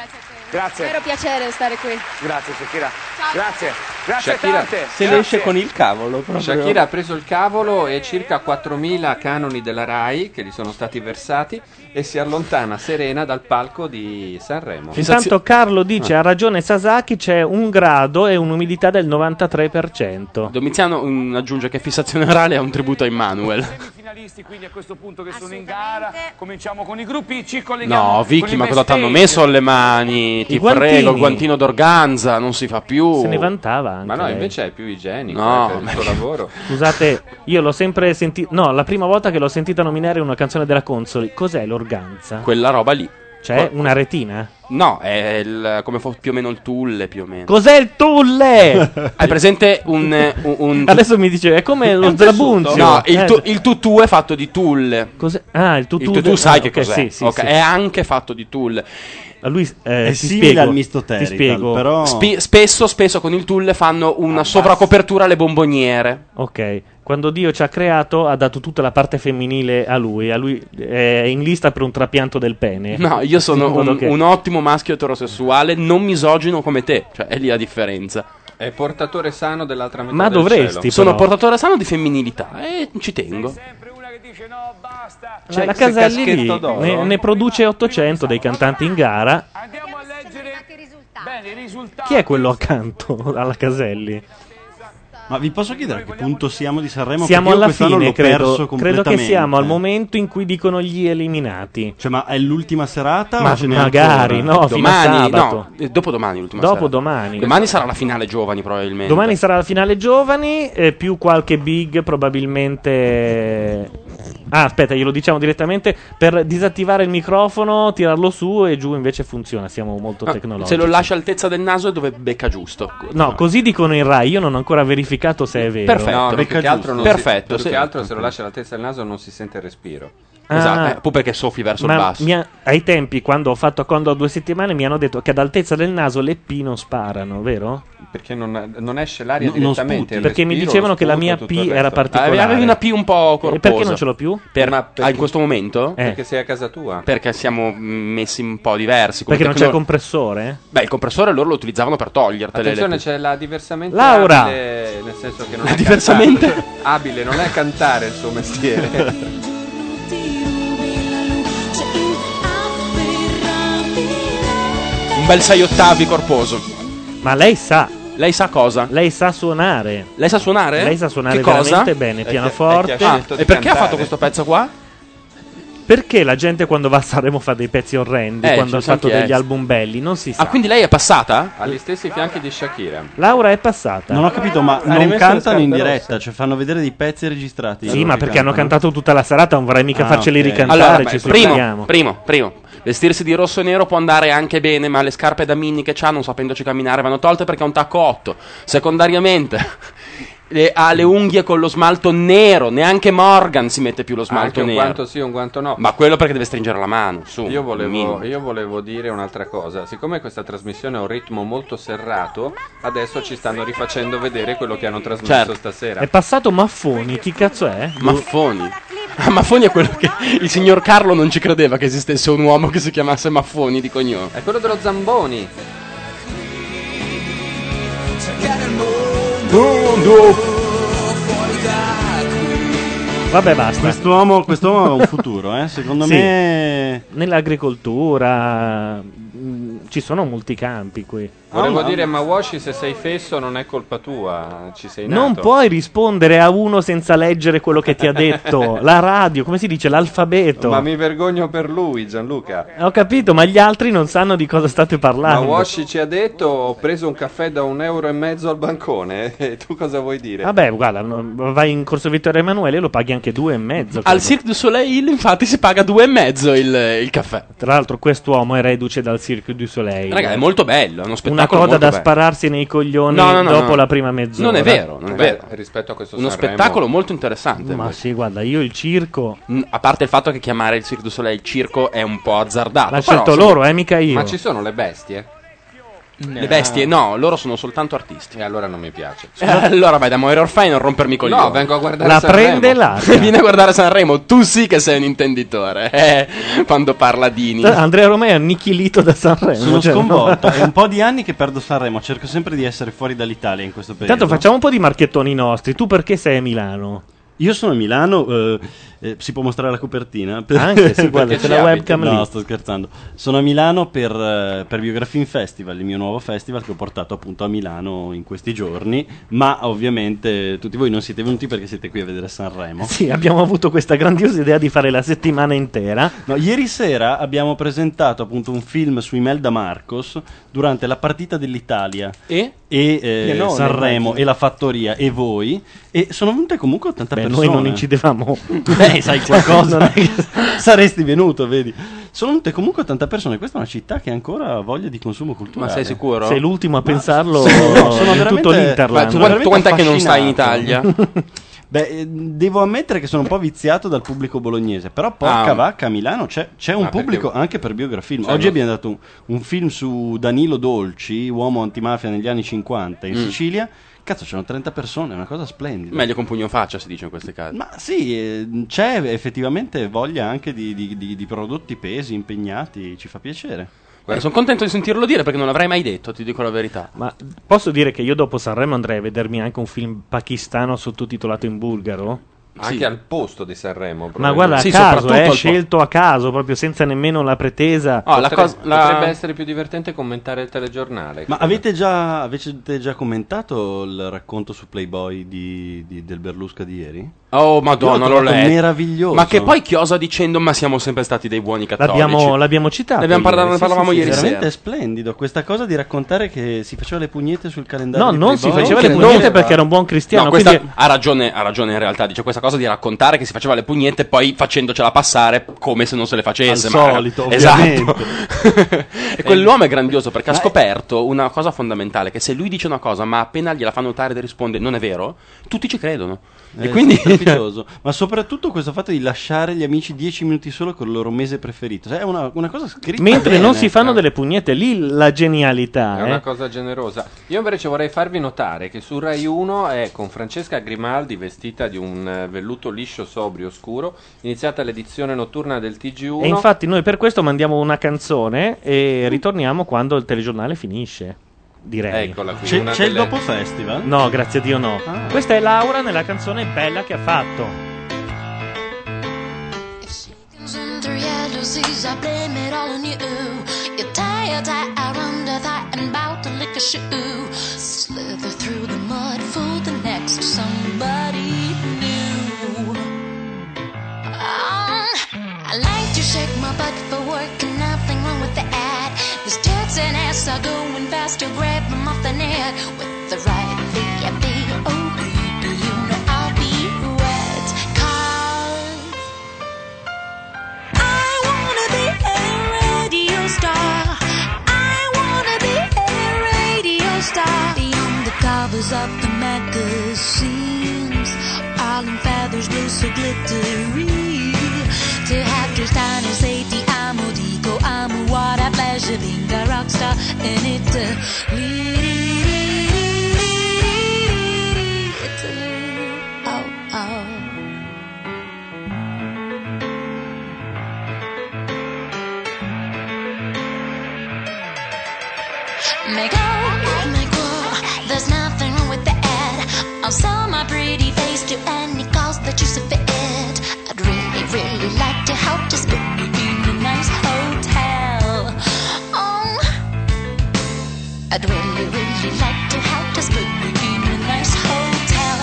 S9: Grazie.
S40: Vero piacere stare qui.
S9: Grazie Shakira. Grazie. Grazie
S4: Shakira,
S9: tante.
S6: Se ne esce con il cavolo proprio.
S4: Shakira ha preso il cavolo e circa 4.000 canoni della RAI che gli sono stati versati e si allontana serena dal palco di Sanremo.
S3: Intanto Carlo
S4: Ah.
S3: dice: Ha ragione Sasaki, c'è un grado e un'umidità del 93%.
S19: Domiziano mm, aggiunge che fissazione orale è un tributo a Immanuel.
S9: Finalisti, quindi a questo punto che sono in gara, cominciamo con i gruppi, ci colleghiamo.
S19: No, Vicky,
S9: con i
S19: ma cosa ti hanno
S9: backstage.
S19: messo alle mani? Ti
S9: guantini.
S19: prego, il guantino d'organza, non si fa più.
S3: Se ne vantava anche
S4: Ah, Ma no,
S3: lei.
S4: invece è più igienico
S19: No,
S4: eh, per il
S19: ma-
S4: suo lavoro.
S3: Scusate, io l'ho sempre sentita. No, la prima volta che l'ho sentita nominare una canzone della Consoli, cos'è l'organza?
S19: Quella roba lì.
S3: Cioè, una retina?
S19: No, è il- come fo- più o meno il tulle, più o meno.
S3: Cos'è il tulle?
S19: Hai presente un... eh, un- un-
S3: Adesso mi dice, è come
S19: È
S3: lo
S19: un tessuto.
S3: zrabunzio.
S19: No, il,
S3: Eh,
S19: tu- il tutù è fatto di tulle.
S3: Ah, il tutù
S19: Il tutù
S3: de-
S19: sai
S3: ah,
S19: che
S3: ok,
S19: cos'è.
S3: sì, sì,
S19: Ok,
S3: sì.
S19: È anche fatto di tulle.
S3: lui eh,
S19: è
S24: ti simile spiego, al mistotelital, ti spiego. però-
S19: spesso, spesso con il tulle fanno una sovracopertura alle bomboniere.
S3: Ok, quando Dio ci ha creato ha dato tutta la parte femminile a lui, a lui è in lista per un trapianto del pene.
S19: No, io sono
S3: In modo
S19: un,
S3: Eh. che-
S19: un ottimo maschio eterosessuale, non misogino come te. Cioè, è lì la differenza.
S4: È portatore sano dell'altra metà
S19: Ma
S4: del
S19: dovresti,
S4: cielo.
S19: però. Sono portatore sano di femminilità e ci tengo.
S3: Cioè, la
S19: L'ex
S3: Caselli
S19: caschetto
S3: lì
S19: d'oro.
S3: ne, ne produce 800 dei cantanti in gara.
S9: Andiamo a leggere bene i risultati.
S3: Chi è quello accanto alla Caselli?
S24: Ma vi posso chiedere a che punto siamo di Sanremo?
S3: Siamo
S24: Perché io
S3: alla
S24: quest'anno
S3: fine,
S24: l'ho
S3: credo.
S24: perso
S3: Credo che
S24: completamente.
S3: siamo al momento in cui dicono gli eliminati.
S24: Cioè, ma è l'ultima serata?
S3: Ma
S24: o ce n'è
S3: magari,
S24: ancora?
S3: no, fino a
S19: Domani,
S3: sabato.
S19: no, eh, dopodomani l'ultima
S3: Dopo
S19: serata.
S3: domani.
S19: Domani sarà la finale giovani probabilmente.
S3: Domani sarà la finale giovani, eh, più qualche big probabilmente... Ah, aspetta, glielo diciamo direttamente. Per disattivare il microfono, tirarlo su e giù invece funziona. Siamo molto
S19: Ah,
S3: tecnologici.
S19: se lo lascia altezza del naso è dove becca giusto.
S3: No, così dicono in Rai. Io non ho ancora verificato se è vero.
S19: Perfetto.
S4: No, più che altro, non si-
S19: Perfetto,
S4: più
S19: sì.
S4: che altro se lo lascia la testa al naso non si sente il respiro.
S3: Ah.
S19: Esatto, eh, poi perché soffi verso
S3: Ma
S19: il basso.
S3: mi ha- ai tempi, quando ho fatto Condor due settimane, mi hanno detto che ad altezza del naso le P non sparano, vero?
S4: Perché non, non esce l'aria
S3: No- non sputi.
S4: direttamente. il
S3: Perché mi
S4: respiro,
S3: dicevano
S4: lo
S3: che la
S4: sputo,
S3: mia
S4: tutto
S3: P
S4: il resto. Ah,
S3: era particolare.
S19: Avevi una P un po' corposa.
S3: E perché non ce l'ho più? Eh.
S19: Per- ah, in questo momento?
S4: Perché sei a casa tua.
S19: Perché siamo mm, messi un po' diversi. come
S3: Perché non c'è
S19: tecno-
S3: compressore?
S19: Beh, il compressore loro lo utilizzavano per togliertele.
S4: Attenzione,
S19: le-
S4: c'è la diversamente
S19: Laura!
S4: abile, nel senso che non
S19: La
S4: è
S19: diversamente?
S4: cantare. abile, non è cantare il suo mestiere.
S19: Un bel 6 ottavi corposo.
S3: Ma lei sa.
S19: Lei sa cosa?
S3: Lei sa suonare.
S19: Lei sa suonare?
S3: Lei sa suonare
S19: Che cosa?
S3: veramente bene,
S19: È che-
S3: pianoforte.
S19: è che ha scelto Ah, di e perché ha cantare. fatto questo pezzo qua?
S3: Perché la gente quando va a Sanremo fa dei pezzi orrendi,
S19: Eh,
S3: quando
S19: ci
S3: ha
S19: sa
S3: fatto
S19: chi è.
S3: degli album belli, non si sa.
S19: Ah, quindi lei è passata?
S17: Agli stessi fianchi di Shakira.
S3: Laura è passata.
S24: Non ho capito,
S19: Ah,
S24: ma non cantano in diretta, cioè fanno vedere dei pezzi registrati.
S3: Sì, ma perché hanno cantato tutta la serata, non vorrei mica
S24: Ah,
S3: farceli
S24: ok.
S3: ricantare,
S19: Allora,
S3: ci
S19: beh,
S3: sbagliamo.
S19: primo, primo, primo. Vestirsi di rosso e nero può andare anche bene, ma le scarpe da mini che ha, non sapendoci camminare, vanno tolte perché ha un tacco 8. Secondariamente, le- ha le unghie con lo smalto nero. Neanche Morgan si mette più lo
S17: Anche
S19: smalto
S17: un
S19: nero.
S17: guanto sì, un guanto no.
S19: Ma quello perché deve stringere la mano. Su,
S17: Io
S19: minimo.
S17: volevo, io volevo dire un'altra cosa, siccome questa trasmissione ha un ritmo molto serrato, adesso ci stanno rifacendo vedere quello che hanno trasmesso
S19: Certo.
S17: stasera.
S3: È passato Maffoni, chi cazzo è?
S19: Maffoni. Ah, Maffoni è quello che il signor Carlo non ci credeva che esistesse un uomo che si chiamasse Maffoni di cognome.
S17: È quello dello Zamboni.
S3: Vabbè, basta.
S24: Quest'uomo, quest'uomo ha un futuro, eh? secondo
S3: Sì.
S24: me.
S3: Nell'agricoltura mh, ci sono molti campi qui.
S17: Volevo dire, ma Washi, se sei fesso non è colpa tua, ci sei nato.
S3: Non puoi rispondere a uno senza leggere quello che ti ha detto. La radio, come si dice? L'alfabeto.
S17: Ma mi vergogno per lui, Gianluca.
S3: Ho capito, ma gli altri non sanno di cosa state
S17: Ma
S3: parlando.
S17: Washi ci ha detto, ho preso un caffè da un euro e mezzo al bancone. E tu cosa vuoi dire?
S3: Vabbè, guarda, no, vai in corso Vittorio Emanuele e lo paghi anche due e mezzo.
S19: Al Cirque du Soleil, infatti, si paga due e mezzo il, il caffè.
S3: Tra l'altro, quest'uomo è reduce dal Cirque du Soleil.
S19: Raga, è molto bello, è uno
S3: Una
S19: spettacolo
S3: coda
S19: molto
S3: da
S19: bello.
S3: spararsi nei coglioni
S19: No, no, no,
S3: dopo
S19: no.
S3: la prima mezz'ora.
S19: Non è vero, non è
S17: Beh,
S19: vero.
S17: rispetto a questo
S19: Uno
S17: Sanremo-
S19: spettacolo molto interessante.
S3: Ma sì, guarda, io il circo.
S19: A parte il fatto che chiamare il Cirque du Soleil circo è un po' azzardato.
S3: L'ha
S19: però,
S3: scelto
S19: insomma-
S3: loro, eh, mica io.
S17: Ma ci sono le bestie?
S19: Le bestie, no, loro sono soltanto artisti.
S17: E allora non mi piace.
S19: Eh, allora vai da Moira Orfai e non rompermi i coglioni.
S17: No, vengo a guardare
S19: La
S17: Sanremo.
S19: prende l'arca. Vieni a guardare Sanremo, tu sì che sei un intenditore. Eh, quando parla Dini.
S3: Andrea Romei è annichilito da Sanremo.
S24: Sono
S3: cioè, no.
S24: sconvolto. È un po' di anni che perdo Sanremo. Cerco sempre di essere fuori dall'Italia in questo periodo.
S3: Intanto facciamo un po' di marchettoni nostri. Tu perché sei a Milano?
S24: Io sono a Milano, eh, eh, si può mostrare la copertina?
S3: Anche, sì, guarda, c'è
S24: Perché
S3: la
S24: ci
S3: webcam
S24: abiti.
S3: lì.
S24: No, sto scherzando. Sono a Milano per, eh, per Biografin Festival, il mio nuovo festival che ho portato appunto a Milano in questi giorni, ma ovviamente tutti voi non siete venuti perché siete qui a vedere Sanremo.
S3: Sì, abbiamo avuto questa grandiosa idea di fare la settimana intera.
S24: No, ieri sera abbiamo presentato appunto un film su Imelda Marcos durante la partita dell'Italia
S19: e,
S24: eh,
S3: Pienone,
S24: Sanremo
S3: immagino.
S24: e la fattoria e voi e sono venute comunque 80
S3: Beh,
S24: persone.
S3: noi non incidevamo.
S24: Eh, sai qualcosa, saresti venuto, vedi. Sono venute comunque 80 persone, questa è una città che ancora ha voglia di consumo culturale.
S19: Ma sei sicuro?
S3: Sei l'ultimo a
S24: Ma-
S3: pensarlo
S24: Sì, no, sono
S3: in tutto
S24: veramente-
S3: l'Interland.
S24: Ma tu veramente
S19: quant'è che non stai in
S24: affascinato.
S19: Italia?
S24: Beh, eh, devo ammettere che sono un po' viziato dal pubblico bolognese, però porca
S17: Ah.
S24: vacca a Milano c'è, c'è un
S17: Ah, perché-
S24: pubblico anche per biografilm.
S17: Cioè,
S24: Oggi
S17: no.
S24: abbiamo dato un, un film su Danilo Dolci, uomo antimafia negli anni 50 in
S19: Mm.
S24: Sicilia. Cazzo, c'erano 30 persone, è una cosa splendida.
S19: Meglio con pugno in faccia, si dice in questi casi.
S24: Ma sì, eh, c'è effettivamente voglia anche di, di- di- di prodotti pesi, impegnati, ci fa piacere.
S19: Guarda, sono contento di sentirlo dire perché non l'avrei mai detto, ti dico la verità.
S3: Ma posso dire che io dopo Sanremo andrei a vedermi anche un film pakistano sottotitolato in bulgaro?
S17: Anche al posto di Sanremo.
S3: Ma
S17: probabilmente.
S3: guarda, a caso, eh, scelto a caso, proprio senza nemmeno Ah, la pretesa.
S17: Potre- Potrebbe essere più divertente commentare il telegiornale.
S24: Ma avete già, avete già commentato il racconto su Playboy di- di- del Berlusca di ieri?
S19: Oh,
S24: Io
S19: madonna,
S24: l'ho
S19: l'ho
S24: trovato
S19: letto.
S24: meraviglioso.
S19: Ma che poi chiosa dicendo, ma siamo sempre stati dei buoni cattolici.
S3: L'abbiamo, l'abbiamo citato.
S19: Ne abbiamo parlato- ne
S3: ieri. Sì, sì,
S19: parlavamo
S3: sì,
S19: ieri
S3: veramente.
S24: Veramente è splendido questa cosa di raccontare che si faceva le pugnette sul calendario.
S3: No,
S24: di
S3: non si
S24: Playboy.
S3: faceva le pugnette perché era un buon cristiano.
S19: No, questa-
S3: quindi-
S19: ha, ragione, ha ragione in realtà. Dice questa cosa di raccontare che si faceva le pugnette, poi facendocela passare come se non se le facesse.
S24: Al
S19: ma-
S24: solito,
S19: esatto.
S24: ovviamente.
S19: e quell'uomo è grandioso perché ha scoperto una cosa fondamentale: che se lui dice una cosa, ma appena gliela fa notare e risponde non è vero, tutti ci credono.
S24: Eh,
S19: e quindi.
S24: sì, strepitoso. Ma soprattutto questo fatto di lasciare gli amici 10 minuti solo con il loro mese preferito. Sai, È una, una cosa scritta.
S3: Mentre
S24: bene. eh.
S3: non si fanno delle pugnette, lì la
S17: È
S3: genialità.
S17: una
S3: eh.
S17: cosa generosa. Io invece vorrei farvi notare che su Rai 1 è con Francesca Grimaldi vestita di un eh, velluto liscio sobrio scuro, iniziata l'edizione notturna del TG1.
S3: E infatti noi per questo mandiamo una canzone e ritorniamo quando il telegiornale finisce. Direi.
S17: Eccola qui,
S24: C'è- una c'è il delle- dopo festival?
S3: No, grazie a Dio no. Questa è Laura nella canzone bella che ha fatto.
S22: Under yellow seas, I blame it all on you. You take tie a tie out under thigh and bout to lick a shoe. Slither through the mud for the next somebody new. Um, I like to shake my butt for work and nothing wrong with that. This tits and ass are going faster, grab 'em off the net with the right V-I-B-O-B. You know I'll be wet. Cause I wanna be a radio star. I wanna be a radio star. Beyond the covers of the magazines, all in feathers, blue so glittery. To have just on a safety, I'm a deco, I'm a what a pleasure being a rock star in Italy. Italy. Oh, oh. Make up with my crew. There's nothing wrong with that. I'll sell my pretty face to any cause that you see fit. I'd really, really like to help. Just put me in a nice hotel. Um, I'd really, really like to help. Just put me in a nice hotel.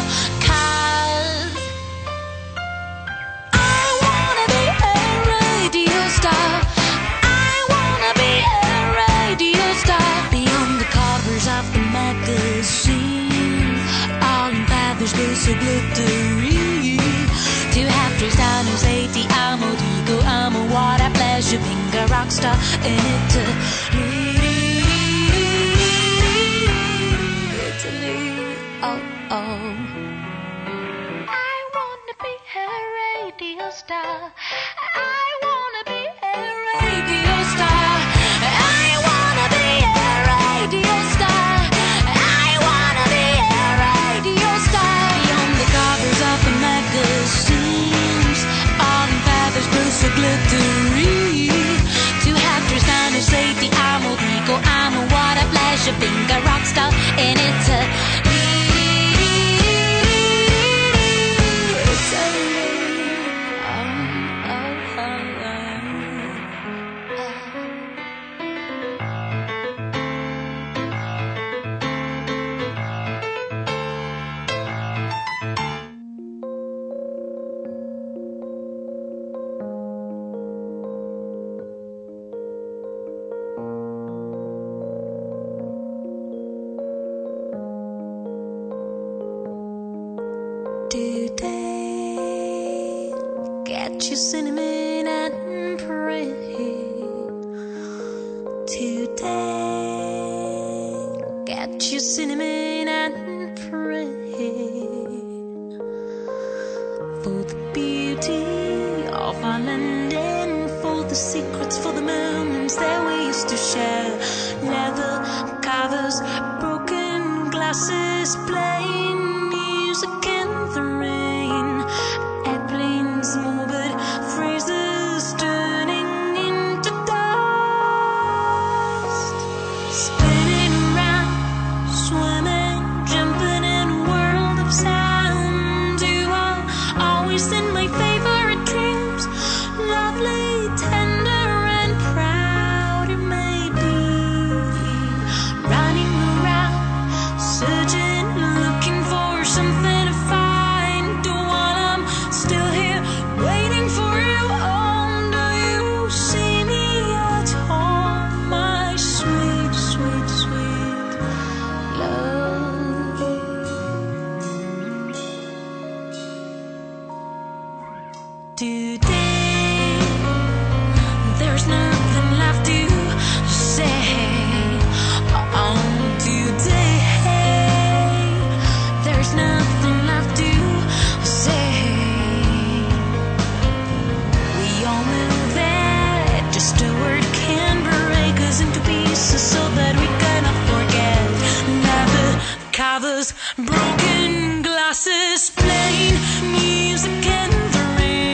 S22: Cause I wanna be a radio star. I wanna be a radio star beyond the covers of the magazine. All in feathers, blue so glittery. To have three stars, eighty, I'm a digo, I'm a what a pleasure, being a rock star in Italy. Italy, oh oh. I wanna be a radio star. I wanna be a radio star. I wanna be a radio star. I wanna be a radio star. Beyond the covers of the magazines, all in feathers, blue so glittery. To have Tristan who say the I'm a Rico, I'm a what a pleasure, being a rock star, and it's a Today, get your cinnamon and pray. Today, get your cinnamon and pray for the beauty of our land and for the secrets, for the moments that we used to share. Leather covers, broken glasses, playing music in the rain. Airplanes, morbid phrases turning into dust. Spinning round, swimming, jumping in a world of sounds. You are always in my favorite dreams. Lovely, tender, and proud it may be. Running around, searching, looking for something to find. Don't want 'em, still here, waiting for you. Oh, do you see me at home, my sweet, sweet, sweet love? Today, there's nothing left to say. On today, there's nothing left to say. We all know that just a word can break us into pieces so that we cannot forget. Never covers, broken glasses, plain music in the rain.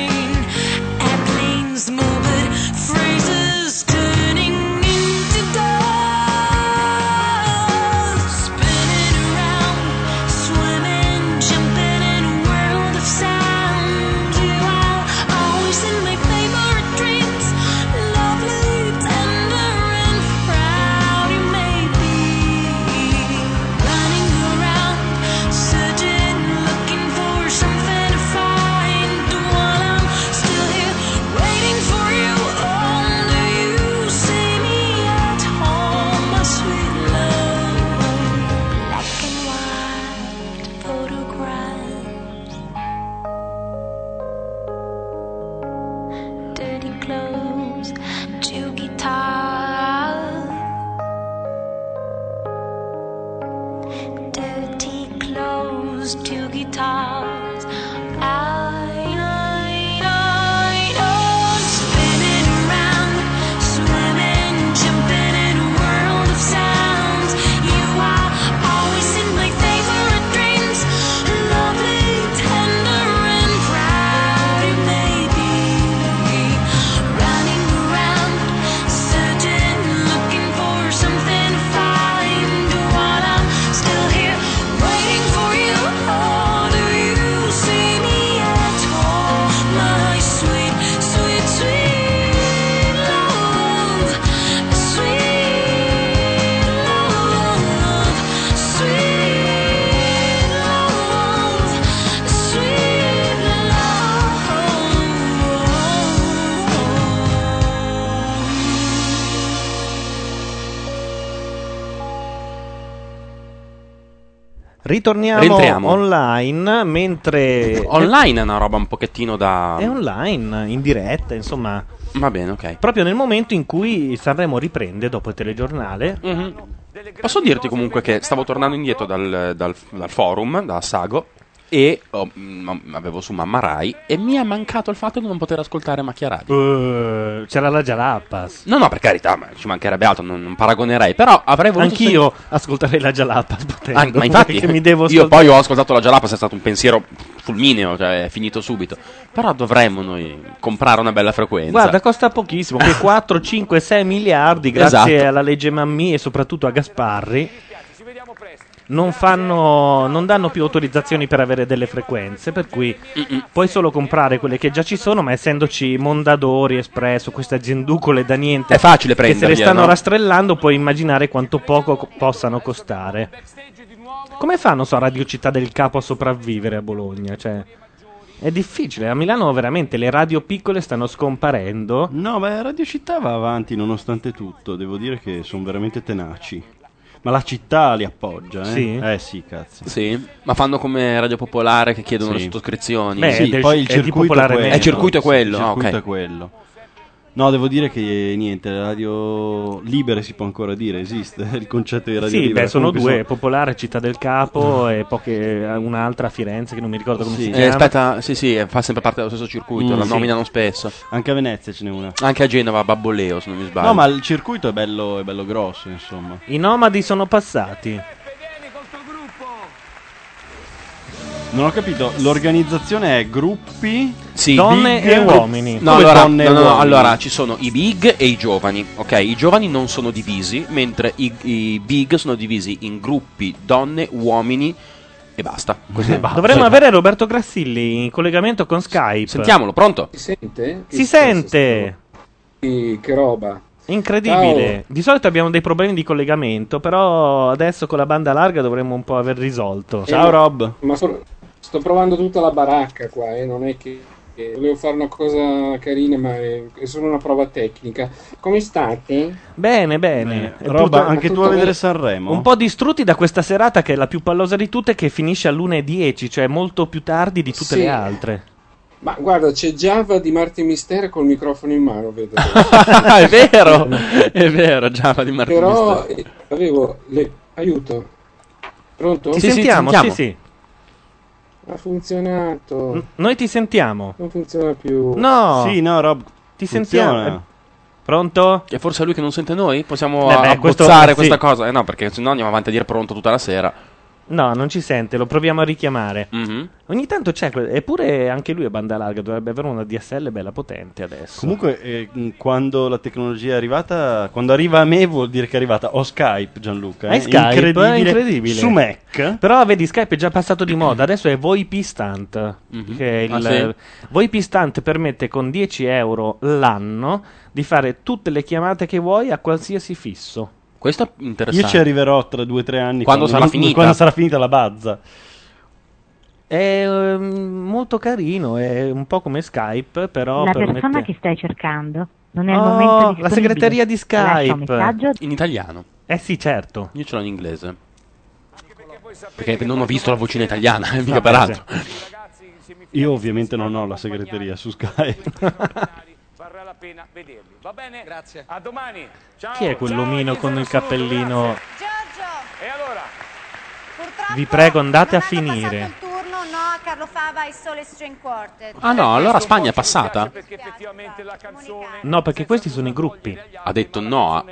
S22: Airplanes, morbid phrases turning into dust. Spinning around, swimming, jumping in a world of sound. You are always in my favorite dreams, lovely, tender, and proud.
S2: blues, two guitars. I, I, I, oh, spinning around, swimming, jumping in a world of sounds. You are always in my favorite dreams, lovely, tender, and proud. You may be me, running around, searching, looking for something to find. While I'm still here, waiting for you. Oh, do you see me at all, my sweet, sweet, sweet love, sweet love, sweet love, sweet love?
S3: Ritorniamo
S19: Rientriamo.
S3: online mentre...
S19: Online è una roba un pochettino da.
S3: È online, in diretta, insomma.
S19: Va bene, ok.
S3: Proprio nel momento in cui Sanremo riprende dopo il telegiornale.
S19: Mhm. Posso dirti comunque che stavo tornando indietro dal, dal- dal forum, da Sago, e oh, mm, avevo su Mamma Rai e mi è mancato il fatto di non poter ascoltare Macchia Radio.
S3: eh, c'era la Jalappas.
S19: No, no, per carità, ma ci mancherebbe altro, non, non paragonerei, però avrei voluto...
S3: Anch'io ascolterei la Jalappas. potendo,
S19: Ah, ma infatti,
S3: perché mi devo
S19: io
S3: ascoltare-
S19: poi ho ascoltato la Jalapas, è stato un pensiero fulmineo, cioè è finito subito. Però dovremmo noi comprare una bella frequenza.
S3: Guarda, costa pochissimo, che 4, 5, 6 miliardi grazie
S19: Ah. Esatto.
S3: alla legge Mammì e soprattutto a Gasparri. Non, fanno, non danno più autorizzazioni per avere delle frequenze, per cui puoi solo comprare quelle che già ci sono, ma essendoci Mondadori, Espresso, queste azienducole da niente
S19: È facile
S3: che se le
S19: prendergliele,
S3: stanno
S19: no?
S3: rastrellando, puoi immaginare quanto poco co- possano costare. Come fa, non so, Radio Città del Capo a sopravvivere a Bologna? Cioè, è difficile. A Milano veramente le radio piccole stanno scomparendo.
S24: No, ma Eh, Radio Città va avanti nonostante tutto, devo dire che sono veramente tenaci. Ma la città li appoggia, eh?
S19: Sì?
S24: Eh sì, cazzo.
S19: Sì, ma fanno come Radio Popolare che chiedono
S24: Sì.
S19: le sottoscrizioni.
S24: Beh, Sì, del- poi il è di circuito è Popolare quello.
S19: Eh, Il circuito è quello,
S24: Sì, il
S19: ah,
S24: circuito
S19: ok.
S24: è quello. No, devo dire che niente, la radio libere si può ancora dire, esiste il concetto di radio
S3: Sì,
S24: libera.
S3: beh, sono
S24: Comunque Mm.
S3: due, Popolare, Città del Capo e poche, eh, un'altra a Firenze che non mi ricordo come si chiama.
S19: Eh, aspetta, sì, sì, eh, fa sempre parte dello stesso circuito,
S24: Mm,
S19: la
S24: sì.
S19: nominano spesso.
S24: Anche a Venezia ce n'è una.
S19: Anche a Genova, Babboleo, se non mi sbaglio.
S24: No, ma il circuito è bello, è bello Ah, grosso, insomma.
S3: I nomadi sono passati.
S24: Non ho capito, l'organizzazione è gruppi,
S3: donne
S24: big-
S3: e uomini.
S24: No,
S19: No, allora,
S24: donne e
S19: no, no,
S24: uomini.
S19: allora, ci sono i big e i giovani, ok? I giovani non sono divisi, mentre i, i big sono divisi in gruppi donne, uomini e basta. Così basta.
S3: Dovremmo
S24: cioè,
S3: avere Roberto Grassilli in collegamento con Skype.
S19: Sentiamolo, pronto?
S20: Si sente?
S3: Si sente!
S20: Che roba.
S3: Incredibile.
S20: Ciao.
S3: Di solito abbiamo dei problemi di collegamento, però adesso con la banda larga dovremmo un po' aver risolto.
S20: Eh, ma- Ma so- sto provando tutta la baracca qua, eh, non è che... che Volevo fare una cosa carina, ma è è solo una prova tecnica. Come state?
S3: Bene, bene.
S20: Beh,
S3: E
S20: roba,
S3: purtro-
S20: anche tu a vedere Sanremo?
S3: Un po' distrutti da questa serata che è la più pallosa di tutte, che finisce alle 10, cioè molto più tardi di tutte
S20: Sì.
S3: le altre.
S20: Ma guarda, c'è Java di Marte Mistera col microfono in mano, vedo.
S19: Ah, è vero, è vero, Giava di Martino.
S20: Però eh, avevo le... aiuto. Pronto?
S3: Ti sentiamo, sì, sì.
S20: Ha funzionato.
S3: Noi ti sentiamo.
S20: Non funziona più.
S3: No.
S20: Sì,
S24: no, Rob.
S3: Ti
S20: funziona.
S3: sentiamo. Eh, Pronto?
S19: E forse è lui che non sente noi? Possiamo
S3: Eh beh, questo-
S19: abbozzare questa
S3: sì.
S19: cosa? Eh no, perché sennò andiamo avanti a dire pronto tutta la sera.
S3: No, non ci sente, lo proviamo a richiamare.
S24: Certo.
S19: Mhm.
S3: Ogni tanto c'è, que- eppure anche lui è banda larga, dovrebbe avere una DSL bella potente adesso.
S24: Comunque, eh, mh, quando la tecnologia è arrivata, quando arriva a me vuol dire che è arrivata. Ho Skype, Gianluca.
S3: Hai
S24: eh.
S3: Skype?
S24: incredibile.
S3: Incredibile. incredibile.
S24: Su Mac.
S3: Però vedi, Skype è già passato di moda, adesso è VoIP Stunt. Che è il,
S24: Ah, sì?
S3: VoIP Stunt permette con 10 euro l'anno di fare tutte le chiamate che vuoi a qualsiasi fisso.
S19: Questo è
S24: Io ci arriverò tra due o tre anni.
S3: Quando sarà finita.
S24: quando sarà finita la bazza.
S3: È ehm, molto carino, è un po' come Skype, però
S8: la
S3: permette-
S8: persona che stai cercando non è al
S3: Oh,
S8: momento
S3: la
S8: disponibile.
S3: segreteria di
S8: Lascia un
S3: Skype.
S8: messaggio
S19: In italiano.
S3: Eh sì, certo.
S19: Io ce l'ho in inglese. Perché non ho visto la vocina italiana, eh, mica peraltro.
S24: Io ovviamente non ho la segreteria su Skype.
S9: Varrà la pena vederli. Va bene? Grazie. A domani. Ciao.
S3: Chi è quell'omino con il cappellino?
S9: E allora?
S3: Vi prego, andate a finire.
S14: turno no a Carlo Fava e Sole String Quartet.
S19: Ah no, allora Spagna è passata?
S3: No, perché questi sono i gruppi.
S19: Ha detto no. a-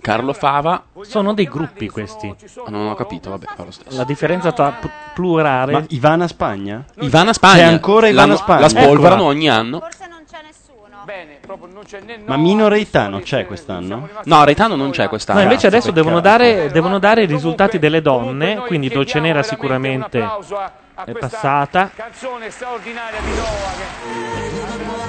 S19: Carlo Fava.
S3: Sono dei gruppi questi.
S19: Non ho capito, vabbè, fa lo stesso.
S3: La differenza tra pl- plurale.
S19: Ma
S24: Ivana Spagna?
S19: Ivana Spagna.
S24: C'è ancora Ivana
S19: La-
S24: Spagna.
S19: La spolverano ogni anno.
S24: Ma Mino Reitano c'è quest'anno?
S19: No, Reitano non c'è
S3: No,
S19: quest'anno.
S3: invece adesso
S19: Peccato.
S3: devono dare, devono dare i risultati delle donne, quindi Dolce Nera sicuramente è passata.
S9: Canzone straordinaria di Noah.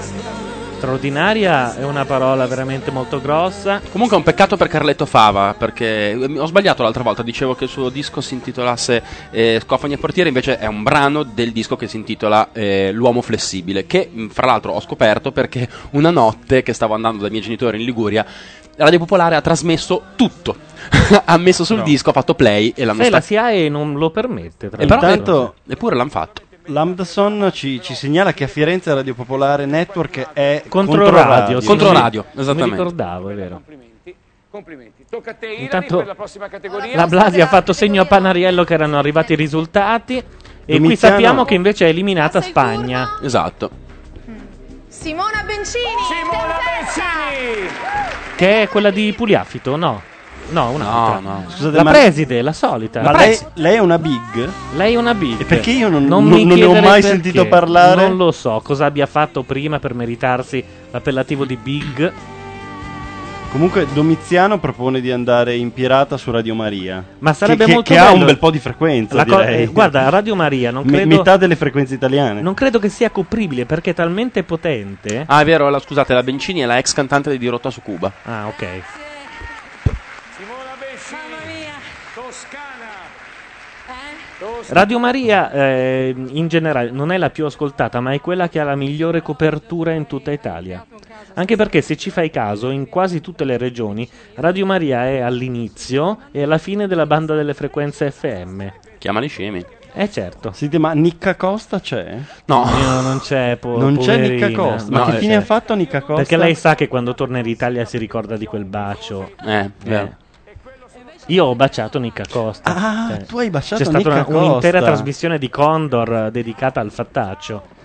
S3: Straordinaria è una parola veramente molto grossa.
S19: Comunque è un peccato per Carletto Fava, perché eh, ho sbagliato l'altra volta, dicevo che il suo disco si intitolasse eh, Scofani e portiere, invece è un brano del disco che si intitola eh, L'uomo flessibile, che mh, fra l'altro ho scoperto perché una notte che stavo andando dai miei genitori in Liguria, Radio Popolare ha trasmesso tutto. ha messo sul
S3: No.
S19: disco, ha fatto play e l'hanno
S3: Se la
S19: staccato.
S3: si ha e non lo permette. Tra
S19: E però-
S3: l'altro.
S24: Intanto-
S19: Eppure l'hanno fatto.
S24: Lambdason ci, ci segnala che a Firenze Radio Popolare Network è
S3: Contro
S24: contro
S3: radio,
S24: radio.
S3: sì. Contro radio, Mi esattamente. ricordavo, è vero.
S9: Complimenti. Tocca a te, Ilari,
S3: Intanto-
S9: per la prossima categoria.
S3: La Blasi ha fatto segno a Panariello che erano arrivati i risultati. E qui
S19: Domiziano-
S3: sappiamo che invece è eliminata Spagna.
S19: Esatto.
S12: Simona Bencini.
S9: Simona Bencini.
S3: Che è quella di Pugliafito? No. No, un'altra.
S24: Scusate,
S3: la
S24: ma-
S3: preside, la solita.
S24: Ma
S3: La
S24: lei,
S3: pres-
S24: lei è una big?
S3: lei è una big.
S24: E perché io non-
S3: mi
S24: non- non ne ho
S3: chiedere
S24: mai
S3: perché.
S24: sentito parlare?
S3: Non lo so cosa abbia fatto prima per meritarsi l'appellativo di big.
S24: Comunque Domiziano propone di andare in pirata su Radio Maria.
S3: Ma sarebbe
S24: che, che-
S3: molto
S24: che ha
S3: bello-
S24: un bel po' di frequenza,
S3: La co-
S24: direi.
S3: eh, guarda, Radio Maria non
S24: Me-
S3: credo-
S24: metà delle frequenze italiane.
S3: Non credo che sia copribile perché è talmente potente.
S19: Ah, è vero, la- scusate, la Bencini è la ex cantante di Dirotta su Cuba.
S3: Ah, ok.
S9: Simona Bencini. Toscana.
S40: Eh?
S9: Toscana.
S3: Radio Maria eh, in generale non è la più ascoltata, ma è quella che ha la migliore copertura in tutta Italia. Anche perché se ci fai caso, in quasi tutte le regioni Radio Maria è all'inizio e alla fine della banda delle frequenze FM.
S19: Chiamali scemi.
S3: Eh certo.
S24: Senti, ma Nicca Costa c'è?
S19: No.
S3: non c'è po-
S24: Non c'è
S3: poverina.
S24: Nicca Costa. Ma
S3: No,
S24: che
S3: eh,
S24: fine
S3: c'è.
S24: ha fatto Nicca Costa?
S3: Perché lei sa che quando torna in Italia si ricorda di quel bacio.
S19: Eh, vero.
S3: Io ho baciato Nicca Costa. Ah,
S24: tu hai baciato
S3: C'è stata
S24: Nicca
S3: una-
S24: Costa.
S3: un'intera trasmissione di Condor eh, dedicata al fattaccio.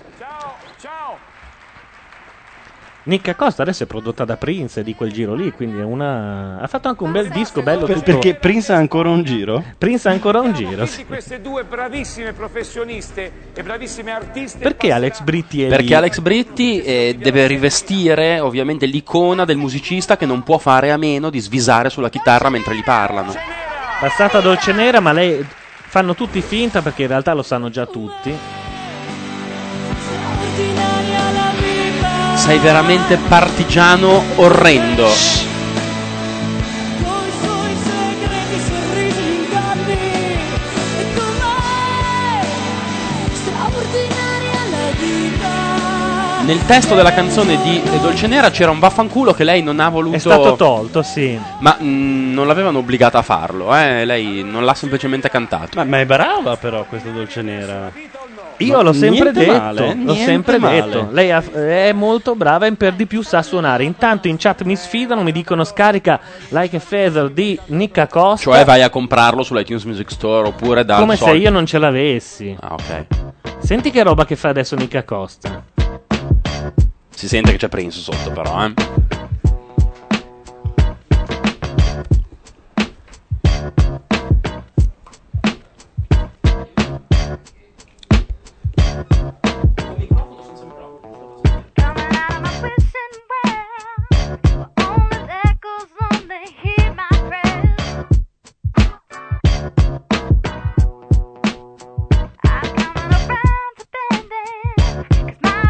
S3: Nicca Costa adesso è prodotta da Prince di quel giro lì, quindi è una... ha fatto anche un bel disco bello.
S24: Per-
S3: tutto-
S24: perché Prince ha ancora un giro?
S3: Prince ha ancora un giro. sì.
S9: Queste due bravissime professioniste e bravissime artiste.
S3: Perché Alex Britti è lì?
S19: Perché Alex Britti eh, deve rivestire ovviamente l'icona del musicista che non può fare a meno di svisare sulla chitarra mentre gli parlano.
S3: Passata Dolce Nera, ma lei fanno tutti finta perché in realtà lo sanno già tutti.
S19: Sei veramente partigiano orrendo. Nel testo della canzone di Dolce Nera c'era un vaffanculo che lei non ha voluto.
S3: È stato tolto, sì.
S19: Ma mm, non l'avevano obbligata a farlo, eh? Lei non l'ha semplicemente cantato.
S24: Ma, ma è brava però questa Dolce Nera.
S3: Io
S24: Ma
S3: l'ho sempre
S24: niente
S3: detto,
S24: male,
S3: l'ho
S24: niente
S3: sempre
S24: male.
S3: detto. Lei ha- è molto brava e per di più sa suonare. Intanto in chat mi sfidano, mi dicono scarica Like a Feather di Nicca Costa.
S19: Cioè vai a comprarlo sull'iTunes Music Store oppure da
S3: come se io non ce l'avessi.
S19: Ah, ok.
S3: Senti che roba che fa adesso Nicca Costa.
S19: Si sente che c'è Prince sotto però, eh.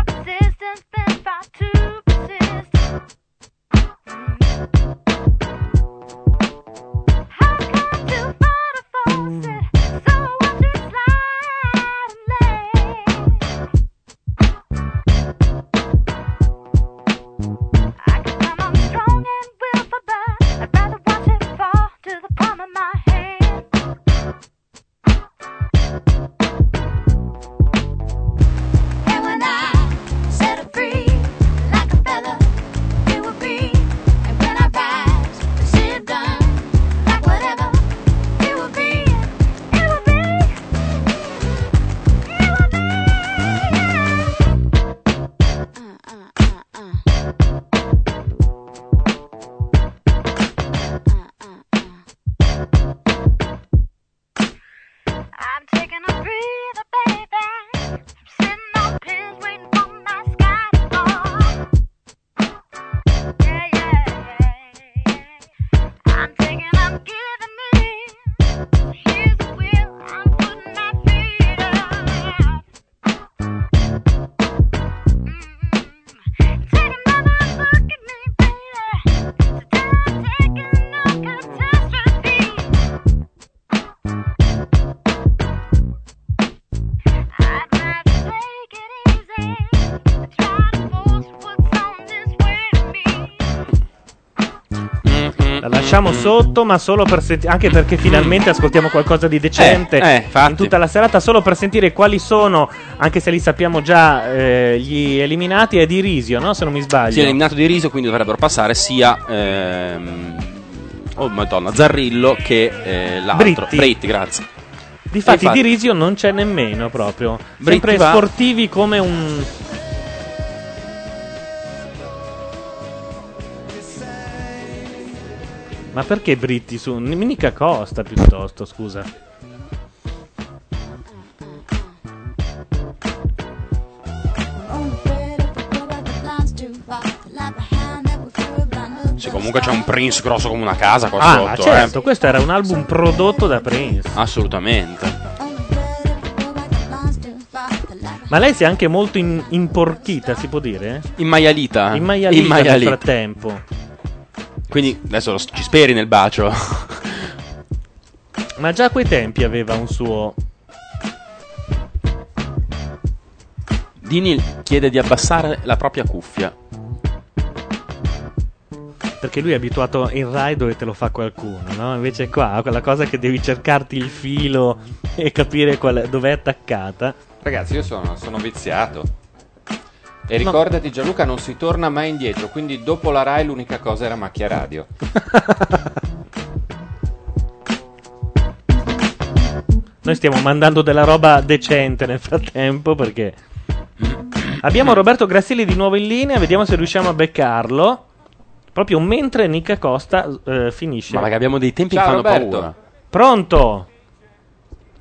S22: Resistance been far too persistent. taking a breather, baby. I'm sitting on pins waiting for my sky to fall. Yeah, yeah, yeah, yeah. I'm taking, I'm giving in. Here's the wheel, I'm putting my feet up. Mm. Take another look at me, baby. Today I'm taking no catastrophe. I'd rather take it easy than try to force what's on this way to me.
S3: La lasciamo sotto, ma solo per sentire. Anche perché finalmente ascoltiamo qualcosa di decente
S17: Eh, eh, infatti.
S3: in tutta la serata, solo per sentire quali sono, anche se li sappiamo già, eh, gli eliminati. È di Risio, no? Se non mi sbaglio.
S19: Si è eliminato di riso, quindi dovrebbero passare sia. ehm, oh madonna, Zarrillo che eh, l'altro.
S3: Britti.
S19: grazie.
S3: Difatti,
S19: Infatti-
S3: di Risio non c'è nemmeno proprio.
S19: Britti
S3: Sempre
S19: va-
S3: sportivi come un. Ma perché Britti su. Minica Costa piuttosto, scusa.
S19: Sì, comunque c'è un Prince grosso come una casa qua
S3: Ah, ma
S19: sotto.
S3: certo,
S19: eh.
S3: questo era un album prodotto da Prince.
S19: Assolutamente.
S3: Ma lei si è anche molto in- imporchita, si può dire?
S19: In maialita.
S3: In maialita,
S19: In maialita.
S3: nel frattempo.
S19: Quindi adesso lo- ci speri nel bacio.
S3: Ma già a quei tempi aveva un suo.
S19: Dini chiede di abbassare la propria cuffia.
S3: Perché lui è abituato in Rai dove te lo fa qualcuno, no? Invece qua, quella cosa che devi cercarti il filo e capire qual- dov'è attaccata.
S4: Ragazzi, io sono, sono viziato. E ricordati, Gianluca, non si torna mai indietro. Quindi, dopo la Rai, l'unica cosa era macchia radio.
S3: Noi stiamo mandando della roba decente nel frattempo perché. Abbiamo Roberto Grassilli di nuovo in linea, vediamo se riusciamo a beccarlo. Proprio mentre Nica Costa eh, finisce.
S19: Ma raga, abbiamo dei tempi che
S3: Ciao,
S19: fanno
S3: Roberto.
S19: paura.
S3: Pronto?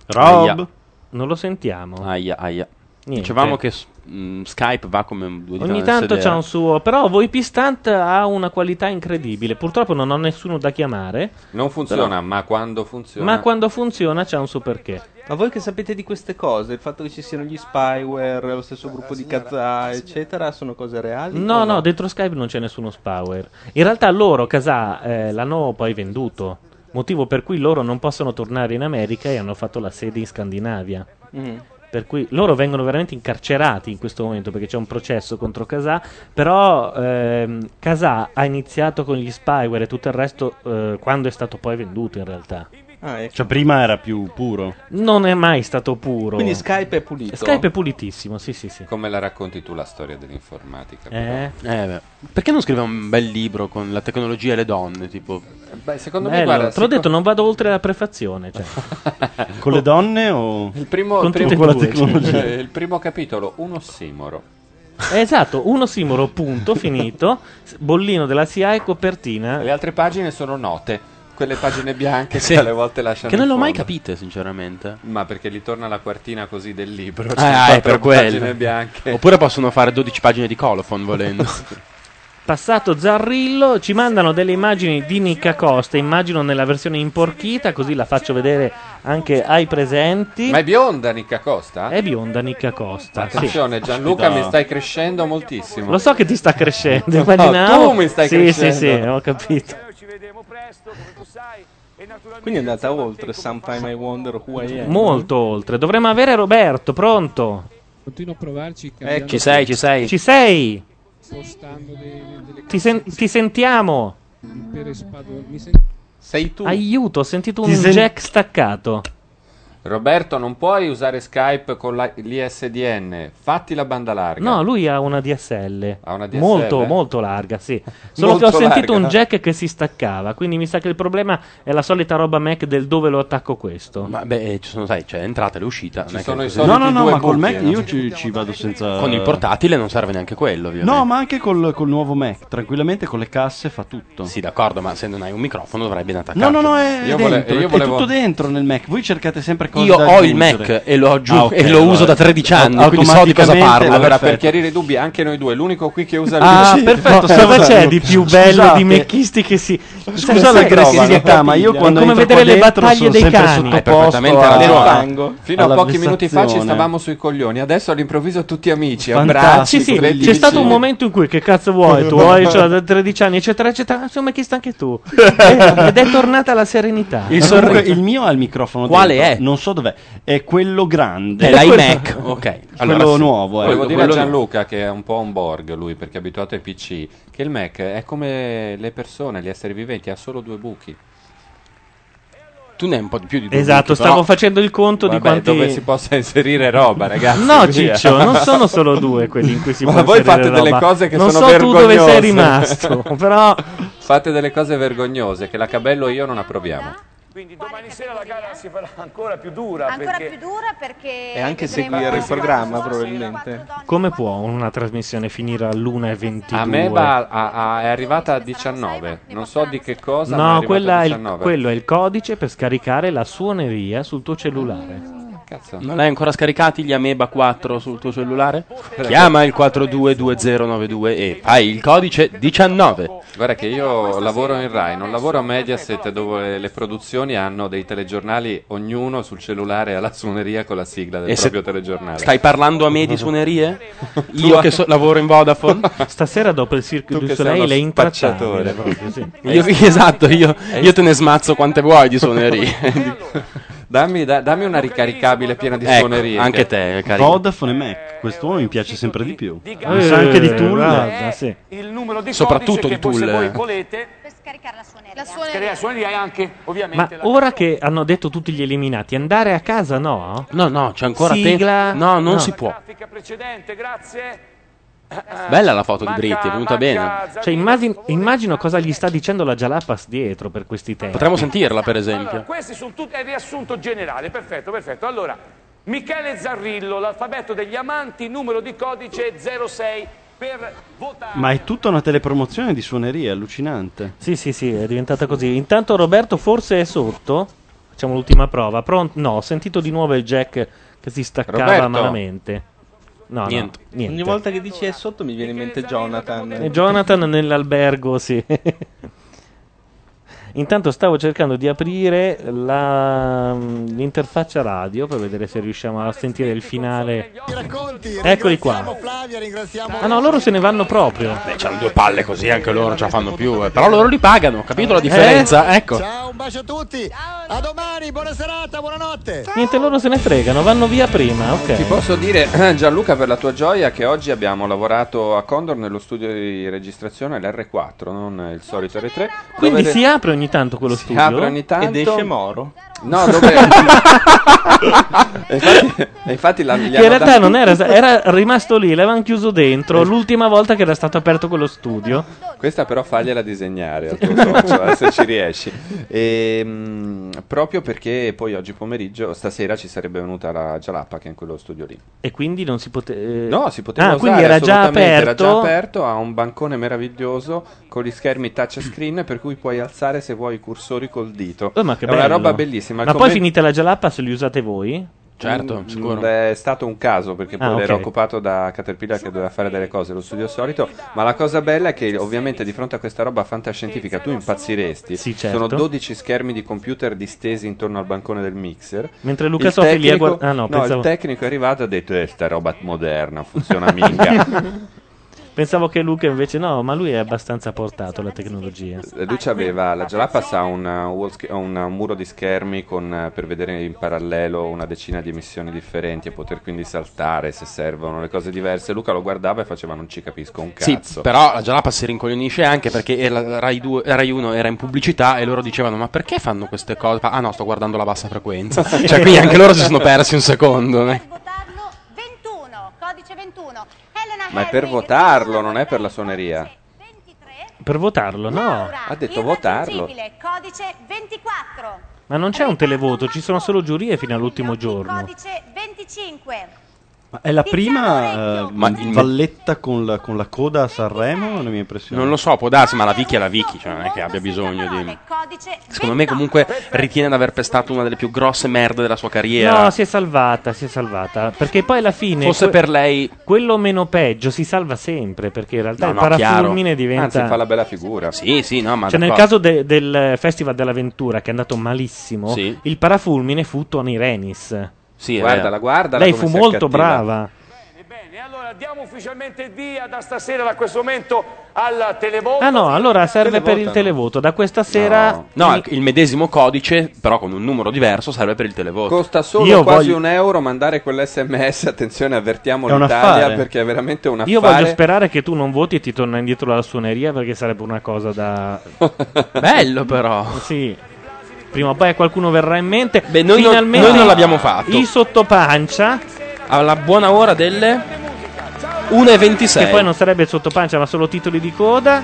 S3: Rob?
S19: Aia.
S3: Non lo sentiamo.
S19: Aia, aia.
S3: Niente.
S19: Dicevamo che s- mh, Skype va come un- due dita
S3: Ogni
S19: nel
S3: tanto
S19: sedere.
S3: c'ha un suo. Però Voipistant ha una qualità incredibile. Purtroppo non ho nessuno da chiamare.
S4: Non funziona,
S3: Però-
S4: ma quando funziona.
S3: Ma quando funziona c'ha un suo perché.
S6: Ma voi che sapete di queste cose? Il fatto che ci siano gli spyware, lo stesso gruppo di Kazaa, eccetera, sono cose reali?
S3: No, no, dentro Skype non c'è nessuno Spower. In realtà loro Casà eh, l'hanno poi venduto. Motivo per cui loro non possono tornare in America e hanno fatto la sede in Scandinavia.
S6: Mm.
S3: Per cui loro vengono veramente incarcerati in questo momento perché c'è un processo contro Casà. Però ehm, Casà ha iniziato con gli spyware e tutto il resto eh, quando è stato poi venduto in realtà.
S6: Ah, ecco.
S24: Cioè, prima era più puro.
S3: Non è mai stato puro.
S24: Quindi Skype è pulito?
S3: Skype è pulitissimo, sì, sì, sì.
S4: Come la racconti tu la storia dell'informatica? però?
S3: Eh?
S19: Eh, beh. Perché non scrive un bel libro con la tecnologia e le donne? Tipo.
S4: Beh, secondo
S3: Bello,
S4: me, guarda,
S3: te l'ho
S4: siccome-
S3: detto, non vado oltre la prefazione. cioè.
S24: Con le donne o.
S4: Il primo,
S3: Con
S4: il primo-
S3: tutte e due, cioè.
S4: eh, il primo capitolo, uno simoro.
S3: Eh, Esatto, uno simoro, punto, finito. S- Bollino della CIA e copertina.
S4: Le altre pagine sono note, quelle pagine bianche
S19: Sì.
S4: che alle volte lasciano.
S19: Che non
S4: in
S19: le ho mai
S4: fondo.
S19: capite, sinceramente.
S4: Ma perché gli torna la quartina così del libro? cioè,
S19: Ah, è per
S4: quattro
S19: quello.
S4: Pagine bianche. Esatto.
S19: Oppure possono fare 12 pagine di colophon volendo.
S3: Passato Zarrillo, ci mandano delle immagini di Nicca Costa, immagino nella versione imporchita, così la faccio vedere anche ai presenti.
S4: Ma è bionda Nicca Costa?
S3: È bionda Nicca Costa. sì.
S4: Attenzione, Gianluca, mi stai crescendo moltissimo.
S3: Lo so che ti sta crescendo,
S4: No,
S3: immaginavo.
S4: tu mi stai
S3: sì,
S4: crescendo.
S3: Sì, sì, ho capito.
S6: Quindi è andata oltre Sometime I Wonder Who I Am.
S3: Molto oltre. Dovremmo avere Roberto, pronto?
S5: Continuo a provarci.
S4: Eh,
S6: cambiando-
S19: ci sei, ci sei.
S3: Ci sei?
S5: Postando dei- delle
S3: Ti, sen- ti sentiamo.
S5: per Spadoni. Mi sento
S4: Sei tu. Ecco.
S3: Aiuto, ho sentito
S4: Ti
S3: un
S4: sen-
S3: jack staccato.
S4: Roberto, non puoi usare Skype con la- l'ISDN. Fatti la banda larga.
S3: No, lui ha una DSL.
S4: una DSL?
S3: Molto, molto larga, sì. Solo
S4: Molto
S3: che ho sentito
S4: larga.
S3: un jack che si staccava. Quindi mi sa che il problema è la solita roba Mac del dove lo attacco questo.
S19: Ma beh, eh, ci sono, sai, c'è l'entrata e l'uscita. non è che-
S24: No, no, no, ma col Mac
S4: eh.
S24: io ci, ci vado senza.
S19: Con il portatile non serve neanche quello, ovviamente.
S24: No, ma anche col, col nuovo Mac. Tranquillamente con le casse fa tutto.
S19: Sì, d'accordo, ma se non hai un microfono dovrai ben attaccarlo.
S24: No, no, no, è, dentro,
S19: volevo
S24: è tutto dentro nel Mac. Voi cercate sempre cosa
S19: Io
S24: da
S19: ho il
S24: aggiungere.
S19: Mac e lo, aggiu-
S24: Ah, ok,
S19: e lo uso
S24: allora,
S19: da 13 anni,
S24: au-
S19: quindi so di cosa
S24: automaticamente-
S19: parlo.
S4: Allora, per
S19: perfetto.
S4: chiarire i dubbi, anche noi due, l'unico qui che usa
S24: Ah,
S4: il
S24: perfetto,
S4: No,
S24: cosa
S4: scusa,
S3: cioè,
S24: c'è di più bello
S4: scusate.
S24: di mechisti che si
S4: Scusate,
S24: Sai
S4: l'aggressività,
S24: l'aggressività,
S4: ma io quando
S24: è come
S4: entro
S24: vedere
S4: qua
S24: le
S4: dentro
S24: battaglie
S4: sono
S24: dei
S4: sempre
S24: cani.
S4: sottoposto Hai perfettamente a- ragione.
S24: fango,
S4: Fino a
S24: alla
S4: pochi minuti fa ci
S24: vessazione.
S4: stavamo sui coglioni, adesso all'improvviso tutti amici, abbracci,
S3: Fantastico. Sì, sì,
S4: bellissimi.
S3: c'è stato un momento in cui che cazzo vuoi tu? Hai cioè, da 13 anni, eccetera, eccetera. Insomma, chi sta anche tu? Eh, Ed è tornata la serenità.
S24: Il, sorriso. il mio ha il microfono
S3: Quale
S24: dentro,
S3: è?
S24: Non so dov'è. È quello grande.
S3: Eh,
S4: È
S24: l'iMac.
S4: l'iMac,
S24: ok. Quello nuovo, eh.
S3: ecco,
S4: Volevo dire a
S24: Quello-
S4: Gianluca che è un po' un Borg lui, perché è abituato ai PC, che il Mac è come le persone, gli esseri viventi, ha solo due buchi.
S19: Tu ne hai un po' di più di due
S3: Esatto,
S4: buchi,
S3: stavo
S4: però-
S3: facendo il conto
S4: Vabbè,
S3: di quanti
S4: dove si possa inserire roba, ragazzi.
S3: No,
S4: via.
S3: Ciccio, non sono solo due quelli in cui si
S4: Ma
S3: può
S4: voi
S3: inserire
S4: fate delle
S3: roba.
S4: cose che
S3: Non
S4: sono
S3: so tu dove
S4: vergognose.
S3: sei rimasto, però-
S4: fate delle cose vergognose che la Cabello e io non approviamo.
S9: Quindi domani sera la gara si farà ancora più dura.
S10: Ancora
S9: perché...
S10: più dura perché...
S6: E anche
S10: vedremo-
S6: seguire il programma, probabilmente.
S3: Come può una trasmissione finire all'1 e 22?
S4: A me va a- a- è arrivata a 19, non so di che cosa. ma
S3: No,
S4: è
S3: quella
S4: arrivata
S3: è
S4: a
S3: il-
S4: 19.
S3: quello è il codice per scaricare la suoneria sul tuo cellulare.
S4: Ah, Cazzo.
S19: Non hai ancora scaricati gli Ameba 4 sul tuo cellulare? Chiama il 422092 e hai il codice 19.
S4: Guarda che io lavoro in Rai, non lavoro a Mediaset dove le produzioni hanno dei telegiornali, ognuno sul cellulare alla suoneria con la sigla del
S19: E se-
S4: proprio telegiornale.
S19: Stai parlando a me di suonerie?
S4: Tu-
S19: Io che so- lavoro in Vodafone?
S3: Stasera dopo il Cirque
S4: Tu
S3: du
S4: che sei
S3: Soleil
S4: uno
S3: è
S4: spacciatore. Eh?
S3: intrattabile proprio, sì.
S19: Io- esatto, io, io te ne smazzo quante vuoi di suonerie.
S4: dammi, da- dammi una ricaricabile piena di
S19: Ecco,
S4: suonerie.
S19: anche
S4: te,
S24: Vodafone e Mac. Quest'uomo mi piace sempre di più. Mi
S4: Eh,
S24: sa anche di Tull.
S3: Eh,
S4: guarda, sì.
S9: Il numero di
S24: Soprattutto
S9: codice
S24: di
S9: che voi, se
S24: Tool.
S9: voi volete per scaricare la suoneria. La suoneria, e anche
S3: Ma
S9: ovviamente la
S3: ora che hanno detto tutti gli eliminati, andare a casa no?
S19: No, no, c'è ancora tempo.
S3: Sigla...
S19: No, non si può.
S9: grafica precedente, grazie.
S19: Bella la foto di Britti, è venuta bene.
S3: Cioè, immagin- immagino cosa gli sta dicendo la Jalapas dietro per questi tempi.
S19: Potremmo sentirla, per esempio.
S9: Questi sono tutti è il riassunto generale, perfetto, perfetto. Allora, Michele Zarrillo, l'alfabeto degli amanti, numero di codice 06 per votare.
S24: Ma è tutta una telepromozione di suonerie, allucinante.
S3: Sì, sì, sì, è diventata così. Intanto Roberto forse è sotto. Facciamo l'ultima prova. Pronto? No, ho sentito di nuovo il jack che si staccava
S6: Roberto?
S3: malamente. No, no, niente.
S6: Ogni volta che dici è sotto mi viene in mente Jonathan.
S3: E Jonathan nell'albergo, sì. Intanto stavo cercando di aprire la- l'interfaccia radio per vedere se riusciamo a sentire il finale. Eccoli qua. Ah no, loro se ne vanno proprio.
S19: Beh, c'hanno due palle così, anche loro ce la fanno più. eh. Però loro li pagano, capito la differenza?
S3: Eh?
S19: Ecco.
S3: Niente, loro se ne fregano, vanno via prima, Ah, ok.
S4: Ti posso dire, Gianluca, per la tua gioia, che oggi abbiamo lavorato a Condor nello studio di registrazione, l'R4, non il solito R3.
S3: Quindi
S4: dove-
S3: si apre ogni tanto quello studio.
S4: apre ogni tanto. Ed esce
S6: Moro.
S4: No, dove... E infatti, e infatti la- gli
S3: Che
S4: hanno
S3: in realtà
S4: dato- Eh.
S3: non era, era rimasto lì, l'avevano chiuso dentro l'ultima volta che era stato aperto quello studio.
S4: Questa però fagliela disegnare al tuo socio, eh, se ci riesci. E, mm, proprio perché poi oggi pomeriggio, stasera ci sarebbe venuta la Jalappaca in quello studio lì.
S3: E quindi non si poteva.
S4: No, si poteva
S3: Ah,
S4: usare,
S3: quindi era già
S4: assolutamente,
S3: aperto.
S4: era già aperto, ha un bancone meraviglioso con gli schermi touchscreen per cui puoi alzare se vuoi i cursori col dito.
S3: Oh, ma che
S4: è una
S3: bello.
S4: roba bellissima.
S3: Ma
S4: Il
S3: poi
S4: commen-
S3: finite la jalappa se li usate voi? Certo,
S4: Mm, È stato un caso perché poi
S3: Ah,
S4: era
S3: ok.
S4: occupato da Caterpillar che doveva fare delle cose, lo studio solito. Ma la cosa bella è che ovviamente di fronte a questa roba fantascientifica tu impazziresti.
S3: certo.
S4: Sono 12 schermi di computer distesi intorno al bancone del mixer.
S3: Mentre Luca
S4: Il
S3: Soffi li ha
S4: tecnico-
S3: guard- ah, no, pensavo-
S4: il tecnico è arrivato e ha detto: Eh, sta roba moderna, funziona minchia.
S3: Pensavo che Luca invece no, ma lui è abbastanza portato alla tecnologia.
S4: Lui c'aveva la Jalapas ha un, uh, wall sc- un, uh, muro di schermi con, uh, per vedere in parallelo una decina di emissioni differenti e poter quindi saltare se servono le cose diverse. Luca lo guardava e faceva non ci capisco un
S19: Sì,
S4: cazzo.
S19: però la Jalapa si rincoglionisce anche perché era- Rai, 2 Rai 1 era in pubblicità e loro dicevano ma perché fanno queste cose? Ah no, sto guardando la bassa frequenza. cioè, quindi anche loro si sono persi un secondo. eh.
S10: Codice 21.
S4: Ma è per votarlo, non è per la suoneria.
S3: Per votarlo, no.
S4: Ha detto votarlo.
S10: Irraggiungibile, Codice 24.
S3: Ma non c'è un televoto, ci sono solo giurie fino all'ultimo giorno.
S10: Codice 25.
S24: Ma è la prima eh,
S19: Ma il-
S24: valletta con la, con la coda a Sanremo? È la mia impressione.
S19: Non lo so, può darsi, ma la Vicky è la Vicky, cioè non è che abbia bisogno di. Secondo me, comunque, ritiene di aver pestato una delle più grosse merde della sua carriera.
S3: No, si è salvata, si è salvata. Perché poi alla fine.
S19: Forse per lei.
S3: Quello meno peggio si salva sempre. Perché in realtà
S19: No,
S3: il
S19: no,
S3: parafulmine
S19: chiaro.
S3: diventa.
S4: Anzi, fa la bella figura.
S19: Sì, sì, no, ma
S3: Cioè, nel
S19: d'accordo.
S3: caso de- del Festival dell'Avventura, che è andato malissimo,
S19: Sì.
S3: il parafulmine fu Tony Renis.
S19: Sì, è
S4: Guardala,
S19: vero.
S4: guardala
S3: Lei
S4: come
S3: fu
S4: si
S3: molto
S4: accattiva.
S3: brava.
S9: Bene, allora diamo ufficialmente il via da stasera, da questo momento, al televoto.
S3: Ah no, allora serve per il
S19: no.
S3: televoto. Da questa sera.
S19: No, il medesimo codice, però con un numero diverso, serve per il televoto.
S4: Costa solo
S19: Io
S4: quasi
S19: voglio-
S4: un euro mandare quell'SMS. Attenzione, avvertiamo
S3: È un
S4: l'Italia
S3: affare.
S4: perché è veramente un affare.
S3: Io voglio sperare che tu non voti e ti torna indietro la suoneria perché sarebbe una cosa da...
S19: Bello però!
S3: Sì. Prima o poi a qualcuno verrà in mente. Beh,
S19: noi non-
S3: Finalmente
S19: noi non l'abbiamo fatto.
S3: I sottopancia.
S19: Alla buona ora delle 1.26.
S3: Che poi non sarebbe il sottopancia ma solo titoli di coda.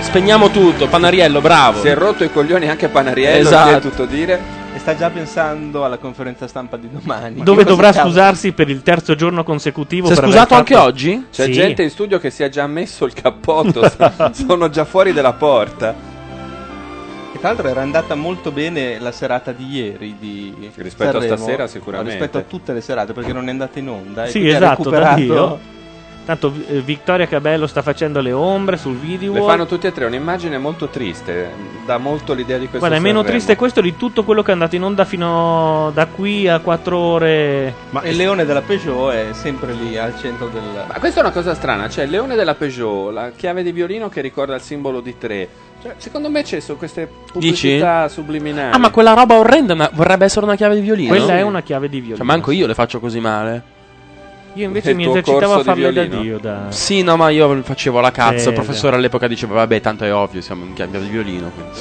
S19: Spegniamo tutto, Panariello, bravo.
S4: Si è rotto i coglioni anche Panariello,
S6: Esatto.
S4: si è tutto dire.
S6: E sta già pensando alla conferenza stampa di domani. Che
S3: Dove
S6: cosa
S3: dovrà
S6: cavolo?
S3: scusarsi per il terzo giorno consecutivo.
S6: Si è
S3: per aver
S6: scusato
S3: fatto-
S6: anche oggi?
S4: C'è
S3: Sì.
S4: gente in studio che si è già messo il cappotto, s- sono già fuori della porta.
S6: Che tra l'altro era andata molto bene la serata di ieri. Di
S4: Rispetto a
S6: Sanremo,
S4: stasera,
S6: ma
S4: sicuramente.
S6: Rispetto a tutte le serate perché non è andata in onda. e
S3: Sì,
S6: quindi ha
S3: esatto, da
S6: recuperato-
S3: Dio. Tanto eh, Vittoria Cabello sta facendo le ombre sul video.
S4: Le fanno tutti e tre un'immagine molto triste, dà molto l'idea di questo
S3: Guarda, è meno
S4: Sanremo.
S3: triste questo di tutto quello che è andato in onda fino da qui a 4 ore.
S6: Ma il leone della Peugeot è sempre lì al centro del.
S4: Ma questa è una cosa strana, c'è il leone della Peugeot, la chiave di violino che ricorda il simbolo di tre. Cioè, secondo me c'è su queste pubblicità subliminali.
S19: Ah, ma quella roba orrenda ma vorrebbe essere una chiave di violino.
S3: Quella è una chiave di violino.
S19: Cioè, manco io le faccio così male.
S3: Io invece
S4: Il
S3: mi
S4: tuo
S3: esercitavo
S4: corso
S3: a
S4: di
S3: farle da
S4: violino.
S3: Dio. Da...
S19: Sì, no, ma io facevo la cazzo.
S3: Eh,
S19: il professore all'epoca diceva, vabbè, tanto è ovvio, siamo in chiave di violino. Quindi.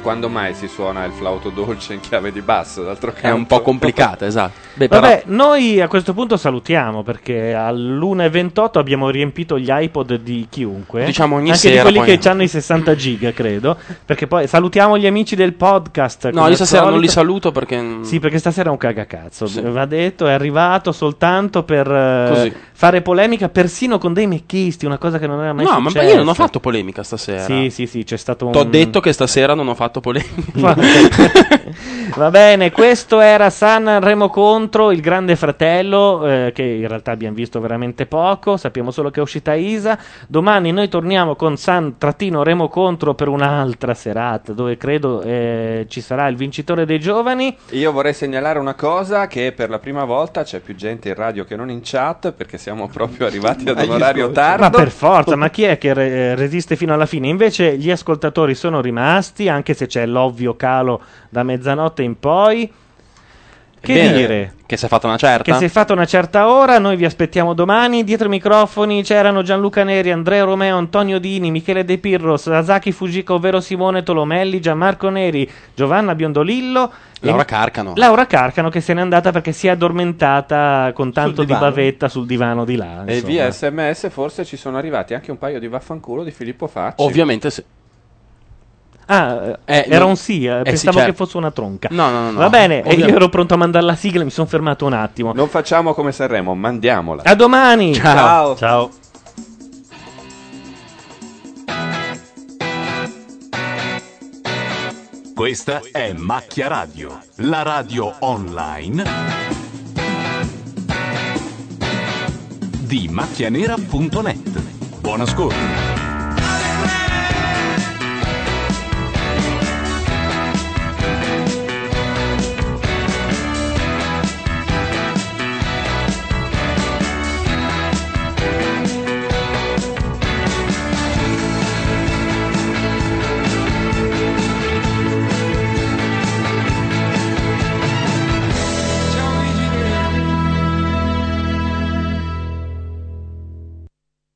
S4: Quando mai si suona il flauto dolce in chiave di basso? D'altro canto.
S19: È un po' complicata, esatto. Beh, però-
S3: Vabbè, noi a questo punto salutiamo perché all'1.28 abbiamo riempito gli iPod di chiunque.
S19: Diciamo ogni
S3: Anche di
S19: sera,
S3: quelli
S19: poi-
S3: che hanno i 60 giga, credo. Perché poi salutiamo gli amici del podcast. come
S19: No,
S3: al
S19: io stasera non
S3: solito.
S19: li saluto perché.
S3: Sì, perché stasera è un cagacazzo.
S19: Sì.
S3: Va detto, è arrivato soltanto per eh,
S19: Così.
S3: fare polemica, persino con dei mechisti, una cosa che non era mai
S19: no, ma
S3: successa.
S19: io non ho fatto polemica stasera.
S3: Sì, sì, sì, c'è stato un.
S19: T'ho detto che stasera non ho fatto polemica.
S3: Va bene, questo era Sanremo contro il Grande Fratello, eh, che in realtà abbiamo visto veramente poco, sappiamo solo che è uscita Isa. Domani noi torniamo con San-Remo contro per un'altra serata, dove credo eh, ci sarà il vincitore dei giovani.
S4: Io vorrei segnalare una cosa che per la prima volta c'è più gente in radio che non in chat perché siamo proprio arrivati ad un
S3: Agli
S4: orario
S3: ascolti.
S4: tardo.
S3: Ma per forza, ma chi è che re- eh, resiste fino alla fine? Invece gli ascoltatori sono rimasti, anche se c'è l'ovvio calo da mezzanotte in poi. Che
S19: Bene,
S3: dire?
S19: Che si è fatta una certa.
S3: Che si è fatta una certa ora, noi vi aspettiamo domani. Dietro i microfoni c'erano Gianluca Neri, Andrea Romeo, Antonio Dini, Michele De Pirro, Sasaki Fujiko, ovvero Simone Tolomelli, Gianmarco Neri, Giovanna Biondolillo.
S19: Laura
S3: e-
S19: Carcano.
S3: Laura Carcano che se n'è andata perché si è addormentata con tanto di
S4: divano.
S3: bavetta sul divano di là.
S4: E
S3: insomma.
S4: via sms forse ci sono arrivati anche un paio di vaffanculo di Filippo Facci.
S19: Ovviamente sì.
S3: Ah,
S19: Eh,
S3: era
S19: non-
S3: un sì, eh,
S19: eh, sì,
S3: pensavo
S19: certo.
S3: che fosse una tronca.
S19: No, no, no, no.
S3: Va bene, e io
S4: Ovviamente.
S3: ero pronto a mandare la sigla, mi sono fermato un attimo.
S4: Non facciamo come Sanremo, mandiamola.
S3: A domani!
S4: Ciao.
S3: Ciao.
S8: Questa è Macchia Radio, la radio online di macchianera.net. Buon ascolto.